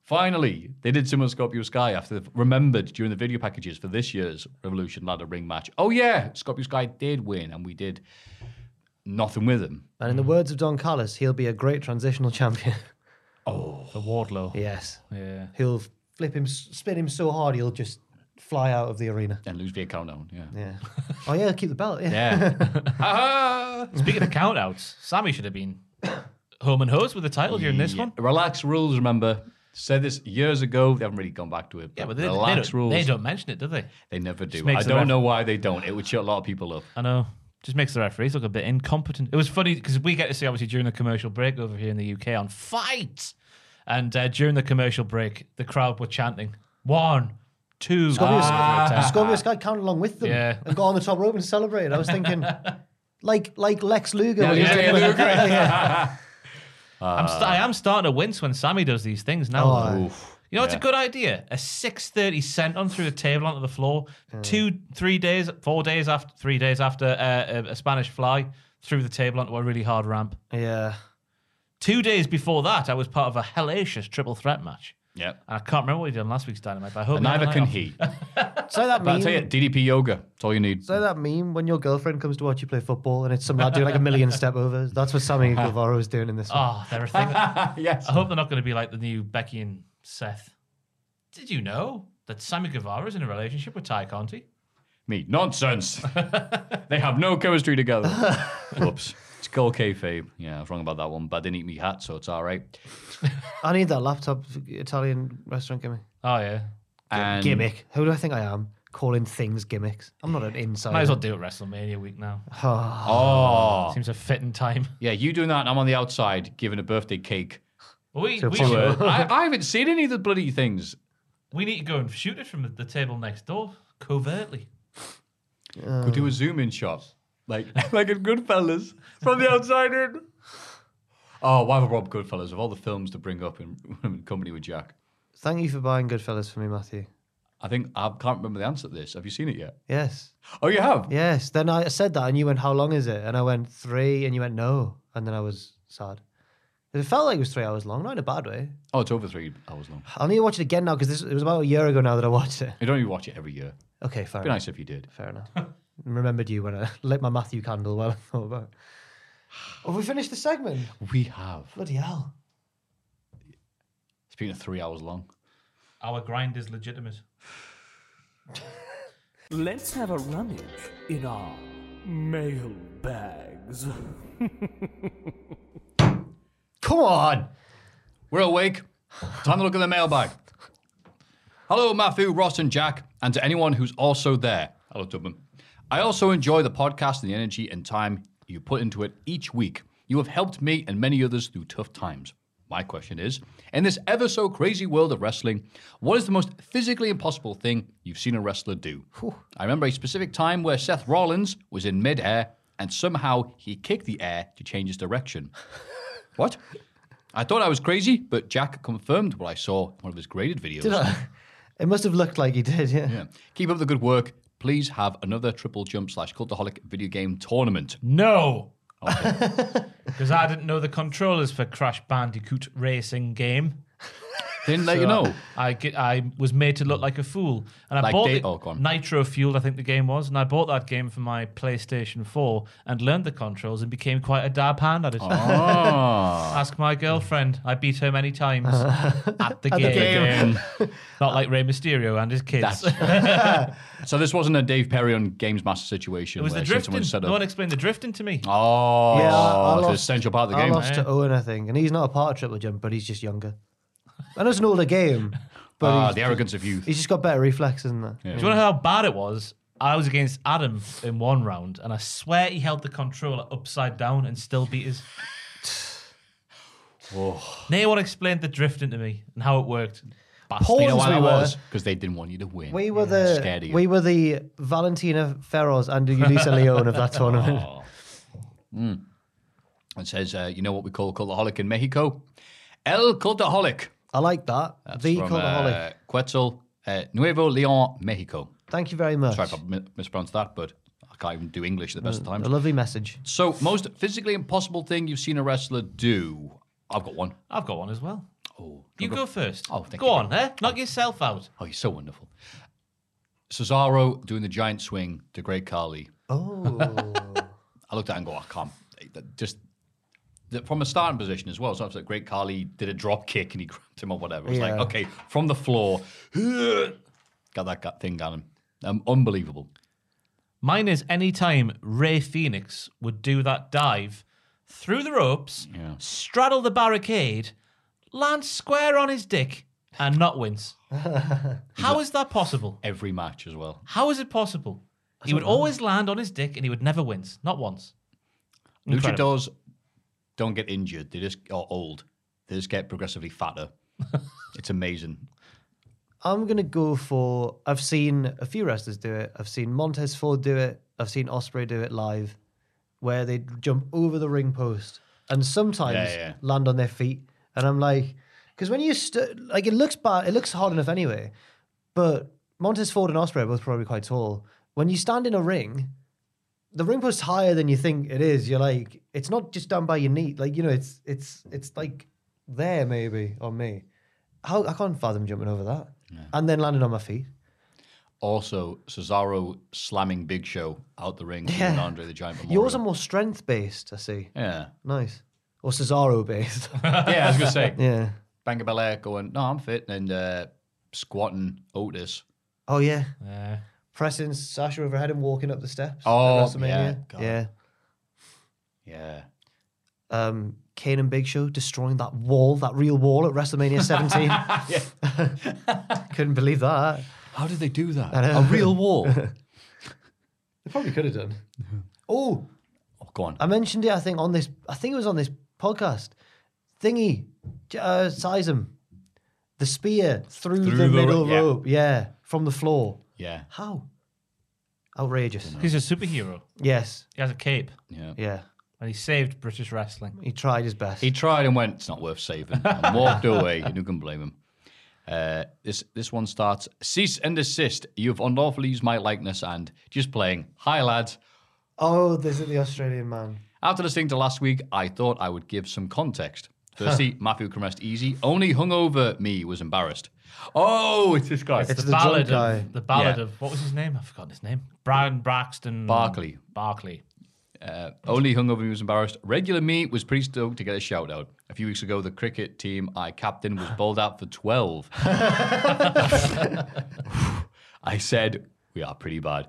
B: Finally, they did summon Scorpio Sky after they've remembered during the video packages for this year's Revolution Ladder Ring match. Oh, yeah, Scorpio Sky did win, and we did nothing with him.
D: And in
C: Hmm.
D: the words of Don Callis, he'll be a great transitional champion.
C: The Wardlow.
D: yes.
C: Yeah.
D: He'll flip him, s- spin him so hard he'll just fly out of the arena.
B: And lose via countdown. Yeah.
D: Yeah. oh yeah, keep the belt. Yeah.
C: Ha-ha! Speaking of countouts, Sammy should have been home and hose with the title during this
B: Yeah.
C: one.
B: Relax rules, remember. Said this years ago. They haven't really gone back to it.
C: Yeah, but they, they,
B: relax
C: don't,
B: rules.
C: they don't mention it, do they?
B: They never do.
C: makes
B: I
C: the
B: don't
C: ref-
B: know why they don't. It would shut a lot of people up.
C: I know. Just makes the referees look a bit incompetent. It was funny because we get to see obviously during the commercial break over here in the UK on fight, and uh, during the commercial break, the crowd were chanting one, two.
D: Scorpio,
C: Ah.
D: Sky, Scorpio Sky counted along with them
C: Yeah.
D: and got on the top rope and celebrated. I was thinking, like like Lex Luger.
C: Yeah,
D: when he was
C: yeah,
D: doing
C: yeah,
D: the-
C: Luger.
D: Yeah.
C: I'm st- I am starting to wince when Sammy does these things now.
D: Oh,
C: though. you know what's
B: Yeah.
C: a good idea? A six thirty sent on through the table onto the floor. Two, three days, four days after, three days after uh, a, a Spanish fly through the table onto a really hard ramp.
D: Yeah.
C: Two days before that, I was part of a hellacious triple threat match.
B: Yep.
C: And I can't remember what he did on last week's Dynamite, but I hope
B: And
C: he had a
B: neither
C: night
B: can he.
C: off.
D: So that
B: But I
D: meme,
B: tell you, DDP yoga. That's all you need.
D: so that meme when your girlfriend comes to watch you play football and it's some lad doing like a million step overs. That's what Sammy Guevara was doing in this. one.
C: Oh, they're a thing. yes. I hope they're not going to be like the new Becky and Seth. Did you know that Sammy Guevara is in a relationship with Ty Conti?
B: Me. Nonsense. they have no chemistry together. Whoops. It's called kayfabe. Yeah, I was wrong about that one, but I didn't eat me hat, so it's all right.
D: I need that laptop Italian restaurant gimmick.
C: Oh yeah.
B: And
D: gimmick. Who do I think I am? Calling things gimmicks. I'm not an insider. Ah.
C: Might as well do it WrestleMania week now.
B: Oh.
C: Seems a fitting time.
B: Yeah, you doing that, and I'm on the outside giving a birthday cake.
C: We,
B: to
C: we,
B: a-
C: should-
B: I, I haven't seen any of the bloody things.
C: we need to go and shoot it from the- the table next door covertly.
B: Could do a zoom in shot. Like like in Goodfellas from the outside in. Oh, why have I brought up Goodfellas of all the films to bring up in, in company with Jack?
D: Thank you for buying Goodfellas for me, Matthew.
B: I think I can't remember the answer to this. Have you seen it yet?
D: Yes.
B: Oh, you have?
D: Yes. Then I said that, and you went, "How long is it?" And I went three, and you went, "No." And then I was sad. It felt like it was three hours long, not in a bad way.
B: Oh, it's over three hours long.
D: I'll need to watch it again now because it was about a year ago now that I watched it.
B: You don't even watch it every year.
D: Okay, fair
B: It'd be
D: enough.
B: nice if you did.
D: Fair enough. Remembered you when I lit my Matthew candle while I thought about it. Have we finished the segment?
B: We have.
D: Bloody hell.
B: It's been three hours long.
C: Our grind is legitimate.
L: Let's have a rummage in our mail bags.
D: Come on.
B: We're awake. Time to look at the mailbag. Hello, Matthew, Ross, and Jack, and to anyone who's also there. Hello, Tubman. I also enjoy the podcast and the energy and time you put into it each week. You have helped me and many others through tough times. My question is In this ever so crazy world of wrestling, what is the most physically impossible thing you've seen a wrestler do? I remember a specific time where Seth Rollins was in midair and somehow he kicked the air to change his direction. what? I thought I was crazy, but Jack confirmed what I saw in one of his graded videos.
D: Did I? It must have looked like he did, yeah.
B: Yeah. Keep up the good work. Please have another triple jump slash cultaholic video game tournament.
C: No. Because I didn't know the controllers for Crash Bandicoot Racing game.
B: Didn't let you know.
C: I, ge- I was made to look like a fool. And I
B: Like
C: bought
B: they-
C: the-
B: oh, go on.
C: Nitro Fueled, I think the game was. And I bought that game for my PlayStation 4 and learned the controls and became quite a dab hand at it.
B: Oh. Ah.
C: Ask my girlfriend. I beat her many times at the game.
B: game.
C: Not like Rey Mysterio and his kids.
B: so this wasn't a Dave Perry on Games Master situation.
C: It was the
B: where
C: drifting.
B: someone set
C: No
B: up.
C: one explained the drifting to me.
B: Oh,
D: Yeah, I
B: it's an
D: lost-
B: essential part of the
D: I
B: game. eh?
D: lost to Owen, I think, and he's not a part of Triple Jump, but he's just younger. And it's an older game, but
B: Ah,
D: he's,
B: the arrogance of youth.
D: he's just got better reflexes than that.
C: Do you want to know how bad it was? I was against Adam in one round, and I swear he held the controller upside down and still beat us.
B: Oh.
C: No one explained the drifting to me and how it worked.
B: Do you know
D: Pawns
B: why
D: we
B: that
D: were.
B: was? Because they didn't want you to win.
D: We were the
B: Scared of you.
D: we were the Valentina Ferros and Ulisa Leon of that tournament.
B: Oh. Ah. Hmm. It says, uh, you know what we call cultaholic in Mexico? El cultaholic.
D: I like that.
B: That's
D: the
B: from,
D: Cultaholic.
B: Uh, Quetzal, uh, Nuevo Leon, Mexico.
D: Thank you very much.
B: Sorry if I mi- mispronounced that, but I can't even do English at the best of times.
D: A lovely message.
B: So, most physically impossible thing you've seen a wrestler do? I've got one.
C: I've got one as well.
B: Oh,
C: You go first.
B: Oh, thank
C: go
B: you.
C: on, eh? Knock yourself out.
B: Oh, he's so wonderful. Cesaro doing the giant swing to Great Carly.
D: Oh,
B: I looked at it and go, I can't. That- "Oh, Just that from a starting position as well. So it's like great Carly did a drop kick and he grabbed him or whatever. It's
C: Yeah.
B: like okay, from the floor, got that gut thing down him. Um, unbelievable.
C: Mine is any time Ray Phoenix would do that dive through the ropes, straddle the barricade, land square on his dick, and not wins. How is that possible?
B: Every match as well.
C: How is it possible?
B: I
C: He would
B: don't know.
C: always land on his dick and he would never wins. Not once. Incredible.
B: Luchadors don't get injured. They just are old. They just get progressively fatter. it's amazing.
D: I'm gonna go for. I've seen a few wrestlers do it. I've seen Montez Ford do it. I've seen Osprey do it live, where they jump over the ring post and sometimes
B: Yeah, yeah.
D: land on their feet. And I'm like, because when you st- like, it looks bad. It looks hard enough anyway. But Montez Ford and Osprey are both probably quite tall. When you stand in a ring, the ring post's higher than you think it is. You're like, it's not just down by your knee. Like you know, it's it's it's like there maybe on me. How I can't fathom jumping over that and then landing on my feet.
B: Also, Cesaro slamming Big Show out the ring
D: Yeah.
B: and Andre the Giant. Memorial.
D: Yours are more strength based. I see.
B: Yeah.
D: nice or Cesaro based.
B: yeah, I was gonna say.
D: Yeah.
B: Banga Belair going, no, I'm fit, and uh, squatting Otis.
D: Oh yeah.
C: Yeah.
D: Pressing Sasha overhead and walking up the steps. at
B: Oh,
D: WrestleMania.
B: yeah, God.
D: yeah.
B: Yeah.
D: Um, Kane and Big Show destroying that wall, that real wall at WrestleMania 17. Couldn't believe that.
B: How did they do that?
D: I know.
B: A real wall.
D: they probably could have done. Oh,
B: go on.
D: I mentioned it. I think on this. I think it was on this podcast. Thingy, J- uh, Sizem, the spear through,
B: Through
D: the,
B: the ro-
D: middle
B: yeah.
D: rope. Yeah, from the floor.
B: Yeah.
D: How? Outrageous.
C: He's a superhero.
D: Yes.
C: He has a cape.
B: Yeah.
D: Yeah.
C: And he saved British wrestling.
D: He tried his best.
B: He tried and went, it's not worth saving. And walked away, and who can blame him? Uh, this this one starts cease and desist. You've unlawfully used my likeness and just playing. Hi lads.
D: Oh, this is the Australian man.
B: After listening to last week, I thought I would give some context. Firstly, Matthew can rest easy. Only hungover me was embarrassed. Oh, it's this guy.
C: It's, the, ballad of the ballad of what was his name? I've forgotten his name. Brian Braxton
B: Barkley.
C: Barkley.
B: Uh, only hungover me was embarrassed. Regular me was pretty stoked to get a shout out. A few weeks ago, the cricket team I captain was bowled out for 12. I said, We are pretty bad.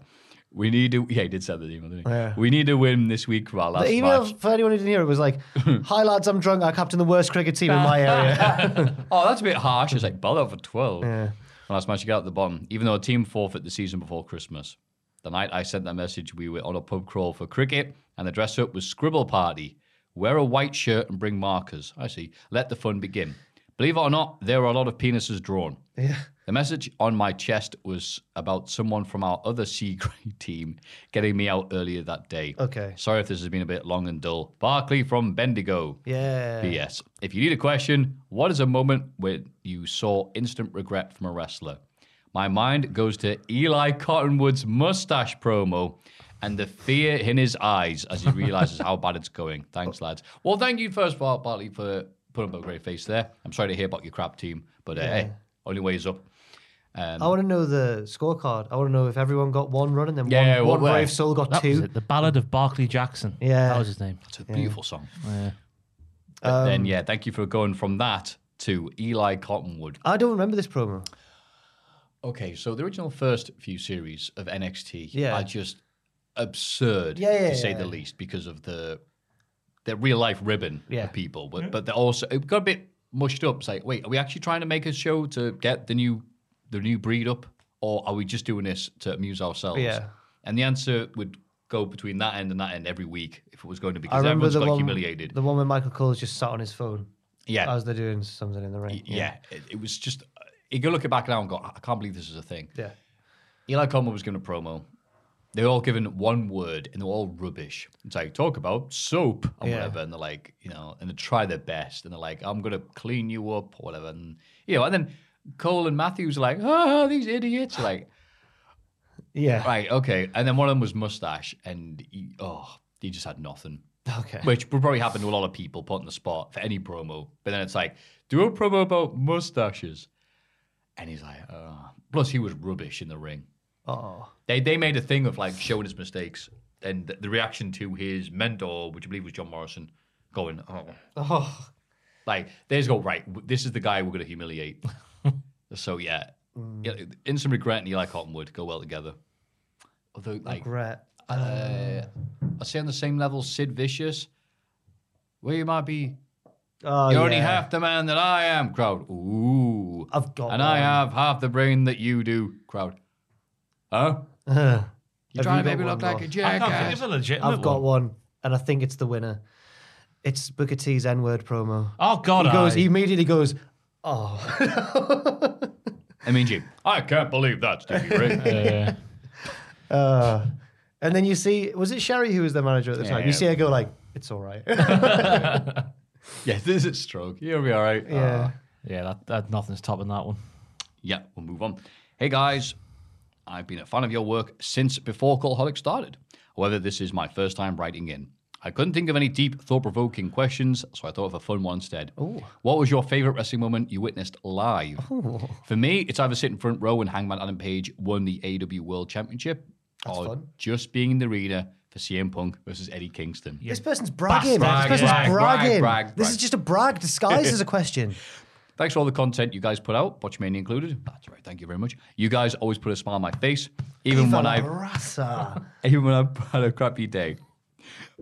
B: We need to, yeah, he did send the email, didn't he?
D: Yeah.
B: We need to win this week for our last
D: the email
B: match.
D: for anyone who didn't hear it was like, "Hi lads, I'm drunk. I captain the worst cricket team in my area."
B: oh, that's a bit harsh. It's like bowled out for 12.
D: Yeah.
B: And last match, you got at the bottom. Even though a team forfeit the season before Christmas. The night I sent that message, we were on a pub crawl for cricket, and the dress up was scribble party. Wear a white shirt and bring markers. I see. Let the fun begin. Believe it or not, there were a lot of penises drawn.
D: Yeah.
B: The message on my chest was about someone from our other C grade team getting me out earlier that day.
D: Okay.
B: Sorry if this has been a bit long and dull. Barclay from Bendigo.
D: Yeah.
B: BS. If you need a question, what is a moment when you saw instant regret from a wrestler? My mind goes to Eli Cottonwood's mustache promo and the fear in his eyes as he realizes how bad it's going. Thanks, lads. Well, thank you first of all, Bartley, for putting up a great face there. I'm sorry to hear about your crap team, but uh,
D: Yeah.
B: hey, only way is up. Um,
D: I want to know the scorecard. I want to know if everyone got one run and then
B: Yeah,
D: one,
B: what-
D: one
B: where-
D: brave soul got
C: That was
D: two.
C: it, the ballad of Barkley Jackson.
D: Yeah. Um,
C: That was his name.
B: it's a beautiful song.
C: Yeah.
B: But then, yeah, thank you for going from that to Eli Cottonwood.
D: I don't remember this promo.
B: Okay, so the original first few series of NXT
D: Yeah.
B: are just absurd,
D: Yeah, yeah,
B: to say
D: yeah.
B: the least, because of the the real life ribbon
D: Yeah.
B: of people. But but they're also it got a bit mushed up. It's like, wait, are we actually trying to make a show to get the new the new breed up, or are we just doing this to amuse ourselves?
D: Yeah.
B: And the answer would go between that end and that end every week if it was going to
D: I
B: because
D: remember
B: everyone's
D: the
B: got
D: one,
B: humiliated.
D: the one where Michael Cole's just sat on his phone.
B: Yeah.
D: As they're doing something in the ring.
B: yeah, It, it was just you go looking back now and go, I can't believe this is a thing.
D: Yeah.
B: Eli Conway was given a promo. They were all given one word and they're all rubbish. It's like talk about soap or
D: Yeah.
B: whatever, and they're like, you know, and they try their best and they're like, I'm gonna clean you up or whatever, and you know, and then Cole and Matthews are like, oh, these idiots, like,
D: Yeah.
B: right, okay, and then one of them was mustache, and he, oh, he just had nothing
D: Okay.
B: which would probably happen to a lot of people put on the spot for any promo. But then it's like, do a promo about mustaches. And he's like, oh. plus he was rubbish in the ring.
D: Oh.
B: They they made a thing of like showing his mistakes, and th- the reaction to his mentor, which I believe was John Morrison, going, oh. Like, they just go, right, w- this is the guy we're going to humiliate. so, yeah.
D: Mm.
B: yeah. Instant regret and Eli Cottonwood go well together. Although, like,
D: Regret.
B: Uh, I'd say on the same level, Sid Vicious, where you might be,
D: Oh,
B: you're only
D: yeah.
B: half the man that I am, crowd. Ooh.
D: I've got
B: And
D: one.
B: I have half the brain that you do, crowd. Huh?
D: Have
B: You're trying
D: Uh-huh. you
B: to make
D: got
B: me look
D: one,
B: like
D: Ross?
B: a jackass.
D: I've got one. and I think it's the winner. It's Booker T's N word promo.
C: Oh, God,
D: He goes.
C: aye.
D: He immediately goes. Oh,
B: I mean, Jim, I can't believe that, Stevie Ray.
D: Uh, and then you see, was it Sherry who was the manager at the time?
B: Yeah.
D: You see her go like, "It's all right."
B: yeah, this is stroke. You'll be all right.
D: Yeah.
C: yeah, that, that nothing's topping that one.
B: Yeah, we'll move on. Hey guys, I've been a fan of your work since before Callholic started. However, this is my first time writing in. I couldn't think of any deep, thought provoking questions, so I thought of a fun one instead. What was your favorite wrestling moment you witnessed live? For me, it's either sitting front row when Hangman Adam Page won the AW World Championship, or just being in the arena for CM Punk versus Eddie Kingston.
D: This person's bragging.
B: Brag,
D: this person's
B: brag,
D: bragging.
B: brag, brag,
D: this
B: brag.
D: is just a brag disguised as a question.
B: Thanks for all the content you guys put out, Botchmania included. That's right, thank you very much. You guys always put a smile on my face, even
D: Viva
B: when
D: la
B: I've
D: raza.
B: even when I've had a crappy day.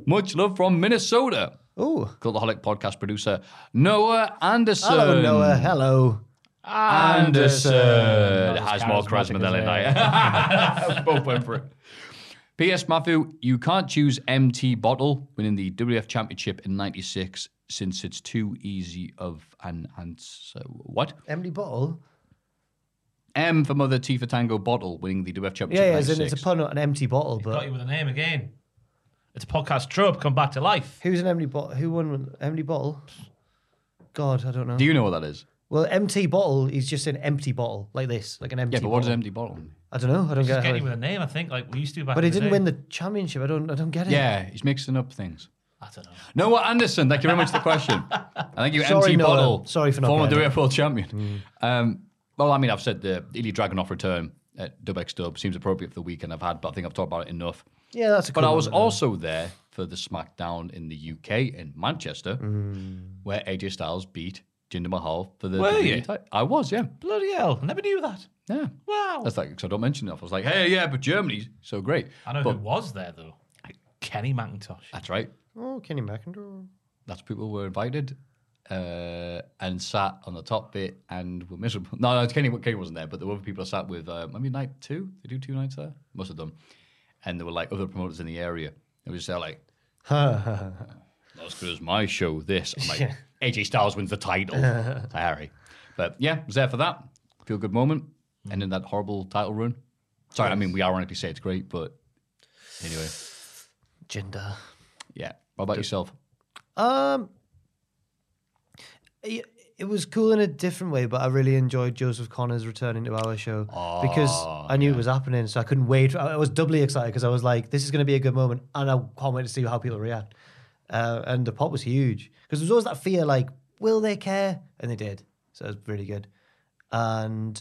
B: Much love from Minnesota.
D: Ooh.
B: Cultaholic podcast producer Noah Anderson.
D: Hello, Noah. Hello.
B: Anderson,
D: Anderson. Not
B: has
D: as
B: more
D: charismatic
B: charisma than
D: as
B: I. Both went for it. P.S. Matthew, you can't choose MT Bottle winning the WF Championship in '96 since it's too easy of an answer. What?
D: Emily Bottle.
B: M for Mother, T for Tango Bottle winning the WF Championship.
D: Yeah, yeah.
B: in
D: It's, an, it's a
B: 96.
D: pun, not an empty bottle.
C: Got
D: But
C: you with a name again. It's a podcast trope come back to life.
D: who's an empty bottle? Who won empty bottle? God, I don't know.
B: Do you know what that is?
D: Well, empty bottle is just an empty bottle, like this, like an empty.
B: Yeah, but what does
D: bottle.
B: empty bottle? mean?
D: I don't know. I don't
C: It's
D: get
C: just
D: how
C: getting
D: it.
C: you with a name, I think, like we used to back
D: But he
C: in the day.
D: didn't win the championship. I don't. I don't get it.
B: Yeah, he's mixing up things.
C: I don't know.
B: Noah Anderson, thank you very much for the question. And thank you,
D: Sorry,
B: MT
D: Noah.
B: Bottle.
D: Sorry for not
B: Former
D: getting it. Mm.
B: WF World Champion. Um, well, I mean, I've said the Ilya Dragunov return at Dubx Dub seems appropriate for the weekend I've had, but I think I've talked about it enough.
D: Yeah, that's a
B: But
D: cool
B: I was
D: one, though.
B: also there for the SmackDown in the UK in Manchester,
D: Mm.
B: where AJ Styles beat Jinder Mahal for the.
C: Were
B: WWE
C: you?
B: title. I was, yeah.
C: Bloody hell. Never knew that.
B: Yeah.
C: Wow.
B: That's like, because I don't mention enough. I was like, hey, yeah, but Germany's so great.
C: I know
B: But-
C: who was there, though. Kenny McIntosh.
B: That's right.
D: Oh, Kenny McIntyre.
B: That's people were invited uh, and sat on the top bit and were miserable. No, no Kenny, Kenny wasn't there, but there were other people I sat with. Uh, maybe night two. They do two nights there. Must have done. And there were like other promoters in the area. They were just there like, not as good as my show. This. I'm like,
D: Yeah.
B: AJ Styles wins the title. Harry. But yeah, was there for that. Feel good moment. And then that horrible title run. Sorry, I mean we ironically say it's great, but anyway,
D: Jinder.
B: yeah. What about yourself?
D: Um, it, it was cool in a different way, but I really enjoyed Joseph Connors returning to our show because I knew it was happening, so I couldn't wait. I I was doubly excited because I was like, "This is going to be a good moment," and I can't wait to see how people react. Uh, and the pop was huge because there was always that fear, like, "Will they care?" And they did, so it was really good. And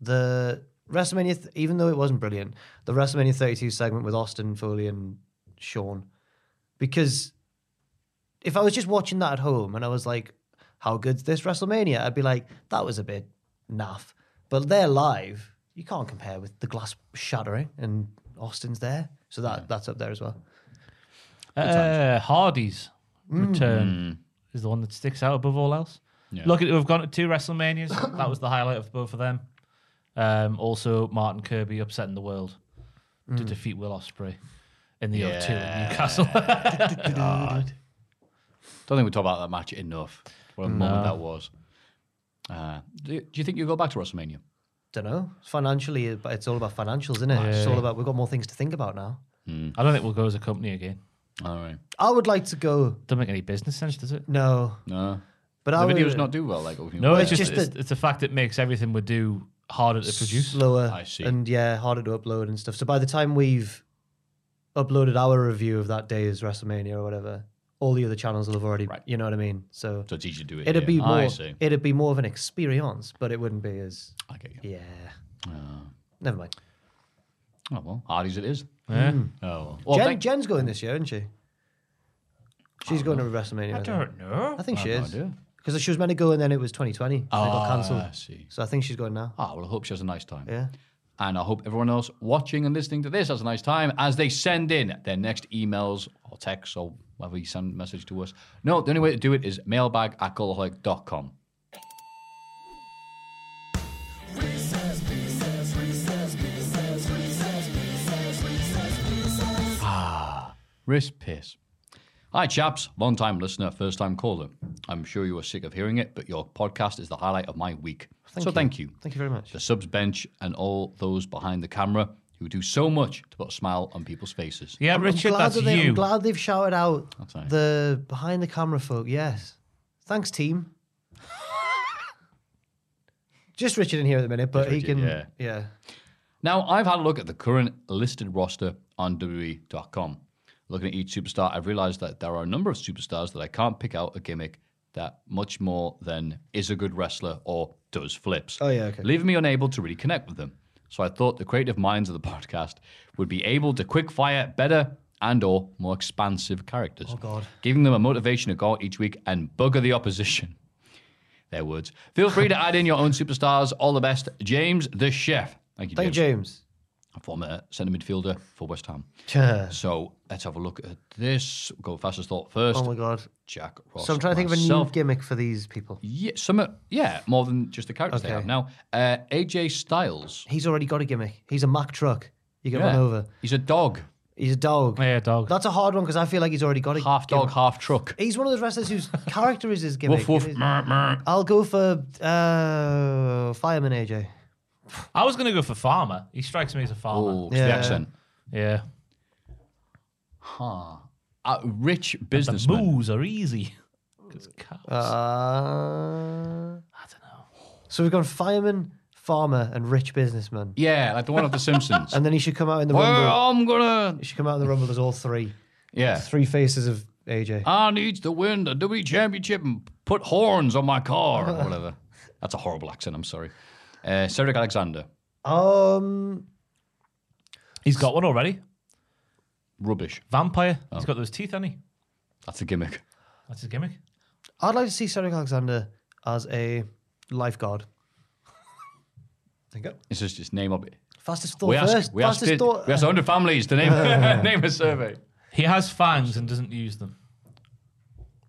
D: the WrestleMania, th- even though it wasn't brilliant, the WrestleMania 32 segment with Austin Foley and Sean, because if I was just watching that at home and I was like, how good's this WrestleMania? I'd be like, that was a bit naff. But they're live. You can't compare with the glass shattering and Austin's there. So that that's up there as well.
C: Uh, Hardy's return is the one that sticks out above all else.
B: Yeah.
C: Lucky to have gone to two WrestleManias. that was the highlight of both of them. Um, also, Martin Kirby upsetting the world
D: Mm.
C: to defeat Will Ospreay in the O2 at Newcastle.
B: God. Don't think we talk about that match enough. What a moment
C: No.
B: that was. Uh, do, do you think you'll go back to WrestleMania?
D: Don't know. Financially, but it's all about financials, isn't it? It's all about we've got more things to think about now.
C: I don't think we'll go as a company again.
B: All right.
D: I would like to go.
C: Doesn't make any business sense, does it?
D: No,
B: No.
D: but
B: the
D: I
B: videos
D: would,
B: not do well. Like opening
C: No,
B: weekend.
C: it's just it's, it's the fact that makes everything we do harder to produce.
D: slower
B: I see.
D: and yeah, harder to upload and stuff. So by the time we've uploaded our review of that day's WrestleMania or whatever, all the other channels will have already, you know what I mean? So
B: so it's easy to do it.
D: it'd
B: here.
D: be more,
B: I see.
D: it'd be more of an experience, but it wouldn't be as
B: I get you.
D: yeah.
B: Uh,
D: Never mind.
B: oh well, Hardy's it is.
C: Yeah.
D: Mm.
B: Oh well. well
D: Jen,
B: thank-
D: Jen's going this year, isn't she? She's going to WrestleMania.
C: I don't know.
D: I think
C: I
D: she
C: have no
D: is.
C: idea.
D: Because she was meant to go and then it was 2020. and it got
B: Ah,
D: cancelled.
B: I see.
D: So I think she's going now.
B: Ah, well, I hope she has a nice time.
D: Yeah.
B: And I hope everyone else watching and listening to this has a nice time as they send in their next emails or texts or whatever you send message to us. No, the only way to do it is mailbag at com. Ah, wrist piss. Hi, chaps. Long time listener, first time caller. I'm sure you are sick of hearing it, but your podcast is the highlight of my week. so thank you.
D: Thank you very much.
B: The subs bench and all those behind the camera who do so much to put a smile on people's faces.
C: Yeah,
D: I'm
C: Richard,
D: glad
C: that's
D: that they,
C: you.
D: I'm glad they've shouted out
B: right.
D: the behind the camera folk. Yes. Thanks, team. Just Richard in here at the minute, but
B: Just
D: he
B: Richard,
D: can.
B: yeah. Now, I've had a look at the current listed roster on WWE.com. Looking at each superstar, I've realized that there are a number of superstars that I can't pick out a gimmick that much more than is a good wrestler or does flips.
D: Oh, yeah, okay.
B: Leaving me unable to really connect with them. So I thought the creative minds of the podcast would be able to quick fire better and or more expansive characters. Oh
D: God.
B: Giving them a motivation to go out each week and bugger the opposition. Their words. Feel free to add in your own superstars. All the best. James the Chef. Thank you,
D: Thank
B: James.
D: James.
B: A former centre midfielder for West Ham.
D: Yeah.
B: So let's have a look at this. Go fastest thought first.
D: Oh my God.
B: Jack Ross.
D: so I'm trying to think of a new
B: myself.
D: gimmick for these people.
B: Yeah, some are- yeah, more than just the characters they
D: Okay.
B: have now. Uh, AJ Styles.
D: He's already got a gimmick. He's a Mack truck. You get run
B: Yeah.
D: over.
B: He's a dog.
D: He's a dog.
C: Yeah, dog.
D: That's a hard one because I feel like he's already got a
B: Half dog,
D: gimmick.
B: half truck.
D: He's one of those wrestlers whose character is his gimmick.
B: Woof woof.
D: It is-
B: Mer, mer.
D: I'll go for uh, Fireman AJ.
C: I was going to go for farmer. He strikes me as a farmer.
B: Oh, it's
D: Yeah.
B: the accent.
C: Yeah.
B: Huh. A rich
C: The
B: businessman.
C: moves are easy. 'Cause cows.
D: Uh, I don't know. Uh, So we've gone fireman, farmer, and rich businessman.
B: Yeah, like the one of The Simpsons.
D: And then he should come out in the
B: Well,
D: rumble.
B: I'm gonna.
D: He should come out in the rumble as all three.
B: Yeah.
D: Three faces of AJ.
B: I needs to win the WWE Championship and put horns on my car or whatever. That's a horrible accent. I'm sorry. Uh, Cedric Alexander,
D: Um,
C: He's got one already.
B: rubbish.
C: Vampire. He's got those teeth, hasn't he?
B: That's a gimmick.
C: That's his gimmick.
D: I'd like to see Cedric Alexander as a lifeguard. There you go.
B: It's just just name of it.
D: Fastest thought
B: We
D: first.
B: asked, we asked,
D: Fastest
B: it-
D: thought.
B: we asked 100 families to name name a survey.
C: He has fangs and doesn't use them.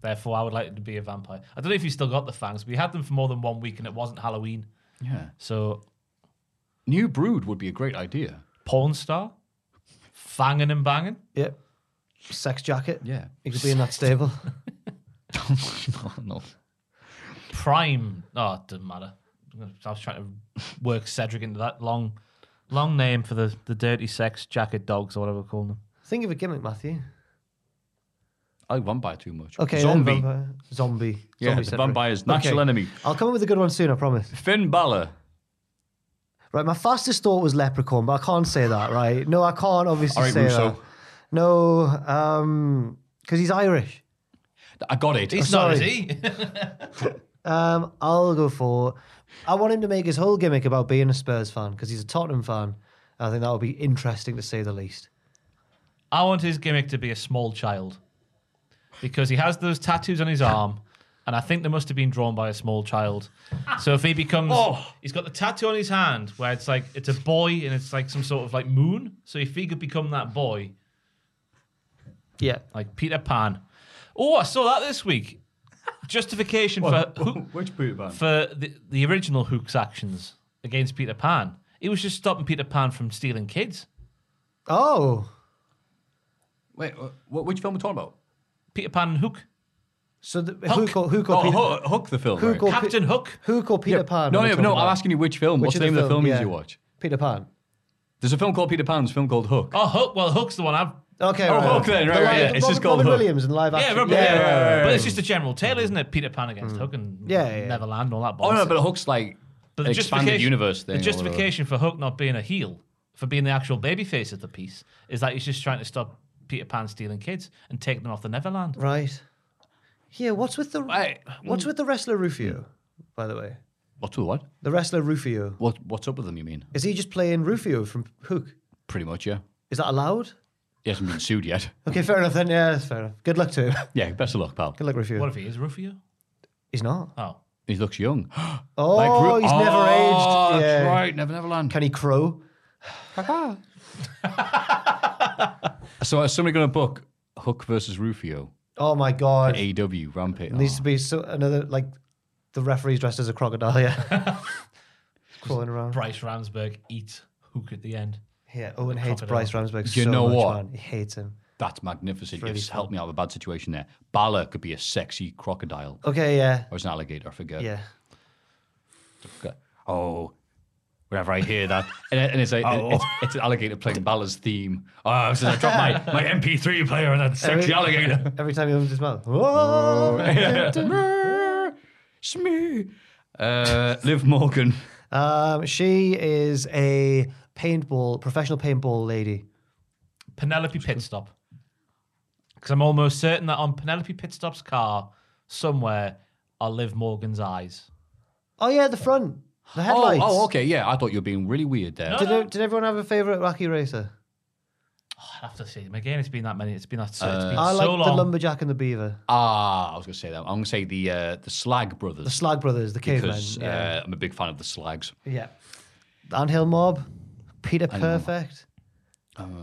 C: Therefore, I would like to be a vampire. I don't know if he's still got the fangs, but he had them for more than one week and it wasn't Halloween.
B: Yeah,
C: So,
B: new brood would be a great idea.
C: porn star, fanging and banging.
D: Yep. Sex jacket.
B: Yeah,
D: He could be in that stable.
B: no, no.
C: Prime. Oh, it doesn't matter. I was trying to work Cedric into that long, long name for the, the dirty sex jacket dogs or whatever we're calling them.
D: Think of a gimmick, Matthew.
B: I like vampire too much.
D: Okay, then
B: zombie.
D: vampire- Zombie.
B: Yeah,
D: zombie
B: the
D: Cedric.
B: vampire's natural enemy.
D: I'll come up with a good one soon, I promise.
B: Finn Balor.
D: Right, my fastest thought was leprechaun, but I can't say that, right? No, I can't obviously
B: All right,
D: say
B: Russo.
D: that. No, um, because he's Irish.
B: I got it.
C: He's
D: Oh,
C: not, is
D: sorry.
C: he?
D: Um, I'll go for. I want him to make his whole gimmick about being a Spurs fan because he's a Tottenham fan. I think that would be interesting to say the least.
C: I want his gimmick to be a small child because he has those tattoos on his arm, and I think they must have been drawn by a small child. So if he becomes, he's got the tattoo on his hand where it's like it's a boy and it's like some sort of like moon. So if he could become that boy,
D: Yeah.
C: like Peter Pan. Oh, I saw that this week. Justification for Hook,
B: Which boot band?
C: for the, the original Hook's actions against Peter Pan. It was just stopping Peter Pan from stealing kids.
D: Oh,
B: Wait, what, which film are we talking about?
C: Peter Pan and Hook.
D: so the, who called who
B: Oh,
D: called Peter,
B: Hook, Hook the film.
D: who
B: right.
D: called Pe-
C: Captain Hook.
D: who called Peter Pan?
B: No,
D: What
B: no,
D: are we
B: no.
D: talking
B: I'm
D: about?
B: asking you which film.
D: Which
B: What's the name of the film you watch?
D: Peter Pan.
B: There's a film called Peter Pan's film called Hook.
C: Oh, Hook. Well, Hook's the one I've
D: Okay,
B: Oh,
D: right.
B: Hook then,
D: The
B: right,
D: live-
B: yeah, it's just
D: Robin-
B: called
D: Robin
B: Hook.
D: Williams in live
C: Yeah,
D: action.
C: Robin, yeah,
B: right, right, right,
C: but it's
B: right.
C: just a general tale, isn't it? Peter Pan against Hook and
D: Hmm. Yeah, yeah, yeah.
C: Neverland and all that.
B: Oh no,
C: bollocks.
B: but Hook's like
C: But
B: expanded
C: justification-
B: universe thing.
C: The justification for Hook not being a heel, for being the actual babyface of the piece, is that he's just trying to stop Peter Pan stealing kids and taking them off the Neverland.
D: Right. Yeah, what's with the
B: Right.
D: what's with the wrestler Rufio? By the way,
B: What's with what?
D: the wrestler Rufio
B: What? What's up with them? You mean?
D: is he just playing Rufio from Hook?
B: Pretty much, yeah.
D: Is that allowed?
B: He hasn't been sued yet.
D: Okay, fair enough then. Yeah, that's fair enough. Good luck to him.
B: Yeah, best of luck, pal.
D: Good luck, Rufio.
C: What if he is Rufio?
D: He's not.
C: Oh.
B: He looks young.
D: Oh,
B: Like Ru-
D: he's never aged.
B: Oh, that's
D: Yeah.
B: right. Never Neverland.
D: Can he crow?
B: So is somebody going to book Hook versus Rufio?
D: Oh my god.
B: AEW Rampage.
D: It needs to be so, another like the referee's dressed as a crocodile. Yeah, crawling around.
C: Bryce Ramsberg eats Hook at the end.
D: Yeah, Owen hates
C: Crocodile.
D: Bryce Ramsberg
B: You
D: so
B: know
D: much,
B: what?
D: man. He hates him.
B: Oh, That's magnificent.
D: Really
B: You've helped me out of a bad situation there. Balor could be a sexy crocodile.
D: Okay, yeah.
B: Or it's an alligator, I forget.
D: Yeah.
B: Okay. Oh, whenever I hear that, and, it- and it's, a,
D: Oh.
B: it's, it's an alligator playing Balor's theme. Oh, so I dropped my, my MP3 player and that sexy
D: Every-
B: alligator.
D: Every time he opens his mouth. Whoa.
B: Shmee. Uh, Liv Morgan.
D: Um, she is a paintball, professional paintball lady.
C: Penelope Pitstop. Because I'm almost certain that on Penelope Pitstop's car, somewhere, are Liv Morgan's eyes.
D: Oh yeah, the front, the
B: Oh,
D: headlights.
B: oh, okay, yeah. I thought you were being really weird there.
D: Did, e-, did everyone have a favorite Rocky Racer?
C: I'd have to see them again. It's been that many. It's been that. it's
B: Uh,
C: been
D: I
C: so
D: like
C: long.
D: the lumberjack and the beaver,
B: Ah, I was going to say that. I'm going to say the uh, the Slag brothers.
D: the Slag Brothers, the cavemen.
B: because
D: yeah.
B: uh, I'm a big fan of the Slags.
D: yeah, the Anthill Mob, Peter
B: Anthill Mob. Um,
D: Perfect,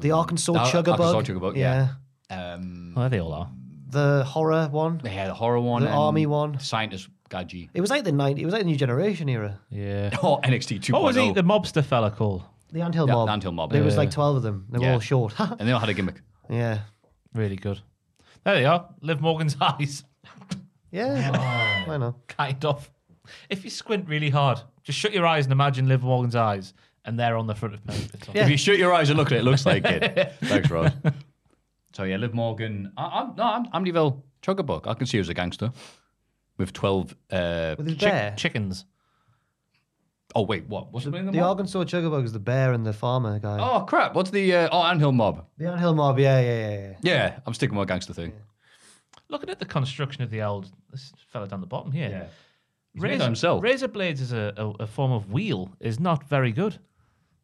D: the Arkansas
B: Ar-
D: Chuggerbug.
B: Arkansas Chuggerbug, yeah. Um,
C: Well, they all are.
D: The horror one.
B: they had the horror one,
D: The
B: and
D: army one.
B: the scientist Gaji.
D: It was like the 90s, it was like the new generation era.
C: Yeah.
B: Oh, NXT 2.0.
C: What was he? The mobster fella called?
D: The Anthill
B: Yeah,
D: Mob.
B: the Anthill Mob,
D: There was
B: yeah.
D: like 12 of them. They were
B: Yeah.
D: all short.
B: and they all had a gimmick.
D: yeah.
C: Really good. There they are. Liv Morgan's eyes.
D: Yeah. Why not?
C: Kind of. If you squint really hard, just shut your eyes and imagine Liv Morgan's eyes, and they're on the front of Penelope Pitstop.
B: If you shut your eyes and look at it, it looks like it. Thanks, Rod. So yeah, Liv Morgan. I, I'm no, I'm Amityville Chuggerbuck. I can see you as a gangster with twelve. Uh,
D: With his
C: Chick-
D: bear.
C: chickens.
B: oh wait, what? What's the name of the
D: The
B: mob?
D: Arkansas Chuggerbug is the bear and the farmer guy.
B: Oh crap! What's the uh, oh Anthill mob?
D: The Anthill Mob, yeah, yeah, yeah, yeah.
B: Yeah, I'm sticking with my gangster thing.
C: Looking at the construction of the old this fella down the bottom here.
B: Yeah. made that
C: Razor,
B: himself.
C: razor blades as a, a, a form of wheel is not very good.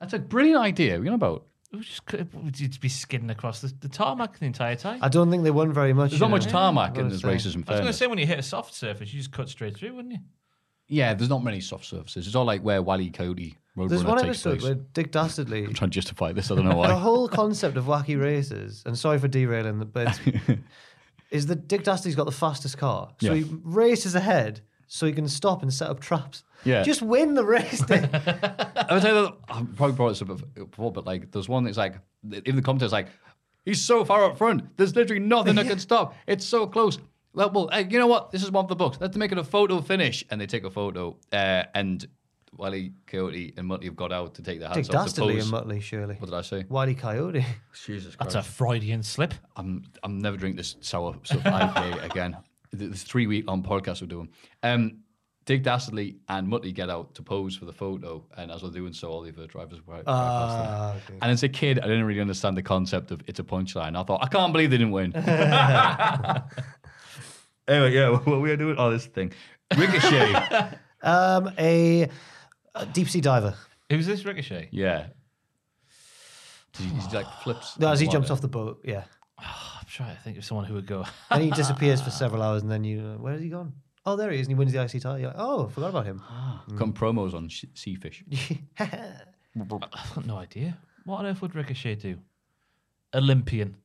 B: That's a brilliant idea. What are you on about?
C: It would just could, would you just be skidding across the, the tarmac the entire time.
D: I don't think they won very much.
B: There's not
D: you know.
B: much tarmac in
D: Gotta
B: this racism.
D: say.
C: I was going to
B: fairness.
C: say when you hit a soft surface, you just cut straight through, wouldn't you?
B: Yeah, there's not many soft surfaces. It's all like where Wally Cody
D: There's
B: Roadrunner
D: one
B: takes
D: episode
B: place.
D: where Dick Dastardly
B: I'm trying to justify this. I don't know
D: the
B: why.
D: whole concept of wacky races, and sorry for derailing, the- but it's- is that Dick Dastardly's got the fastest car, so
B: Yeah.
D: he races ahead so he can stop and set up traps.
B: Yeah.
D: just win the race. Dick.
B: I would say that I've probably brought this up before, but like there's one that's like in the comments like he's so far up front. There's literally nothing that can stop. It's so close. Well, well hey, you know what? This is one for the books. Let's make it a photo finish, and they take a photo. Uh, and Wally Coyote and Muttley have got out to take their
D: Dick
B: hats off to
D: Dastardly
B: pose.
D: and Muttley, surely.
B: what did I say?
D: Wiley Coyote.
B: Jesus Christ!
C: That's a Freudian slip.
B: I'm I'm never drink this sour stuff IPA again. The, the three week on podcast we're doing. Um, Dick Dastardly and Muttley get out to pose for the photo, and as they're doing so, all the other drivers were
D: Ah, okay.
B: And as a kid, I didn't really understand the concept of it's a punchline. I thought, I can't believe they didn't win. anyway, yeah, what we are doing? Oh, this thing. Ricochet.
D: Um, a, a deep sea diver.
C: Who's this Ricochet?
B: yeah. He, he like flips.
D: No, as he
B: the
D: jumps
B: water.
D: off the boat, yeah.
C: I'm trying to think of someone who would go.
D: Then he disappears for several hours, and then you, uh, where has he gone? Oh, there he is, and he wins the IC title. You're like, oh, forgot about him.
B: Come promos on sh- sea fish.
C: I've got no idea. What on earth would Ricochet do? Olympian.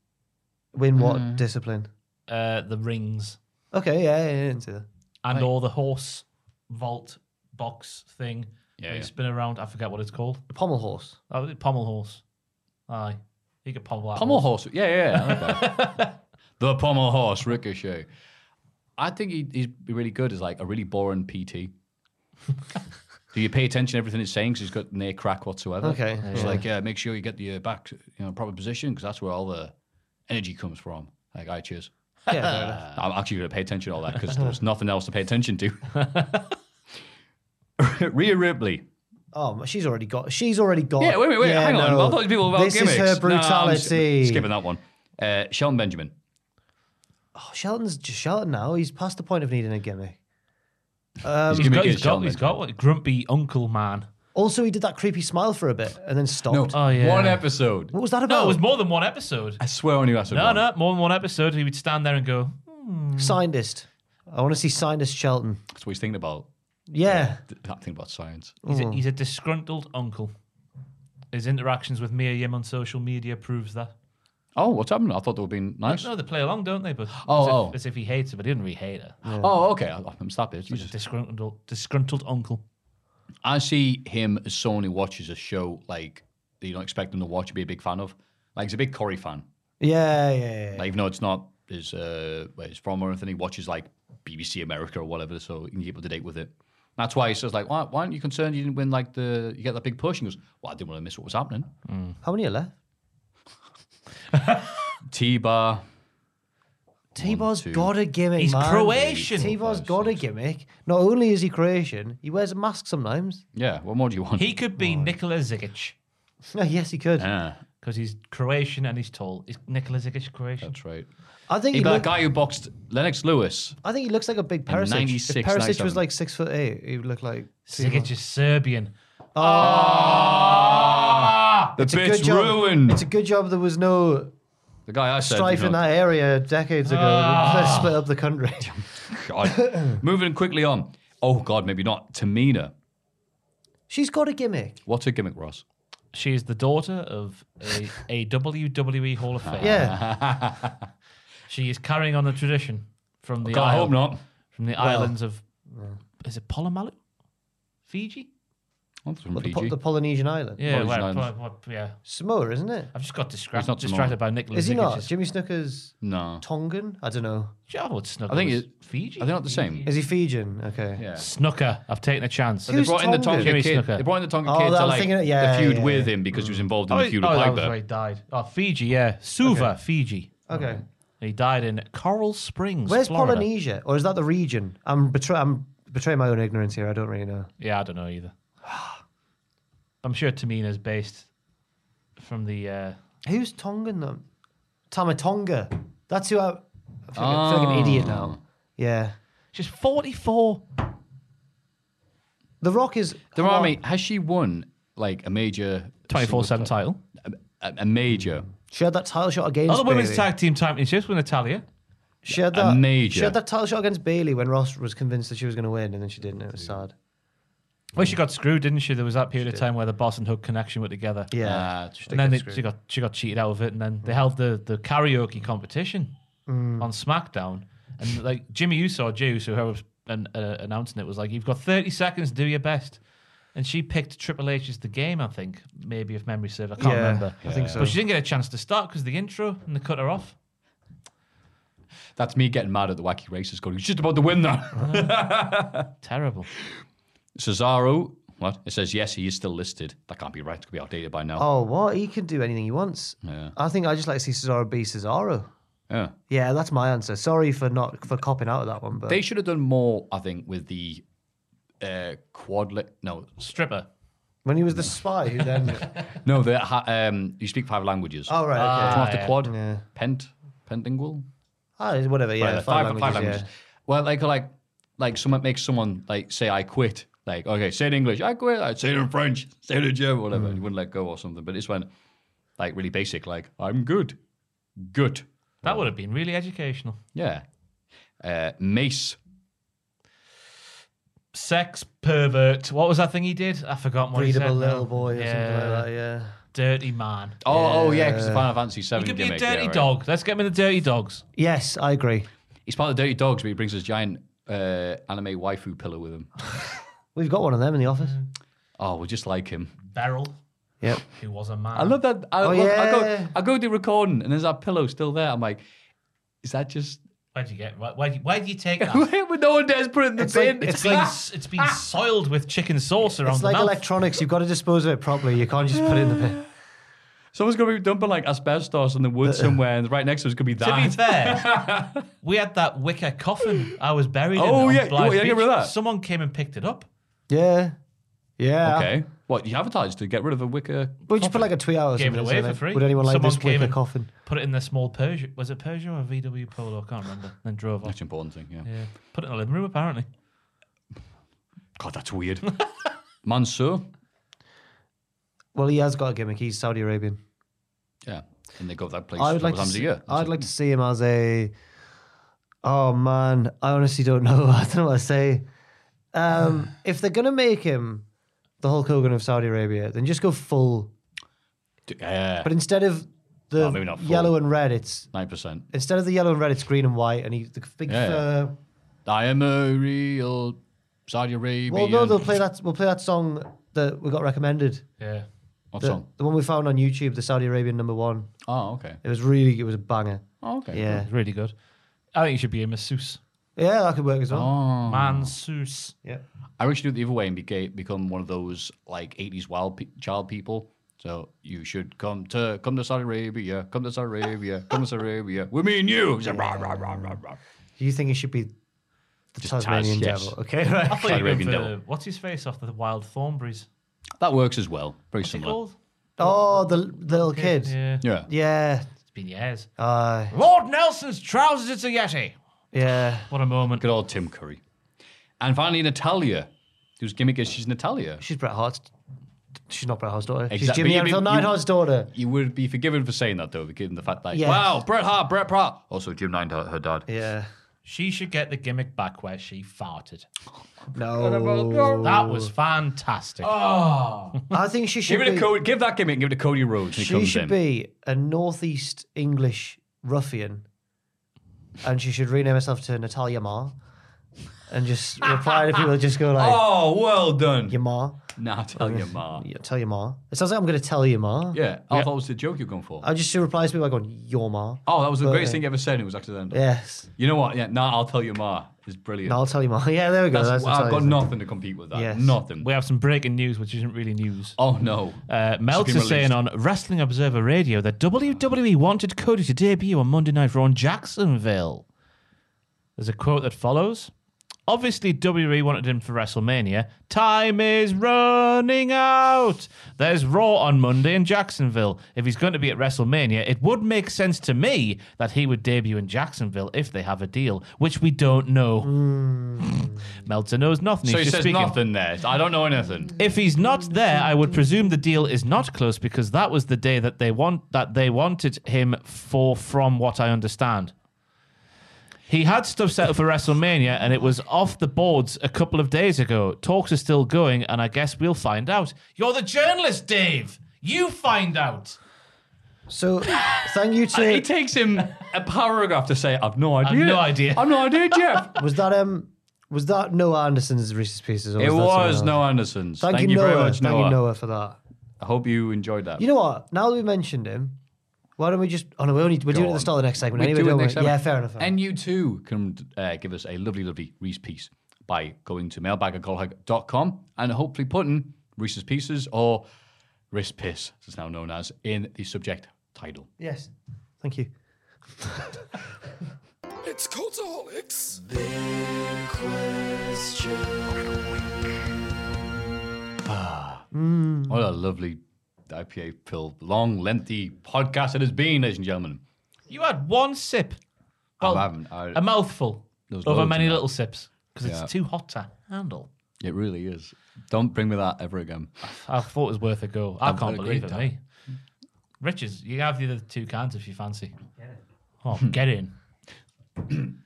D: Win what
B: Mm-hmm.
D: discipline?
C: Uh, the rings
D: Okay, yeah, yeah, yeah, into that.
C: and
B: Right.
C: all the horse vault box thing.
B: Yeah,
C: where You
B: yeah.
C: spin around. I forget what it's called.
D: The pommel horse.
C: Oh, the pommel horse. Aye. He could pommel that.
B: Pommel horse. Yeah, yeah. I like that. the pommel horse, Ricochet. I think he, he's really good as like a really boring PT. Do you pay attention to everything he's saying? Because he's got no crack whatsoever.
D: Okay,
B: It's
D: yeah.
B: like, yeah, make sure you get the uh, back, you know, proper position because that's where all the energy comes from. Like, I cheers.
D: Yeah, fair enough.
B: Uh, I'm actually going to pay attention to all that because there was nothing else to pay attention to. Rhea Ripley.
D: Oh, she's already got. She's already got.
B: Yeah, wait, wait, wait.
D: Oh, Yeah,
B: hang on.
D: no.
B: I thought people were about
D: This
B: gimmicks.
D: is her
B: No, I'm s-
D: brutality.
B: skipping that one. Uh, Shelton Benjamin.
D: Oh, Shelton's just Shelton now. He's past the point of needing a gimmick. Um,
B: His gimmick
C: He's
B: is
C: got, he's got,
B: Shelton
C: he's got what, grumpy uncle man.
D: Also, he did that creepy smile for a bit and then stopped.
B: No,
C: Oh,
B: one episode.
D: What was that about?
C: No, it was more than one episode.
B: I swear on you, that's
C: No, no, more than one episode. He would stand there and go,
D: Scientist. I want to see Scientist Shelton.
B: That's what he's thinking about.
D: Yeah.
B: That thing about science.
C: He's a,
D: Mm.
C: he's a disgruntled uncle. His interactions with Mia Yim on social media proves that.
B: Oh, what's happening? I thought they were being nice.
C: No, they play along, don't they? But
B: Oh,
C: as if,
B: oh.
C: as if he hates her, but he didn't really hate her.
B: Oh, okay. I- I'm stop it.
C: He's a disgruntled, disgruntled uncle.
B: I see him as someone who watches a show like that you don't expect them to watch and be a big fan of. Like he's a big Corey fan.
D: Yeah, yeah, yeah.
B: Like even though it's not his uh where he's from or anything, he watches like BBC America or whatever, so he can keep up to date with it. That's why he says like, why, why aren't you concerned you didn't win like the you get that big push? And he goes, Well, I didn't want to miss what was happening.
D: How many are left?
B: T bar.
D: T-Bar's got a gimmick.
C: He's
D: man.
C: Croatian.
D: T-Bar's got a gimmick. Not only is he Croatian, he wears a mask sometimes.
B: Yeah, what more do you want?
C: He could be Nikola Zigic
D: yes, he could.
C: because he's Croatian and he's tall. Is Nikola Zigic Croatian?
B: That's right.
D: I think
B: He'd
D: he
B: be that
D: look-
B: guy who boxed Lennox Lewis.
D: I think he looks like a big
B: And
D: Perisic.
B: 96,
D: if Perisic
B: 97.
D: was like six foot eight, he would look like
C: Zigic is Serbian.
B: The
D: It's a
B: bit's
D: good job-
B: ruined.
D: It's a good job there was no
B: The Ah. guy I said.
D: strife
B: you
D: in
B: know,
D: that area decades ago. They split up the country.
B: God. Moving quickly on. Oh God, maybe not. Tamina.
D: She's got a gimmick.
B: What's her gimmick, Ross?
C: She is the daughter of a, a WWE Hall
B: Ah.
C: of Fame.
D: Yeah.
C: She is carrying on the tradition from the
B: God, I
C: isle-
B: hope not.
C: from the
B: Well,
C: islands of is it Polamalu, Fiji?
B: I'm from
D: What, the,
B: Fiji.
D: Po- the Polynesian island.
C: Yeah, well,
B: Polynesian
C: Pol- what- yeah.
D: Samoa, isn't it?
C: I've just got
B: It's not
C: distracted, distracted by
B: Samoa.
C: Nicholas.
D: Is he not? Jimmy Snooker's
B: No.
D: Tongan? I don't know.
C: Oh, it's Snooker.
B: I think
C: was
B: it-
C: Fiji.
B: Are they not the same?
D: Is he Fijian? Okay.
B: Yeah.
C: Snooker. I've taken a chance.
B: So they brought in the Tonga
C: Jimmy
B: kid.
C: Snooker.
B: They brought in the Tonga
D: Oh,
B: kid
D: that-
B: to
D: I'm
B: like
D: thinking it- yeah,
B: the feud
D: yeah,
B: with him because he was involved in
C: Oh,
B: the feud
C: oh,
B: with
C: that was where he
B: Piper.
C: died. Oh, Fiji, yeah, Suva, Fiji.
D: Okay.
C: He died in Coral Springs.
D: Where's
C: Florida.
D: Polynesia? Or is that the region? I'm, betray- I'm betraying my own ignorance here. I don't really know.
C: Yeah, I don't know either. I'm sure Tamina's based from the. Uh,
D: Who's Tongan though? Tamatonga. That's who I. I feel, like, I feel like an idiot now. Yeah.
C: she's 44.
D: The Rock is.
B: The
D: how long-
B: Rami, has she won like a major
C: 24/7 title?
B: A, a major.
D: She had that title shot against.
C: Other women's
D: Bayley.
C: tag team championships with Natalia.
D: She had that.
B: major.
D: She had that title shot against Bailey when Ross was convinced that she was going to win, and then she didn't. It was sad.
C: Well, she got screwed, didn't she? There was that period of time where the Boss and Hook connection were together.
D: Yeah.
C: and then they, she got she got cheated out of it, and then
D: Mm.
C: they held the, the karaoke competition on SmackDown, and like Jimmy Uso, or Jey Uso, whoever was an, uh, announcing it, was like, "You've got thirty seconds, to do your best." And she picked Triple H as the game, I think, maybe if memory serves. I can't
D: Yeah,
C: remember.
D: I think so.
C: But she didn't get a chance to start because the intro and they cut her off.
B: That's me getting mad at the wacky racist going, he's just about to win that.
C: Terrible.
B: Cesaro, what? It says, yes, he is still listed. That can't be right. It could be outdated by now.
D: Oh, what? He can do anything he wants.
B: Yeah.
D: I think I just like to see Cesaro be Cesaro.
B: Yeah.
D: Yeah, that's my answer. Sorry for not for copping out of that one, but
B: They should have done more, I think, with the uh, quadlet. No,
C: Stripper.
D: when he was the spy, who then?
B: no, the ha- um, you speak five languages.
D: oh right, okay.
B: Come off the quad.
D: Yeah.
B: Pent, pentingual.
D: Ah, whatever. Yeah,
B: Whatever,
D: five,
B: five
D: languages, yeah.
B: Well, like, like, like, someone makes someone like say, "I quit." Like, okay, say it in English. I quit. I say it in French. Say it in German, whatever.
D: Mm.
B: You wouldn't let go or something. But it's when, like, really basic. Like, I'm good, good.
C: That would have been really educational.
B: Yeah. Uh, mace.
C: Sex pervert. What was that thing he did? I forgot what he said.
D: Breedable
C: now.
D: little boy or something like that. Yeah.
C: Dirty man.
B: Oh, oh yeah, because the Final Fantasy Seven.
C: He could be a
B: gimmick,
C: dirty
B: yeah, right.
C: dog. Let's get him in the dirty dogs.
D: Yes, I agree.
B: He's part of the Dirty Dogs, but he brings his giant uh, anime waifu pillow with him.
D: We've got one of them in the office.
C: Mm.
B: Oh, we just like him.
C: Beryl,
D: Yep.
C: who was a man.
B: I love that. I,
D: Oh,
B: love- I
D: yeah.
B: go, I go to recording, and there's that pillow still there. I'm like, is that just?
C: Where'd you get? Where, where'd, you, where'd you take that?
B: Wait, but no one dares put it in the
D: It's
B: bin.
D: like-
C: it's been s- it's been soiled with chicken sauce around
D: It's
C: the
D: like
C: mouth.
D: electronics. You've got to dispose of it properly. You can't just put it in the bin.
B: Someone's gonna be dumping like asbestos in the woods somewhere, and right next to it's gonna be that.
C: to be fair, we had that wicker coffin I was buried in.
B: Oh,
C: on
B: yeah.
C: Blythe
B: Oh, yeah, I
C: Beach.
B: remember that.
C: Someone came and picked it up.
D: Yeah. Yeah.
B: okay, what you advertised to get rid of a wicker?
D: We'll just put like a tweet out or
C: Gave it
D: something.
C: away
D: saying,
C: for
D: like,
C: free.
D: Would anyone like
C: Someone
D: this
C: came
D: wicker
C: and-
D: coffin?
C: Put it in their small Peugeot. Was it Peugeot or VW Polo? I can't remember. Then drove off.
B: That's an important thing. Yeah.
C: Yeah. Put it in the living room apparently.
B: God, that's weird. Mansoor,
D: Well, he has got a gimmick. He's Saudi Arabian.
B: Yeah, and they go to that place.
D: I would like to
B: times
D: see,
B: a year.
D: I'd like to see him as a. Oh man, I honestly don't know. I don't know what to say. Um, if they're gonna make him the Hulk Hogan of Saudi Arabia, then just go full.
B: Yeah.
D: But instead of the
B: No, maybe not full.
D: yellow and red, it's
B: nine percent.
D: instead of the yellow and red, it's green and white, and he the big uh,
B: Yeah, yeah.
D: fur.
B: I am a real Saudi Arabian.
D: Well, no, they'll play that. We'll play that song that we got recommended.
C: Yeah.
B: What
D: the,
B: song?
D: The one we found on YouTube, the Saudi Arabian number one.
B: Oh, okay.
D: It was really, it was a banger.
B: Oh, okay.
D: Yeah,
C: Good. really good. I think you should be a masseuse.
D: Yeah, that could work as well.
B: Oh.
C: Mansus.
D: Yeah.
B: I wish you do it the other way and be gay, become one of those like '80s wild pe- child people. So you should come to come to Saudi Arabia, come to Saudi Arabia, come to Saudi Arabia. We mean you. It's like, rah, rah, rah, rah, rah.
D: Do you think he should be the
B: Just
D: Tasmanian
B: Taz, yes.
D: devil? Okay, right.
C: I thought you were going
B: Arabian
C: for
B: devil.
C: the, what's his face off the Wild Thornberries.
B: That works as well. Very
C: What's he
B: similar.
C: called?
D: Oh, the l- little kid.
C: Yeah.
B: Yeah.
D: Yeah.
C: It's been years.
D: Uh,
C: Lord Nelson's trousers. It's a yeti.
D: yeah.
C: What a moment.
B: Good old Tim Curry. And finally, Natalia, whose gimmick is she's Natalia.
D: She's Bret Hart's. She's not Bret Hart's daughter. She's
B: Exactly.
D: Jimmy
B: But you
D: Anvil
B: mean- you-
D: Neidhart's daughter.
B: You would be forgiven for saying that, though, given the fact that
D: Yes.
B: wow, Bret Hart, Bret Hart. Also, Jim Nine, her dad.
D: Yeah.
C: She should get the gimmick back where she farted.
D: No.
C: That was fantastic.
D: I think she should
B: Ah. Give it
D: be.
B: a Cody. Give that gimmick. Give it to Cody Rhodes. When he
D: she
B: comes
D: should
B: in.
D: be a northeast English ruffian, and she should rename herself to Natalia Ma, and just reply to people. Just go like,
B: Oh, well done.
D: "Your ma,
B: Nah, tell your ma.
D: Yeah, tell your ma." It sounds like I'm going to tell your ma.
B: Yeah, I thought it was the joke you're going for.
D: I just should reply to people by going, "Your ma."
B: Oh, that was the
D: But,
B: greatest
D: uh,
B: thing you ever said. and It was accidental.
D: Yes.
B: You know what? Yeah, nah, I'll tell your ma. It's brilliant.
D: No, I'll tell your ma. Yeah, there we go.
B: That's-
D: That's,
B: I've
D: Natalia's
B: got
D: name.
B: nothing to compete with that.
D: Yes.
B: Nothing.
C: We have some breaking news, which isn't really news.
B: Oh no.
C: Uh, Meltzer
B: released.
C: saying on Wrestling Observer Radio that WWE wanted Cody to debut on Monday Night Raw in Jacksonville. There's a quote that follows. Obviously, WWE wanted him for WrestleMania. Time is running out. There's Raw on Monday in Jacksonville. If he's going to be at WrestleMania, it would make sense to me that he would debut in Jacksonville if they have a deal, which we don't know. Meltzer knows nothing.
B: Hmm. So
C: he's
B: he
C: just
B: says
C: speaking.
B: nothing there. I don't know anything.
C: If he's not there, I would presume the deal is not close because that was the day that they want that they wanted him for. From what I understand, he had stuff set up for WrestleMania, and it was off the boards a couple of days ago. Talks are still going, and I guess we'll find out. You're the journalist, Dave. You find out.
D: So, thank you
B: And it
D: to.
B: takes him a paragraph to say, "I've no
C: I've
B: idea."
C: no idea.
B: I've no idea, Jeff.
D: was that um? Was that Noah Anderson's Reese's Pieces? Or
B: it
D: that someone
B: was
D: else?
B: Noah Anderson's.
D: uh, Thank, you, Noah.
B: very much,
D: Thank
B: Noah.
D: you, Noah, for that.
B: I hope you enjoyed that.
D: You know what? Now that we mentioned him, why don't we just? Oh no, we only we're
B: Go
D: doing it at
B: on.
D: the start of the next segment.
B: We
D: anyway,
B: do it
D: don't
B: next
D: we? Yeah,
B: time.
D: fair enough. fair enough.
B: And you too can uh, give us a lovely, lovely Reese piece by going to mailbag@colhag.com and hopefully putting Reese's Pieces or Reese Piss, as it's now known as, in the subject title.
D: Yes, thank you.
G: It's Cultaholics. Big question.
D: Mm.
B: What a lovely IPA pill, long, lengthy podcast it has been, ladies and gentlemen.
C: You had one sip. Well,
B: I haven't. I-
C: a mouthful
B: There was
C: over
B: loads
C: many
B: in that.
C: little sips because
B: Yeah.
C: it's too hot to handle.
B: It really is. Don't bring me that ever again.
C: I thought it was worth a go. I
B: I've had
C: can't
B: a
C: believe
B: great
C: it,
B: time.
C: me. Richards, you have the other two cans if you fancy. Oh, get in.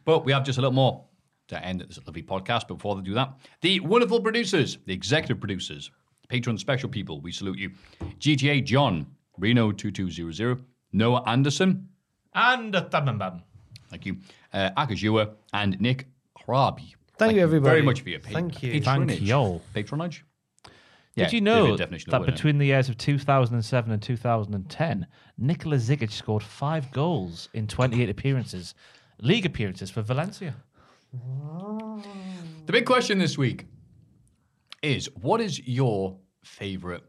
B: But we have just a little more to end this lovely podcast. But before they do that, the wonderful producers, the executive producers, patron special people, we salute you. GTA John, Reno2200, Noah Anderson,
C: And a Thumbenbaden.
B: thank you, uh, Akajua, and Nick Hrabi.
D: Thank, you, everybody.
B: Very much for your pa-
D: Thank you.
B: patronage.
C: Thank you.
B: Patronage?
C: Did you know that between the years of 2007 and 2010, Nikola Zigic scored five goals in 28 appearances, league appearances for Valencia?
B: The big question this week is what is your favorite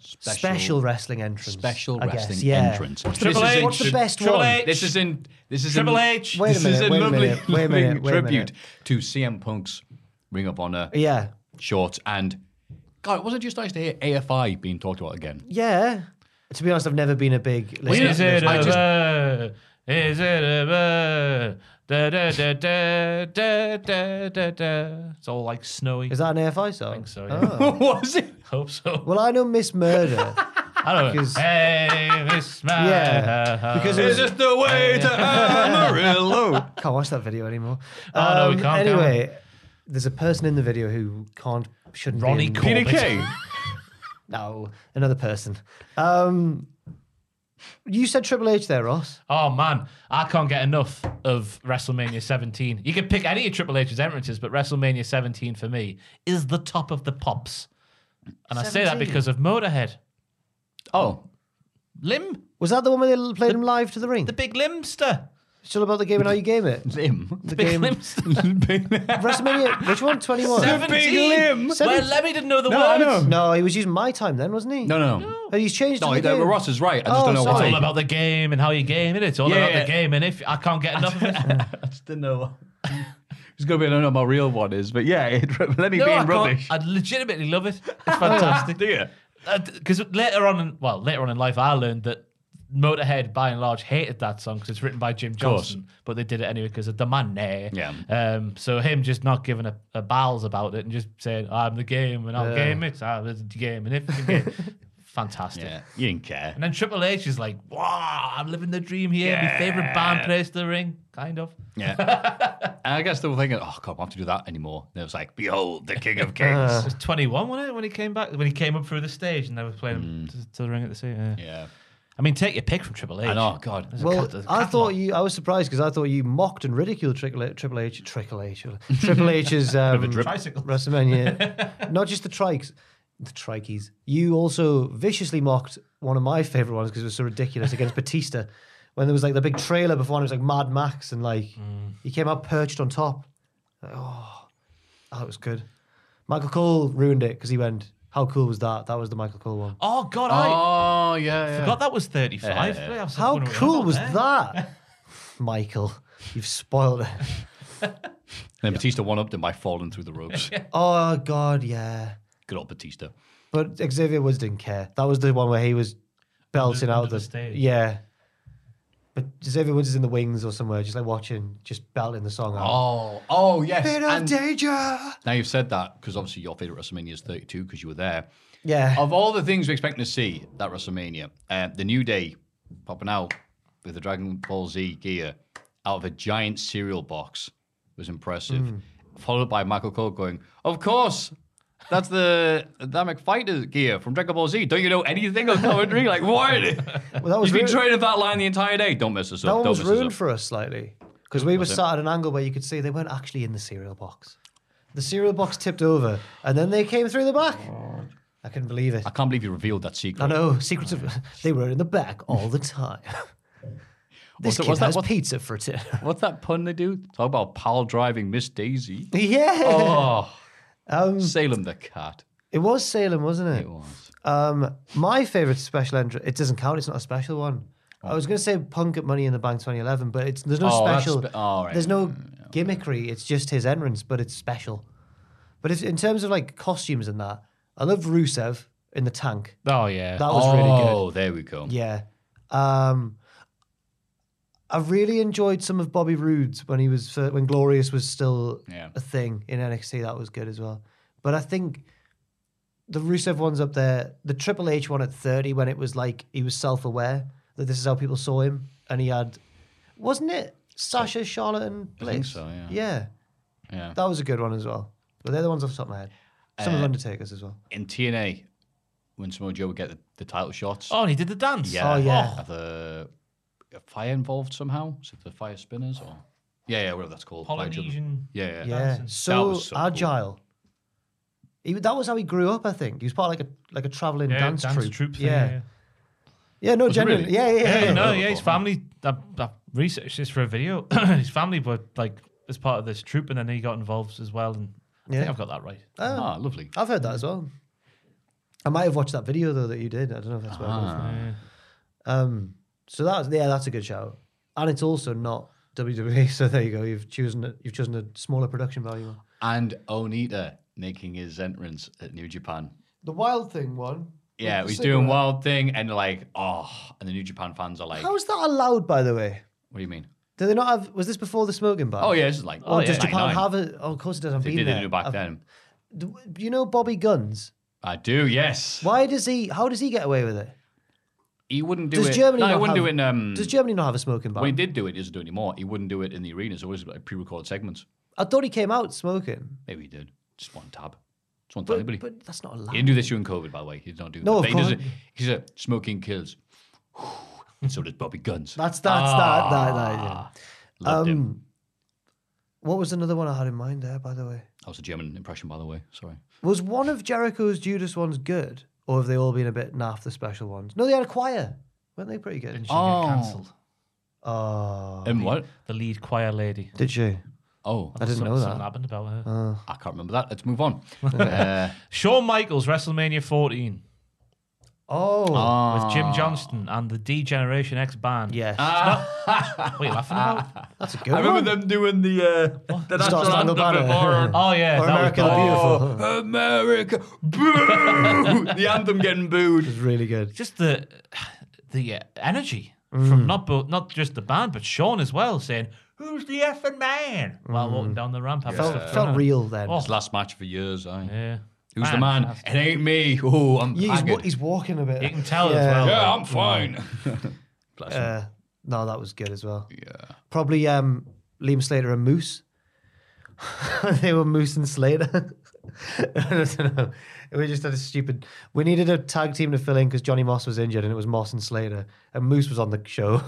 D: special, wrestling entrance.
B: special
D: I guess,
B: wrestling
D: yeah.
B: entrance.
D: What's the,
B: This
D: best-
B: is in-
D: what's the best
C: Triple
D: one?
C: H.
B: This is in this is
C: Triple
B: in,
C: H.
D: Wait a
B: this
D: minute,
B: is a
D: wait a
B: lovely,
D: minute, wait a
B: lovely
D: minute, wait a
B: tribute
D: minute.
B: to CM Punk's Ring of Honor
D: Yeah,
B: short. And God, it wasn't just nice to hear AFI being talked about again.
D: yeah. To be honest, I've never been a big.
B: you uh,
D: listener
B: know,
C: Is
D: to
C: it
D: this
C: a
B: I
D: podcast.
B: just-
C: bird? Is it a bird? Da da da da da da da da. It's all like snowy.
D: Is that an AFI song? I
C: think so. Yeah.
B: was it?
C: Oh. Hope so.
D: Well, I know Miss Murder.
C: I don't know. Hey, Miss Murder.
D: Yeah, because it
C: it's
D: was-
C: just the way to Amarillo.
D: can't watch that video anymore. Um,
C: Oh, no, we can't, can
D: Anyway, there's a person in the video who can't, shouldn't. be
C: Ronnie
D: in-
C: Peter Corbett. Kay?
D: no, another person. Um, you said Triple H there, Ross.
C: Oh man, I can't get enough of WrestleMania 17. You can pick any of Triple H's entrances, but WrestleMania 17 for me is the top of the pops. And I say that
D: 17?
C: because of Motorhead.
B: Oh,
C: Limb,
D: Was that the one where they played him live to the ring?
C: the big limbster.
D: It's all about the game and how you game it.
B: Lim.
D: The
C: Big
D: game.
C: limbster.
D: WrestleMania, which one? 21?
C: 17. Well,
D: Seven-
C: Lemmy didn't know the
B: No, I
C: words.
B: know.
D: No, he was using my time then, wasn't he?
B: No, no, no.
D: But he's changed.
B: No,
D: to the
B: no,
D: game.
B: Ross is right. I just
D: Oh,
B: don't know
C: It's
B: why.
D: sorry.
C: all about the game and how you game it. It's all
B: Yeah,
C: about
B: yeah.
C: the game, and if I can't get enough of it,
B: I just didn't know. It's gonna be. I don't know what my real one is, but yeah, it, Lenny
C: No,
B: being
C: I can't.
B: rubbish.
C: I oh, legitimately love it. It's fantastic.
B: Do you?
C: because later on, in, well, later on in life, I learned that Motorhead, by and large, hated that song because it's written by Jim
B: course.
C: Johnson, but they did it anyway because of the money.
B: Yeah.
C: Um, so him just not giving a, a balls about it and just saying, "I'm the game and I'll
D: Yeah.
C: game it. I'm the game and if the game." Fantastic.
B: Yeah, you didn't care.
C: And then Triple H is like, "Wow, I'm living the dream here. My favorite band plays the ring, kind of."
B: Yeah. and I guess they were thinking, oh, God, I have to do that anymore. And it was like, behold, the King of
C: It
B: Kings.
C: was 21, wasn't it, when he came back? When he came up through the stage and they were playing
B: Mm.
C: to, to the ring at the same. Yeah.
B: yeah.
C: I mean, take your pick from Triple H.
B: I know, God.
C: There's a
D: Well,
C: cat- there's a
D: I
C: cat
D: thought
C: lot.
D: you. I was surprised because I thought you mocked and ridiculed Triple H, Triple H, Triple H, Triple H's um,
C: drip. Tricycles.
D: WrestleMania. Not just the trikes, the trikeys. You also viciously mocked one of my favorite ones because it was so ridiculous against Batista when there was like the big trailer before and it was like Mad Max and like
C: Mm.
D: he came out perched on top. Like, oh, that was good. Michael Cole ruined it because he went. How cool was that? That was the Michael Cole one.
C: Oh God, I
B: Oh, yeah. yeah.
C: forgot that was thirty-five.
B: Yeah.
C: I was
D: How
C: wondering what
D: cool
C: about
D: was
C: there.
D: that? Michael, you've spoiled it.
B: And then Batista won up them by falling through the ropes.
D: Oh God, yeah.
B: Good old Batista.
D: But Xavier Woods didn't care. That was the one where he was belting
C: Under-
D: out
C: under
D: the,
C: the stage.
D: yeah. But Xavier Woods is in the wings or somewhere, just like watching, just belting the song out.
B: Oh, oh, yes.
D: Bit of
B: And
D: danger.
B: now you've said that because obviously your favorite WrestleMania is 32 because you were there.
D: Yeah.
B: Of all the things we're expecting to see at WrestleMania, uh, the New Day popping out with the Dragon Ball Z gear out of a giant cereal box was impressive.
D: Hmm.
B: Followed by Michael Cole going, "Of course, that's the Atomic Fighter gear from Dragon Ball Z. Don't you know anything of commentary? like, what?
D: Well, that was
B: You've been
D: ru-
B: training that line the entire day. Don't mess us
D: that
B: up.
D: one
B: Don't
D: was
B: mess us
D: ruined
B: up."
D: for us slightly because we were
B: Was it?
D: sat at an angle where you could see they weren't actually in the cereal box. The cereal box tipped over, and then they came through the back.
B: Oh,
D: I couldn't believe it.
B: I can't believe you revealed that secret.
D: I know oh, secrets of they were in the back all the time.
B: What's
D: this
B: that-
D: kid
B: what's that-
D: has
B: what's-
D: pizza for dinner.
B: What's that pun they do? Talk about pal driving Miss Daisy.
D: yeah.
B: Oh,
D: Um,
B: Salem the cat.
D: It was Salem, wasn't it?
B: It was.
D: Um, my favorite special entry. It doesn't count. It's not a special one. I was going to say Punk at Money in the Bank 2011, but it's there's no
B: Oh, that's
D: special.
B: spe- all right.
D: There's no gimmickry. It's just his entrance, but it's special. But if, in terms of like costumes and that, I loved Rusev in the tank.
C: Oh yeah.
D: That was really good.
B: Oh, there we go.
D: Yeah. Um, I really enjoyed some of Bobby Roode's when he was fir- when Glorious was still
B: Yeah.
D: a thing in NXT. That was good as well. But I think the Rusev one's up there. The Triple H one at thirty when it was like he was self aware that this is how people saw him, and he had wasn't it Sasha, Charlotte, and
B: I
D: Bliss?
B: think so, yeah. Yeah.
D: that was a good one as well. But they're the ones off the top of my head. Some
B: Uh,
D: of Undertaker's as well.
B: in TNA when Samoa Joe would get the, the title shots.
C: Oh, and he did the dance.
B: yeah,
D: oh, yeah.
B: Have the a fire involved somehow. So the fire spinners or yeah, yeah, whatever that's called. Fire juggle.
C: Polynesian.
B: Yeah, yeah,
D: Yeah,
B: That
D: so,
B: was so cool.
D: agile. He, that was how he grew up, I think. He was part of like a like a traveling
C: Yeah,
D: dance, troupe.
C: troupe thing,
D: yeah. yeah, no,
B: Was it
D: genuinely,
B: really?
D: yeah, yeah, yeah.
C: Yeah,
D: yeah.
C: no, yeah, his family. I, I researched this for a video. his family were like as part of this troop, and then he got involved as well. And I think
D: Yeah.
C: I've got that right.
B: Ah, lovely.
D: I've heard that as well. I might have watched that video though that you did. I don't know if that's where it was.
B: Ah.
C: Yeah.
D: Um, so that's yeah, that's a good shout, and it's also not WWE. So there you go. You've chosen a, you've chosen a smaller production value. one.
B: And Onita making his entrance at New Japan.
D: The Wild Thing one.
B: Yeah,
D: the
B: he's doing
D: cigarette.
B: wild thing and like, oh, and the New Japan fans are like,
D: How is that allowed, by the way?
B: what do you mean?
D: Do they not have? Was this before the smoking ban?
B: Oh, yeah, this is like-
D: Or
B: oh, yeah,
D: does Japan
B: 99.
D: have a? Oh, of course it does. I've
B: They
D: been
B: did it
D: there.
B: back
D: I've-
B: then.
D: Do do you know Bobby Guns?
B: I do, yes.
D: Why does he? How does he get away with it?
B: He wouldn't do
D: does
B: it.
D: Germany
B: no,
D: not
B: he wouldn't
D: have,
B: do it in. Um,
D: does Germany not have a smoking ban?
B: when he did do it, he doesn't do it anymore. He wouldn't do it in the arena. So it was like pre-recorded segments.
D: I thought he came out smoking.
B: Maybe he did. Just one tab. Just one
D: But-
B: tab. anybody.
D: but that's not
B: He
D: allowed.
B: didn't do this during COVID, by the way. He did not do
D: No,
B: that.
D: of
B: But he
D: course.
B: does it. He's a smoking kills. and so does Bobby Guns.
D: That's that's that um, that that. Yeah.
B: Ah, Loved him.
D: What was another one I had in mind there? By the way,
B: That was a German impression, by the way. Sorry.
D: was one of Jericho's Judas ones good, or have they all been a bit naff? The special ones? No, they had a choir. Weren't they pretty good?
C: Didn't she get cancelled?
D: Oh.
B: And what?
C: The lead choir lady.
D: Did she?
B: Oh,
D: I didn't know
C: Something
D: that. Uh.
C: happened about her.
B: I can't remember that. Let's move on.
C: Uh,
B: Uh,
C: Shawn Michaels, WrestleMania 14.
D: Oh.
B: Ah.
C: With Jim Johnston and the D Generation X band.
D: Yes.
C: what are you laughing about?
D: That's a
B: Ah. I remember them doing the uh, the national
C: Star Spangled
B: anthem
C: Banner.
B: before.
C: Oh, yeah, Or that was America
B: Oh,
C: the Beautiful.
B: America, boo! the anthem getting booed.
D: It's really good.
C: Just the the uh, energy
D: Mm.
C: from not bo- not just the band, but Sean as well, saying, Who's the effing man? While walking
D: Mm.
C: down the ramp. having uh,
D: Felt-
C: stuff
D: felt
C: done.
D: real then.
C: Oh,
B: His last match for years, aye.
C: Yeah.
B: Who's the man?
C: Fantastic.
B: It ain't me. Oh, I'm
D: Yeah, he's, wa-
B: haggard.
D: he's walking a bit.
C: You can tell as well.
B: Yeah,
C: like,
B: I'm fine. Bless him.
D: Uh, no, that was good as well. Yeah. Probably um, Liam Slater and Moose. they were Moose and Slater. I don't know. We just had a stupid. We needed a tag team to fill in because Johnny Moss was injured, and it was Moss and Slater, and Moose was on the show,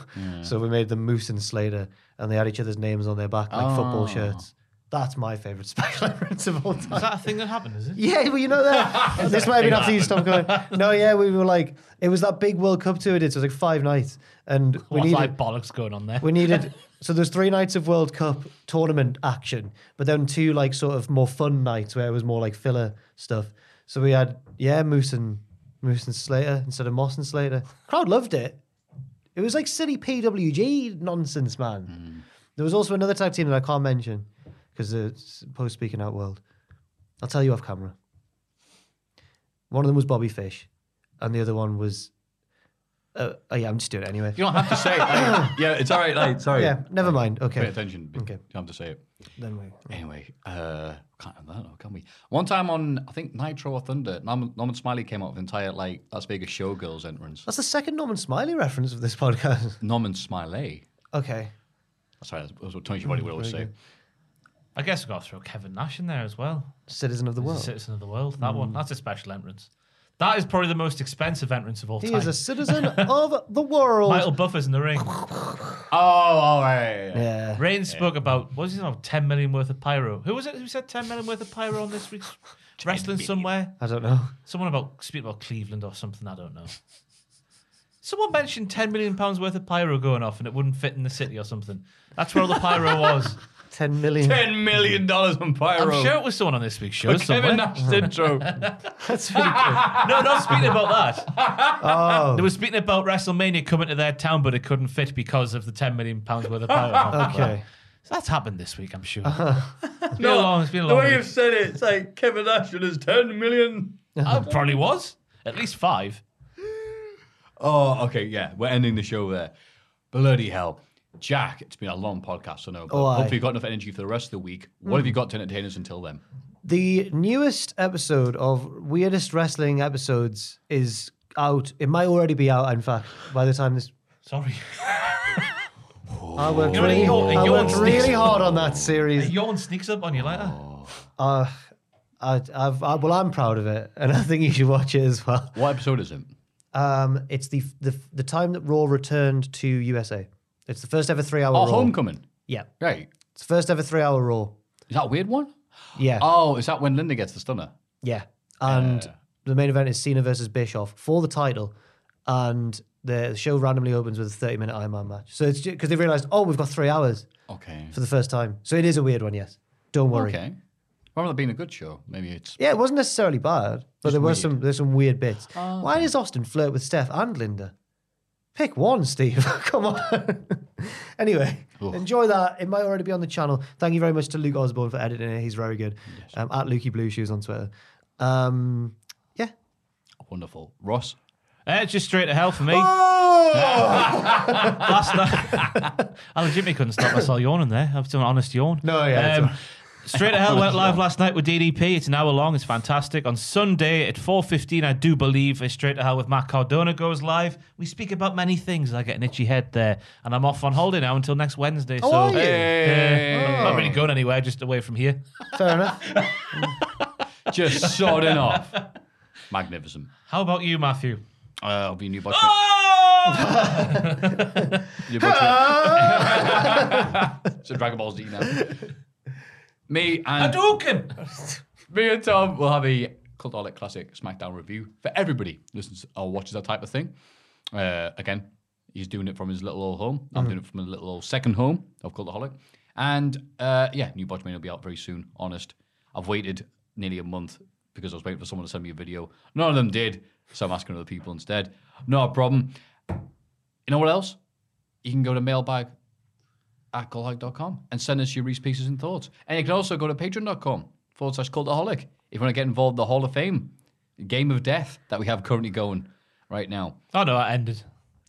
D: so we made them Moose and Slater, and they had each other's names on their back like football
C: Oh.
D: shirts. That's my favorite special appearance of all time.
C: Is that a thing that happened, is it?
D: Yeah, well, you know that. this might have been after you stopped going. No, yeah, we were like, it was that big World Cup tour we did. So it was like five nights, and we
C: What's
D: needed
C: like bollocks going on there?
D: we needed. So there's three nights of World Cup tournament action, but then two like sort of more fun nights where it was more like filler stuff. So we had yeah, Moose and Moose and Slater instead of Moss and Slater. Crowd loved it. It was like silly PWG nonsense, man.
B: Hmm.
D: There was also another tag team that I can't mention because it's post speaking out world. I'll tell you off camera. One of them was Bobby Fish, and the other one was. Uh, oh yeah, I'm just doing it anyway.
B: You don't have to say it. I- yeah, it's all right. Like, sorry.
D: Yeah, never mind. Okay.
B: Pay attention. Okay. You don't have to say it.
D: Then we.
B: Anyway, uh, can't remember that, now, can we? One time on, I think, Nitro or Thunder, Norman, Norman Smiley came out with an entire, like, Las Vegas Showgirls entrance.
D: That's the second Norman Smiley reference of this podcast.
B: Norman Smiley.
D: Okay.
B: Sorry, that's that's what Tony Schiavone would always
D: Very
B: say.
D: good.
C: I guess we've got to throw Kevin Nash in there as well.
D: Citizen of the
C: He's a
D: world.
C: citizen of the world. That
D: Mm.
C: one. That's a special entrance. That is probably the most expensive entrance of all
D: He
C: time.
D: is a citizen of the world.
C: Michael Buffer's in the ring.
B: Oh, all right.
D: Yeah.
C: Rain spoke about what was it about ten million worth of pyro. Who was it who said ten million worth of pyro on this week's wrestling somewhere?
D: I don't know.
C: Someone about speak about Cleveland or something. I don't know. Someone mentioned ten million pounds worth of pyro going off, and it wouldn't fit in the city or something. That's where all the pyro was.
D: 10 million.
B: $10 million on pyro.
C: I'm sure it was someone on this week's show.
B: But Kevin
C: somewhere.
B: Nash's intro.
D: That's really good.
C: No, not speaking about that.
D: Oh.
C: They were speaking about WrestleMania coming to their town, but it couldn't fit because of the ten million pounds worth of power.
D: Okay.
C: So that's happened this week, I'm sure. It's been a long, it's been a
B: the
C: long
B: way
C: week.
B: you've said it, it's like Kevin Nash and his $10 million.
C: I Uh, probably was at least five.
B: Oh, okay, yeah. We're ending the show there. Bloody hell. Jack, it's been a long podcast, I know, but
D: Oh, aye.
B: hopefully you've got enough energy for the rest of the week. What have you got to entertain us until then?
D: The newest episode of Weirdest Wrestling Episodes is out. It might already be out, in fact, by the time this.
C: Sorry,
D: I worked,
C: You know,
D: really,
C: it yawn- it
D: I worked
C: yawns.
D: really hard on that
C: a
D: series.
C: yawn sneaks up on you like that.
D: Uh, I, I've, I, well, I'm proud of it, and I think you should watch it as well.
B: What episode is it?
D: Um, it's the, the the time that Raw returned to USA. It's the first ever three hour
B: Oh,
D: Raw.
B: Homecoming.
D: Yeah.
B: Right.
D: It's the first ever three hour Raw.
B: Is that a weird one?
D: Yeah.
B: Oh, is that when Linda gets the stunner?
D: Yeah. And the main event is Cena versus Bischoff for the title. And the show randomly opens with a 30 minute Iron Man match. So it's because they realized, oh, we've got three hours
B: Okay.
D: for the first time. So it is a weird one, yes. Don't worry.
B: Okay. Rather than being a good show, maybe it's
D: Yeah, it wasn't necessarily bad, but
B: Just
D: there were
B: weird.
D: some there's some weird bits. Why does Austin flirt with Steph and Linda? Pick one, Steve. Come on. anyway, enjoy that. It might already be on the channel. Thank you very much to Luke Osborne for editing it. He's very good. Um, at Lukey Blue Shoes on Twitter. Um, yeah.
B: wonderful. Ross?
C: Eh, Uh, just straight to hell for me. Last night, I legitimately couldn't stop myself yawning there. I've done an honest yawn. No,
D: yeah, it's all
C: Um,
D: right.
C: Straight to Hell went
D: Honest
C: live
D: yawn.
C: last night with DDP. It's an hour long. It's fantastic. On Sunday at 4.15, I do believe a Straight to Hell with Matt Cardona goes live. We speak about many things. I get an itchy head there. And I'm off on holiday now until next Wednesday.
D: Oh,
C: so
D: are you?
C: Yeah,
D: Hey.
C: I'm not really
D: Oh.
C: going anywhere, just away from here.
D: Fair enough.
B: Just sodding off. Magnificent.
C: How about you, Matthew?
B: Uh, I'll be new boss.
D: Oh!
B: Your so Dragon Ball Z now. Me and
C: Hadouken.
B: me and Tom will have a Cultolic Classic SmackDown review for everybody who listens or watches that type of thing. Uh, again, he's doing it from his little old home. I'm
C: Mhm.
B: doing it from a little old second home of Cultaholic. And uh, yeah, new Botchman will be out very soon. Honest, I've waited nearly a month because I was waiting for someone to send me a video. None of them did, so I'm asking other people instead. Not a problem. You know what else? You can go to mailbag at cultaholic.com and send us your Reese Pieces and thoughts. And you can also go to patreon.com forward slash cultaholic if you want to get involved in the Hall of Fame game of death that we have currently going right now.
C: Oh, no, that ended.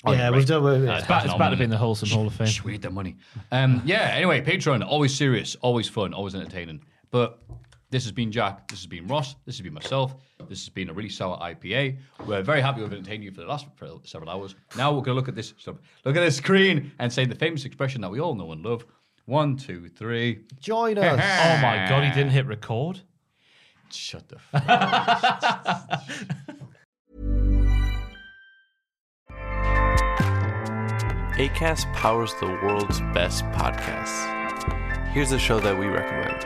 B: Oh, yeah,
D: we've done- we've-
C: It's about- it's about to be in the wholesome Hall of Fame.
B: We had the money. Um, yeah, anyway, Patreon, always serious, always fun, always entertaining. But this has been Jack, this has been Ross, this has been myself, this has been a really sour IPA. We're very happy we've entertained you for the last for several hours. Now we're going to look at this look at this screen and say the famous expression that we all know and love. One, two, three.
D: Join
C: oh, my God, he didn't hit record?
B: Shut the
M: ACAST powers the world's best podcasts. Here's a show that we recommend.